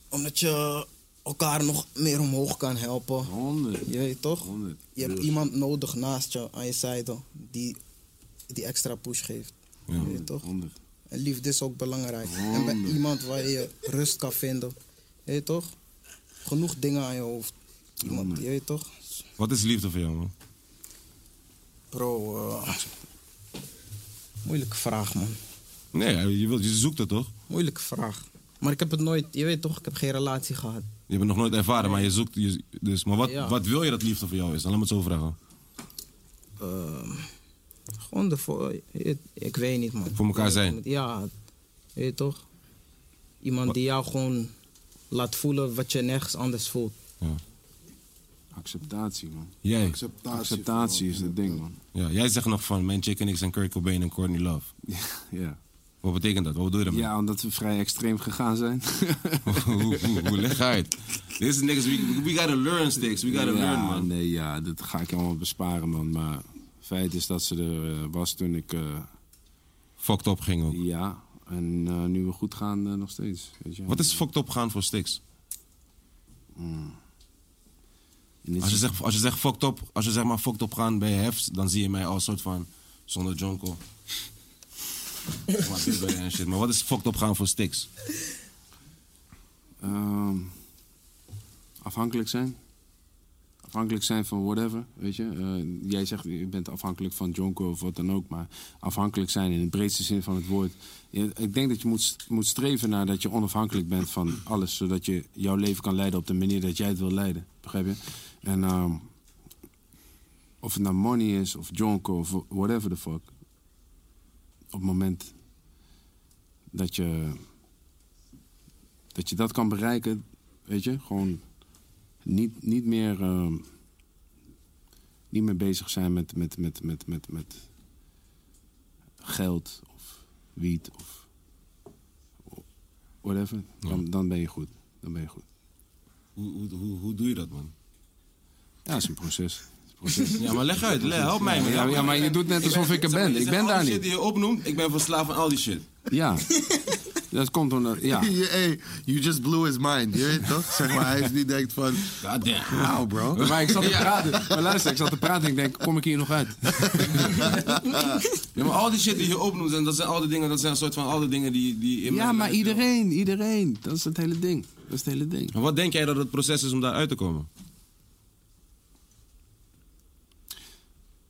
[SPEAKER 6] Omdat je elkaar nog meer omhoog kan helpen.
[SPEAKER 3] 100.
[SPEAKER 6] Je weet toch?
[SPEAKER 3] 100.
[SPEAKER 6] Je hebt iemand nodig naast je, aan je zijde, die die extra push geeft. Je weet toch?
[SPEAKER 3] 100.
[SPEAKER 6] En liefde is ook belangrijk. En bij iemand waar je rust kan vinden. Je weet toch? Genoeg dingen aan je hoofd. Iemand, je weet toch?
[SPEAKER 1] Wat is liefde voor jou, man?
[SPEAKER 6] Bro, eh, moeilijke vraag, man.
[SPEAKER 1] Nee, je, wilt, je zoekt het, toch?
[SPEAKER 6] Moeilijke vraag. Maar ik heb het nooit, je weet toch, ik heb geen relatie gehad.
[SPEAKER 1] Je hebt het nog nooit ervaren, maar je zoekt... je- dus, maar wat,
[SPEAKER 6] Ja.
[SPEAKER 1] wat wil je dat liefde voor jou is? Dan laat me het zo vragen.
[SPEAKER 6] Ehm, gewoon ervoor, ik, ik weet niet man.
[SPEAKER 1] Voor elkaar zijn.
[SPEAKER 6] Ja, je weet toch? Iemand die jou gewoon laat voelen wat je nergens anders voelt.
[SPEAKER 1] Ja.
[SPEAKER 3] Acceptatie, man.
[SPEAKER 1] Jij.
[SPEAKER 5] Acceptatie.
[SPEAKER 3] Acceptatie is het ding, man.
[SPEAKER 1] Ja, jij zegt nog van mijn chick en ik zijn Kurt Cobain en Courtney Love.
[SPEAKER 3] Ja.
[SPEAKER 1] Wat betekent dat? Wat bedoel je daarmee?
[SPEAKER 3] ja, omdat we vrij extreem gegaan zijn.
[SPEAKER 1] [laughs] hoe, hoe, hoe leg uit? This is niggas, we, we gotta learn sticks, we gotta
[SPEAKER 3] ja,
[SPEAKER 1] learn man.
[SPEAKER 3] Nee, ja, dat ga ik allemaal besparen, man. Maar feit is dat ze er eh, was toen ik... eh,
[SPEAKER 1] Fucked up ging ook.
[SPEAKER 3] ja, en eh, nu we goed gaan eh, nog steeds. Weet je?
[SPEAKER 1] Wat is fucked up gaan voor sticks?
[SPEAKER 3] En dit
[SPEAKER 1] Als je
[SPEAKER 3] is-
[SPEAKER 1] zegt, als je zegt fucked up, als je zeg maar fucked up gaan bij Hefs, dan zie je mij als soort van zonder Jonko. maar, dit ben je en shit. maar wat is fucked up gaan voor sticks?
[SPEAKER 3] Ehm, afhankelijk zijn. Afhankelijk zijn van whatever, weet je. Eh, jij zegt, je bent afhankelijk van Jonko of wat dan ook. Maar afhankelijk zijn in de breedste zin van het woord. Je- ik denk dat je moet, st- moet streven naar dat je onafhankelijk bent van alles. Zodat je jouw leven kan leiden op de manier dat jij het wil leiden. Begrijp je? En ehm, of het nou money is of Jonko of whatever the fuck. Op het moment dat je dat je dat kan bereiken, weet je, gewoon niet, niet meer. ehm, niet meer bezig zijn met, met, met, met, met, met geld of wiet of whatever. Dan, dan ben je goed. Dan ben je goed.
[SPEAKER 1] Hoe, hoe, hoe, hoe doe je dat man?
[SPEAKER 3] Ja, het is een proces. Het is een proces.
[SPEAKER 1] Ja, maar leg uit, le- help mij man.
[SPEAKER 3] Ja, ja, maar je doet net alsof ik er
[SPEAKER 1] zeg maar,
[SPEAKER 3] ben.
[SPEAKER 1] je
[SPEAKER 3] Ik
[SPEAKER 1] zegt
[SPEAKER 3] ben
[SPEAKER 1] al
[SPEAKER 3] daar
[SPEAKER 1] die shit die
[SPEAKER 3] niet.
[SPEAKER 1] je opnoemt, ik ben verslaafd van al die shit.
[SPEAKER 3] [laughs] Ja. Dat komt omdat... Ja.
[SPEAKER 2] Je- [laughs] hey, you just blew his mind. Je weet toch? Zeg maar, hij is niet denkt van...
[SPEAKER 1] God damn.
[SPEAKER 2] Wow, bro.
[SPEAKER 3] Maar ik zat te praten. Maar luister, ik zat te praten en ik denk, kom ik hier nog uit?
[SPEAKER 1] Ja, maar al die shit die je opnoemt, en dat zijn al die dingen, dat zijn een soort van al die dingen die, die in
[SPEAKER 3] Ja,
[SPEAKER 1] mijn
[SPEAKER 3] maar
[SPEAKER 1] lijf-
[SPEAKER 3] iedereen, iedereen. Dat is het hele ding. Dat is het hele ding.
[SPEAKER 1] Maar wat denk jij dat het proces is om daar uit te komen?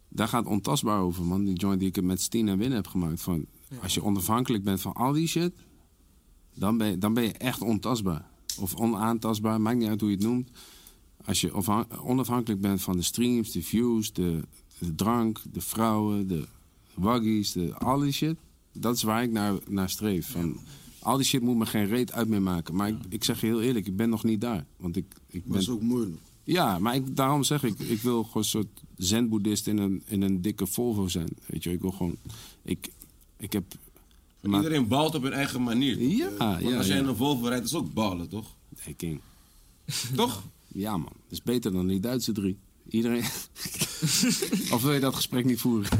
[SPEAKER 3] Daar gaat ontastbaar over, man. Die joint die ik met Steen en Win heb gemaakt. Van, als je onafhankelijk bent van al die shit, dan ben je, dan ben je echt ontastbaar. Of onaantastbaar, maakt niet uit hoe je het noemt. Als je afhan- onafhankelijk bent van de streams, de views, de, de drank, de vrouwen, de waggies, de, al die shit. Dat is waar ik naar, naar streef. Van, al die shit moet me geen reet uit meer maken. Maar ik, ik zeg je heel eerlijk, ik ben nog niet daar. Want ik, ik
[SPEAKER 5] Maar
[SPEAKER 3] ben
[SPEAKER 5] is ook moeilijk.
[SPEAKER 3] ja, maar ik, daarom zeg ik, ik wil gewoon een soort zen-boeddhist in een, in een dikke Volvo zijn. Weet je, ik wil gewoon, ik, ik heb... maar-
[SPEAKER 1] Iedereen baalt op hun eigen manier. toch?
[SPEAKER 3] Ja,
[SPEAKER 1] Want
[SPEAKER 3] ja,
[SPEAKER 1] als jij
[SPEAKER 3] ja.
[SPEAKER 1] in een Volvo rijdt, is ook balen,
[SPEAKER 3] [laughs]
[SPEAKER 1] toch?
[SPEAKER 3] Hey, King.
[SPEAKER 1] [laughs] Toch?
[SPEAKER 3] Ja man, dat is beter dan die Duitse drie.
[SPEAKER 1] [laughs]
[SPEAKER 3] Iedereen... of wil je dat gesprek niet voeren?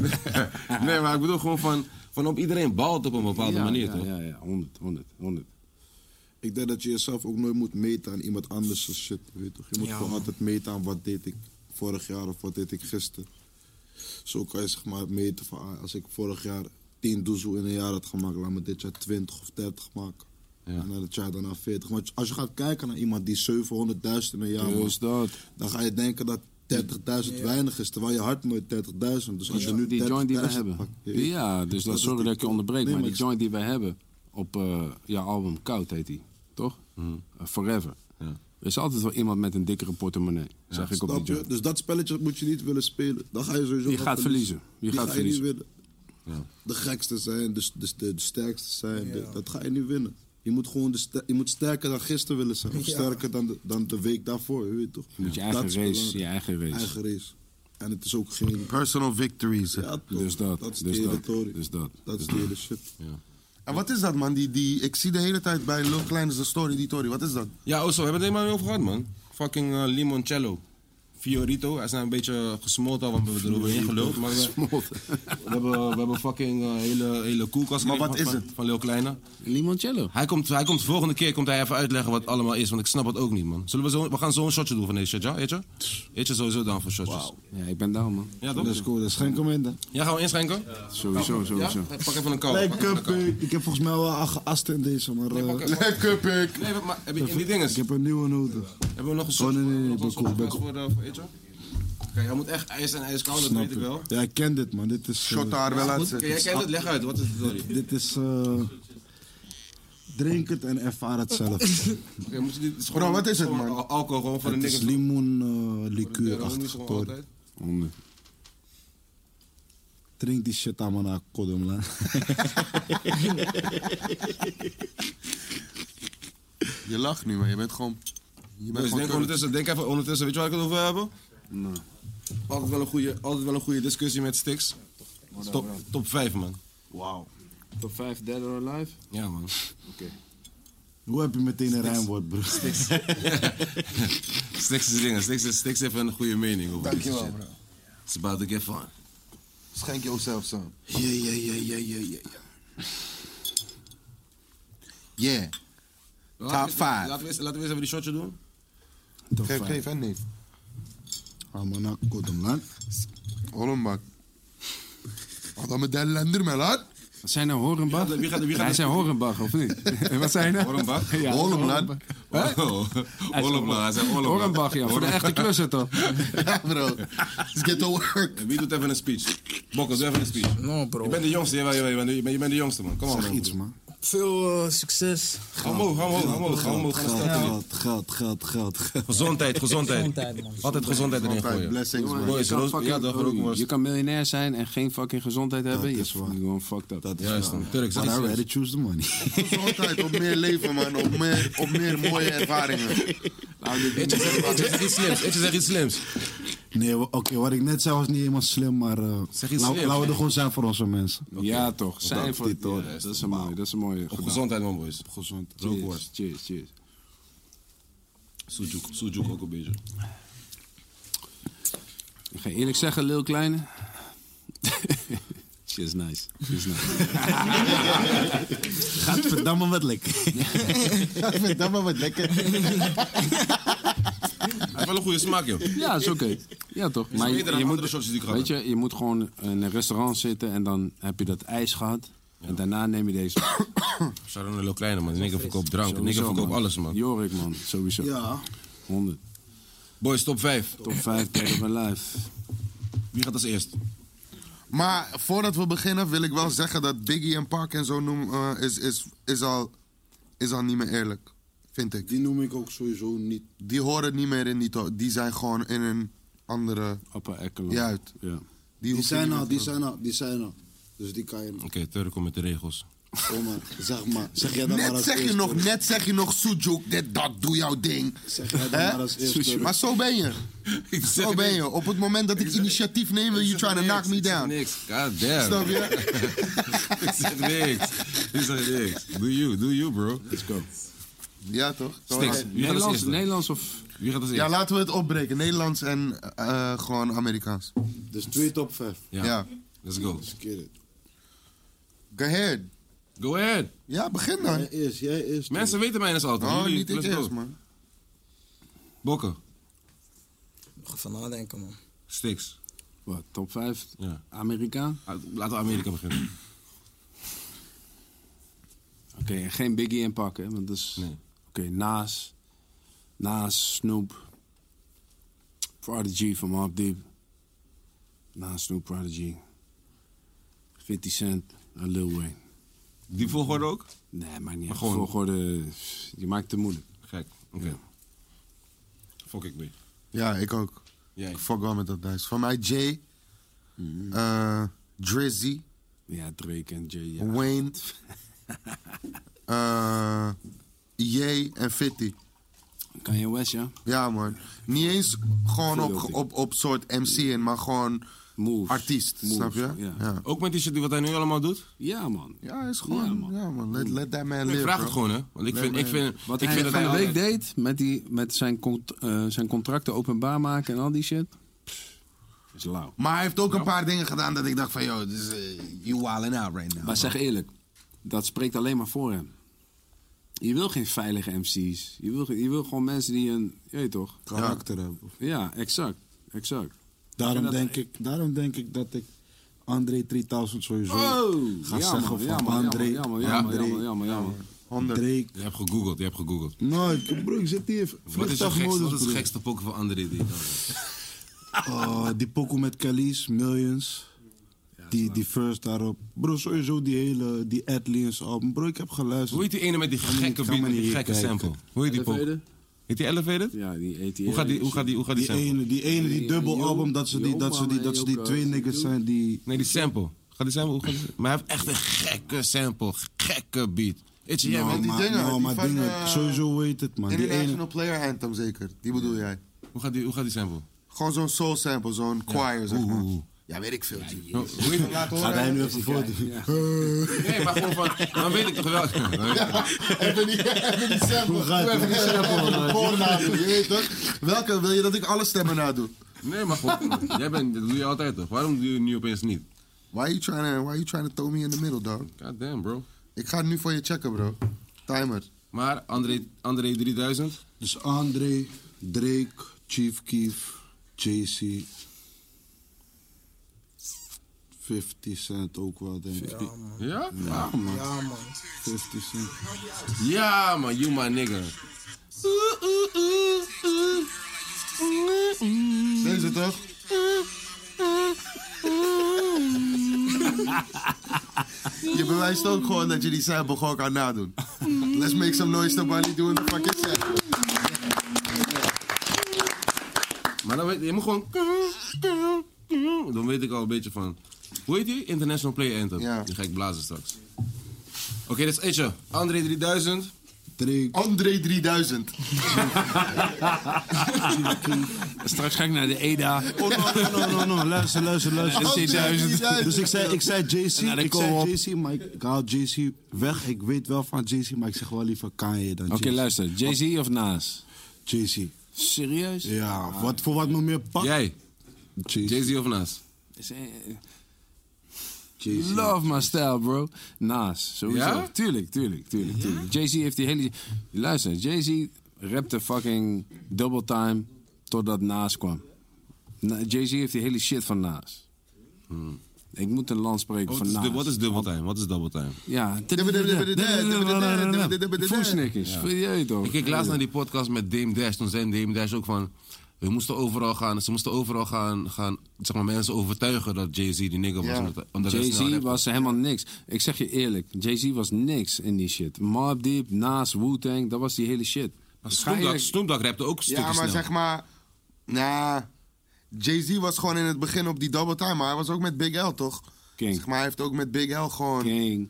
[SPEAKER 1] Nee, maar ik bedoel gewoon van, van op iedereen baalt op een bepaalde
[SPEAKER 3] ja,
[SPEAKER 1] manier,
[SPEAKER 3] ja,
[SPEAKER 1] toch?
[SPEAKER 3] Ja, ja, 100, 100, 100.
[SPEAKER 5] Ik denk dat je jezelf ook nooit moet meten aan iemand anders' shit. Weet je, toch? je moet gewoon altijd meten aan wat deed ik vorig jaar of wat deed ik gisteren. Zo kan je zeg maar meten van ah, als ik vorig jaar 10 doezel in een jaar had gemaakt, laat me dit jaar 20 of 30 maken. En dan het jaar daarna 40. Maar als je gaat kijken naar iemand die 700.000 in een jaar
[SPEAKER 3] Dus
[SPEAKER 5] was,
[SPEAKER 3] dat.
[SPEAKER 5] dan ga je denken dat 30.000 weinig is, terwijl je hart nooit 30.000. Dus als je nu
[SPEAKER 3] die joint die wij
[SPEAKER 5] 30.000
[SPEAKER 3] hebben.
[SPEAKER 5] pakt, je-
[SPEAKER 3] Ja, dus dat,
[SPEAKER 5] is
[SPEAKER 3] sorry
[SPEAKER 5] die-
[SPEAKER 3] dat ik je onderbreek,
[SPEAKER 5] Nee,
[SPEAKER 3] maar
[SPEAKER 5] maar
[SPEAKER 3] die
[SPEAKER 5] ik-
[SPEAKER 3] joint die wij hebben op eh jouw album Koud heet die, toch?
[SPEAKER 1] Mm.
[SPEAKER 3] Eh, Forever. Er is altijd wel iemand met een dikkere portemonnee, zeg ik op die
[SPEAKER 5] Snap je?
[SPEAKER 3] joint.
[SPEAKER 5] Dus dat spelletje moet je niet willen spelen. Dan ga je sowieso
[SPEAKER 3] Je
[SPEAKER 5] gaan
[SPEAKER 3] gaat verliezen. Je
[SPEAKER 5] Die
[SPEAKER 3] gaat
[SPEAKER 5] ga
[SPEAKER 3] verliezen.
[SPEAKER 5] niet winnen. De gekste zijn, de, de, de, de sterkste zijn, de- dat ga je niet winnen. Je moet gewoon de ster- je moet sterker dan gisteren willen zijn. Of sterker dan de, dan de week daarvoor, je weet toch?
[SPEAKER 3] Je moet je
[SPEAKER 5] Dat
[SPEAKER 3] eigen
[SPEAKER 5] is
[SPEAKER 3] race,
[SPEAKER 5] belangrijk.
[SPEAKER 3] je eigen race.
[SPEAKER 5] Eigen race. En het is ook geen...
[SPEAKER 2] Personal victories.
[SPEAKER 5] Ja, toch.
[SPEAKER 3] Dus dat,
[SPEAKER 5] Dat is
[SPEAKER 3] dus
[SPEAKER 5] de hele
[SPEAKER 3] dat,
[SPEAKER 5] tory.
[SPEAKER 3] dus dat,
[SPEAKER 5] Dat is
[SPEAKER 3] dus
[SPEAKER 5] de hele shit.
[SPEAKER 2] En wat is dat, man? Die, die, ik zie de hele tijd bij Lil Klein is de story, die story. Wat is dat?
[SPEAKER 1] Ja, oh, zo, we hebben het er helemaal niet over gehad, man. Fucking eh, limoncello. Fiorito, hij is nou een beetje gesmolten, al, want we hebben erover heen geluld. Maar we, we, hebben, we hebben fucking eh, hele, hele koelkast
[SPEAKER 2] Maar
[SPEAKER 1] gekregen
[SPEAKER 2] wat
[SPEAKER 1] van,
[SPEAKER 2] is
[SPEAKER 1] van- Van Lil Kleine.
[SPEAKER 3] Limoncello.
[SPEAKER 1] Hij komt, hij komt volgende keer komt hij even uitleggen wat het allemaal is, want ik snap het ook niet, man. Zullen we, zo, we gaan zo'n shotje doen van deze shit, ja? Eet je? Eet je sowieso dan voor shotjes.
[SPEAKER 3] Ja, ik ben down, man.
[SPEAKER 1] Ja, toch?
[SPEAKER 5] cool, dat schenk hem in dan.
[SPEAKER 1] Ja, gaan we inschenken?
[SPEAKER 3] Sowieso,
[SPEAKER 1] Ja?
[SPEAKER 3] sowieso.
[SPEAKER 1] Pak even een koude. pak even een
[SPEAKER 5] Lekker
[SPEAKER 1] koude.
[SPEAKER 5] pik. Ik heb volgens mij wel al geast in deze, maar eh,
[SPEAKER 1] pak even-
[SPEAKER 2] Lekker pik.
[SPEAKER 1] Nee, maar heb je, in die dinges,
[SPEAKER 5] ik heb een nieuwe nodig.
[SPEAKER 1] hebben we nog een soort
[SPEAKER 5] nee, nee, nee,
[SPEAKER 1] nog een
[SPEAKER 5] ben
[SPEAKER 1] soort
[SPEAKER 5] cool, ben
[SPEAKER 1] glas voor, eh, voor Itcho? Kijk, hij moet echt ijs en ijskoud, dat
[SPEAKER 5] Snap
[SPEAKER 1] weet ik wel.
[SPEAKER 5] Ja, ik ken dit man. Dit is... eh,
[SPEAKER 2] Shot daar wel uit.
[SPEAKER 1] Goed, jij kent het, leg uit, wat is het? Sorry.
[SPEAKER 5] dit is... eh, drink het en ervaar het zelf.
[SPEAKER 1] Oké, moet je dit, het is
[SPEAKER 2] Bro,
[SPEAKER 1] gewoon-
[SPEAKER 2] wat is het,
[SPEAKER 1] gewoon
[SPEAKER 2] man?
[SPEAKER 1] al- Alcohol gewoon voor de
[SPEAKER 5] Het is
[SPEAKER 1] niks.
[SPEAKER 5] limoen eh, liqueurachtig. tory.
[SPEAKER 3] Honderd.
[SPEAKER 5] Drink die shit aan mijn kodem, man.
[SPEAKER 2] Je lacht nu, maar je bent gewoon Je bent
[SPEAKER 1] Dus
[SPEAKER 2] gewoon
[SPEAKER 1] denk,
[SPEAKER 2] kut.
[SPEAKER 1] ondertussen, denk even ondertussen, weet je waar ik het over heb? Altijd wel een goede, altijd wel een goede discussie met Stix. Top, top 5 man.
[SPEAKER 5] Wauw.
[SPEAKER 3] Top 5 Dead or Alive?
[SPEAKER 1] Ja man.
[SPEAKER 5] Hoe heb je meteen een rijmwoord,
[SPEAKER 1] [laughs]
[SPEAKER 5] bro?
[SPEAKER 1] Stix is dingen. Stix, is, Stix heeft een goede mening over dit
[SPEAKER 2] Dankjewel,
[SPEAKER 1] shit.
[SPEAKER 2] bro.
[SPEAKER 1] It's about to get fun.
[SPEAKER 2] Schenk jezelf zo.
[SPEAKER 5] Ja, ja, ja, ja, ja, ja.
[SPEAKER 2] Yeah. Top five.
[SPEAKER 1] Laten we eens, laten we eens even die shotje doen.
[SPEAKER 2] Geef, geef en neef.
[SPEAKER 5] Almanak, kodem, man.
[SPEAKER 2] Hol hem bak. Wat dan met de ellender, man, lad?
[SPEAKER 3] Wat zijn nou Horenbach?
[SPEAKER 1] Wie gaat- wie gaat-
[SPEAKER 3] Hij zijn Horenbach, of niet? [laughs] En wat zijn nou?
[SPEAKER 1] Horenbach?
[SPEAKER 3] Ja,
[SPEAKER 2] Hol hem, lad.
[SPEAKER 1] Oh, Ollema, hij zei Ollema.
[SPEAKER 3] Horenbach, ja. Voor de echte klusser toch?
[SPEAKER 2] Ja, bro. [laughs] Let's get to work.
[SPEAKER 1] Wie doet even een speech? Bokken, doe even een speech.
[SPEAKER 4] No, bro.
[SPEAKER 1] Je bent de jongste, jawel, jawel, je bent de- je bent, je bent de jongste man. Kom op man.
[SPEAKER 5] Iets, man.
[SPEAKER 4] Veel eh, succes.
[SPEAKER 1] Ga omhoog, ga omhoog, ga omhoog, ga omhoog. ga omhoog.
[SPEAKER 5] Geld, geld, geld, geld, geld.
[SPEAKER 1] Gezondheid, gezondheid.
[SPEAKER 4] Gezondheid, man.
[SPEAKER 1] Altijd gezondheid erin
[SPEAKER 2] Altijd
[SPEAKER 1] gooien.
[SPEAKER 2] blessings, man.
[SPEAKER 1] Boys, roos- ja, dat roken was-
[SPEAKER 3] je kan miljonair zijn en geen fucking gezondheid hebben. Je
[SPEAKER 5] is waar.
[SPEAKER 3] gewoon fucked up.
[SPEAKER 5] Dat is
[SPEAKER 1] Juist,
[SPEAKER 5] waar.
[SPEAKER 1] man. Turks,
[SPEAKER 5] But I
[SPEAKER 1] dat is-
[SPEAKER 5] rather choose the money.
[SPEAKER 2] Gezondheid op meer leven, man. Op meer, op meer mooie ervaringen.
[SPEAKER 3] Nou,
[SPEAKER 1] [laughs] Eetje zegt- Eetje zegt iets slims, Eetje zegt iets slims.
[SPEAKER 5] Nee, wa- oké, wat ik net zei was niet helemaal slim, maar... eh,
[SPEAKER 1] Zeg iets
[SPEAKER 5] lau-
[SPEAKER 1] slims.
[SPEAKER 5] Laten we er gewoon zijn voor onze mensen.
[SPEAKER 3] Ja, toch. Zijn
[SPEAKER 5] dat
[SPEAKER 3] voor
[SPEAKER 5] dit, hoor.
[SPEAKER 3] ja, Dat is een mooie. Dat is een mooie.
[SPEAKER 1] Op
[SPEAKER 3] gedaan.
[SPEAKER 1] gezondheid man boys.
[SPEAKER 5] Gezond.
[SPEAKER 1] Rookworst.
[SPEAKER 3] Cheers, cheers, cheers.
[SPEAKER 1] Sujuk, sujuk ook een beetje.
[SPEAKER 3] Ik ga eerlijk zeggen, Lil Kleine. [laughs] She is nice. She is nice.
[SPEAKER 5] Gaat verdamme wat lekker.
[SPEAKER 2] Verdamme, wat lekker.
[SPEAKER 1] Hij heeft wel een goede smaak joh.
[SPEAKER 3] [laughs] ja, is oké. Ja, toch?
[SPEAKER 1] Is beter dan andere shots die ik
[SPEAKER 3] weet
[SPEAKER 1] had.
[SPEAKER 3] je, je moet gewoon in een restaurant zitten en dan heb je dat ijs gehad. En daarna neem je [coughs] deze.
[SPEAKER 1] Sharon een heel kleine man. Nikke verkoopt drank. Nikke
[SPEAKER 3] Sowieso,
[SPEAKER 1] verkoopt alles man.
[SPEAKER 3] Jorik, man. Sowieso.
[SPEAKER 5] Ja.
[SPEAKER 3] 100.
[SPEAKER 1] Boys, top 5.
[SPEAKER 3] Top [coughs] 5 Dead of Alive.
[SPEAKER 1] Wie gaat als eerst?
[SPEAKER 2] Maar voordat we beginnen wil ik wel zeggen dat Biggie en Park en zo noemen eh, is, is, is, al, is al niet meer eerlijk. Vind ik.
[SPEAKER 5] Die noem ik ook sowieso niet.
[SPEAKER 2] Die horen niet meer in die to- Die zijn gewoon in een andere...
[SPEAKER 3] Appa Ekkeland.
[SPEAKER 2] Juist.
[SPEAKER 3] Ja.
[SPEAKER 5] Die
[SPEAKER 2] hoef je
[SPEAKER 5] zijn
[SPEAKER 2] niet
[SPEAKER 5] al,
[SPEAKER 2] meer
[SPEAKER 5] die
[SPEAKER 2] te-
[SPEAKER 5] zijn al, die zijn al. Dus die kan je niet.
[SPEAKER 1] Oké, Turk komt met de regels.
[SPEAKER 5] Oh man, zeg maar. Zeg jij dat maar
[SPEAKER 2] Net
[SPEAKER 5] als
[SPEAKER 2] zeg je
[SPEAKER 5] eerste.
[SPEAKER 2] nog, net zeg je nog, Sujuk, dit, dat, doe jouw ding.
[SPEAKER 5] Zeg jij dat
[SPEAKER 2] Hè?
[SPEAKER 5] maar als eerste.
[SPEAKER 2] Maar zo ben [laughs] je. Zo ben je. Op het moment dat ik initiatief neem, wil je trying to knock me down.
[SPEAKER 1] Niks. God damn.
[SPEAKER 2] Snap je?
[SPEAKER 1] Ik zeg niks. Ik zeg niks. Do you, do you bro. Let's go.
[SPEAKER 2] Ja, toch? Zo
[SPEAKER 1] Sticks.
[SPEAKER 2] is-
[SPEAKER 1] Wie gaat als
[SPEAKER 3] Nederlands,
[SPEAKER 1] eerste?
[SPEAKER 3] Nederlands of...
[SPEAKER 1] Wie gaat als
[SPEAKER 2] Ja,
[SPEAKER 1] eerste?
[SPEAKER 2] laten we het opbreken. Nederlands en eh, gewoon Amerikaans.
[SPEAKER 5] Dus twee top vijf.
[SPEAKER 2] Ja.
[SPEAKER 1] Let's go.
[SPEAKER 5] Verkeerd.
[SPEAKER 2] Go ahead.
[SPEAKER 1] Go ahead.
[SPEAKER 2] Ja, begin
[SPEAKER 5] Jij
[SPEAKER 2] dan.
[SPEAKER 5] eerst, jij eerst.
[SPEAKER 1] Mensen weten mij eens altijd.
[SPEAKER 2] Oh,
[SPEAKER 1] Jullie,
[SPEAKER 2] niet ik
[SPEAKER 1] let's go.
[SPEAKER 2] eerst, man.
[SPEAKER 1] Bokken.
[SPEAKER 4] Nog even nadenken, man.
[SPEAKER 1] Sticks.
[SPEAKER 3] Wat, top 5?
[SPEAKER 1] Ja.
[SPEAKER 3] Amerikaan?
[SPEAKER 1] Ah, Laten we Amerika beginnen.
[SPEAKER 3] Oké, en geen Biggie inpakken, hè, want dat is...
[SPEAKER 1] Nee.
[SPEAKER 3] Oké, Naas. Naas, Snoop. Prodigy van Mobb Deep. Naas, Snoop, Prodigy. 50 Cent en Lil Wayne.
[SPEAKER 1] Die volgorde ook?
[SPEAKER 3] Nee, maakt niet uit.
[SPEAKER 1] gewoon-
[SPEAKER 3] Volgorde, je maakt het te moeilijk.
[SPEAKER 1] Gek. Oké. Fuck ik mee.
[SPEAKER 2] Ja, ik ook.
[SPEAKER 1] Jij.
[SPEAKER 2] Ik fuck wel met dat lijst. Van mij Jay, eh, Drizzy,
[SPEAKER 3] Ja, Drake en Jay. Ja.
[SPEAKER 2] Wayne, [laughs] eh Ye en Fitty.
[SPEAKER 3] Kanye West, ja?
[SPEAKER 2] Ja, man. Niet eens gewoon op, op, op soort MC in, maar gewoon
[SPEAKER 3] Moves.
[SPEAKER 2] artiest.
[SPEAKER 3] Moves,
[SPEAKER 2] Snap je?
[SPEAKER 3] Ja, ja.
[SPEAKER 2] ja.
[SPEAKER 1] Ook met die shit die wat hij nu allemaal doet?
[SPEAKER 3] man.
[SPEAKER 2] Ja, is gewoon. Ja, man. Let, let that man
[SPEAKER 1] Ik
[SPEAKER 2] live.
[SPEAKER 1] vraag
[SPEAKER 2] bro.
[SPEAKER 1] het gewoon, hè. Want ik
[SPEAKER 2] Nee,
[SPEAKER 1] vind...
[SPEAKER 2] nee.
[SPEAKER 1] Ik vind,
[SPEAKER 3] Wat
[SPEAKER 1] ik
[SPEAKER 3] hij
[SPEAKER 1] vind
[SPEAKER 3] van de
[SPEAKER 1] hij-
[SPEAKER 3] week deed, met, die, met zijn, cont- eh, zijn contracten openbaar maken en al die shit. Pff, is lauw.
[SPEAKER 2] Maar hij heeft ook een paar dingen gedaan dat ik dacht van, yo, this, eh, you wildin' out right now.
[SPEAKER 3] Maar zeg eerlijk, dat spreekt alleen maar voor hem. Je wil geen veilige MC's. Je wil, ge- je wil gewoon mensen die een... Je weet toch?
[SPEAKER 5] karakter hebben.
[SPEAKER 3] Ja, exact. Exact.
[SPEAKER 5] Daarom,
[SPEAKER 3] dat-
[SPEAKER 5] denk ik, daarom denk ik dat ik André 3000 sowieso
[SPEAKER 3] Oh,
[SPEAKER 5] ga
[SPEAKER 3] ja,
[SPEAKER 5] zeggen
[SPEAKER 3] man,
[SPEAKER 5] van
[SPEAKER 3] ja, man,
[SPEAKER 5] André.
[SPEAKER 3] Ja, man, ja, man, ja, man, ja, man, ja, man.
[SPEAKER 5] Drake.
[SPEAKER 1] Je hebt gegoogeld, je hebt gegoogeld.
[SPEAKER 5] Nou, ik- bro, ik zit hier.
[SPEAKER 1] Wat is, de gekste, wat is
[SPEAKER 5] Vliegtuigmodus,
[SPEAKER 1] de
[SPEAKER 5] bro.
[SPEAKER 1] gekste pokken van André die je dan-
[SPEAKER 5] Oh, die pokoe met Kalis, Millions. Die, die first daarop. Bro, sowieso die hele, die Atlians album. Bro, ik heb geluisterd.
[SPEAKER 1] Hoe heet die ene met die
[SPEAKER 5] me
[SPEAKER 1] gekke
[SPEAKER 5] niet- ga
[SPEAKER 1] beat,
[SPEAKER 5] me
[SPEAKER 1] met die
[SPEAKER 5] niet
[SPEAKER 1] gekke
[SPEAKER 5] kijken.
[SPEAKER 1] sample? Hoe heet die pop?
[SPEAKER 3] Elevated?
[SPEAKER 1] Heet die Elevated?
[SPEAKER 3] Ja, die E eet
[SPEAKER 1] Hoe gaat die, hoe gaat die, hoe gaat die
[SPEAKER 5] Die
[SPEAKER 1] sample?
[SPEAKER 5] ene, die ene, die
[SPEAKER 3] Die-
[SPEAKER 5] dubbel
[SPEAKER 3] die
[SPEAKER 5] album,
[SPEAKER 3] ook-
[SPEAKER 5] dat ze
[SPEAKER 3] die
[SPEAKER 5] die,
[SPEAKER 3] ook,
[SPEAKER 5] dat ze
[SPEAKER 3] man,
[SPEAKER 5] die,
[SPEAKER 3] die
[SPEAKER 5] dat ze
[SPEAKER 3] ook,
[SPEAKER 5] die
[SPEAKER 3] eh,
[SPEAKER 5] twee niggas zijn die...
[SPEAKER 1] Nee, die sample. Gaat die sample? Hoe gaat die- Maar hij heeft echt een gekke sample, gekke beat. Itje, jij
[SPEAKER 5] Nou,
[SPEAKER 1] bent...
[SPEAKER 2] die
[SPEAKER 5] maar,
[SPEAKER 2] dingen,
[SPEAKER 5] nou,
[SPEAKER 2] die
[SPEAKER 5] maar
[SPEAKER 2] van,
[SPEAKER 5] dingen,
[SPEAKER 2] eh,
[SPEAKER 5] sowieso weet het, man. Die ene,
[SPEAKER 2] International Player Anthem zeker, die bedoel jij.
[SPEAKER 1] Hoe gaat die, hoe gaat die sample?
[SPEAKER 2] Gewoon zo'n soul sample, zo'n choir, zeg maar. Ja, weet ik veel. G.
[SPEAKER 1] Hoe hoe heet het? Laten
[SPEAKER 5] gaat hij nu even voor.
[SPEAKER 1] Nee, maar gewoon van... Dan weet ik toch wel... [laughs]
[SPEAKER 2] [laughs] Even die, even die sample. Hoe
[SPEAKER 5] gaat het?
[SPEAKER 2] even die sample. Even de koor nadoen, je weet toch? Welke wil je dat ik alle stemmen nadoe?
[SPEAKER 1] Nee, maar gewoon... Jij bent... Dat doe je altijd toch? Waarom doe je nu opeens niet?
[SPEAKER 2] Why are you trying to, why are you trying to throw me in the middle, dog?
[SPEAKER 1] God damn, bro.
[SPEAKER 2] Ik ga het nu voor je checken, bro. Timer.
[SPEAKER 1] Maar André, André 3000...
[SPEAKER 5] Dus André, Drake, Chief Keef, JC. 50 cent ook wel, denk ik.
[SPEAKER 1] Ja?
[SPEAKER 5] Ja, man. 50 cent.
[SPEAKER 1] Ja, man. You my nigga.
[SPEAKER 2] Deze toch? [laughs] Je bewijst ook gewoon dat je die sample gewoon kan nadoen. Let's make some noise nobody doing the fucking sample.
[SPEAKER 1] Maar dan weet je moet gewoon... [laughs] Dan weet ik al een beetje van... Hoe heet die? International Player Anthem.
[SPEAKER 2] Ja.
[SPEAKER 1] Die ga ik blazen straks. Oké, dat is Itje. André 3000.
[SPEAKER 5] Drake,
[SPEAKER 2] André 3000.
[SPEAKER 3] Straks ga ik naar de E EDA.
[SPEAKER 5] Oh, no, no, no, no, no. Luister, luister, luister.
[SPEAKER 3] Oh, 10.000.
[SPEAKER 5] Dus ik zei, ik zei JC,
[SPEAKER 3] En dan
[SPEAKER 5] ik
[SPEAKER 3] komen
[SPEAKER 5] zei
[SPEAKER 3] we
[SPEAKER 5] JC, maar ik, ik haal JC weg. Ik weet wel van JC, maar ik zeg wel liever Kanye dan
[SPEAKER 3] Oké, luister. Jay-Z of Nas?
[SPEAKER 5] JC.
[SPEAKER 3] Serieus? Ah.
[SPEAKER 5] Ja, wat, voor wat me meer pakt.
[SPEAKER 1] Jij.
[SPEAKER 5] JC.
[SPEAKER 1] Jay-Z of Nas?
[SPEAKER 3] Is- eh,
[SPEAKER 5] JC.
[SPEAKER 3] Love my style, bro. Nas, sowieso.
[SPEAKER 1] Ja?
[SPEAKER 3] Tuurlijk, tuurlijk, tuurlijk. tuurlijk. Jay-Z heeft die hele... Luister, Jay-Z rapte fucking double time totdat Nas kwam. Na- Jay-Z heeft die hele shit van Nas. Ik moet een land spreken
[SPEAKER 1] Oh,
[SPEAKER 3] van Nas.
[SPEAKER 1] Wat is double time? Wat is double time?
[SPEAKER 3] Ja.
[SPEAKER 2] Ja.
[SPEAKER 3] Voesnikkers. Ja. Je toch?
[SPEAKER 1] Ik keek laatst naar die podcast met Dame Dash. Toen zei Dame Dash ook van... We moesten overal gaan... Ze moesten overal gaan... gaan zeg maar, mensen overtuigen dat Jay-Z die nigger was.
[SPEAKER 2] Ja.
[SPEAKER 1] Omdat, omdat hij snel
[SPEAKER 3] Jay-Z
[SPEAKER 1] rapte.
[SPEAKER 3] was helemaal niks. Ik zeg je eerlijk, Jay-Z was niks in die shit. Mob Deep, Nas, Wu-Tang, dat was die hele shit.
[SPEAKER 1] Maar Snoop Dogg, Snoop Dogg rapte ook stukken
[SPEAKER 2] Ja,
[SPEAKER 1] snel.
[SPEAKER 2] maar zeg maar... Nou, Jay-Z was gewoon in het begin op die double time, maar hij was ook met Big L, toch?
[SPEAKER 3] King.
[SPEAKER 2] Zeg maar, hij heeft ook met Big L gewoon...
[SPEAKER 3] King,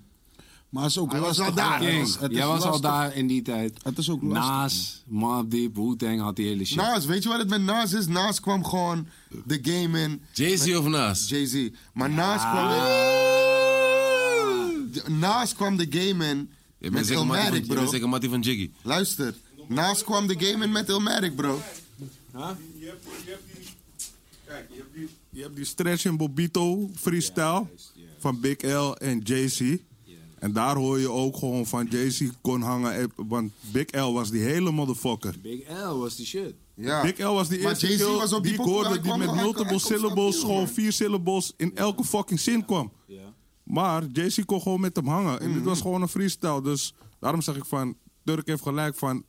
[SPEAKER 5] Maar het is ook
[SPEAKER 2] Hij was
[SPEAKER 5] lastig.
[SPEAKER 2] al daar.
[SPEAKER 5] hoor.
[SPEAKER 3] King.
[SPEAKER 5] Het is- het is
[SPEAKER 3] Jij was al
[SPEAKER 5] lastig.
[SPEAKER 3] daar in die tijd.
[SPEAKER 5] Het is ook lastig.
[SPEAKER 3] Nas, Mob Deep, Wu-Tang had die hele shit.
[SPEAKER 2] Nas, weet je wat het met Nas is? Nas kwam gewoon de game in.
[SPEAKER 1] Jay-Z of Nas?
[SPEAKER 2] Jay-Z. Maar Nas kwam... Nas kwam de game in
[SPEAKER 1] Je bent
[SPEAKER 2] met
[SPEAKER 1] zeker mattie van-
[SPEAKER 2] Illmatic,
[SPEAKER 1] je bent
[SPEAKER 2] bro.
[SPEAKER 1] zeker mattie van Jiggy.
[SPEAKER 2] Luister, Nas kwam de game in met Illmatic, bro.
[SPEAKER 11] Je hebt, je hebt die... Kijk, je hebt die...
[SPEAKER 12] Je hebt die Stretch en Bobito freestyle van Big L en Jay-Z. En daar hoor je ook gewoon van Jay-Z kon hangen. eh, Want Big L was die hele motherfucker.
[SPEAKER 3] Big L was die shit.
[SPEAKER 2] Ja.
[SPEAKER 12] Big L was die
[SPEAKER 2] Maar
[SPEAKER 12] eerste
[SPEAKER 2] Jay-Z
[SPEAKER 12] kill
[SPEAKER 2] was op die
[SPEAKER 12] die ik
[SPEAKER 2] pokoe, hij
[SPEAKER 12] hoorde die
[SPEAKER 2] kwam
[SPEAKER 12] met
[SPEAKER 2] gewoon- hij kwam-
[SPEAKER 12] multiple
[SPEAKER 2] hij kwam
[SPEAKER 12] syllables,
[SPEAKER 2] stabiel,
[SPEAKER 12] gewoon
[SPEAKER 2] man.
[SPEAKER 12] vier syllables in elke fucking zin kwam. Maar Jay-Z kon gewoon met hem hangen. En dit
[SPEAKER 2] Mhm.
[SPEAKER 12] was gewoon een freestyle. Dus daarom zeg ik van, Turk heeft gelijk van,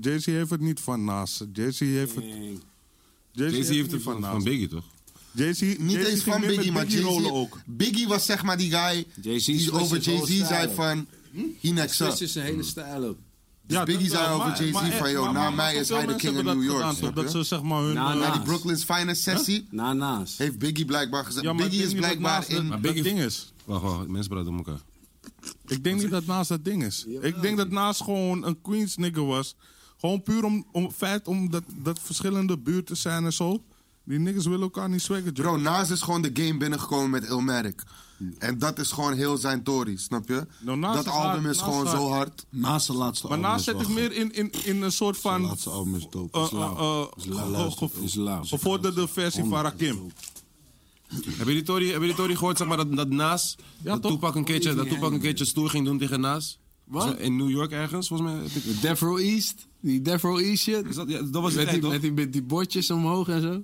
[SPEAKER 12] Jay-Z heeft het niet van naast. Jay-Z heeft het... Jay-Z
[SPEAKER 1] Jay-Z heeft het
[SPEAKER 12] niet
[SPEAKER 1] van,
[SPEAKER 12] naast.
[SPEAKER 1] van Biggie, toch?
[SPEAKER 12] Jay-Z
[SPEAKER 2] Niet
[SPEAKER 12] Jay-Z
[SPEAKER 2] eens
[SPEAKER 12] ging
[SPEAKER 2] van
[SPEAKER 12] meer
[SPEAKER 2] Biggie, maar
[SPEAKER 12] met
[SPEAKER 2] Jay-Z.
[SPEAKER 12] rollen ook.
[SPEAKER 2] Biggie was zeg maar die guy
[SPEAKER 3] Jay-Z
[SPEAKER 2] die
[SPEAKER 3] switcht
[SPEAKER 2] over
[SPEAKER 3] zijn whole
[SPEAKER 2] Jay-Z zei
[SPEAKER 3] style.
[SPEAKER 2] van... "Hm? He next up.
[SPEAKER 3] is zijn hele stijl op.
[SPEAKER 12] Dus
[SPEAKER 2] Biggie zei over Jay-Z van, yo, na mij is hij de king of New York, snap
[SPEAKER 12] dat
[SPEAKER 2] je?
[SPEAKER 12] ze zeg maar hun...
[SPEAKER 3] Na-
[SPEAKER 12] eh,
[SPEAKER 2] Na die
[SPEAKER 3] Nas.
[SPEAKER 2] Brooklyn's Finest Sessie
[SPEAKER 3] Na Nas.
[SPEAKER 2] heeft Biggie blijkbaar gezegd...
[SPEAKER 12] ja, maar ik
[SPEAKER 2] Biggie
[SPEAKER 12] denk
[SPEAKER 2] is
[SPEAKER 12] niet dat
[SPEAKER 2] blijkbaar
[SPEAKER 12] Nas dat-
[SPEAKER 2] in...
[SPEAKER 12] Dat
[SPEAKER 1] Biggie-
[SPEAKER 12] ding is.
[SPEAKER 1] Wacht, wacht. Mensen praten om elkaar.
[SPEAKER 12] Ik denk niet dat Naast dat ding is. Ik denk dat Naast gewoon een Queens nigger was. Gewoon puur om, om het feit om dat, dat verschillende buurten zijn en zo. Die niggers willen elkaar niet swaggen, Joe.
[SPEAKER 2] Bro, Nas is gewoon de game binnengekomen met Illmatic. En dat is gewoon heel zijn tory, snap je?
[SPEAKER 12] Nou, Nas
[SPEAKER 2] dat
[SPEAKER 12] is
[SPEAKER 2] album
[SPEAKER 12] hard,
[SPEAKER 2] is
[SPEAKER 12] Nas
[SPEAKER 2] gewoon
[SPEAKER 12] is
[SPEAKER 2] zo hard.
[SPEAKER 5] Naast de laatste
[SPEAKER 12] Maar
[SPEAKER 5] album
[SPEAKER 12] Naast
[SPEAKER 5] is
[SPEAKER 12] zet ik
[SPEAKER 5] wel
[SPEAKER 12] meer in, in, in een soort
[SPEAKER 5] Zijn
[SPEAKER 12] van...
[SPEAKER 5] laatste album is dope.
[SPEAKER 12] eh,
[SPEAKER 5] Is lauw.
[SPEAKER 12] eh,
[SPEAKER 5] Is lauw, luister,
[SPEAKER 12] ge-
[SPEAKER 5] is lauw.
[SPEAKER 12] Gevorderde versie van Rakim.
[SPEAKER 1] Hebben jullie Tory, hebben jullie Tory gehoord, zeg maar, dat, dat Nas...
[SPEAKER 12] Ja,
[SPEAKER 1] dat
[SPEAKER 12] toch?
[SPEAKER 1] Toepak een keertje, dat Toepak een keertje stoer ging doen tegen Nas? Zo In New York ergens, volgens mij. heb ik-
[SPEAKER 3] De Death Row East. Die Death Row East shit.
[SPEAKER 1] Is dat, ja, dat was de
[SPEAKER 3] met,
[SPEAKER 1] tijd,
[SPEAKER 3] die,
[SPEAKER 1] toch?
[SPEAKER 3] met, die, met die bordjes omhoog en zo.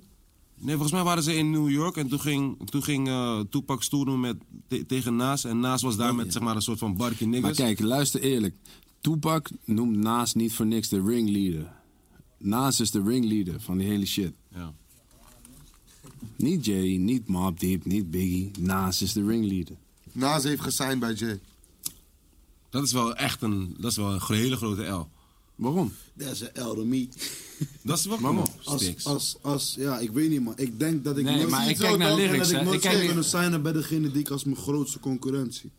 [SPEAKER 1] Nee, volgens mij waren ze in New York en toen ging, toen ging eh, Tupac stoer doen met, te- tegen Nas. En Nas was daar met, zeg maar, een soort van barkie
[SPEAKER 3] Maar
[SPEAKER 1] niggers.
[SPEAKER 3] kijk, luister eerlijk. Tupac noemt Nas niet voor niks de ringleader. Nas is de ringleader van die hele shit.
[SPEAKER 1] Ja.
[SPEAKER 3] Niet Jay, niet Mob Deep, niet Biggie. Nas is de ringleader.
[SPEAKER 2] Nas heeft gesigned bij Jay.
[SPEAKER 1] Dat is wel echt een, dat is wel een gro- hele grote L.
[SPEAKER 3] Waarom?
[SPEAKER 5] Dat is een El Remy.
[SPEAKER 1] Dat is wel... Kom op,
[SPEAKER 5] Als,
[SPEAKER 1] Sticks.
[SPEAKER 5] als, als, ja, ik weet niet, man. Ik denk dat ik
[SPEAKER 3] Nee,
[SPEAKER 5] nooit
[SPEAKER 3] maar
[SPEAKER 5] iets
[SPEAKER 3] ik kijk
[SPEAKER 5] zo
[SPEAKER 3] naar
[SPEAKER 5] dom ben Dat
[SPEAKER 3] lyrics, hè.
[SPEAKER 5] ik
[SPEAKER 3] Ik
[SPEAKER 5] nooit
[SPEAKER 3] kijk
[SPEAKER 5] zou
[SPEAKER 3] niet-
[SPEAKER 5] kunnen zijn bij degene die ik als mijn grootste concurrentie.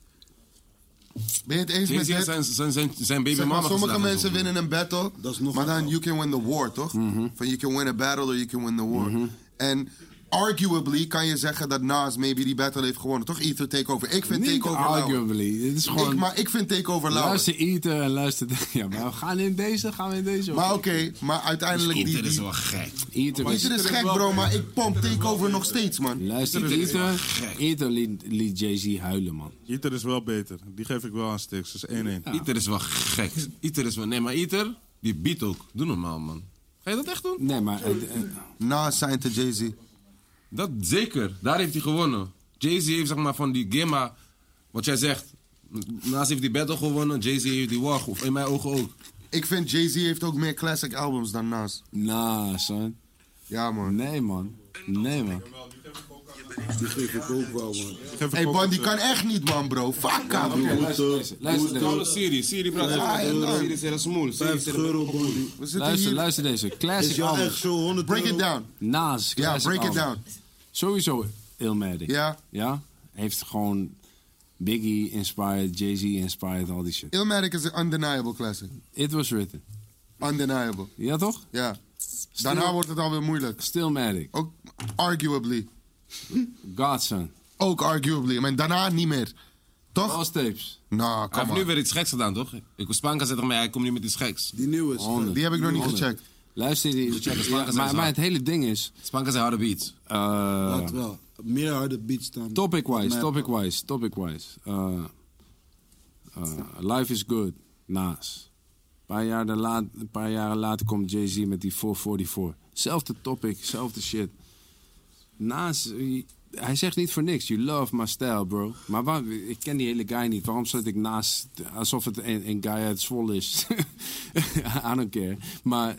[SPEAKER 2] Ben je het eens met
[SPEAKER 1] Jay-Z
[SPEAKER 2] dit?
[SPEAKER 1] had zijn, zijn, zijn, zijn baby
[SPEAKER 2] Zeg maar,
[SPEAKER 1] mama
[SPEAKER 2] sommige
[SPEAKER 1] geslagen en
[SPEAKER 2] mensen
[SPEAKER 1] zo.
[SPEAKER 2] winnen een battle,
[SPEAKER 7] Dat is nog
[SPEAKER 2] maar dan
[SPEAKER 7] een-
[SPEAKER 2] you can win the war, toch? Van you can win a battle or you can win the war. En arguably kan je zeggen dat Nas maybe die battle heeft gewonnen, toch? Ether takeover. Ik vind
[SPEAKER 3] Niet
[SPEAKER 2] takeover lauwer.
[SPEAKER 3] arguably. Dit is gewoon...
[SPEAKER 2] Ik, maar ik vind takeover lauwer.
[SPEAKER 3] luister eten en luister... [laughs] Ja, maar we gaan in deze, gaan we in deze.
[SPEAKER 2] Maar oké, maar uiteindelijk die,
[SPEAKER 1] Inter
[SPEAKER 2] die,
[SPEAKER 1] is wel gek.
[SPEAKER 3] Eten was...
[SPEAKER 2] Ether is gek, bro, maar ik pomp takeover nog steeds, man.
[SPEAKER 3] Luister, eten, eten liet, liet Jay-Z huilen, man.
[SPEAKER 12] Ieter is wel beter. Die geef ik wel aan Stix. Dus 1-1.
[SPEAKER 1] Iter is wel gek. Iter is wel... Nee, maar Iter, die beat ook. Doe normaal, man. Ga je dat echt doen?
[SPEAKER 3] Nee, maar... eh, eh,
[SPEAKER 2] Nas zijn te Jay-Z.
[SPEAKER 1] Dat zeker. Daar heeft hij gewonnen. Jay-Z heeft zeg maar van die Gemma... Wat jij zegt. Naast heeft die battle gewonnen. Jay-Z heeft die war. Of in mijn ogen ook.
[SPEAKER 2] Ik vind Jay-Z heeft ook meer classic albums dan Nas.
[SPEAKER 3] nah, son.
[SPEAKER 2] Ja, man.
[SPEAKER 3] Nee, man. Nee, man.
[SPEAKER 12] Geef
[SPEAKER 2] Hey,
[SPEAKER 12] ik ook
[SPEAKER 2] Bon, die
[SPEAKER 12] een-
[SPEAKER 2] kan echt niet, man, bro. Fuck, bro.
[SPEAKER 3] Luister, luister,
[SPEAKER 1] Alle
[SPEAKER 3] deze.
[SPEAKER 1] Siri. Siri, bro. Siri is heel smoel. Siri is
[SPEAKER 7] 50
[SPEAKER 1] heel-
[SPEAKER 7] euro, bro. die-
[SPEAKER 2] We zitten
[SPEAKER 3] luister,
[SPEAKER 2] hier.
[SPEAKER 3] luister deze.
[SPEAKER 7] Is
[SPEAKER 3] Classic
[SPEAKER 7] jou
[SPEAKER 3] album.
[SPEAKER 7] echt zo 100
[SPEAKER 2] Break
[SPEAKER 7] euro?
[SPEAKER 2] it down.
[SPEAKER 3] Naast.
[SPEAKER 2] Ja,
[SPEAKER 3] classic
[SPEAKER 2] break it
[SPEAKER 3] album.
[SPEAKER 2] down.
[SPEAKER 3] Sowieso Illmatic.
[SPEAKER 2] Ja.
[SPEAKER 3] Ja? Heeft gewoon Biggie inspired, Jay-Z inspired, al die shit.
[SPEAKER 2] Illmatic is een undeniable classic.
[SPEAKER 3] It was written.
[SPEAKER 2] Undeniable.
[SPEAKER 3] Ja, toch?
[SPEAKER 2] Ja. Daarna wordt het alweer moeilijk.
[SPEAKER 3] Stillmatic.
[SPEAKER 2] Ook arguably.
[SPEAKER 3] Godson.
[SPEAKER 2] Ook arguably. Maar daarna niet meer. Toch?
[SPEAKER 3] Lost tapes.
[SPEAKER 2] Nou,
[SPEAKER 1] Hij heeft
[SPEAKER 2] kom
[SPEAKER 1] nu
[SPEAKER 2] op.
[SPEAKER 1] weer iets geks gedaan, toch? Ik was Spanka zegt mij, hij komt nu met iets geks.
[SPEAKER 7] Die nieuwe is.
[SPEAKER 3] 100.
[SPEAKER 2] Die heb ik nog niet
[SPEAKER 3] 100.
[SPEAKER 2] gecheckt.
[SPEAKER 3] Luister, die,
[SPEAKER 1] check,
[SPEAKER 3] ja,
[SPEAKER 1] Spanker zijn
[SPEAKER 3] maar,
[SPEAKER 1] ze
[SPEAKER 3] maar
[SPEAKER 1] hard.
[SPEAKER 3] het hele ding is...
[SPEAKER 1] Spanka zei harde beats.
[SPEAKER 3] eh,
[SPEAKER 7] Dat wel. Meer harde beats dan.
[SPEAKER 3] Topic-wise,
[SPEAKER 7] Mijn-
[SPEAKER 3] topic-wise, topic-wise. Eh, eh, life is good, Naas. Een paar, jaar daarna- een paar jaren later komt Jay-Z met die 444. Zelfde topic, zelfde shit. Naas, eh, hij zegt niet voor niks. You love my style, bro. Maar waar, ik ken die hele guy niet. Waarom zet ik naast alsof het een, een guy uit Zwolle is? [laughs] I don't care. Maar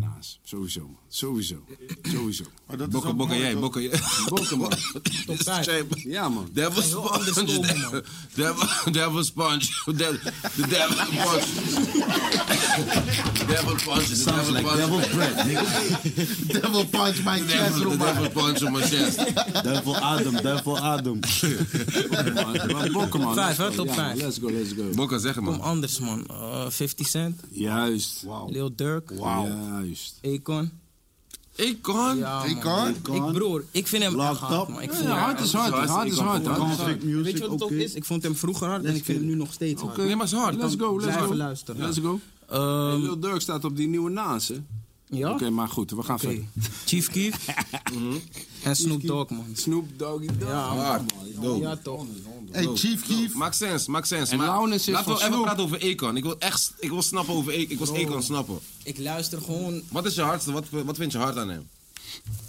[SPEAKER 3] Naas, sowieso. man. Sowieso. Sowieso.
[SPEAKER 1] Bokken, bokken jij, bokken jij.
[SPEAKER 3] Bokken, man. Ja, man.
[SPEAKER 1] Devil sponge. Devil, [laughs] devil, devil sponge. Devil, the devil sponge. devil punch. The devil punch.
[SPEAKER 2] Devil punch my
[SPEAKER 1] the
[SPEAKER 2] chest,
[SPEAKER 1] devil, the
[SPEAKER 2] Roman.
[SPEAKER 1] devil punch on my chest.
[SPEAKER 5] Duivel
[SPEAKER 1] [laughs]
[SPEAKER 5] adem, duivel adem.
[SPEAKER 3] Maar Bokken, man.
[SPEAKER 6] Vijf, hè?
[SPEAKER 3] Let's go.
[SPEAKER 6] Top
[SPEAKER 3] Ja,
[SPEAKER 6] vijf.
[SPEAKER 3] Let's go, let's go.
[SPEAKER 1] Bokka, zeg
[SPEAKER 6] Kom
[SPEAKER 1] man.
[SPEAKER 6] anders, man. Eh, 50 Cent,
[SPEAKER 3] Juist.
[SPEAKER 6] Lil Durk,
[SPEAKER 3] Juist.
[SPEAKER 6] Akon.
[SPEAKER 1] Ik kan.
[SPEAKER 6] Ja,
[SPEAKER 2] Ik
[SPEAKER 6] man.
[SPEAKER 2] kan.
[SPEAKER 6] Ik, broer, ik vind hem echt hard, man. Ik vind hem
[SPEAKER 3] hard is hard, hard is hard. hard is hard.
[SPEAKER 5] Conflict music,
[SPEAKER 6] Weet je wat het
[SPEAKER 5] oké.
[SPEAKER 6] ook is? Ik vond hem vroeger hard en ik vind hem nu nog steeds hard.
[SPEAKER 1] Nee, maar het is hard.
[SPEAKER 3] Let's go, let's
[SPEAKER 6] Blijven
[SPEAKER 3] go.
[SPEAKER 6] luisteren.
[SPEAKER 3] Let's go.
[SPEAKER 6] Ehm,
[SPEAKER 3] Hey, Lil Durk staat op die nieuwe naas, hè? Oké,
[SPEAKER 6] ja?
[SPEAKER 3] maar goed, we gaan
[SPEAKER 2] Ah,
[SPEAKER 6] Oké.
[SPEAKER 3] verder.
[SPEAKER 6] Chief Keef
[SPEAKER 2] [laughs]
[SPEAKER 6] en Snoop Dogg, man.
[SPEAKER 3] Snoop Doggy Dogg.
[SPEAKER 6] Ja, man. Ja, toch.
[SPEAKER 2] Hey, Chief Keef.
[SPEAKER 1] Maakt sens, maakt sens.
[SPEAKER 3] En
[SPEAKER 1] maar
[SPEAKER 3] Launus is
[SPEAKER 1] Laten we
[SPEAKER 3] van
[SPEAKER 1] even
[SPEAKER 3] Snoop.
[SPEAKER 1] praten over Econ. Ik wil echt, ik wil snappen over Econ. Ik wil Econ snappen.
[SPEAKER 6] Ik luister gewoon
[SPEAKER 1] Wat is je hardste? Wat, wat vind je hard aan hem?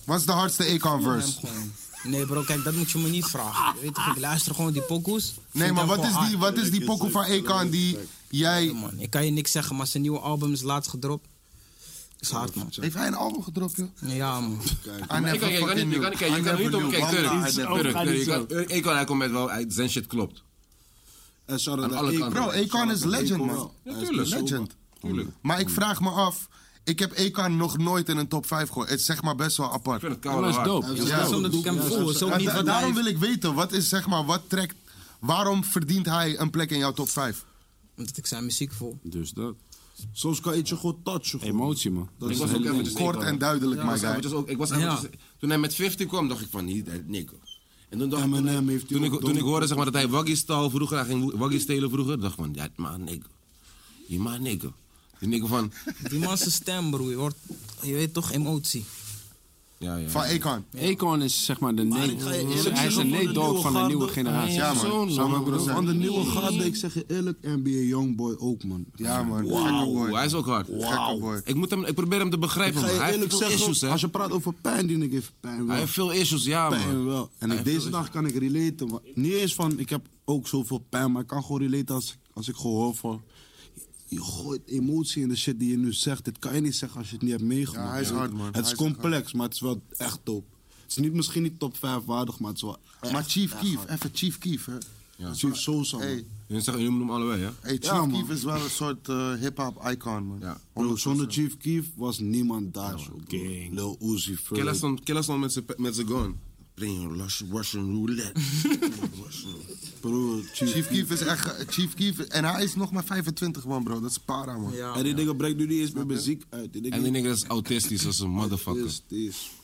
[SPEAKER 2] Wat is de hardste Akon
[SPEAKER 6] hem
[SPEAKER 2] verse?
[SPEAKER 6] gewoon. Nee bro, kijk, dat moet je me niet vragen. Je Weet toch, ik luister gewoon die pokoes.
[SPEAKER 2] Nee,
[SPEAKER 6] Vind
[SPEAKER 2] maar
[SPEAKER 6] hem
[SPEAKER 2] wat is
[SPEAKER 6] gewoon
[SPEAKER 2] die,
[SPEAKER 6] hard.
[SPEAKER 2] wat is die pokoe van Akon die jij...
[SPEAKER 6] Man, ik kan je niks zeggen, maar zijn nieuwe album is laatst gedropt. Is hard, man.
[SPEAKER 2] Heeft hij een album gedropt, joh?
[SPEAKER 6] Ja, man.
[SPEAKER 2] I
[SPEAKER 1] Ik
[SPEAKER 2] never
[SPEAKER 1] kan, je kan
[SPEAKER 2] fucking
[SPEAKER 1] niet, je kan, kijk,
[SPEAKER 2] knew.
[SPEAKER 1] je
[SPEAKER 2] I
[SPEAKER 1] kan er niet
[SPEAKER 2] never
[SPEAKER 1] om.
[SPEAKER 2] knew.
[SPEAKER 1] Kijk, Turk,
[SPEAKER 2] Wallah, I
[SPEAKER 1] Turk,
[SPEAKER 2] never-
[SPEAKER 1] Turk, Turk, je kan- Econ, hij komt met wel, hij- zijn shit klopt.
[SPEAKER 5] En shout
[SPEAKER 1] Aan
[SPEAKER 5] out
[SPEAKER 1] alle
[SPEAKER 5] naar
[SPEAKER 1] kanten.
[SPEAKER 2] Bro, Akon is legend, man.
[SPEAKER 1] Natuurlijk.
[SPEAKER 2] Legend.
[SPEAKER 1] Tuurlijk. Ik
[SPEAKER 2] Maar ik vraag me af... Ik heb Akon nog nooit in een top 5 gehoord. Het is zeg maar best wel apart.
[SPEAKER 1] vind het
[SPEAKER 3] Dat
[SPEAKER 1] koude
[SPEAKER 3] was
[SPEAKER 1] hard.
[SPEAKER 3] dope.
[SPEAKER 6] Ja, dat is omdat ik hem voel. Zo
[SPEAKER 2] Ja,
[SPEAKER 6] niet
[SPEAKER 2] da-
[SPEAKER 6] wat
[SPEAKER 2] daarom
[SPEAKER 6] hij
[SPEAKER 2] wil ik weten, wat is zeg maar, wat trekt, waarom verdient hij een plek in jouw top 5?
[SPEAKER 6] Omdat ik zijn muziek voel.
[SPEAKER 3] Dus dat.
[SPEAKER 5] Soms kan iets je goed touchen. gewoon.
[SPEAKER 3] Emotie, man.
[SPEAKER 1] Ik was ook eventjes
[SPEAKER 2] Kort
[SPEAKER 1] Econ.
[SPEAKER 2] en duidelijk, my
[SPEAKER 1] Ik was
[SPEAKER 2] guy.
[SPEAKER 1] eventjes ook, ik was eventjes- Toen hij met 50 kwam, dacht ik van, niet, dat- Nico. En toen dacht ik,
[SPEAKER 5] M&M
[SPEAKER 1] toen,
[SPEAKER 5] heeft die
[SPEAKER 1] toen
[SPEAKER 5] ook
[SPEAKER 1] ik, toen ik
[SPEAKER 5] domme
[SPEAKER 1] hoorde zeg maar, dat hij Waggy stal vroeger, hij ging Waggy stelen vroeger, dacht ik van, ja, maar Nico. Je maar Nico. Die Nico van,
[SPEAKER 6] Die man zijn stem, broer. Je, hoort, je weet toch, emotie.
[SPEAKER 1] ja, ja.
[SPEAKER 2] Van Akon.
[SPEAKER 3] Akon is zeg maar de nee.
[SPEAKER 5] ik ga je eerlijk
[SPEAKER 3] Hij is de
[SPEAKER 5] zeggen,
[SPEAKER 3] nee
[SPEAKER 5] voor de
[SPEAKER 3] dog
[SPEAKER 5] nieuwe
[SPEAKER 3] van de nieuwe
[SPEAKER 5] garde-
[SPEAKER 3] generatie.
[SPEAKER 2] Ja, man.
[SPEAKER 3] Zo'n
[SPEAKER 2] Zou
[SPEAKER 3] lange
[SPEAKER 2] wel kunnen
[SPEAKER 3] broer.
[SPEAKER 5] Van de nieuwe garde, ik zeg je eerlijk, NBA Youngboy ook, man.
[SPEAKER 2] Ja, man. Gekke
[SPEAKER 1] Oeh, hij
[SPEAKER 2] boy.
[SPEAKER 1] is ook hard.
[SPEAKER 2] Gekke boy.
[SPEAKER 1] Ik, moet hem, ik probeer hem te
[SPEAKER 5] Ik
[SPEAKER 1] begrijpen,
[SPEAKER 5] ga
[SPEAKER 1] man.
[SPEAKER 5] je
[SPEAKER 1] Hij heeft
[SPEAKER 5] eerlijk
[SPEAKER 1] veel
[SPEAKER 5] zeggen,
[SPEAKER 1] issues, hè.
[SPEAKER 5] als je praat over pijn, die ik even pijn wel.
[SPEAKER 1] Hij heeft veel issues, ja,
[SPEAKER 5] pijn
[SPEAKER 1] man.
[SPEAKER 5] wel. En ik, deze dag kan ik relaten. maar Niet eens van, ik heb ook zoveel pijn, maar ik kan gewoon relaten als, als ik gehoor van... Je gooit emotie in de shit die je nu zegt. Dit kan je niet zeggen als je het niet hebt meegemaakt.
[SPEAKER 2] Ja, hij is
[SPEAKER 5] weet
[SPEAKER 2] hard,
[SPEAKER 5] je.
[SPEAKER 2] man.
[SPEAKER 5] Het
[SPEAKER 2] Hij
[SPEAKER 5] is
[SPEAKER 2] is
[SPEAKER 5] complex, maar het is wel echt top. Het is niet, misschien niet top 5 waardig, maar het is wel echt,
[SPEAKER 2] Maar Chief
[SPEAKER 5] echt
[SPEAKER 2] Keef,
[SPEAKER 5] hard.
[SPEAKER 2] even Chief Keef. hè.
[SPEAKER 5] Chief Sosa, man.
[SPEAKER 2] Hey,
[SPEAKER 1] Je zegt, jullie noemen hem allebei, hè?
[SPEAKER 2] hey,
[SPEAKER 5] Ja,
[SPEAKER 2] Chief
[SPEAKER 5] man.
[SPEAKER 2] Keef is wel een soort eh, hip-hop icon, man.
[SPEAKER 1] Ja.
[SPEAKER 5] Bro, zonder Chief Keef was niemand daar zo. bro. Lil Uzi Vert.
[SPEAKER 1] Killa stond- Killa stond met zijn- met zijn gun. Playing Russian, Russian roulette. Russian roulette.
[SPEAKER 5] Bro, Chief,
[SPEAKER 2] Chief Keef is echt... ge- Chief Keef... En hij is nog maar 25, man, bro. Dat is para, man.
[SPEAKER 4] Ja,
[SPEAKER 5] En die dingen brengt nu niet eens meer muziek uit. Die
[SPEAKER 1] En
[SPEAKER 5] dingen
[SPEAKER 1] die nigger is autistisch als een motherfucker.
[SPEAKER 5] is, die is.
[SPEAKER 1] Ik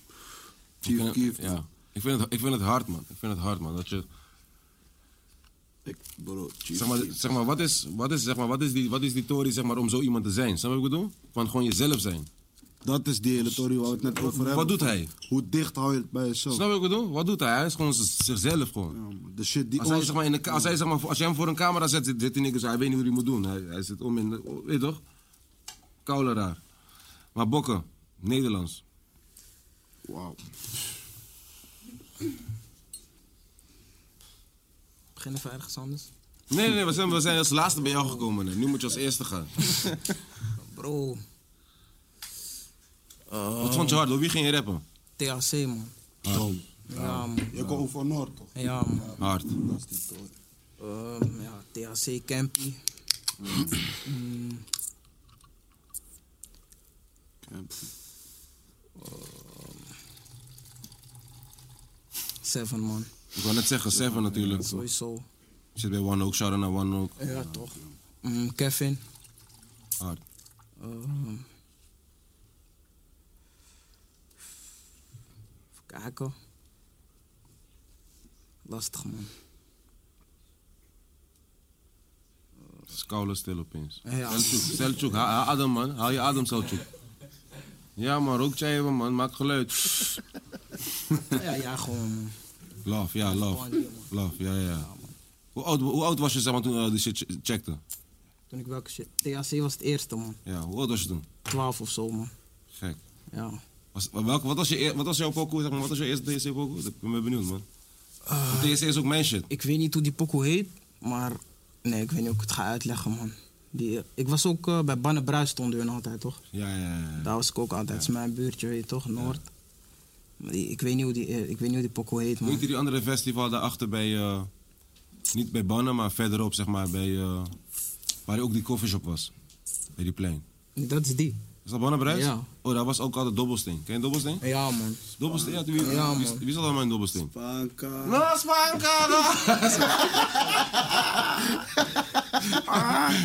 [SPEAKER 5] Chief
[SPEAKER 1] vind
[SPEAKER 5] Keef.
[SPEAKER 1] het, ja. ik, vind het, ik vind het hard, man. Ik vind het hard, man. Dat je,
[SPEAKER 5] Ik, bro, Chief
[SPEAKER 1] zeg, maar,
[SPEAKER 5] Keef.
[SPEAKER 1] zeg maar, wat is, wat is, zeg maar, wat is die, wat is die tory zeg maar, om zo iemand te zijn? Snap je wat ik bedoel? Van gewoon jezelf zijn.
[SPEAKER 5] Dat is die hele tory waar we het net over hebben.
[SPEAKER 1] Wat doet hij?
[SPEAKER 5] Hoe dicht hou je het bij jezelf?
[SPEAKER 1] Snap je wat ik bedoel? Wat doet hij? Hij is gewoon z- zichzelf gewoon.
[SPEAKER 5] Ja, man. De shit die
[SPEAKER 1] Als hij,
[SPEAKER 5] ons...
[SPEAKER 1] zeg maar, in de, ka- als, hij, zeg maar, voor- als je hem voor een camera zet, zit, zit die nigger zo. Hij weet niet hoe hij moet doen. Hij, hij zit om in de... oh, Weet je toch? Koude raar. Maar bokken. Nederlands.
[SPEAKER 5] Wauw.
[SPEAKER 4] Begin even ergens anders.
[SPEAKER 1] Nee, nee, nee. We zijn, we zijn als laatste bij jou gekomen. hè. Nu moet je als eerste gaan.
[SPEAKER 4] Bro,
[SPEAKER 1] Wat vond je hard? Door wie ging je rappen?
[SPEAKER 4] THC man.
[SPEAKER 2] Ah.
[SPEAKER 4] Ja man.
[SPEAKER 5] Je komt van Noord, toch?
[SPEAKER 4] Ja man.
[SPEAKER 1] Hard.
[SPEAKER 4] Ehm, ja, THC Campy. Mm. Ehm, Seven man,
[SPEAKER 1] Ik wou net zeggen, Seven natuurlijk. Je
[SPEAKER 4] sowieso.
[SPEAKER 1] zit bij One Oak, shout-out naar One Oak.
[SPEAKER 4] Ja, toch? Mm, Kevin.
[SPEAKER 1] Hard.
[SPEAKER 4] Ehm. even kijken. Lastig man.
[SPEAKER 1] Het is koude stil opeens.
[SPEAKER 4] Ja.
[SPEAKER 1] Selçuk, Selçuk, ha- ha- adem man. Haal je adem, Selçuk. Ja man, rook jij even man, maak geluid.
[SPEAKER 4] ja, ja, gewoon man.
[SPEAKER 1] Love, ja, love. Love, ja, ja. Hoe oud, hoe oud was je zeg maar, toen eh, die shit ch- checkte?
[SPEAKER 4] Toen ik welke shit. THC was het eerste man.
[SPEAKER 1] Ja, hoe oud was je toen?
[SPEAKER 4] 12 of zo man.
[SPEAKER 1] Gek.
[SPEAKER 4] Ja.
[SPEAKER 1] Was, welke, wat, was je, eer- wat was jouw pokoe, zeg maar, wat was je eerste TSC pokoe? Ik ben benieuwd man. Want TSC is ook mijn shit.
[SPEAKER 4] Ik weet niet hoe die pokoe heet, maar nee, ik weet niet hoe ik het ga uitleggen, man. Die, ik was ook eh, bij Banne Bruis stonden hun altijd, toch?
[SPEAKER 1] Ja, ja, ja. ja.
[SPEAKER 4] Daar was ik ook altijd. Het is mijn buurtje, weet je toch? Noord. Maar die- ik, weet niet hoe die, eh, ik weet niet hoe die pokoe heet,
[SPEAKER 1] Hoe
[SPEAKER 4] man.
[SPEAKER 1] heet die andere festival daarachter bij... eh, niet bij Bannen, maar verderop, zeg maar, bij... eh, waar ook die coffeeshop was. Bij die plein.
[SPEAKER 4] Dat is die.
[SPEAKER 1] Is dat Bannenbruis?
[SPEAKER 4] Ja.
[SPEAKER 1] Oh, daar was ook altijd Dobbelsteen. Ken je Dobbelsteen?
[SPEAKER 4] Ja, man.
[SPEAKER 1] Dobbelsteen? Ja, wie,
[SPEAKER 4] Ja,
[SPEAKER 1] wie,
[SPEAKER 4] man.
[SPEAKER 1] wie zat allemaal in Dobbelsteen?
[SPEAKER 5] Panka.
[SPEAKER 1] No, Spanka! no.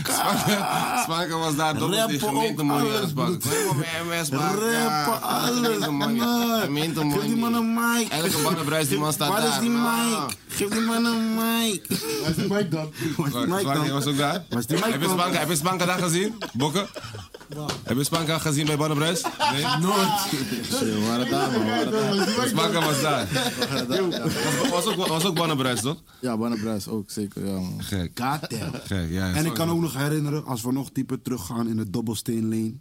[SPEAKER 1] Spanka- Spanka was daar Dobbelsteen.
[SPEAKER 5] Rappen
[SPEAKER 1] Gemeente
[SPEAKER 5] ook
[SPEAKER 1] Money aan
[SPEAKER 5] alles,
[SPEAKER 1] Spanka. Kom op, eh, MS Spanka.
[SPEAKER 5] Rappen, alles.
[SPEAKER 1] Ah, Gemeente Money.
[SPEAKER 5] man.
[SPEAKER 1] Gemeente
[SPEAKER 5] Geef die man
[SPEAKER 1] Money.
[SPEAKER 5] een mic.
[SPEAKER 1] Elke Bannenbruis, die man staat
[SPEAKER 5] Waar is
[SPEAKER 1] daar.
[SPEAKER 5] die
[SPEAKER 1] Ah.
[SPEAKER 5] mic? Geef die man een mic.
[SPEAKER 2] Waar is die mic dan?
[SPEAKER 5] Waar is die mic
[SPEAKER 1] Spanka,
[SPEAKER 5] dan?
[SPEAKER 1] was ook daar.
[SPEAKER 5] Was die mic
[SPEAKER 1] heb, je
[SPEAKER 5] dan?
[SPEAKER 1] Spanka, heb je Spanka daar gezien? Bokken? Heb je Spanka gezien bij Bannenbruis? Nee?
[SPEAKER 5] Zo, waar het aan, man. Waar het aan.
[SPEAKER 1] Spanka was daar. Was, was ook, was ook Bannenbruis, toch?
[SPEAKER 13] Ja, Bannenbruis ook, zeker. Ja, man.
[SPEAKER 1] Gek.
[SPEAKER 5] Goddamn.
[SPEAKER 1] [laughs] Gek, ja.
[SPEAKER 5] En ik kan ook nog herinneren, als we nog dieper teruggaan in de dobbelsteenlane.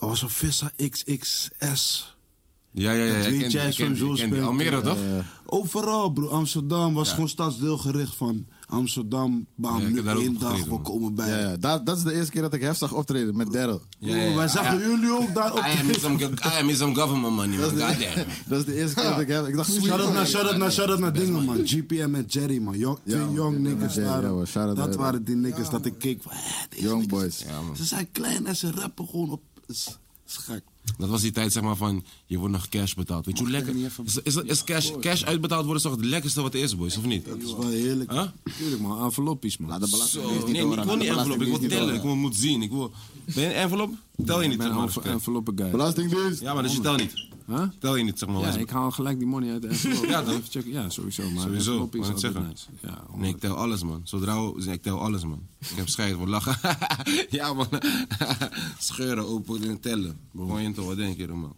[SPEAKER 5] Er was een Vissa XXS.
[SPEAKER 1] Ja, ja, ja.
[SPEAKER 5] Dat
[SPEAKER 1] ik
[SPEAKER 5] weet
[SPEAKER 1] ken-
[SPEAKER 5] jij
[SPEAKER 1] ik ken-
[SPEAKER 5] sowieso
[SPEAKER 1] ik ken die.
[SPEAKER 5] speelt.
[SPEAKER 1] Almere, toch?
[SPEAKER 5] Overal, bro. Amsterdam was gewoon stadsdeelgericht van Amsterdam. Bam,
[SPEAKER 1] Ja, ik heb
[SPEAKER 5] nu
[SPEAKER 1] daar ook
[SPEAKER 5] één
[SPEAKER 1] nog
[SPEAKER 5] dag,
[SPEAKER 1] gereden,
[SPEAKER 5] we
[SPEAKER 1] man.
[SPEAKER 5] komen bij.
[SPEAKER 13] Ja, ja. Dat, dat is de eerste keer dat ik Hef zag optreden met Daryl.
[SPEAKER 1] Ja,
[SPEAKER 5] Bro,
[SPEAKER 1] ja,
[SPEAKER 5] wij
[SPEAKER 1] ja.
[SPEAKER 5] zagen jullie ook daar op
[SPEAKER 1] I am in some, I am in some government money, man. Goddamn.
[SPEAKER 13] Dat is de eerste keer dat ik Hef... Ik dacht,
[SPEAKER 5] Shout out naar, shout out naar, shout out naar dingen, man. GPM en Jerry, man. Jong, twee
[SPEAKER 13] man.
[SPEAKER 5] young niggas
[SPEAKER 13] Jerry, ja, man.
[SPEAKER 5] waren.
[SPEAKER 13] Shout out
[SPEAKER 5] dat
[SPEAKER 13] naar-
[SPEAKER 5] waren die niggas dat ik keek van, hè, deze
[SPEAKER 13] Young
[SPEAKER 5] niggas.
[SPEAKER 13] boys.
[SPEAKER 5] Ze zijn klein en ze rappen gewoon op. Is, is gek.
[SPEAKER 1] Dat was die tijd, zeg maar, van je wordt nog cash betaald. Weet je hoe lekker. Is, is, is cash, cash uitbetaald worden is toch het lekkerste wat er is, boys, of niet?
[SPEAKER 5] Dat is wel heerlijk.
[SPEAKER 1] Huh?
[SPEAKER 3] Tuurlijk man, enveloppies man.
[SPEAKER 13] Laat de
[SPEAKER 1] Zo,
[SPEAKER 13] belasting
[SPEAKER 1] nee, ik wil niet envelop. Ik wil tellen. Ik wil moet zien. Ik wil... Ben je een envelop? Tel je
[SPEAKER 3] ik
[SPEAKER 1] niet,
[SPEAKER 3] ben
[SPEAKER 1] zeg
[SPEAKER 3] een
[SPEAKER 1] maar.
[SPEAKER 3] envel- enveloppen guy.
[SPEAKER 13] Belastingdienst.
[SPEAKER 1] Ja, maar dus je tel niet.
[SPEAKER 3] Huh?
[SPEAKER 1] Tel je niet, zeg maar.
[SPEAKER 3] Ja,
[SPEAKER 1] als-
[SPEAKER 3] ik haal gelijk die money uit de envelop.
[SPEAKER 1] Ja, toch?
[SPEAKER 3] Even checken. Ja, sowieso. Maar
[SPEAKER 1] Sowieso,
[SPEAKER 3] envelop is
[SPEAKER 1] wou net
[SPEAKER 3] altijd
[SPEAKER 1] zeggen.
[SPEAKER 3] nice. Ja,
[SPEAKER 1] Nee, ik tel alles, man. Zodra we... Ik tel alles, man. Ik heb scheid voor lachen. [laughs] ja, man. Scheuren, open en tellen. Gewoon je toch, wat denk je, dan, man?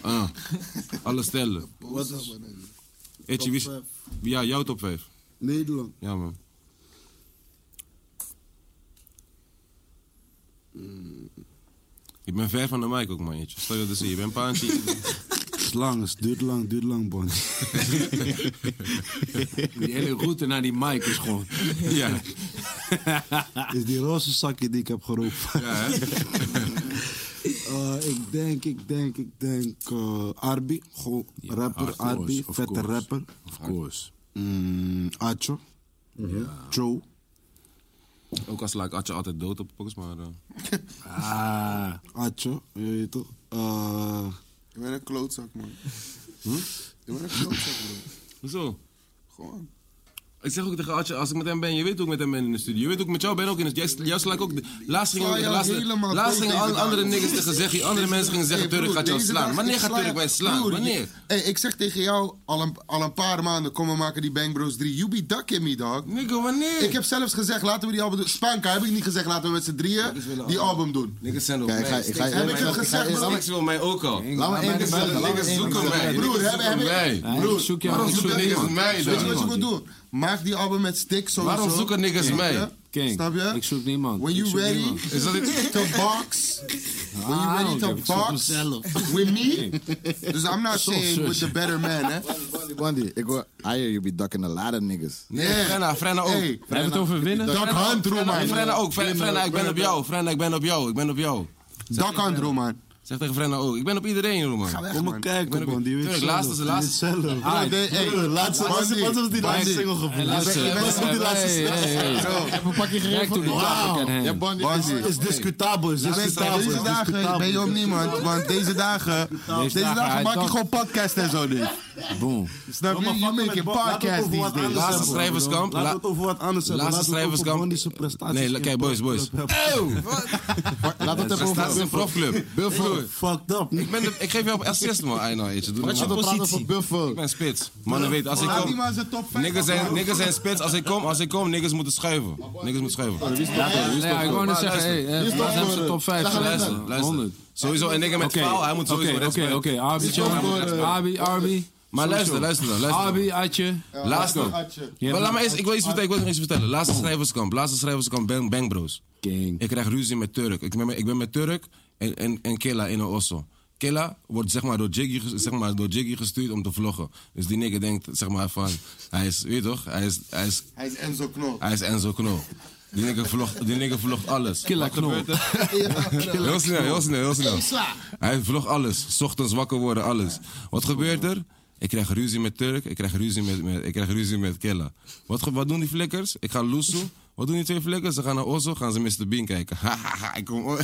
[SPEAKER 1] Ah, alles tellen.
[SPEAKER 5] Wat is
[SPEAKER 1] Etje, wie is... Ja, jouw top 5.
[SPEAKER 5] Nederland?
[SPEAKER 1] Ja, man. Ik ben ver van de mic ook, man. Etje. Stel je dat je, je bent paantje. [laughs]
[SPEAKER 5] is lang, het duurt lang, duurt lang, bon.
[SPEAKER 3] Die hele route naar die mic is gewoon...
[SPEAKER 1] ja.
[SPEAKER 5] [laughs] is die roze zakje die ik heb
[SPEAKER 1] Ja,
[SPEAKER 5] geroepen.
[SPEAKER 1] hè?
[SPEAKER 5] [laughs] Eh, ik denk, ik denk, ik denk. eh Arbi, gewoon rapper,
[SPEAKER 3] of course,
[SPEAKER 5] Arbi,
[SPEAKER 3] of
[SPEAKER 5] vette
[SPEAKER 3] course.
[SPEAKER 5] rapper.
[SPEAKER 3] Of course.
[SPEAKER 5] Mm, Acho, Joe.
[SPEAKER 1] Ook als lijkt Atje altijd dood op pokus, maar... eh,
[SPEAKER 3] Ah,
[SPEAKER 5] Acho, je weet toch? Eh,
[SPEAKER 2] Je bent een
[SPEAKER 1] Hm?
[SPEAKER 2] klootzak, man. Je bent een klootzak, bro.
[SPEAKER 1] Hoezo?
[SPEAKER 2] Gewoon.
[SPEAKER 1] Ik zeg ook tegen Adje, als ik met hem ben, je weet hoe ik met hem ben in de studio. Je weet hoe ik met jou ben ook in de studio. Jij, jij sla ik ook... de- Laatst gingen,
[SPEAKER 2] Sla jou
[SPEAKER 1] laatst,
[SPEAKER 2] helemaal
[SPEAKER 1] laatst
[SPEAKER 2] dood
[SPEAKER 1] gingen
[SPEAKER 2] deze
[SPEAKER 1] an- andere
[SPEAKER 2] dag.
[SPEAKER 1] niggas tegen zeggen, andere mensen gingen zeggen,
[SPEAKER 2] Hey,
[SPEAKER 1] Turk
[SPEAKER 2] broer,
[SPEAKER 1] gaat jou
[SPEAKER 2] deze dag
[SPEAKER 1] slaan.
[SPEAKER 2] is-
[SPEAKER 1] Wanneer
[SPEAKER 2] ik
[SPEAKER 1] gaat
[SPEAKER 2] sla
[SPEAKER 1] Turk
[SPEAKER 2] je-
[SPEAKER 1] mij slaan?
[SPEAKER 2] Broer,
[SPEAKER 1] Wanneer?
[SPEAKER 2] Hey, ik zeg tegen jou, al een, al een paar maanden komen we maken die Bang Bros 3. You be ducking me, dog.
[SPEAKER 1] Nigga, wanneer?
[SPEAKER 2] Ik heb zelfs gezegd, laten we die album doen. Spanka heb ik niet gezegd, laten we met z'n drieën die album doen.
[SPEAKER 1] Niggas zijn ook
[SPEAKER 13] Kijk, ik ga-
[SPEAKER 1] mij.
[SPEAKER 13] ik ga-
[SPEAKER 1] Sticks
[SPEAKER 13] ik
[SPEAKER 1] wil
[SPEAKER 13] ga-
[SPEAKER 1] mij
[SPEAKER 13] ik
[SPEAKER 1] ook.
[SPEAKER 13] ga-
[SPEAKER 2] gezegd,
[SPEAKER 13] ik ga-
[SPEAKER 1] Sticks wil mij ook al.
[SPEAKER 13] Laat me één keer buiten. Laat me
[SPEAKER 1] Niggas
[SPEAKER 13] één keer
[SPEAKER 1] zoeken mij.
[SPEAKER 13] buiten.
[SPEAKER 1] Broer,
[SPEAKER 2] Broer, hebben-
[SPEAKER 1] hebben
[SPEAKER 2] hebben-
[SPEAKER 1] mij.
[SPEAKER 3] Nee,
[SPEAKER 2] Broer,
[SPEAKER 3] ik zoek jou,
[SPEAKER 1] Waarom
[SPEAKER 3] ik zoeken
[SPEAKER 1] zoeken
[SPEAKER 3] niemand.
[SPEAKER 1] niggas mij
[SPEAKER 2] Weet je wat
[SPEAKER 1] dan?
[SPEAKER 2] je moet doen? Maak die album met Stick sowieso.
[SPEAKER 1] Waarom zoeken niggas
[SPEAKER 2] Snap
[SPEAKER 1] mij?
[SPEAKER 2] je?
[SPEAKER 3] King,
[SPEAKER 2] Snap je?
[SPEAKER 3] ik zoek niemand.
[SPEAKER 2] When
[SPEAKER 3] Ik
[SPEAKER 2] you
[SPEAKER 3] zoek
[SPEAKER 2] ready
[SPEAKER 3] niemand.
[SPEAKER 1] Is dat het?
[SPEAKER 2] to box, when you
[SPEAKER 3] Ah,
[SPEAKER 2] ready
[SPEAKER 3] ik
[SPEAKER 2] to
[SPEAKER 3] heb het voor
[SPEAKER 2] box with me, dus I'm not saying with the better man, hè?
[SPEAKER 13] Wandy, ik hoor, I hear you be ducking a lot of niggas.
[SPEAKER 1] Nee, Frenna, Frenna ook.
[SPEAKER 2] Hey,
[SPEAKER 3] We hebben het over winnen.
[SPEAKER 2] dak hand,
[SPEAKER 1] Frenna, Frenna
[SPEAKER 2] Roman.
[SPEAKER 1] ook. Frenna, Frenna, ik ben op jou. Frenna, ik ben op jou. Ik ben op jou.
[SPEAKER 2] Dak hand, Roman.
[SPEAKER 1] Zeg tegen Frenna ook. Ik ben op iedereen, Roman.
[SPEAKER 2] Ga weg,
[SPEAKER 5] Kom maar
[SPEAKER 2] man.
[SPEAKER 5] kijken, man. Die weet
[SPEAKER 1] Turk, laatste is de laatste.
[SPEAKER 2] Broer, de- hey,
[SPEAKER 5] Laatste, wat was- wat was die laatste single
[SPEAKER 3] Hey,
[SPEAKER 5] gevoel?
[SPEAKER 3] luister.
[SPEAKER 2] Ik ben- ik ben-
[SPEAKER 3] Hey, hey, hey, hey.
[SPEAKER 13] Ik heb een pakje
[SPEAKER 3] Kijk hoe die
[SPEAKER 13] Wauw.
[SPEAKER 3] tafel kan
[SPEAKER 13] Ja,
[SPEAKER 3] hangen.
[SPEAKER 13] Bandy.
[SPEAKER 2] Bandy.
[SPEAKER 5] Is discutabel, is discutabel.
[SPEAKER 2] Deze
[SPEAKER 5] is
[SPEAKER 2] dagen ben je
[SPEAKER 5] discutabel.
[SPEAKER 2] op niemand, want deze dagen, deze
[SPEAKER 3] dagen
[SPEAKER 2] dagen maak
[SPEAKER 3] uitdak.
[SPEAKER 2] je gewoon podcast en zo niet.
[SPEAKER 3] Boom.
[SPEAKER 2] Snap
[SPEAKER 5] Kom
[SPEAKER 2] je?
[SPEAKER 5] maar,
[SPEAKER 2] You
[SPEAKER 5] fuck
[SPEAKER 2] make
[SPEAKER 5] met
[SPEAKER 2] a
[SPEAKER 5] Bob. Laten we het
[SPEAKER 2] podcast
[SPEAKER 5] over
[SPEAKER 2] these
[SPEAKER 5] wat
[SPEAKER 2] days.
[SPEAKER 5] anders
[SPEAKER 1] Laatste
[SPEAKER 5] hebben,
[SPEAKER 1] schrijverskamp.
[SPEAKER 5] bro.
[SPEAKER 1] La-
[SPEAKER 5] Laten we het over wat anders hebben.
[SPEAKER 1] Laatste
[SPEAKER 5] Laten we het over
[SPEAKER 1] schrijverskamp.
[SPEAKER 5] Bonnie's prestaties
[SPEAKER 1] Nee,
[SPEAKER 5] in
[SPEAKER 1] kijk, boys, boys.
[SPEAKER 5] Bob-
[SPEAKER 13] Laat
[SPEAKER 5] Dus
[SPEAKER 13] het even
[SPEAKER 1] Prestaties in profclub. Broer,
[SPEAKER 5] Fucked up.
[SPEAKER 1] Ik, ben de- ik geef jou op assist, man. Ai, nou, eentje. Doe
[SPEAKER 13] Wat
[SPEAKER 1] normaal.
[SPEAKER 13] je praten voor
[SPEAKER 1] Ik
[SPEAKER 13] Buffel.
[SPEAKER 1] ben spits. Mannen weten, als ik
[SPEAKER 2] Laat die
[SPEAKER 1] kom...
[SPEAKER 2] man zijn top 5
[SPEAKER 1] Niggas zijn, niggas zijn spits. Als ik kom, als ik kom, niggas moeten schuiven. Niggas moeten schuiven.
[SPEAKER 3] Nee, ik wou net zeggen, hey, hey,
[SPEAKER 13] is
[SPEAKER 3] laat
[SPEAKER 13] toch
[SPEAKER 3] hem
[SPEAKER 13] voor-
[SPEAKER 3] zijn top 5.
[SPEAKER 1] Luister, luister. Sowieso, een nigger met faal, hij moet sowieso
[SPEAKER 3] Oké,
[SPEAKER 1] respect.
[SPEAKER 3] oké, oké. Arby,
[SPEAKER 13] toch
[SPEAKER 3] jongen.
[SPEAKER 13] voor, eh,
[SPEAKER 3] Arby, Arby.
[SPEAKER 1] Maar luister, luister dan, luister dan.
[SPEAKER 3] Arby, Atje.
[SPEAKER 1] Laatste.
[SPEAKER 3] Ja,
[SPEAKER 1] Maar laat me eens, ik wil iets vertellen, ik wil nog Oh. iets vertellen. Laatste schrijverskamp, laatste schrijverskamp, Bang, Bang Bros.
[SPEAKER 3] Gang.
[SPEAKER 1] Ik krijg ruzie met Turk. Ik ben, met- ik ben met Turk en, en, en Killa in een osso. Killa wordt zeg maar, door Jiggy, ges- zeg maar, door Jiggy gestuurd om te vloggen. Dus die nigger denkt zeg maar van... Hij is, weet je toch? Hij is, hij is,
[SPEAKER 2] Hij is Enzo Knol.
[SPEAKER 1] hij is Enzo Knol. Die nigger vlogt, die nigger vlogt alles.
[SPEAKER 3] Killa Knol.
[SPEAKER 1] Heel snel, heel snel, heel snel. Hij vlog alles. 's Ochtends wakker worden, alles. Wat gebeurt er? Ik krijg ruzie met Turk, ik krijg ruzie met, met, ik krijg ruzie met Killa. Wat, ge- wat doen die flikkers? Ik ga Loesoe. Wat doen die twee flikkers? Ze gaan naar Osso, gaan ze Mr. Bean kijken. [laughs] ik, kom, o-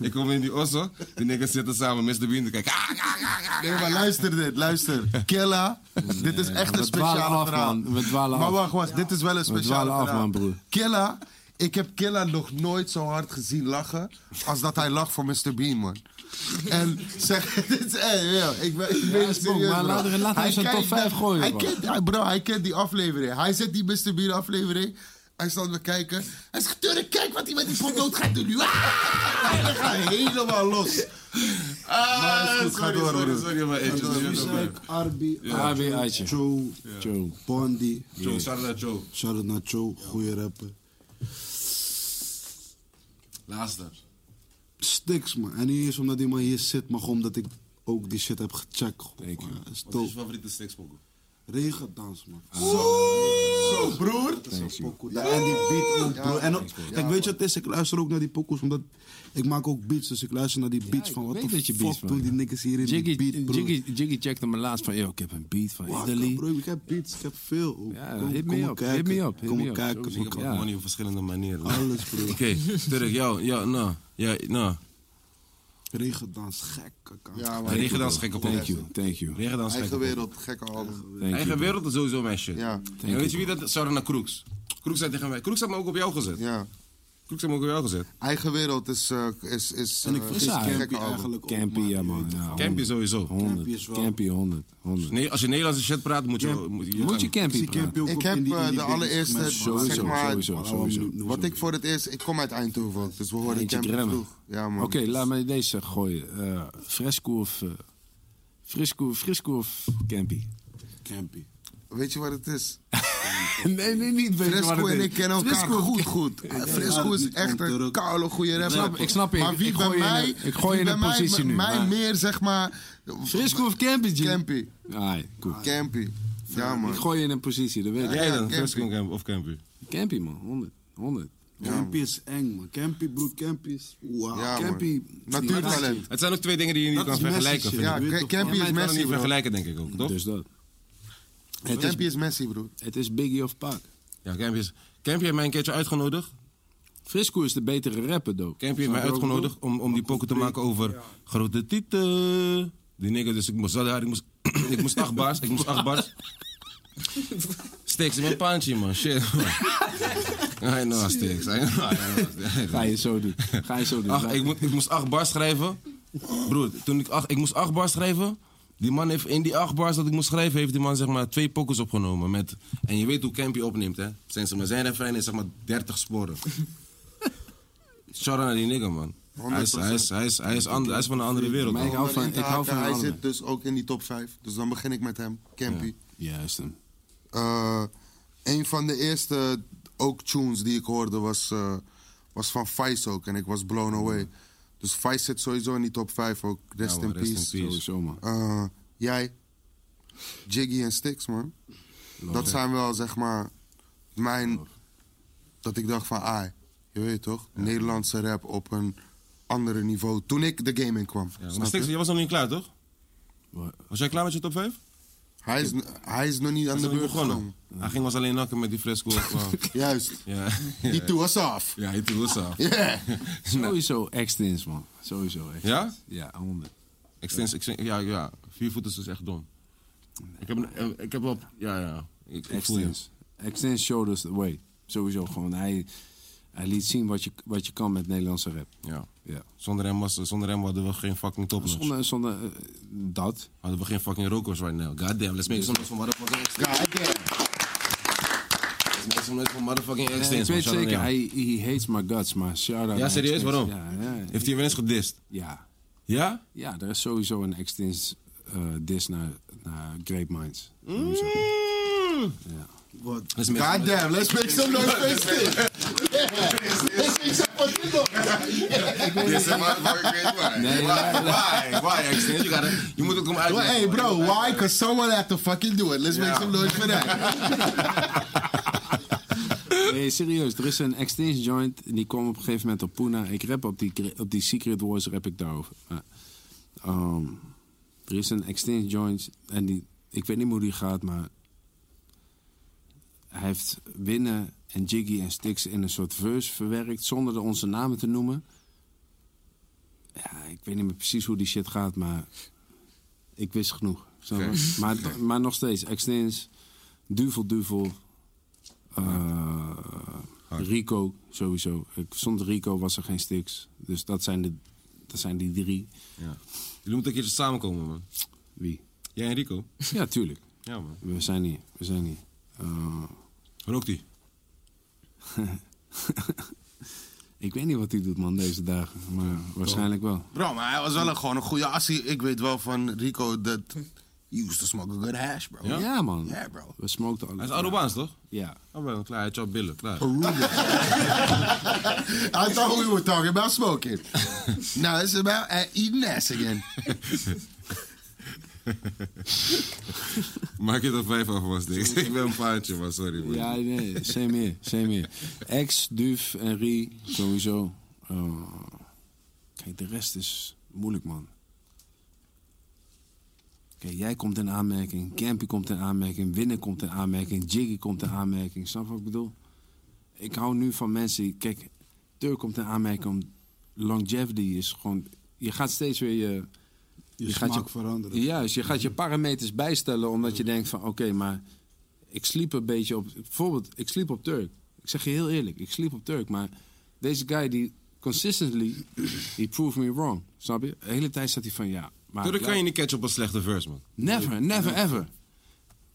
[SPEAKER 1] ik kom in die Osso, die niggas zitten samen Mr. Bean te kijken. Ah,
[SPEAKER 2] Nee, maar luister dit, luister. Killa, dit is echt een
[SPEAKER 3] we dwalen
[SPEAKER 2] speciale
[SPEAKER 3] af,
[SPEAKER 2] verhaal.
[SPEAKER 3] man. We dwalen
[SPEAKER 2] maar
[SPEAKER 3] af.
[SPEAKER 2] wacht, wacht, dit is wel een speciale
[SPEAKER 3] dwalen af,
[SPEAKER 2] verhaal.
[SPEAKER 3] man, broer.
[SPEAKER 2] Killa, ik heb Killa nog nooit zo hard gezien lachen als dat hij lacht voor Mr. Bean, man. En zeg, [laughs] dit is, hey, yo, ik ben, ik ben
[SPEAKER 3] is bom,
[SPEAKER 2] serieus,
[SPEAKER 3] maar
[SPEAKER 2] bro.
[SPEAKER 3] laat er- laat hem zijn
[SPEAKER 2] kijkt
[SPEAKER 3] top vijf
[SPEAKER 2] naar-
[SPEAKER 3] gooien,
[SPEAKER 2] Hij
[SPEAKER 3] man.
[SPEAKER 2] kent, hij- bro, hij kent die aflevering. Hij zet die Mr. Bean aflevering. Hij staat me kijken. Hij zegt, Turk, kijk wat hij met die potlood gaat doen. [laughs] Ah! Hij gaat helemaal los. Ah, maar is goed, ga door, broer.
[SPEAKER 1] sorry, maar eentje.
[SPEAKER 5] Isaac, Arby,
[SPEAKER 3] Arby, Atje.
[SPEAKER 5] Joe, Joe, Bondi.
[SPEAKER 1] Joe, shout out Joe.
[SPEAKER 5] Shout out naar Joe, goeie rapper.
[SPEAKER 1] Laatste.
[SPEAKER 5] Stiks, man. En niet eens omdat die man hier zit, maar gewoon omdat ik ook die shit heb gecheckt. Thank you. Is
[SPEAKER 1] Wat is je
[SPEAKER 5] dope.
[SPEAKER 1] favoriete stikspokkel?
[SPEAKER 5] Regendans, man.
[SPEAKER 3] Ah.
[SPEAKER 5] Zo, broer. Dat is een pokoe. Ja, En die beat ook, broer. En ook- kijk, weet je wat het is? Ik luister ook naar die pokoes, omdat ik maak ook beats. Dus ik luister naar die beats
[SPEAKER 3] ik
[SPEAKER 5] van wat
[SPEAKER 3] weet
[SPEAKER 5] de
[SPEAKER 3] dat je
[SPEAKER 5] fuck
[SPEAKER 3] beats
[SPEAKER 5] doen
[SPEAKER 3] maakt.
[SPEAKER 5] die niggers hier in
[SPEAKER 3] Jiggy,
[SPEAKER 5] die beat, broer.
[SPEAKER 3] Jiggy, Jiggy checkte me laatst van, yo, ik heb een beat van
[SPEAKER 5] Wakker,
[SPEAKER 3] Italy.
[SPEAKER 5] Bro, ik heb beats, ik heb veel.
[SPEAKER 3] Ja, hit me
[SPEAKER 5] maar
[SPEAKER 3] up,
[SPEAKER 5] kijken.
[SPEAKER 3] hit me up, hit
[SPEAKER 5] Kom
[SPEAKER 3] me
[SPEAKER 5] maar
[SPEAKER 3] up.
[SPEAKER 5] kijken.
[SPEAKER 3] Sowieso.
[SPEAKER 5] kom maar
[SPEAKER 1] Ik heb
[SPEAKER 3] Ja.
[SPEAKER 1] money op verschillende manieren.
[SPEAKER 5] kijken. Alles, bro.
[SPEAKER 1] Oké, Turk, jou, ja, nou. Ja, nou.
[SPEAKER 5] Regendans, gek. kaka.
[SPEAKER 1] Regendans gekke
[SPEAKER 3] Thank
[SPEAKER 1] podcast.
[SPEAKER 3] you, thank you.
[SPEAKER 1] Regendans gekke
[SPEAKER 2] Eigen wereld, gekke album.
[SPEAKER 3] Thank
[SPEAKER 1] Eigen
[SPEAKER 3] you.
[SPEAKER 1] wereld is sowieso mijn shit.
[SPEAKER 2] Ja,
[SPEAKER 1] En weet je wie dat? Zouden naar Kroeks. Kroeks zei tegen mij. Kroeks had me ook op jou gezet.
[SPEAKER 2] ja. Oh.
[SPEAKER 1] Kroeks had me ook op jou gezet.
[SPEAKER 2] Eigen wereld is, eh, is, is
[SPEAKER 5] En ik
[SPEAKER 2] eh,
[SPEAKER 5] vergis
[SPEAKER 2] is een
[SPEAKER 3] Campy
[SPEAKER 2] gekke
[SPEAKER 5] Campy
[SPEAKER 2] album.
[SPEAKER 5] eigenlijk ook,
[SPEAKER 3] Campy,
[SPEAKER 5] man.
[SPEAKER 3] ja man. Ja,
[SPEAKER 1] Campy sowieso.
[SPEAKER 3] 100.
[SPEAKER 5] Campy is wel-
[SPEAKER 3] Campy 100. 100.
[SPEAKER 1] Nee, als je Nederlandse shit praat, moet je. Moet je,
[SPEAKER 3] Moet je
[SPEAKER 5] Ik
[SPEAKER 3] Campy
[SPEAKER 5] zie Campy
[SPEAKER 3] praten?
[SPEAKER 5] ook
[SPEAKER 2] Ik
[SPEAKER 5] op
[SPEAKER 2] heb,
[SPEAKER 5] in die- in
[SPEAKER 2] eh,
[SPEAKER 5] die
[SPEAKER 2] de
[SPEAKER 5] business,
[SPEAKER 2] allereerste-
[SPEAKER 5] man.
[SPEAKER 2] Sowieso,
[SPEAKER 5] Zeg maar,
[SPEAKER 2] sowieso,
[SPEAKER 3] sowieso.
[SPEAKER 2] Wat ik voor het eerst, ik kom uit Eindhoven, dus we horen
[SPEAKER 3] Eentje
[SPEAKER 2] Campy
[SPEAKER 3] kremmen.
[SPEAKER 2] vroeg. Ja, man. Dus-
[SPEAKER 3] Oké, laat me deze gooien. Eh, fresco of... eh, frisco, frisco of Campy?
[SPEAKER 5] Campy.
[SPEAKER 2] Weet je wat het is?
[SPEAKER 3] nee, nee, niet. Weet je wat
[SPEAKER 2] Fresco
[SPEAKER 3] het
[SPEAKER 2] en
[SPEAKER 3] is.
[SPEAKER 2] ik kennen elkaar
[SPEAKER 3] Fresco.
[SPEAKER 2] goed, goed. Eh, Fresco is echt een koude goede rapper.
[SPEAKER 3] snap- ik snap je.
[SPEAKER 2] Maar wie
[SPEAKER 3] Ik
[SPEAKER 2] bij
[SPEAKER 3] gooi je in
[SPEAKER 2] mij,
[SPEAKER 3] een- ik gooi je
[SPEAKER 2] wie
[SPEAKER 3] in
[SPEAKER 2] bij
[SPEAKER 3] een
[SPEAKER 2] mij-
[SPEAKER 3] positie nu,
[SPEAKER 2] Mij
[SPEAKER 3] maar-
[SPEAKER 2] meer, zeg maar...
[SPEAKER 3] Frisco of Campy, G?
[SPEAKER 2] Campy,
[SPEAKER 3] Ai, cool.
[SPEAKER 2] Campy. Ja,
[SPEAKER 3] Ik
[SPEAKER 2] man.
[SPEAKER 3] gooi je in een positie, dat weet ik.
[SPEAKER 1] Jij dan,
[SPEAKER 2] Campy.
[SPEAKER 1] Fresco Camp of Campy.
[SPEAKER 3] Campy man, 100. 100.
[SPEAKER 5] Campy is eng, man. Campy, bro, Campy is... Wauw.
[SPEAKER 2] Ja, man.
[SPEAKER 5] Campy...
[SPEAKER 2] Natuurtalent.
[SPEAKER 1] Het zijn ook twee dingen die je niet
[SPEAKER 5] Dat
[SPEAKER 1] kan
[SPEAKER 5] is messy
[SPEAKER 1] vergelijken.
[SPEAKER 5] shit.
[SPEAKER 1] vind ik.
[SPEAKER 2] Ja,
[SPEAKER 5] weet
[SPEAKER 2] Ca-
[SPEAKER 5] toch
[SPEAKER 2] Campy
[SPEAKER 1] Je
[SPEAKER 2] is
[SPEAKER 1] kan het
[SPEAKER 2] Messi,
[SPEAKER 1] niet
[SPEAKER 2] bro.
[SPEAKER 1] vergelijken, denk ik ook, toch?
[SPEAKER 3] Dus dat. Het is,
[SPEAKER 2] Campy is Messi, bro.
[SPEAKER 3] het is Biggie of Pac.
[SPEAKER 1] Ja, Campy is. Campy heeft mij een keertje uitgenodigd.
[SPEAKER 3] Frisco is de betere rapper, doe.
[SPEAKER 1] Campy heeft mij uitgenodigd om, om die pokken te maken over grote tieten. [coughs] Die nigger, dus ik moest dat daar. Ik moest, ik moest acht bars. Ik moest acht bars. sticks in mijn pandje, man. Shit, [laughs] man. I know I sticks. I know, I know.
[SPEAKER 3] Ga je
[SPEAKER 1] [laughs]
[SPEAKER 3] zo doen. Ga je zo doen.
[SPEAKER 1] Ach, ik, mo- ik moest acht bars schrijven. Broer, toen ik, acht, ik moest acht bars schrijven. Die man heeft in die acht bars dat ik moest schrijven, heeft die man zeg maar twee pokkers opgenomen. Met, en je weet hoe Campy opneemt, hè? Zijn, zeg maar, zijn refrein is zeg maar 30 sporen. Shout out naar die nigger, man. Hij is, hij, is, hij, is, hij, is ander- hij is van een andere wereld,
[SPEAKER 3] Maar ik
[SPEAKER 1] man.
[SPEAKER 3] hou van, ik hou van
[SPEAKER 2] hij
[SPEAKER 3] een ander.
[SPEAKER 2] zit dus ook in die top 5. Dus dan begin ik met hem, Campy.
[SPEAKER 3] Juist hem.
[SPEAKER 2] Eh, een van de eerste ook tunes die ik hoorde was, eh, was van Vice ook. En ik was blown away. Dus Vice zit sowieso in die top 5 ook. Rest,
[SPEAKER 1] Ja,
[SPEAKER 2] in,
[SPEAKER 1] man, rest in
[SPEAKER 2] peace.
[SPEAKER 1] peace.
[SPEAKER 3] Sowieso, man.
[SPEAKER 2] Eh, jij, Jiggy en Stix, man. dat zijn wel, zeg maar, mijn... Dat ik dacht van, ah, je weet toch? Nederlandse rap op een andere niveau. Toen ik de game in kwam.
[SPEAKER 1] Ja,
[SPEAKER 2] snap
[SPEAKER 1] maar Stix,
[SPEAKER 2] je?
[SPEAKER 1] jij was nog niet klaar, toch?
[SPEAKER 3] Wat?
[SPEAKER 1] Was jij klaar met je top 5?
[SPEAKER 2] hij, is, hij is nog niet aan
[SPEAKER 1] Hij
[SPEAKER 2] de
[SPEAKER 1] is nog
[SPEAKER 2] beurt
[SPEAKER 1] niet
[SPEAKER 2] begonnen.
[SPEAKER 1] begonnen. Hij ging was alleen nakken met die
[SPEAKER 2] [laughs]
[SPEAKER 1] fresco. Wow.
[SPEAKER 2] Juist.
[SPEAKER 1] ja,
[SPEAKER 2] Die two was af.
[SPEAKER 1] ja, hij doet zo.
[SPEAKER 2] Yeah.
[SPEAKER 3] Sowieso extins, man. Sowieso extins.
[SPEAKER 1] Ja?
[SPEAKER 3] Ja, 100.
[SPEAKER 1] Extens, extens, ja, ja, vier voeters is dus echt dom. Ik heb, een- eh, ik heb wel, ja, ja. Ik, ik voel je.
[SPEAKER 3] Extins. Extins showed us the way. Sowieso gewoon. Hij, hij liet zien wat je, wat je kan met Nederlandse rap.
[SPEAKER 1] Ja.
[SPEAKER 3] Ja.
[SPEAKER 1] Zonder hem, was, zonder hem hadden we geen fucking topnotch.
[SPEAKER 3] Zonder, zonder eh, dat.
[SPEAKER 1] Hadden we geen fucking rokers right now. Goddamn, let's make some noise for motherfucking extens. Let's make some noise for motherfucking
[SPEAKER 3] Ja, ik
[SPEAKER 1] extens. man.
[SPEAKER 3] Eh, weet
[SPEAKER 1] Shout out
[SPEAKER 3] zeker,
[SPEAKER 1] naar jou.
[SPEAKER 3] hij he hates my guts, maar shout out.
[SPEAKER 1] Ja,
[SPEAKER 3] naar
[SPEAKER 1] serieus?
[SPEAKER 3] Extins.
[SPEAKER 1] Waarom?
[SPEAKER 3] Ja, ja,
[SPEAKER 1] Heeft hij weer eens gedist?
[SPEAKER 3] ja.
[SPEAKER 1] Ja?
[SPEAKER 3] Ja, er is sowieso een extins eh dis naar, naar Great Minds.
[SPEAKER 1] Mm.
[SPEAKER 3] Sowieso.
[SPEAKER 1] [laughs]
[SPEAKER 3] Ja.
[SPEAKER 1] Let's make some
[SPEAKER 2] God
[SPEAKER 1] noise.
[SPEAKER 2] damn, let's make some noise for this thing. Let's make some fucking noise. This is my great
[SPEAKER 3] Nee, nee, nee.
[SPEAKER 1] Why? [laughs] Why extens? You gotta, je moet ook hem uitleggen.
[SPEAKER 2] Hey bro, why? Because someone had to fucking do it. Let's make
[SPEAKER 1] Ja.
[SPEAKER 2] some noise for that.
[SPEAKER 3] Nee, serieus. Er is een Extinction joint en die kwam op een gegeven moment op Puna. Ik rap op die, op die Secret Wars, rap ik daarover. Maar, ehm, er is een Extinction joint en die, ik weet niet meer hoe die gaat, maar... Hij heeft Winnen en Jiggy en Stix in een soort verse verwerkt zonder er onze namen te noemen. Ja, ik weet niet meer precies hoe die shit gaat, maar ik wist genoeg. snap je? Maar, maar nog steeds, Extins, Duvel Duvel, eh, Rico sowieso. Ik, zonder Rico was er geen Stix. Dus dat zijn, de, dat zijn die drie.
[SPEAKER 1] Ja. Jullie moeten een keertje samenkomen, man.
[SPEAKER 3] Wie?
[SPEAKER 1] Jij en Rico?
[SPEAKER 3] Ja, tuurlijk.
[SPEAKER 1] Ja, man.
[SPEAKER 3] We zijn hier. We zijn hier. Eh,
[SPEAKER 1] Rookt hij?
[SPEAKER 3] ik weet niet wat hij doet, man, deze dagen. Maar waarschijnlijk wel.
[SPEAKER 2] [laughs] Bro, maar hij was wel een, gewoon een goede assie. Ik weet wel van Rico dat... You used to smoke a good hash, bro.
[SPEAKER 3] Ja, man.
[SPEAKER 2] Ja, bro.
[SPEAKER 3] We smokten alles.
[SPEAKER 1] Hij is Arubaans, toch?
[SPEAKER 3] Ja.
[SPEAKER 1] Oh, wel, klaar. Hij chopt billen, klaar.
[SPEAKER 2] I thought we were talking about [laughs] smoking. no, it's about uh, eating ass again.
[SPEAKER 1] Maak je er vijf af, was niks. Ik ben een paardje, maar sorry, man.
[SPEAKER 3] Ja, nee, same here, same here. Ex, Duf en Rie, sowieso. Eh, kijk, de rest is moeilijk, man. Kijk, jij komt in aanmerking, Campy komt in aanmerking, Winnen komt in aanmerking, Jiggy komt in aanmerking. Snap je wat ik bedoel? Ik hou nu van mensen, die- kijk, Turk komt in aanmerking, om longevity is gewoon... Je gaat steeds weer je...
[SPEAKER 5] Je,
[SPEAKER 3] Je gaat
[SPEAKER 5] smaak
[SPEAKER 3] je-
[SPEAKER 5] veranderen.
[SPEAKER 3] Juist, je gaat je parameters bijstellen omdat je denkt van oké, maar ik sliep een beetje op. Bijvoorbeeld, ik sliep op Turk. Ik zeg je heel eerlijk, ik sliep op Turk, maar deze guy die consistently, die proved me wrong. Snap je? De hele tijd zat hij van ja. Maar
[SPEAKER 1] Tuurlijk kan je niet catchen op een slechte verse, man.
[SPEAKER 3] Never, never ever.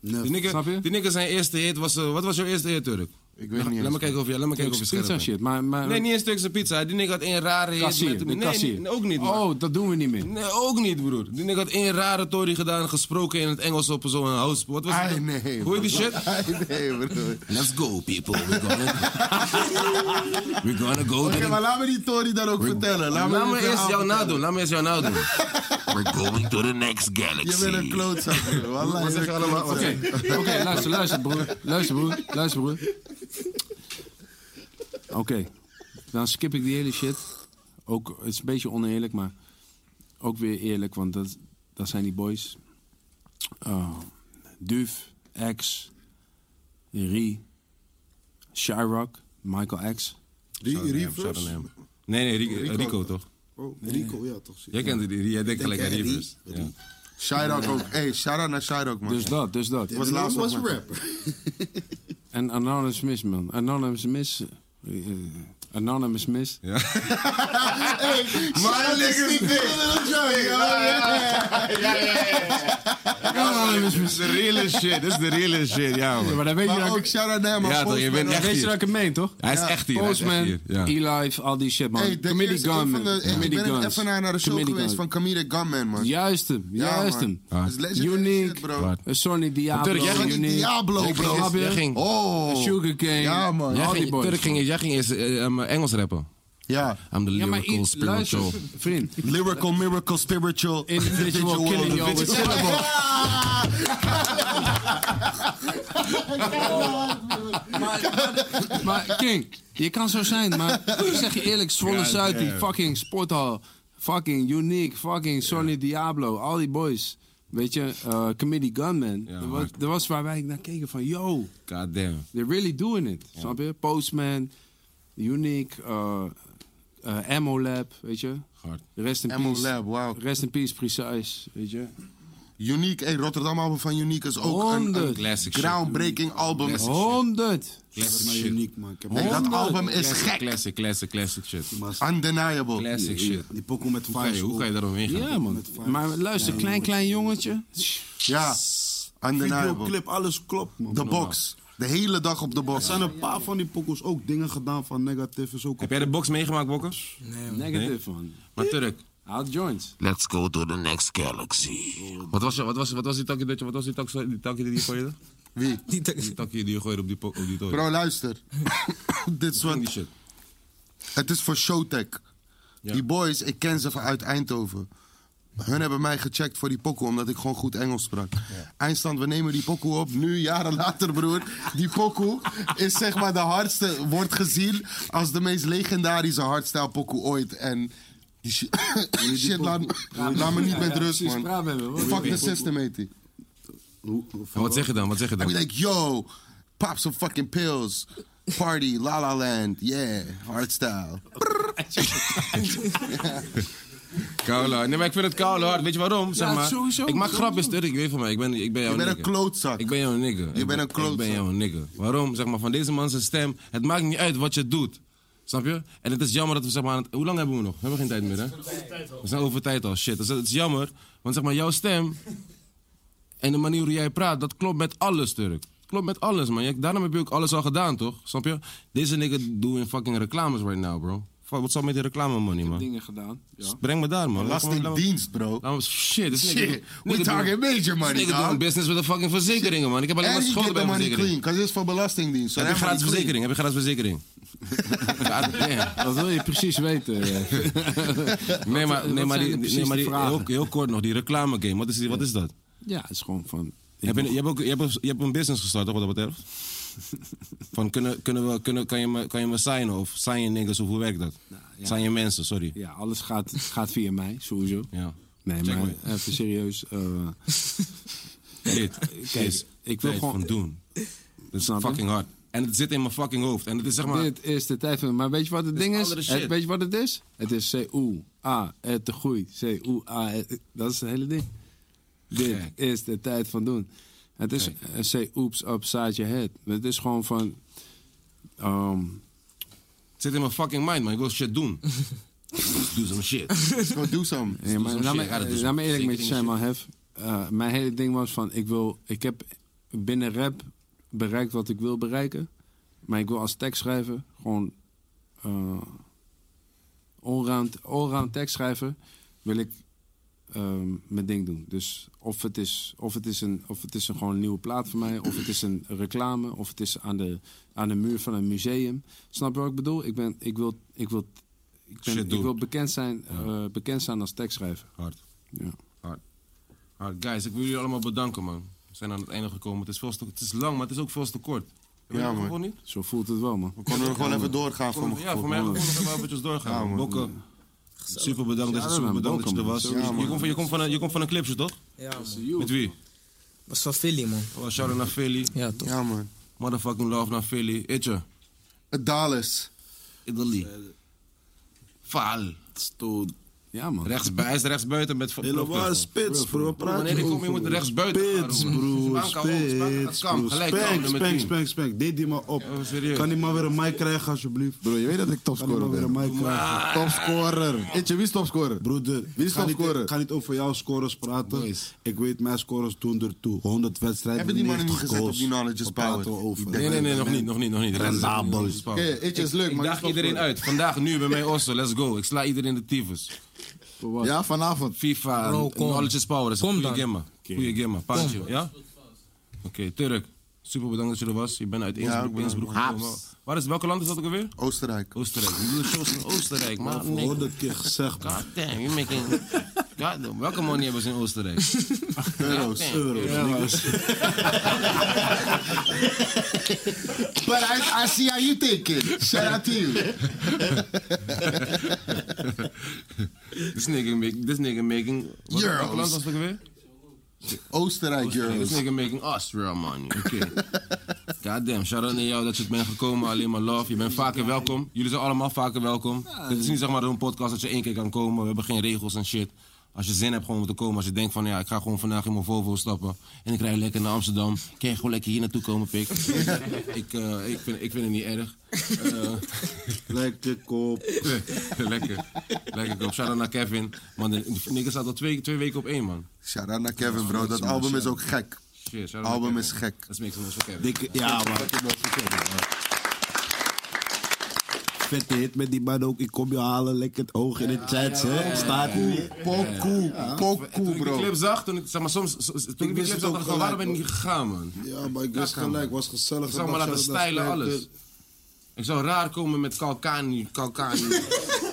[SPEAKER 1] Die
[SPEAKER 3] Snap je?
[SPEAKER 1] nigger, die nigger zijn eerste hit was... eh, wat was jouw eerste hit, Turk?
[SPEAKER 2] Ik weet
[SPEAKER 1] Laat-
[SPEAKER 2] niet
[SPEAKER 1] Laat me
[SPEAKER 2] eens.
[SPEAKER 1] kijken of je, laat me kijken of je scherp
[SPEAKER 3] Pizza
[SPEAKER 1] bent.
[SPEAKER 3] shit, maar. maar
[SPEAKER 1] Nee, niet eens Turkse pizza. Die nigger had één rare hit.
[SPEAKER 3] kassier,
[SPEAKER 1] met-
[SPEAKER 3] de
[SPEAKER 1] nee,
[SPEAKER 3] kassier.
[SPEAKER 1] nee, ook niet, man.
[SPEAKER 3] Oh, dat doen we niet meer.
[SPEAKER 1] Nee, ook niet, broer. Die nigger had één rare tory gedaan, gesproken in het Engels op zo'n house. Wat was
[SPEAKER 2] Ai,
[SPEAKER 1] dat?
[SPEAKER 2] nee,
[SPEAKER 1] Hoe heet die shit?
[SPEAKER 2] nee, bro.
[SPEAKER 1] Let's go, people. We're gonna, we're gonna go to [laughs]
[SPEAKER 2] Oké,
[SPEAKER 1] the
[SPEAKER 2] maar laat me die Tory dan ook vertellen. Laat
[SPEAKER 1] Laat, me
[SPEAKER 2] me, die
[SPEAKER 1] eerst
[SPEAKER 2] verhaal
[SPEAKER 1] jou
[SPEAKER 2] vertellen.
[SPEAKER 1] nadoen. Laat me eerst jou nadoen. We're going to the next
[SPEAKER 2] Je
[SPEAKER 1] galaxy.
[SPEAKER 2] bent een klootzak, bro. Wallah, je
[SPEAKER 1] Wat zeg je
[SPEAKER 2] bent een
[SPEAKER 1] allemaal? Oké.
[SPEAKER 2] klootzak.
[SPEAKER 3] Oké, luister, luister broer. Luister broer, luister broer. Oké, dan skip ik die hele shit. Ook, het is een beetje oneerlijk, maar ook weer eerlijk, want dat, dat zijn die boys. Eh, Duf, X, Rie, Shyrock, Michael X.
[SPEAKER 5] Rie- Reverse?
[SPEAKER 1] Nee, nee, Rico, Rico toch?
[SPEAKER 5] Oh, Rico, ja toch.
[SPEAKER 1] Jij kent die, jij denkt gelijk aan
[SPEAKER 5] aan
[SPEAKER 1] Rivers.
[SPEAKER 5] Rie.
[SPEAKER 1] Ja.
[SPEAKER 2] Shirok ook. Hey, shout-out naar Shirok, man.
[SPEAKER 3] Dus dat, dus dat.
[SPEAKER 2] was laatst nog, man.
[SPEAKER 3] En Anonymous Miss, man. Anonymous Miss. eh, Anonymous Miss.
[SPEAKER 2] Maar niggas niet
[SPEAKER 1] Anonymous Miss. Dit Oh, is de real shit. Dit is de real shit, ja,
[SPEAKER 3] Ja,
[SPEAKER 1] man.
[SPEAKER 3] maar dan weet je
[SPEAKER 2] Maar
[SPEAKER 3] dat
[SPEAKER 2] ook
[SPEAKER 3] ik...
[SPEAKER 2] shout-out naar hem, man.
[SPEAKER 1] Ja, toch, je
[SPEAKER 2] Postman
[SPEAKER 1] bent
[SPEAKER 2] ook.
[SPEAKER 1] echt
[SPEAKER 3] Weet je
[SPEAKER 1] hier.
[SPEAKER 3] dat ik het meen, toch?
[SPEAKER 1] Hij is echt hier. hij is echt
[SPEAKER 3] Postman,
[SPEAKER 1] hier, ja.
[SPEAKER 3] E-Life, al die shit, man.
[SPEAKER 2] Hey, de
[SPEAKER 3] Comedy
[SPEAKER 2] eerste
[SPEAKER 3] Gunman.
[SPEAKER 2] van de- hey, Ik
[SPEAKER 3] Comedy
[SPEAKER 2] ben
[SPEAKER 3] Guns.
[SPEAKER 2] even naar, naar de show
[SPEAKER 3] Comedy
[SPEAKER 2] geweest
[SPEAKER 3] Guns.
[SPEAKER 2] van Comedic Gunman, man.
[SPEAKER 3] Juist hem,
[SPEAKER 2] Ja,
[SPEAKER 3] juist
[SPEAKER 2] man.
[SPEAKER 3] hem.
[SPEAKER 2] Dat is legendary
[SPEAKER 3] Unique.
[SPEAKER 2] shit, bro.
[SPEAKER 3] Een Sonny Diablo.
[SPEAKER 1] Turk, jij ging
[SPEAKER 2] Die
[SPEAKER 3] Unique.
[SPEAKER 2] Diablo, bro.
[SPEAKER 3] Snap je?
[SPEAKER 1] Jij ging-
[SPEAKER 2] Oh.
[SPEAKER 3] Sugarcane.
[SPEAKER 2] Ja, man. Oh,
[SPEAKER 1] Jij
[SPEAKER 3] Al die
[SPEAKER 1] ging,
[SPEAKER 3] boys.
[SPEAKER 1] Turk ging, jij ging eerst eh, ehm, Engels rappen.
[SPEAKER 2] Ja.
[SPEAKER 1] I'm the
[SPEAKER 3] Ja, maar
[SPEAKER 1] lyrical
[SPEAKER 3] iets, luister,
[SPEAKER 1] spiritual.
[SPEAKER 3] vriend.
[SPEAKER 2] Lyrical, miracle, spiritual,
[SPEAKER 3] Individual killing you with syllable. maar, maar King, je kan zo zijn, maar ik zeg je eerlijk, Zwolle Zuid, die fucking sporthal, fucking Unique, fucking Sonny Diablo, al die boys. Weet je, eh Committee Gunman. dat, was, dat was waar wij naar keken van, yo,
[SPEAKER 1] God damn.
[SPEAKER 3] they're really doing it. Snap je? Postman, Unique, eh eh Ammo Lab, weet je.
[SPEAKER 1] Hard.
[SPEAKER 3] Rest in
[SPEAKER 2] Ammo
[SPEAKER 3] peace.
[SPEAKER 2] Lab, wauw.
[SPEAKER 3] Rest in peace, precise, weet je.
[SPEAKER 2] Unique. Hey, Rotterdam album van Unique is ook een, een
[SPEAKER 3] Honderd.
[SPEAKER 1] Classic shit.
[SPEAKER 2] groundbreaking album. Hey,
[SPEAKER 3] 100.
[SPEAKER 1] Classic
[SPEAKER 5] Maar
[SPEAKER 1] shit.
[SPEAKER 5] uniek, man. Ik heb
[SPEAKER 2] dat
[SPEAKER 3] Honderd.
[SPEAKER 2] album is
[SPEAKER 1] Classic,
[SPEAKER 2] gek.
[SPEAKER 1] Classic, classic, classic shit.
[SPEAKER 2] Undeniable.
[SPEAKER 1] Classic shit.
[SPEAKER 5] die pokoe met
[SPEAKER 1] Hoe ga je-
[SPEAKER 5] Fires.
[SPEAKER 1] Hoe ga je daaromheen gaan?
[SPEAKER 3] Ja, man. Maar luister, klein, klein jongetje.
[SPEAKER 2] Ja, undeniable.
[SPEAKER 5] Videoclip, alles klopt, man.
[SPEAKER 2] De box. De hele dag op de
[SPEAKER 5] Er
[SPEAKER 2] box.
[SPEAKER 5] zijn een paar van die pokoes ook dingen gedaan van negatief is ook
[SPEAKER 1] Heb jij de box meegemaakt, Bokkers?
[SPEAKER 3] Negative, man.
[SPEAKER 1] Maar Turk.
[SPEAKER 3] Hard joints.
[SPEAKER 1] Let's go to the next galaxy. Wat was, je- wat was, wat was die takje dat je, wat was die takje, die takje die je gooide?
[SPEAKER 2] Wie?
[SPEAKER 1] Die takje die je gooide op die, po- op die toy.
[SPEAKER 2] Bro, luister. [coughs] Dit is
[SPEAKER 1] Ging die
[SPEAKER 2] wat.
[SPEAKER 1] shit.
[SPEAKER 2] Het is voor Showtech. Die boys, ik ken ze vanuit Eindhoven. Hun hebben mij gecheckt voor die pokoe, omdat ik gewoon goed Engels sprak. Eindstand, we nemen die pokoe op. Nu, jaren later, broer. Die pokoe is zeg maar de hardste... wordt gezien als de meest legendarische hardstyle pokoe ooit. En die shi- shit, laat, laat me niet met rust,
[SPEAKER 3] precies,
[SPEAKER 2] man.
[SPEAKER 3] praat met me, hoor.
[SPEAKER 2] Fuck the system, heet die.
[SPEAKER 1] En wat zeg je dan? Wat zeg je
[SPEAKER 2] En we
[SPEAKER 1] dan?
[SPEAKER 2] like, yo, pop some fucking pills. Party, La La Land, yeah, hardstyle.
[SPEAKER 1] Koude hard. Nee, maar ik vind het koude hard. Weet je waarom? Zeg
[SPEAKER 3] Ja,
[SPEAKER 1] maar,
[SPEAKER 3] sowieso,
[SPEAKER 1] ik maak
[SPEAKER 3] sowieso.
[SPEAKER 1] grapjes, Turk. Ik weet van mij. Ik ben, ik ben jouw
[SPEAKER 2] Je bent een
[SPEAKER 1] nigger.
[SPEAKER 2] klootzak.
[SPEAKER 1] Ik ben jouw nigger. Ik
[SPEAKER 2] bent
[SPEAKER 1] ben-
[SPEAKER 2] een klootzak.
[SPEAKER 1] Ik ben jouw nigger. Waarom? Zeg maar, van deze man zijn stem. Het maakt niet uit wat je doet. Snap je? En het is jammer dat we zeg maar... aan het- Hoe lang hebben we nog? We hebben geen tijd meer, hè? We zijn over tijd al. Shit. Dus het is jammer. Want zeg maar, jouw stem... En de manier hoe jij praat, dat klopt met alles, Turk. Klopt met alles, man. Je- Daarom heb je ook alles al gedaan, toch? Snap je? Deze nigger doen in fucking reclames right now, bro. Fuck, wat zal met die reclame money, man? Dus
[SPEAKER 3] Dingen gedaan. Ja.
[SPEAKER 1] Breng me daar, man. Laat me- laat me-
[SPEAKER 2] Belastingdienst, bro.
[SPEAKER 1] Oh, shit, this nigga,
[SPEAKER 2] Shit,
[SPEAKER 1] nigga
[SPEAKER 2] we
[SPEAKER 1] doing,
[SPEAKER 2] talking major money,
[SPEAKER 1] this nigga doing
[SPEAKER 2] dog.
[SPEAKER 1] business met de fucking verzekeringen, man. Ik heb alleen maar
[SPEAKER 2] En je
[SPEAKER 1] scholen
[SPEAKER 2] get the
[SPEAKER 1] bij
[SPEAKER 2] money
[SPEAKER 1] verzekering.
[SPEAKER 2] clean, cause it's voor belastingdienst. so
[SPEAKER 1] Heb je
[SPEAKER 2] that money
[SPEAKER 1] gratis verzekering? Heb je gratis
[SPEAKER 2] [laughs]
[SPEAKER 1] verzekering? God damn.
[SPEAKER 3] Wat wil je precies weten?
[SPEAKER 1] Nee, maar, nee,
[SPEAKER 3] wat
[SPEAKER 1] maar, die,
[SPEAKER 3] zijn de
[SPEAKER 1] nee,
[SPEAKER 3] precieze
[SPEAKER 1] maar die,
[SPEAKER 3] vragen?
[SPEAKER 1] heel, heel kort nog, die reclame game. Wat is, die, wat is dat?
[SPEAKER 3] [laughs] ja, het is gewoon van...
[SPEAKER 1] Heb je, je, hebt ook, je, hebt, een- je hebt een business gestart, toch, wat dat betreft?
[SPEAKER 3] [laughs]
[SPEAKER 1] Van, kunnen, kunnen we, kunnen, kan, je me, kan je me signen? Of sign je niggas? Of hoe werkt dat?
[SPEAKER 3] Nou,
[SPEAKER 1] Sign je mensen, sorry.
[SPEAKER 3] Ja, alles gaat, gaat via mij, sowieso.
[SPEAKER 1] Ja.
[SPEAKER 3] Nee,
[SPEAKER 1] Check
[SPEAKER 3] maar
[SPEAKER 1] me.
[SPEAKER 3] even serieus. eh, [laughs]
[SPEAKER 1] Dit is
[SPEAKER 3] ik wil
[SPEAKER 1] tijd
[SPEAKER 3] gewoon-
[SPEAKER 1] van doen. Dat is
[SPEAKER 3] Snap je?
[SPEAKER 1] fucking hard. En het zit in mijn fucking hoofd. En het is zeg maar...
[SPEAKER 3] Dit is de tijd van. Maar weet je wat het
[SPEAKER 1] Dit is
[SPEAKER 3] ding is?
[SPEAKER 1] andere
[SPEAKER 3] Het-
[SPEAKER 1] shit.
[SPEAKER 3] weet je wat het is? Het is C-U-A, het te groei. C-U-A, het- dat is het hele ding. Dit
[SPEAKER 1] Gek.
[SPEAKER 3] is de tijd van doen. Het is een C-oops upside your head. Het is gewoon van. ehm,
[SPEAKER 1] Het zit in mijn fucking mind, man. Ik wil shit
[SPEAKER 3] [laughs]
[SPEAKER 1] doen. Doe some shit.
[SPEAKER 2] clean. Go do some.
[SPEAKER 3] ja, maar
[SPEAKER 1] zo'n
[SPEAKER 3] laat
[SPEAKER 1] shit.
[SPEAKER 3] me,
[SPEAKER 1] Ja, dat Dus is
[SPEAKER 3] laat me eerlijk
[SPEAKER 1] zeker
[SPEAKER 3] met je zijn,
[SPEAKER 1] dingen
[SPEAKER 3] man. Hef. Eh, mijn hele ding was van: ik wil. Ik heb binnen rap bereikt wat ik wil bereiken. Maar ik wil als tekstschrijver gewoon. eh allround, allround tekstschrijver wil ik ehm, mijn ding doen. Dus of het is, of het is, een, of het is een, gewoon een nieuwe plaat voor mij, of het is een reclame, of het is aan de, aan de muur van een museum. Snap je wat ik bedoel? Ik, ben, ik, wil, ik, wil, ik, ben,
[SPEAKER 1] Shit
[SPEAKER 3] ik
[SPEAKER 1] doen.
[SPEAKER 3] wil bekend zijn, eh, bekend zijn als tekstschrijver.
[SPEAKER 1] Hard.
[SPEAKER 3] Ja.
[SPEAKER 1] Hard. Hard. Guys, ik wil jullie allemaal bedanken, man. We zijn aan het einde gekomen. Het is, veel te, het is lang, maar het is ook veel te kort. Weet je
[SPEAKER 2] Ja,
[SPEAKER 1] dat
[SPEAKER 2] man.
[SPEAKER 1] Gewoon niet?
[SPEAKER 3] Zo voelt het wel, man.
[SPEAKER 2] We konden er gewoon even doorgaan voor mijn
[SPEAKER 1] Ja, voor
[SPEAKER 2] gevoel.
[SPEAKER 1] mij gewoon nog even eventjes
[SPEAKER 2] Ja,
[SPEAKER 1] doorgaan.
[SPEAKER 2] man.
[SPEAKER 1] Bokke, super bedankt. dat je-
[SPEAKER 3] Ja,
[SPEAKER 1] super
[SPEAKER 3] man,
[SPEAKER 1] bedankt dat je er
[SPEAKER 3] Bokke,
[SPEAKER 1] was.
[SPEAKER 3] man.
[SPEAKER 1] Je komt van- je komt van een- Je komt van een clipje, toch?
[SPEAKER 6] Ja, man.
[SPEAKER 1] Met wie?
[SPEAKER 6] was van Philly, man.
[SPEAKER 1] Oh, shout-out naar Philly.
[SPEAKER 6] Ja, toch?
[SPEAKER 2] Ja, man.
[SPEAKER 1] Motherfucking love naar Philly. Itje.
[SPEAKER 2] Dallas.
[SPEAKER 1] Italy. Faal.
[SPEAKER 5] Stoot.
[SPEAKER 3] Ja, man.
[SPEAKER 1] Rechts, hij is rechtsbuiten met...
[SPEAKER 5] Helemaal spits, bro. Waar Praat
[SPEAKER 1] Wanneer
[SPEAKER 5] je
[SPEAKER 1] ik kom, je
[SPEAKER 5] over?
[SPEAKER 1] moet rechtsbuiten gaan,
[SPEAKER 5] Spits,
[SPEAKER 1] Robert.
[SPEAKER 5] broer.
[SPEAKER 1] Spanka ook, Spanka gaat
[SPEAKER 5] Spits,
[SPEAKER 1] kam,
[SPEAKER 5] broer.
[SPEAKER 1] gelijk kam,
[SPEAKER 5] Spank,
[SPEAKER 1] nummer
[SPEAKER 5] spank,
[SPEAKER 1] 10.
[SPEAKER 5] spank, spank. Deed die maar op.
[SPEAKER 1] Ja, serieus.
[SPEAKER 5] Kan die maar weer een mic krijgen, alsjeblieft?
[SPEAKER 13] Bro, je weet dat ik
[SPEAKER 5] Kan die
[SPEAKER 13] topscorer
[SPEAKER 5] maar weer een
[SPEAKER 13] ben.
[SPEAKER 5] mic krijgen?
[SPEAKER 13] Topscorer. Itje, wie is topscorer?
[SPEAKER 5] Broeder,
[SPEAKER 13] Wie is
[SPEAKER 5] ik ga niet-
[SPEAKER 13] topscorer?
[SPEAKER 5] Ik ga niet over jouw scores praten. Ik weet, mijn scores doen ertoe. 100 wedstrijden,
[SPEAKER 2] Hebben die mannen niet
[SPEAKER 5] 90
[SPEAKER 2] gezet op
[SPEAKER 5] goals.
[SPEAKER 2] die knowledge
[SPEAKER 5] Wat
[SPEAKER 2] power?
[SPEAKER 5] praten we over?
[SPEAKER 1] Nee, nee, nee, nog niet, nog niet, nog niet.
[SPEAKER 5] Rendabel.
[SPEAKER 1] Rest-
[SPEAKER 13] Oké, Itje is leuk,
[SPEAKER 1] Ik
[SPEAKER 13] maar
[SPEAKER 1] daag
[SPEAKER 13] wie is
[SPEAKER 1] iedereen
[SPEAKER 13] topscorer?
[SPEAKER 1] uit. Vandaag, nu, bij mij Osso. Let's go. Ik sla iedereen de tyfus.
[SPEAKER 13] Ja, vanavond.
[SPEAKER 1] FIFA,
[SPEAKER 6] Bro,
[SPEAKER 1] en- en
[SPEAKER 6] kom.
[SPEAKER 1] knowledge is power. Dat is een
[SPEAKER 6] Kom
[SPEAKER 1] goede
[SPEAKER 6] dan.
[SPEAKER 1] game, man. Goeie game, man. Paardje, ja? Oké, Turk. Super bedankt dat je er was. Je bent uit Innsbruck, bij Innsbruck gekomen. Waar is, welke land is dat ook alweer?
[SPEAKER 2] Oostenrijk.
[SPEAKER 1] Oostenrijk. We doen shows in Oostenrijk, man.
[SPEAKER 5] Voor
[SPEAKER 1] Nee.
[SPEAKER 5] 100 keer gezegd, man.
[SPEAKER 1] God damn, you making... God damn, welke money hebben ze in Oostenrijk?
[SPEAKER 5] Euro's. Euro's, niggas.
[SPEAKER 13] But I, I see how you take it. Shout out to you.
[SPEAKER 1] This nigga, make, this nigga making... Wat,
[SPEAKER 2] Euros.
[SPEAKER 1] Welke land was dat ook alweer?
[SPEAKER 2] Oostenrijk,
[SPEAKER 1] This
[SPEAKER 2] Euros.
[SPEAKER 1] nigga making us real money. Oké. God damn, shout out naar jou dat je het bent gekomen. Alleen maar love. Je bent vaker welkom. Jullie zijn allemaal vaker welkom. Dit is niet zeg maar een podcast dat je één keer kan komen. We hebben geen regels en shit. Als je zin hebt gewoon om te komen. Als je denkt van ja, ik ga gewoon vandaag in mijn Volvo stappen. En ik rij lekker naar Amsterdam. Kan je gewoon lekker hier naartoe komen, pik. ik, eh, ik, vind, ik vind het niet erg. Eh,
[SPEAKER 5] Lekker kop.
[SPEAKER 1] [laughs] lekker. Lekker. kop. Shout out naar Kevin. Man, de de nigga staat al twee, twee weken op één, man.
[SPEAKER 2] Shout out naar Kevin, bro. Dat album is ook gek.
[SPEAKER 1] Shit, shout out
[SPEAKER 2] Album
[SPEAKER 1] naar
[SPEAKER 2] is
[SPEAKER 1] Kevin.
[SPEAKER 2] gek.
[SPEAKER 1] Let's make some noise for Kevin.
[SPEAKER 5] Dikke, ja, man. Vette hit met die man ook. Ik kom je halen, lekker het oog in de chats, hè. Staat hier.
[SPEAKER 2] Poku,
[SPEAKER 1] Toen
[SPEAKER 2] poku,
[SPEAKER 1] ik die
[SPEAKER 2] bro.
[SPEAKER 1] clip zag, toen ik, zeg maar, soms, so- toen ik die
[SPEAKER 5] wist
[SPEAKER 1] clip
[SPEAKER 5] het
[SPEAKER 1] zag,
[SPEAKER 5] ook
[SPEAKER 1] dacht ik van, waarom ben ik
[SPEAKER 5] gelijk,
[SPEAKER 1] niet gegaan, man?
[SPEAKER 5] Ja, maar ik wist
[SPEAKER 1] kan,
[SPEAKER 5] gelijk. Was gezellig.
[SPEAKER 1] Ik zou
[SPEAKER 5] Dag,
[SPEAKER 1] me laten
[SPEAKER 5] shout out naar
[SPEAKER 1] stylen,
[SPEAKER 5] Spijker.
[SPEAKER 1] alles. Ik zou raar komen met Kalkani, Kalkani.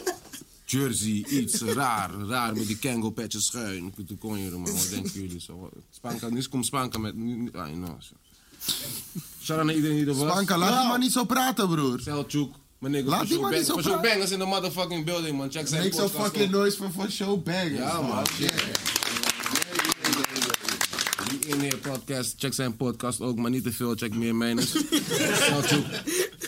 [SPEAKER 2] [laughs]
[SPEAKER 1] Jersey, iets raar, raar met die Kango patches schuin. Toen kon je er, man,
[SPEAKER 2] [laughs]
[SPEAKER 1] wat denken jullie? Zo, wat- Spanka, nu komt Spanka met, nu, nu- ah, nou, zo. Shout out naar iedereen die er was.
[SPEAKER 2] Banka, laat die man niet zo praten, broer.
[SPEAKER 1] Selchuk, mijn nigga,
[SPEAKER 2] Laat
[SPEAKER 1] Fasho
[SPEAKER 2] die man niet
[SPEAKER 1] Bang-
[SPEAKER 2] zo
[SPEAKER 1] Fasho
[SPEAKER 2] praten.
[SPEAKER 1] Bang is in de motherfucking building, man. Check zijn
[SPEAKER 2] Make some
[SPEAKER 1] podcast,
[SPEAKER 2] fucking
[SPEAKER 1] man.
[SPEAKER 2] noise for, for show bangers.
[SPEAKER 1] Ja, man. Die in de podcast, check zijn podcast ook, maar niet te veel, check meer mijn.
[SPEAKER 2] [laughs]
[SPEAKER 1] Selchuk,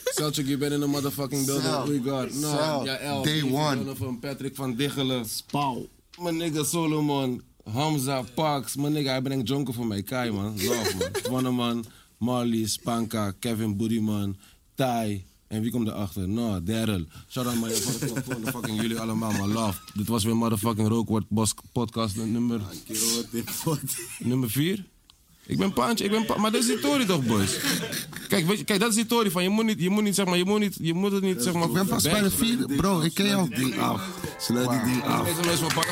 [SPEAKER 1] Selchuk, je bent in de motherfucking building.
[SPEAKER 2] Sel.
[SPEAKER 1] Oh my god. No,
[SPEAKER 2] Sel.
[SPEAKER 1] ja, El.
[SPEAKER 2] Day
[SPEAKER 1] Dave
[SPEAKER 2] one.
[SPEAKER 1] Donovan, Patrick van Diggelen. Spauw. Mijn nigga Solomon, Hamza, Pax. Mijn nigga, hij brengt jonker voor mij. Kai, man. Love,
[SPEAKER 2] [laughs]
[SPEAKER 1] man. Twanneman, Marley, Spanka, Kevin Boedeman, Tai. En wie komt erachter? No, Daryl. Shout out, man. [laughs] Motherfucking jullie allemaal, man. Love. Dit was weer motherfucking Rookwoord Bos- Podcast nummer...
[SPEAKER 5] [laughs]
[SPEAKER 1] Nummer 4? Ik ben paantje, ik ben pa- maar dat is die Tory toch, boys? Kijk, weet je, kijk, dat is die Tory van, je moet niet, je moet niet, zeg maar, je moet niet, je moet het niet, zeg maar...
[SPEAKER 2] Ik ben pas bij de vierde. Bro, ik ken jou ding af. Sluit die ding af.
[SPEAKER 1] Deze mensen van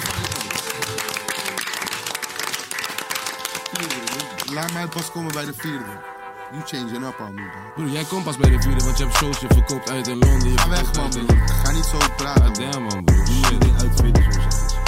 [SPEAKER 2] Laat mij pas komen bij de vierde. You changing up on me, bro.
[SPEAKER 1] Broer, jij komt pas bij de vierde, want je hebt shows, je verkoopt uit in Londen. Je
[SPEAKER 2] Ga weg,
[SPEAKER 1] verkoopt
[SPEAKER 2] man,
[SPEAKER 1] uit in-
[SPEAKER 2] broer. Ga niet zo praten.
[SPEAKER 1] Damn, man, broer. Shit.
[SPEAKER 5] Uitvinden, zoals het is.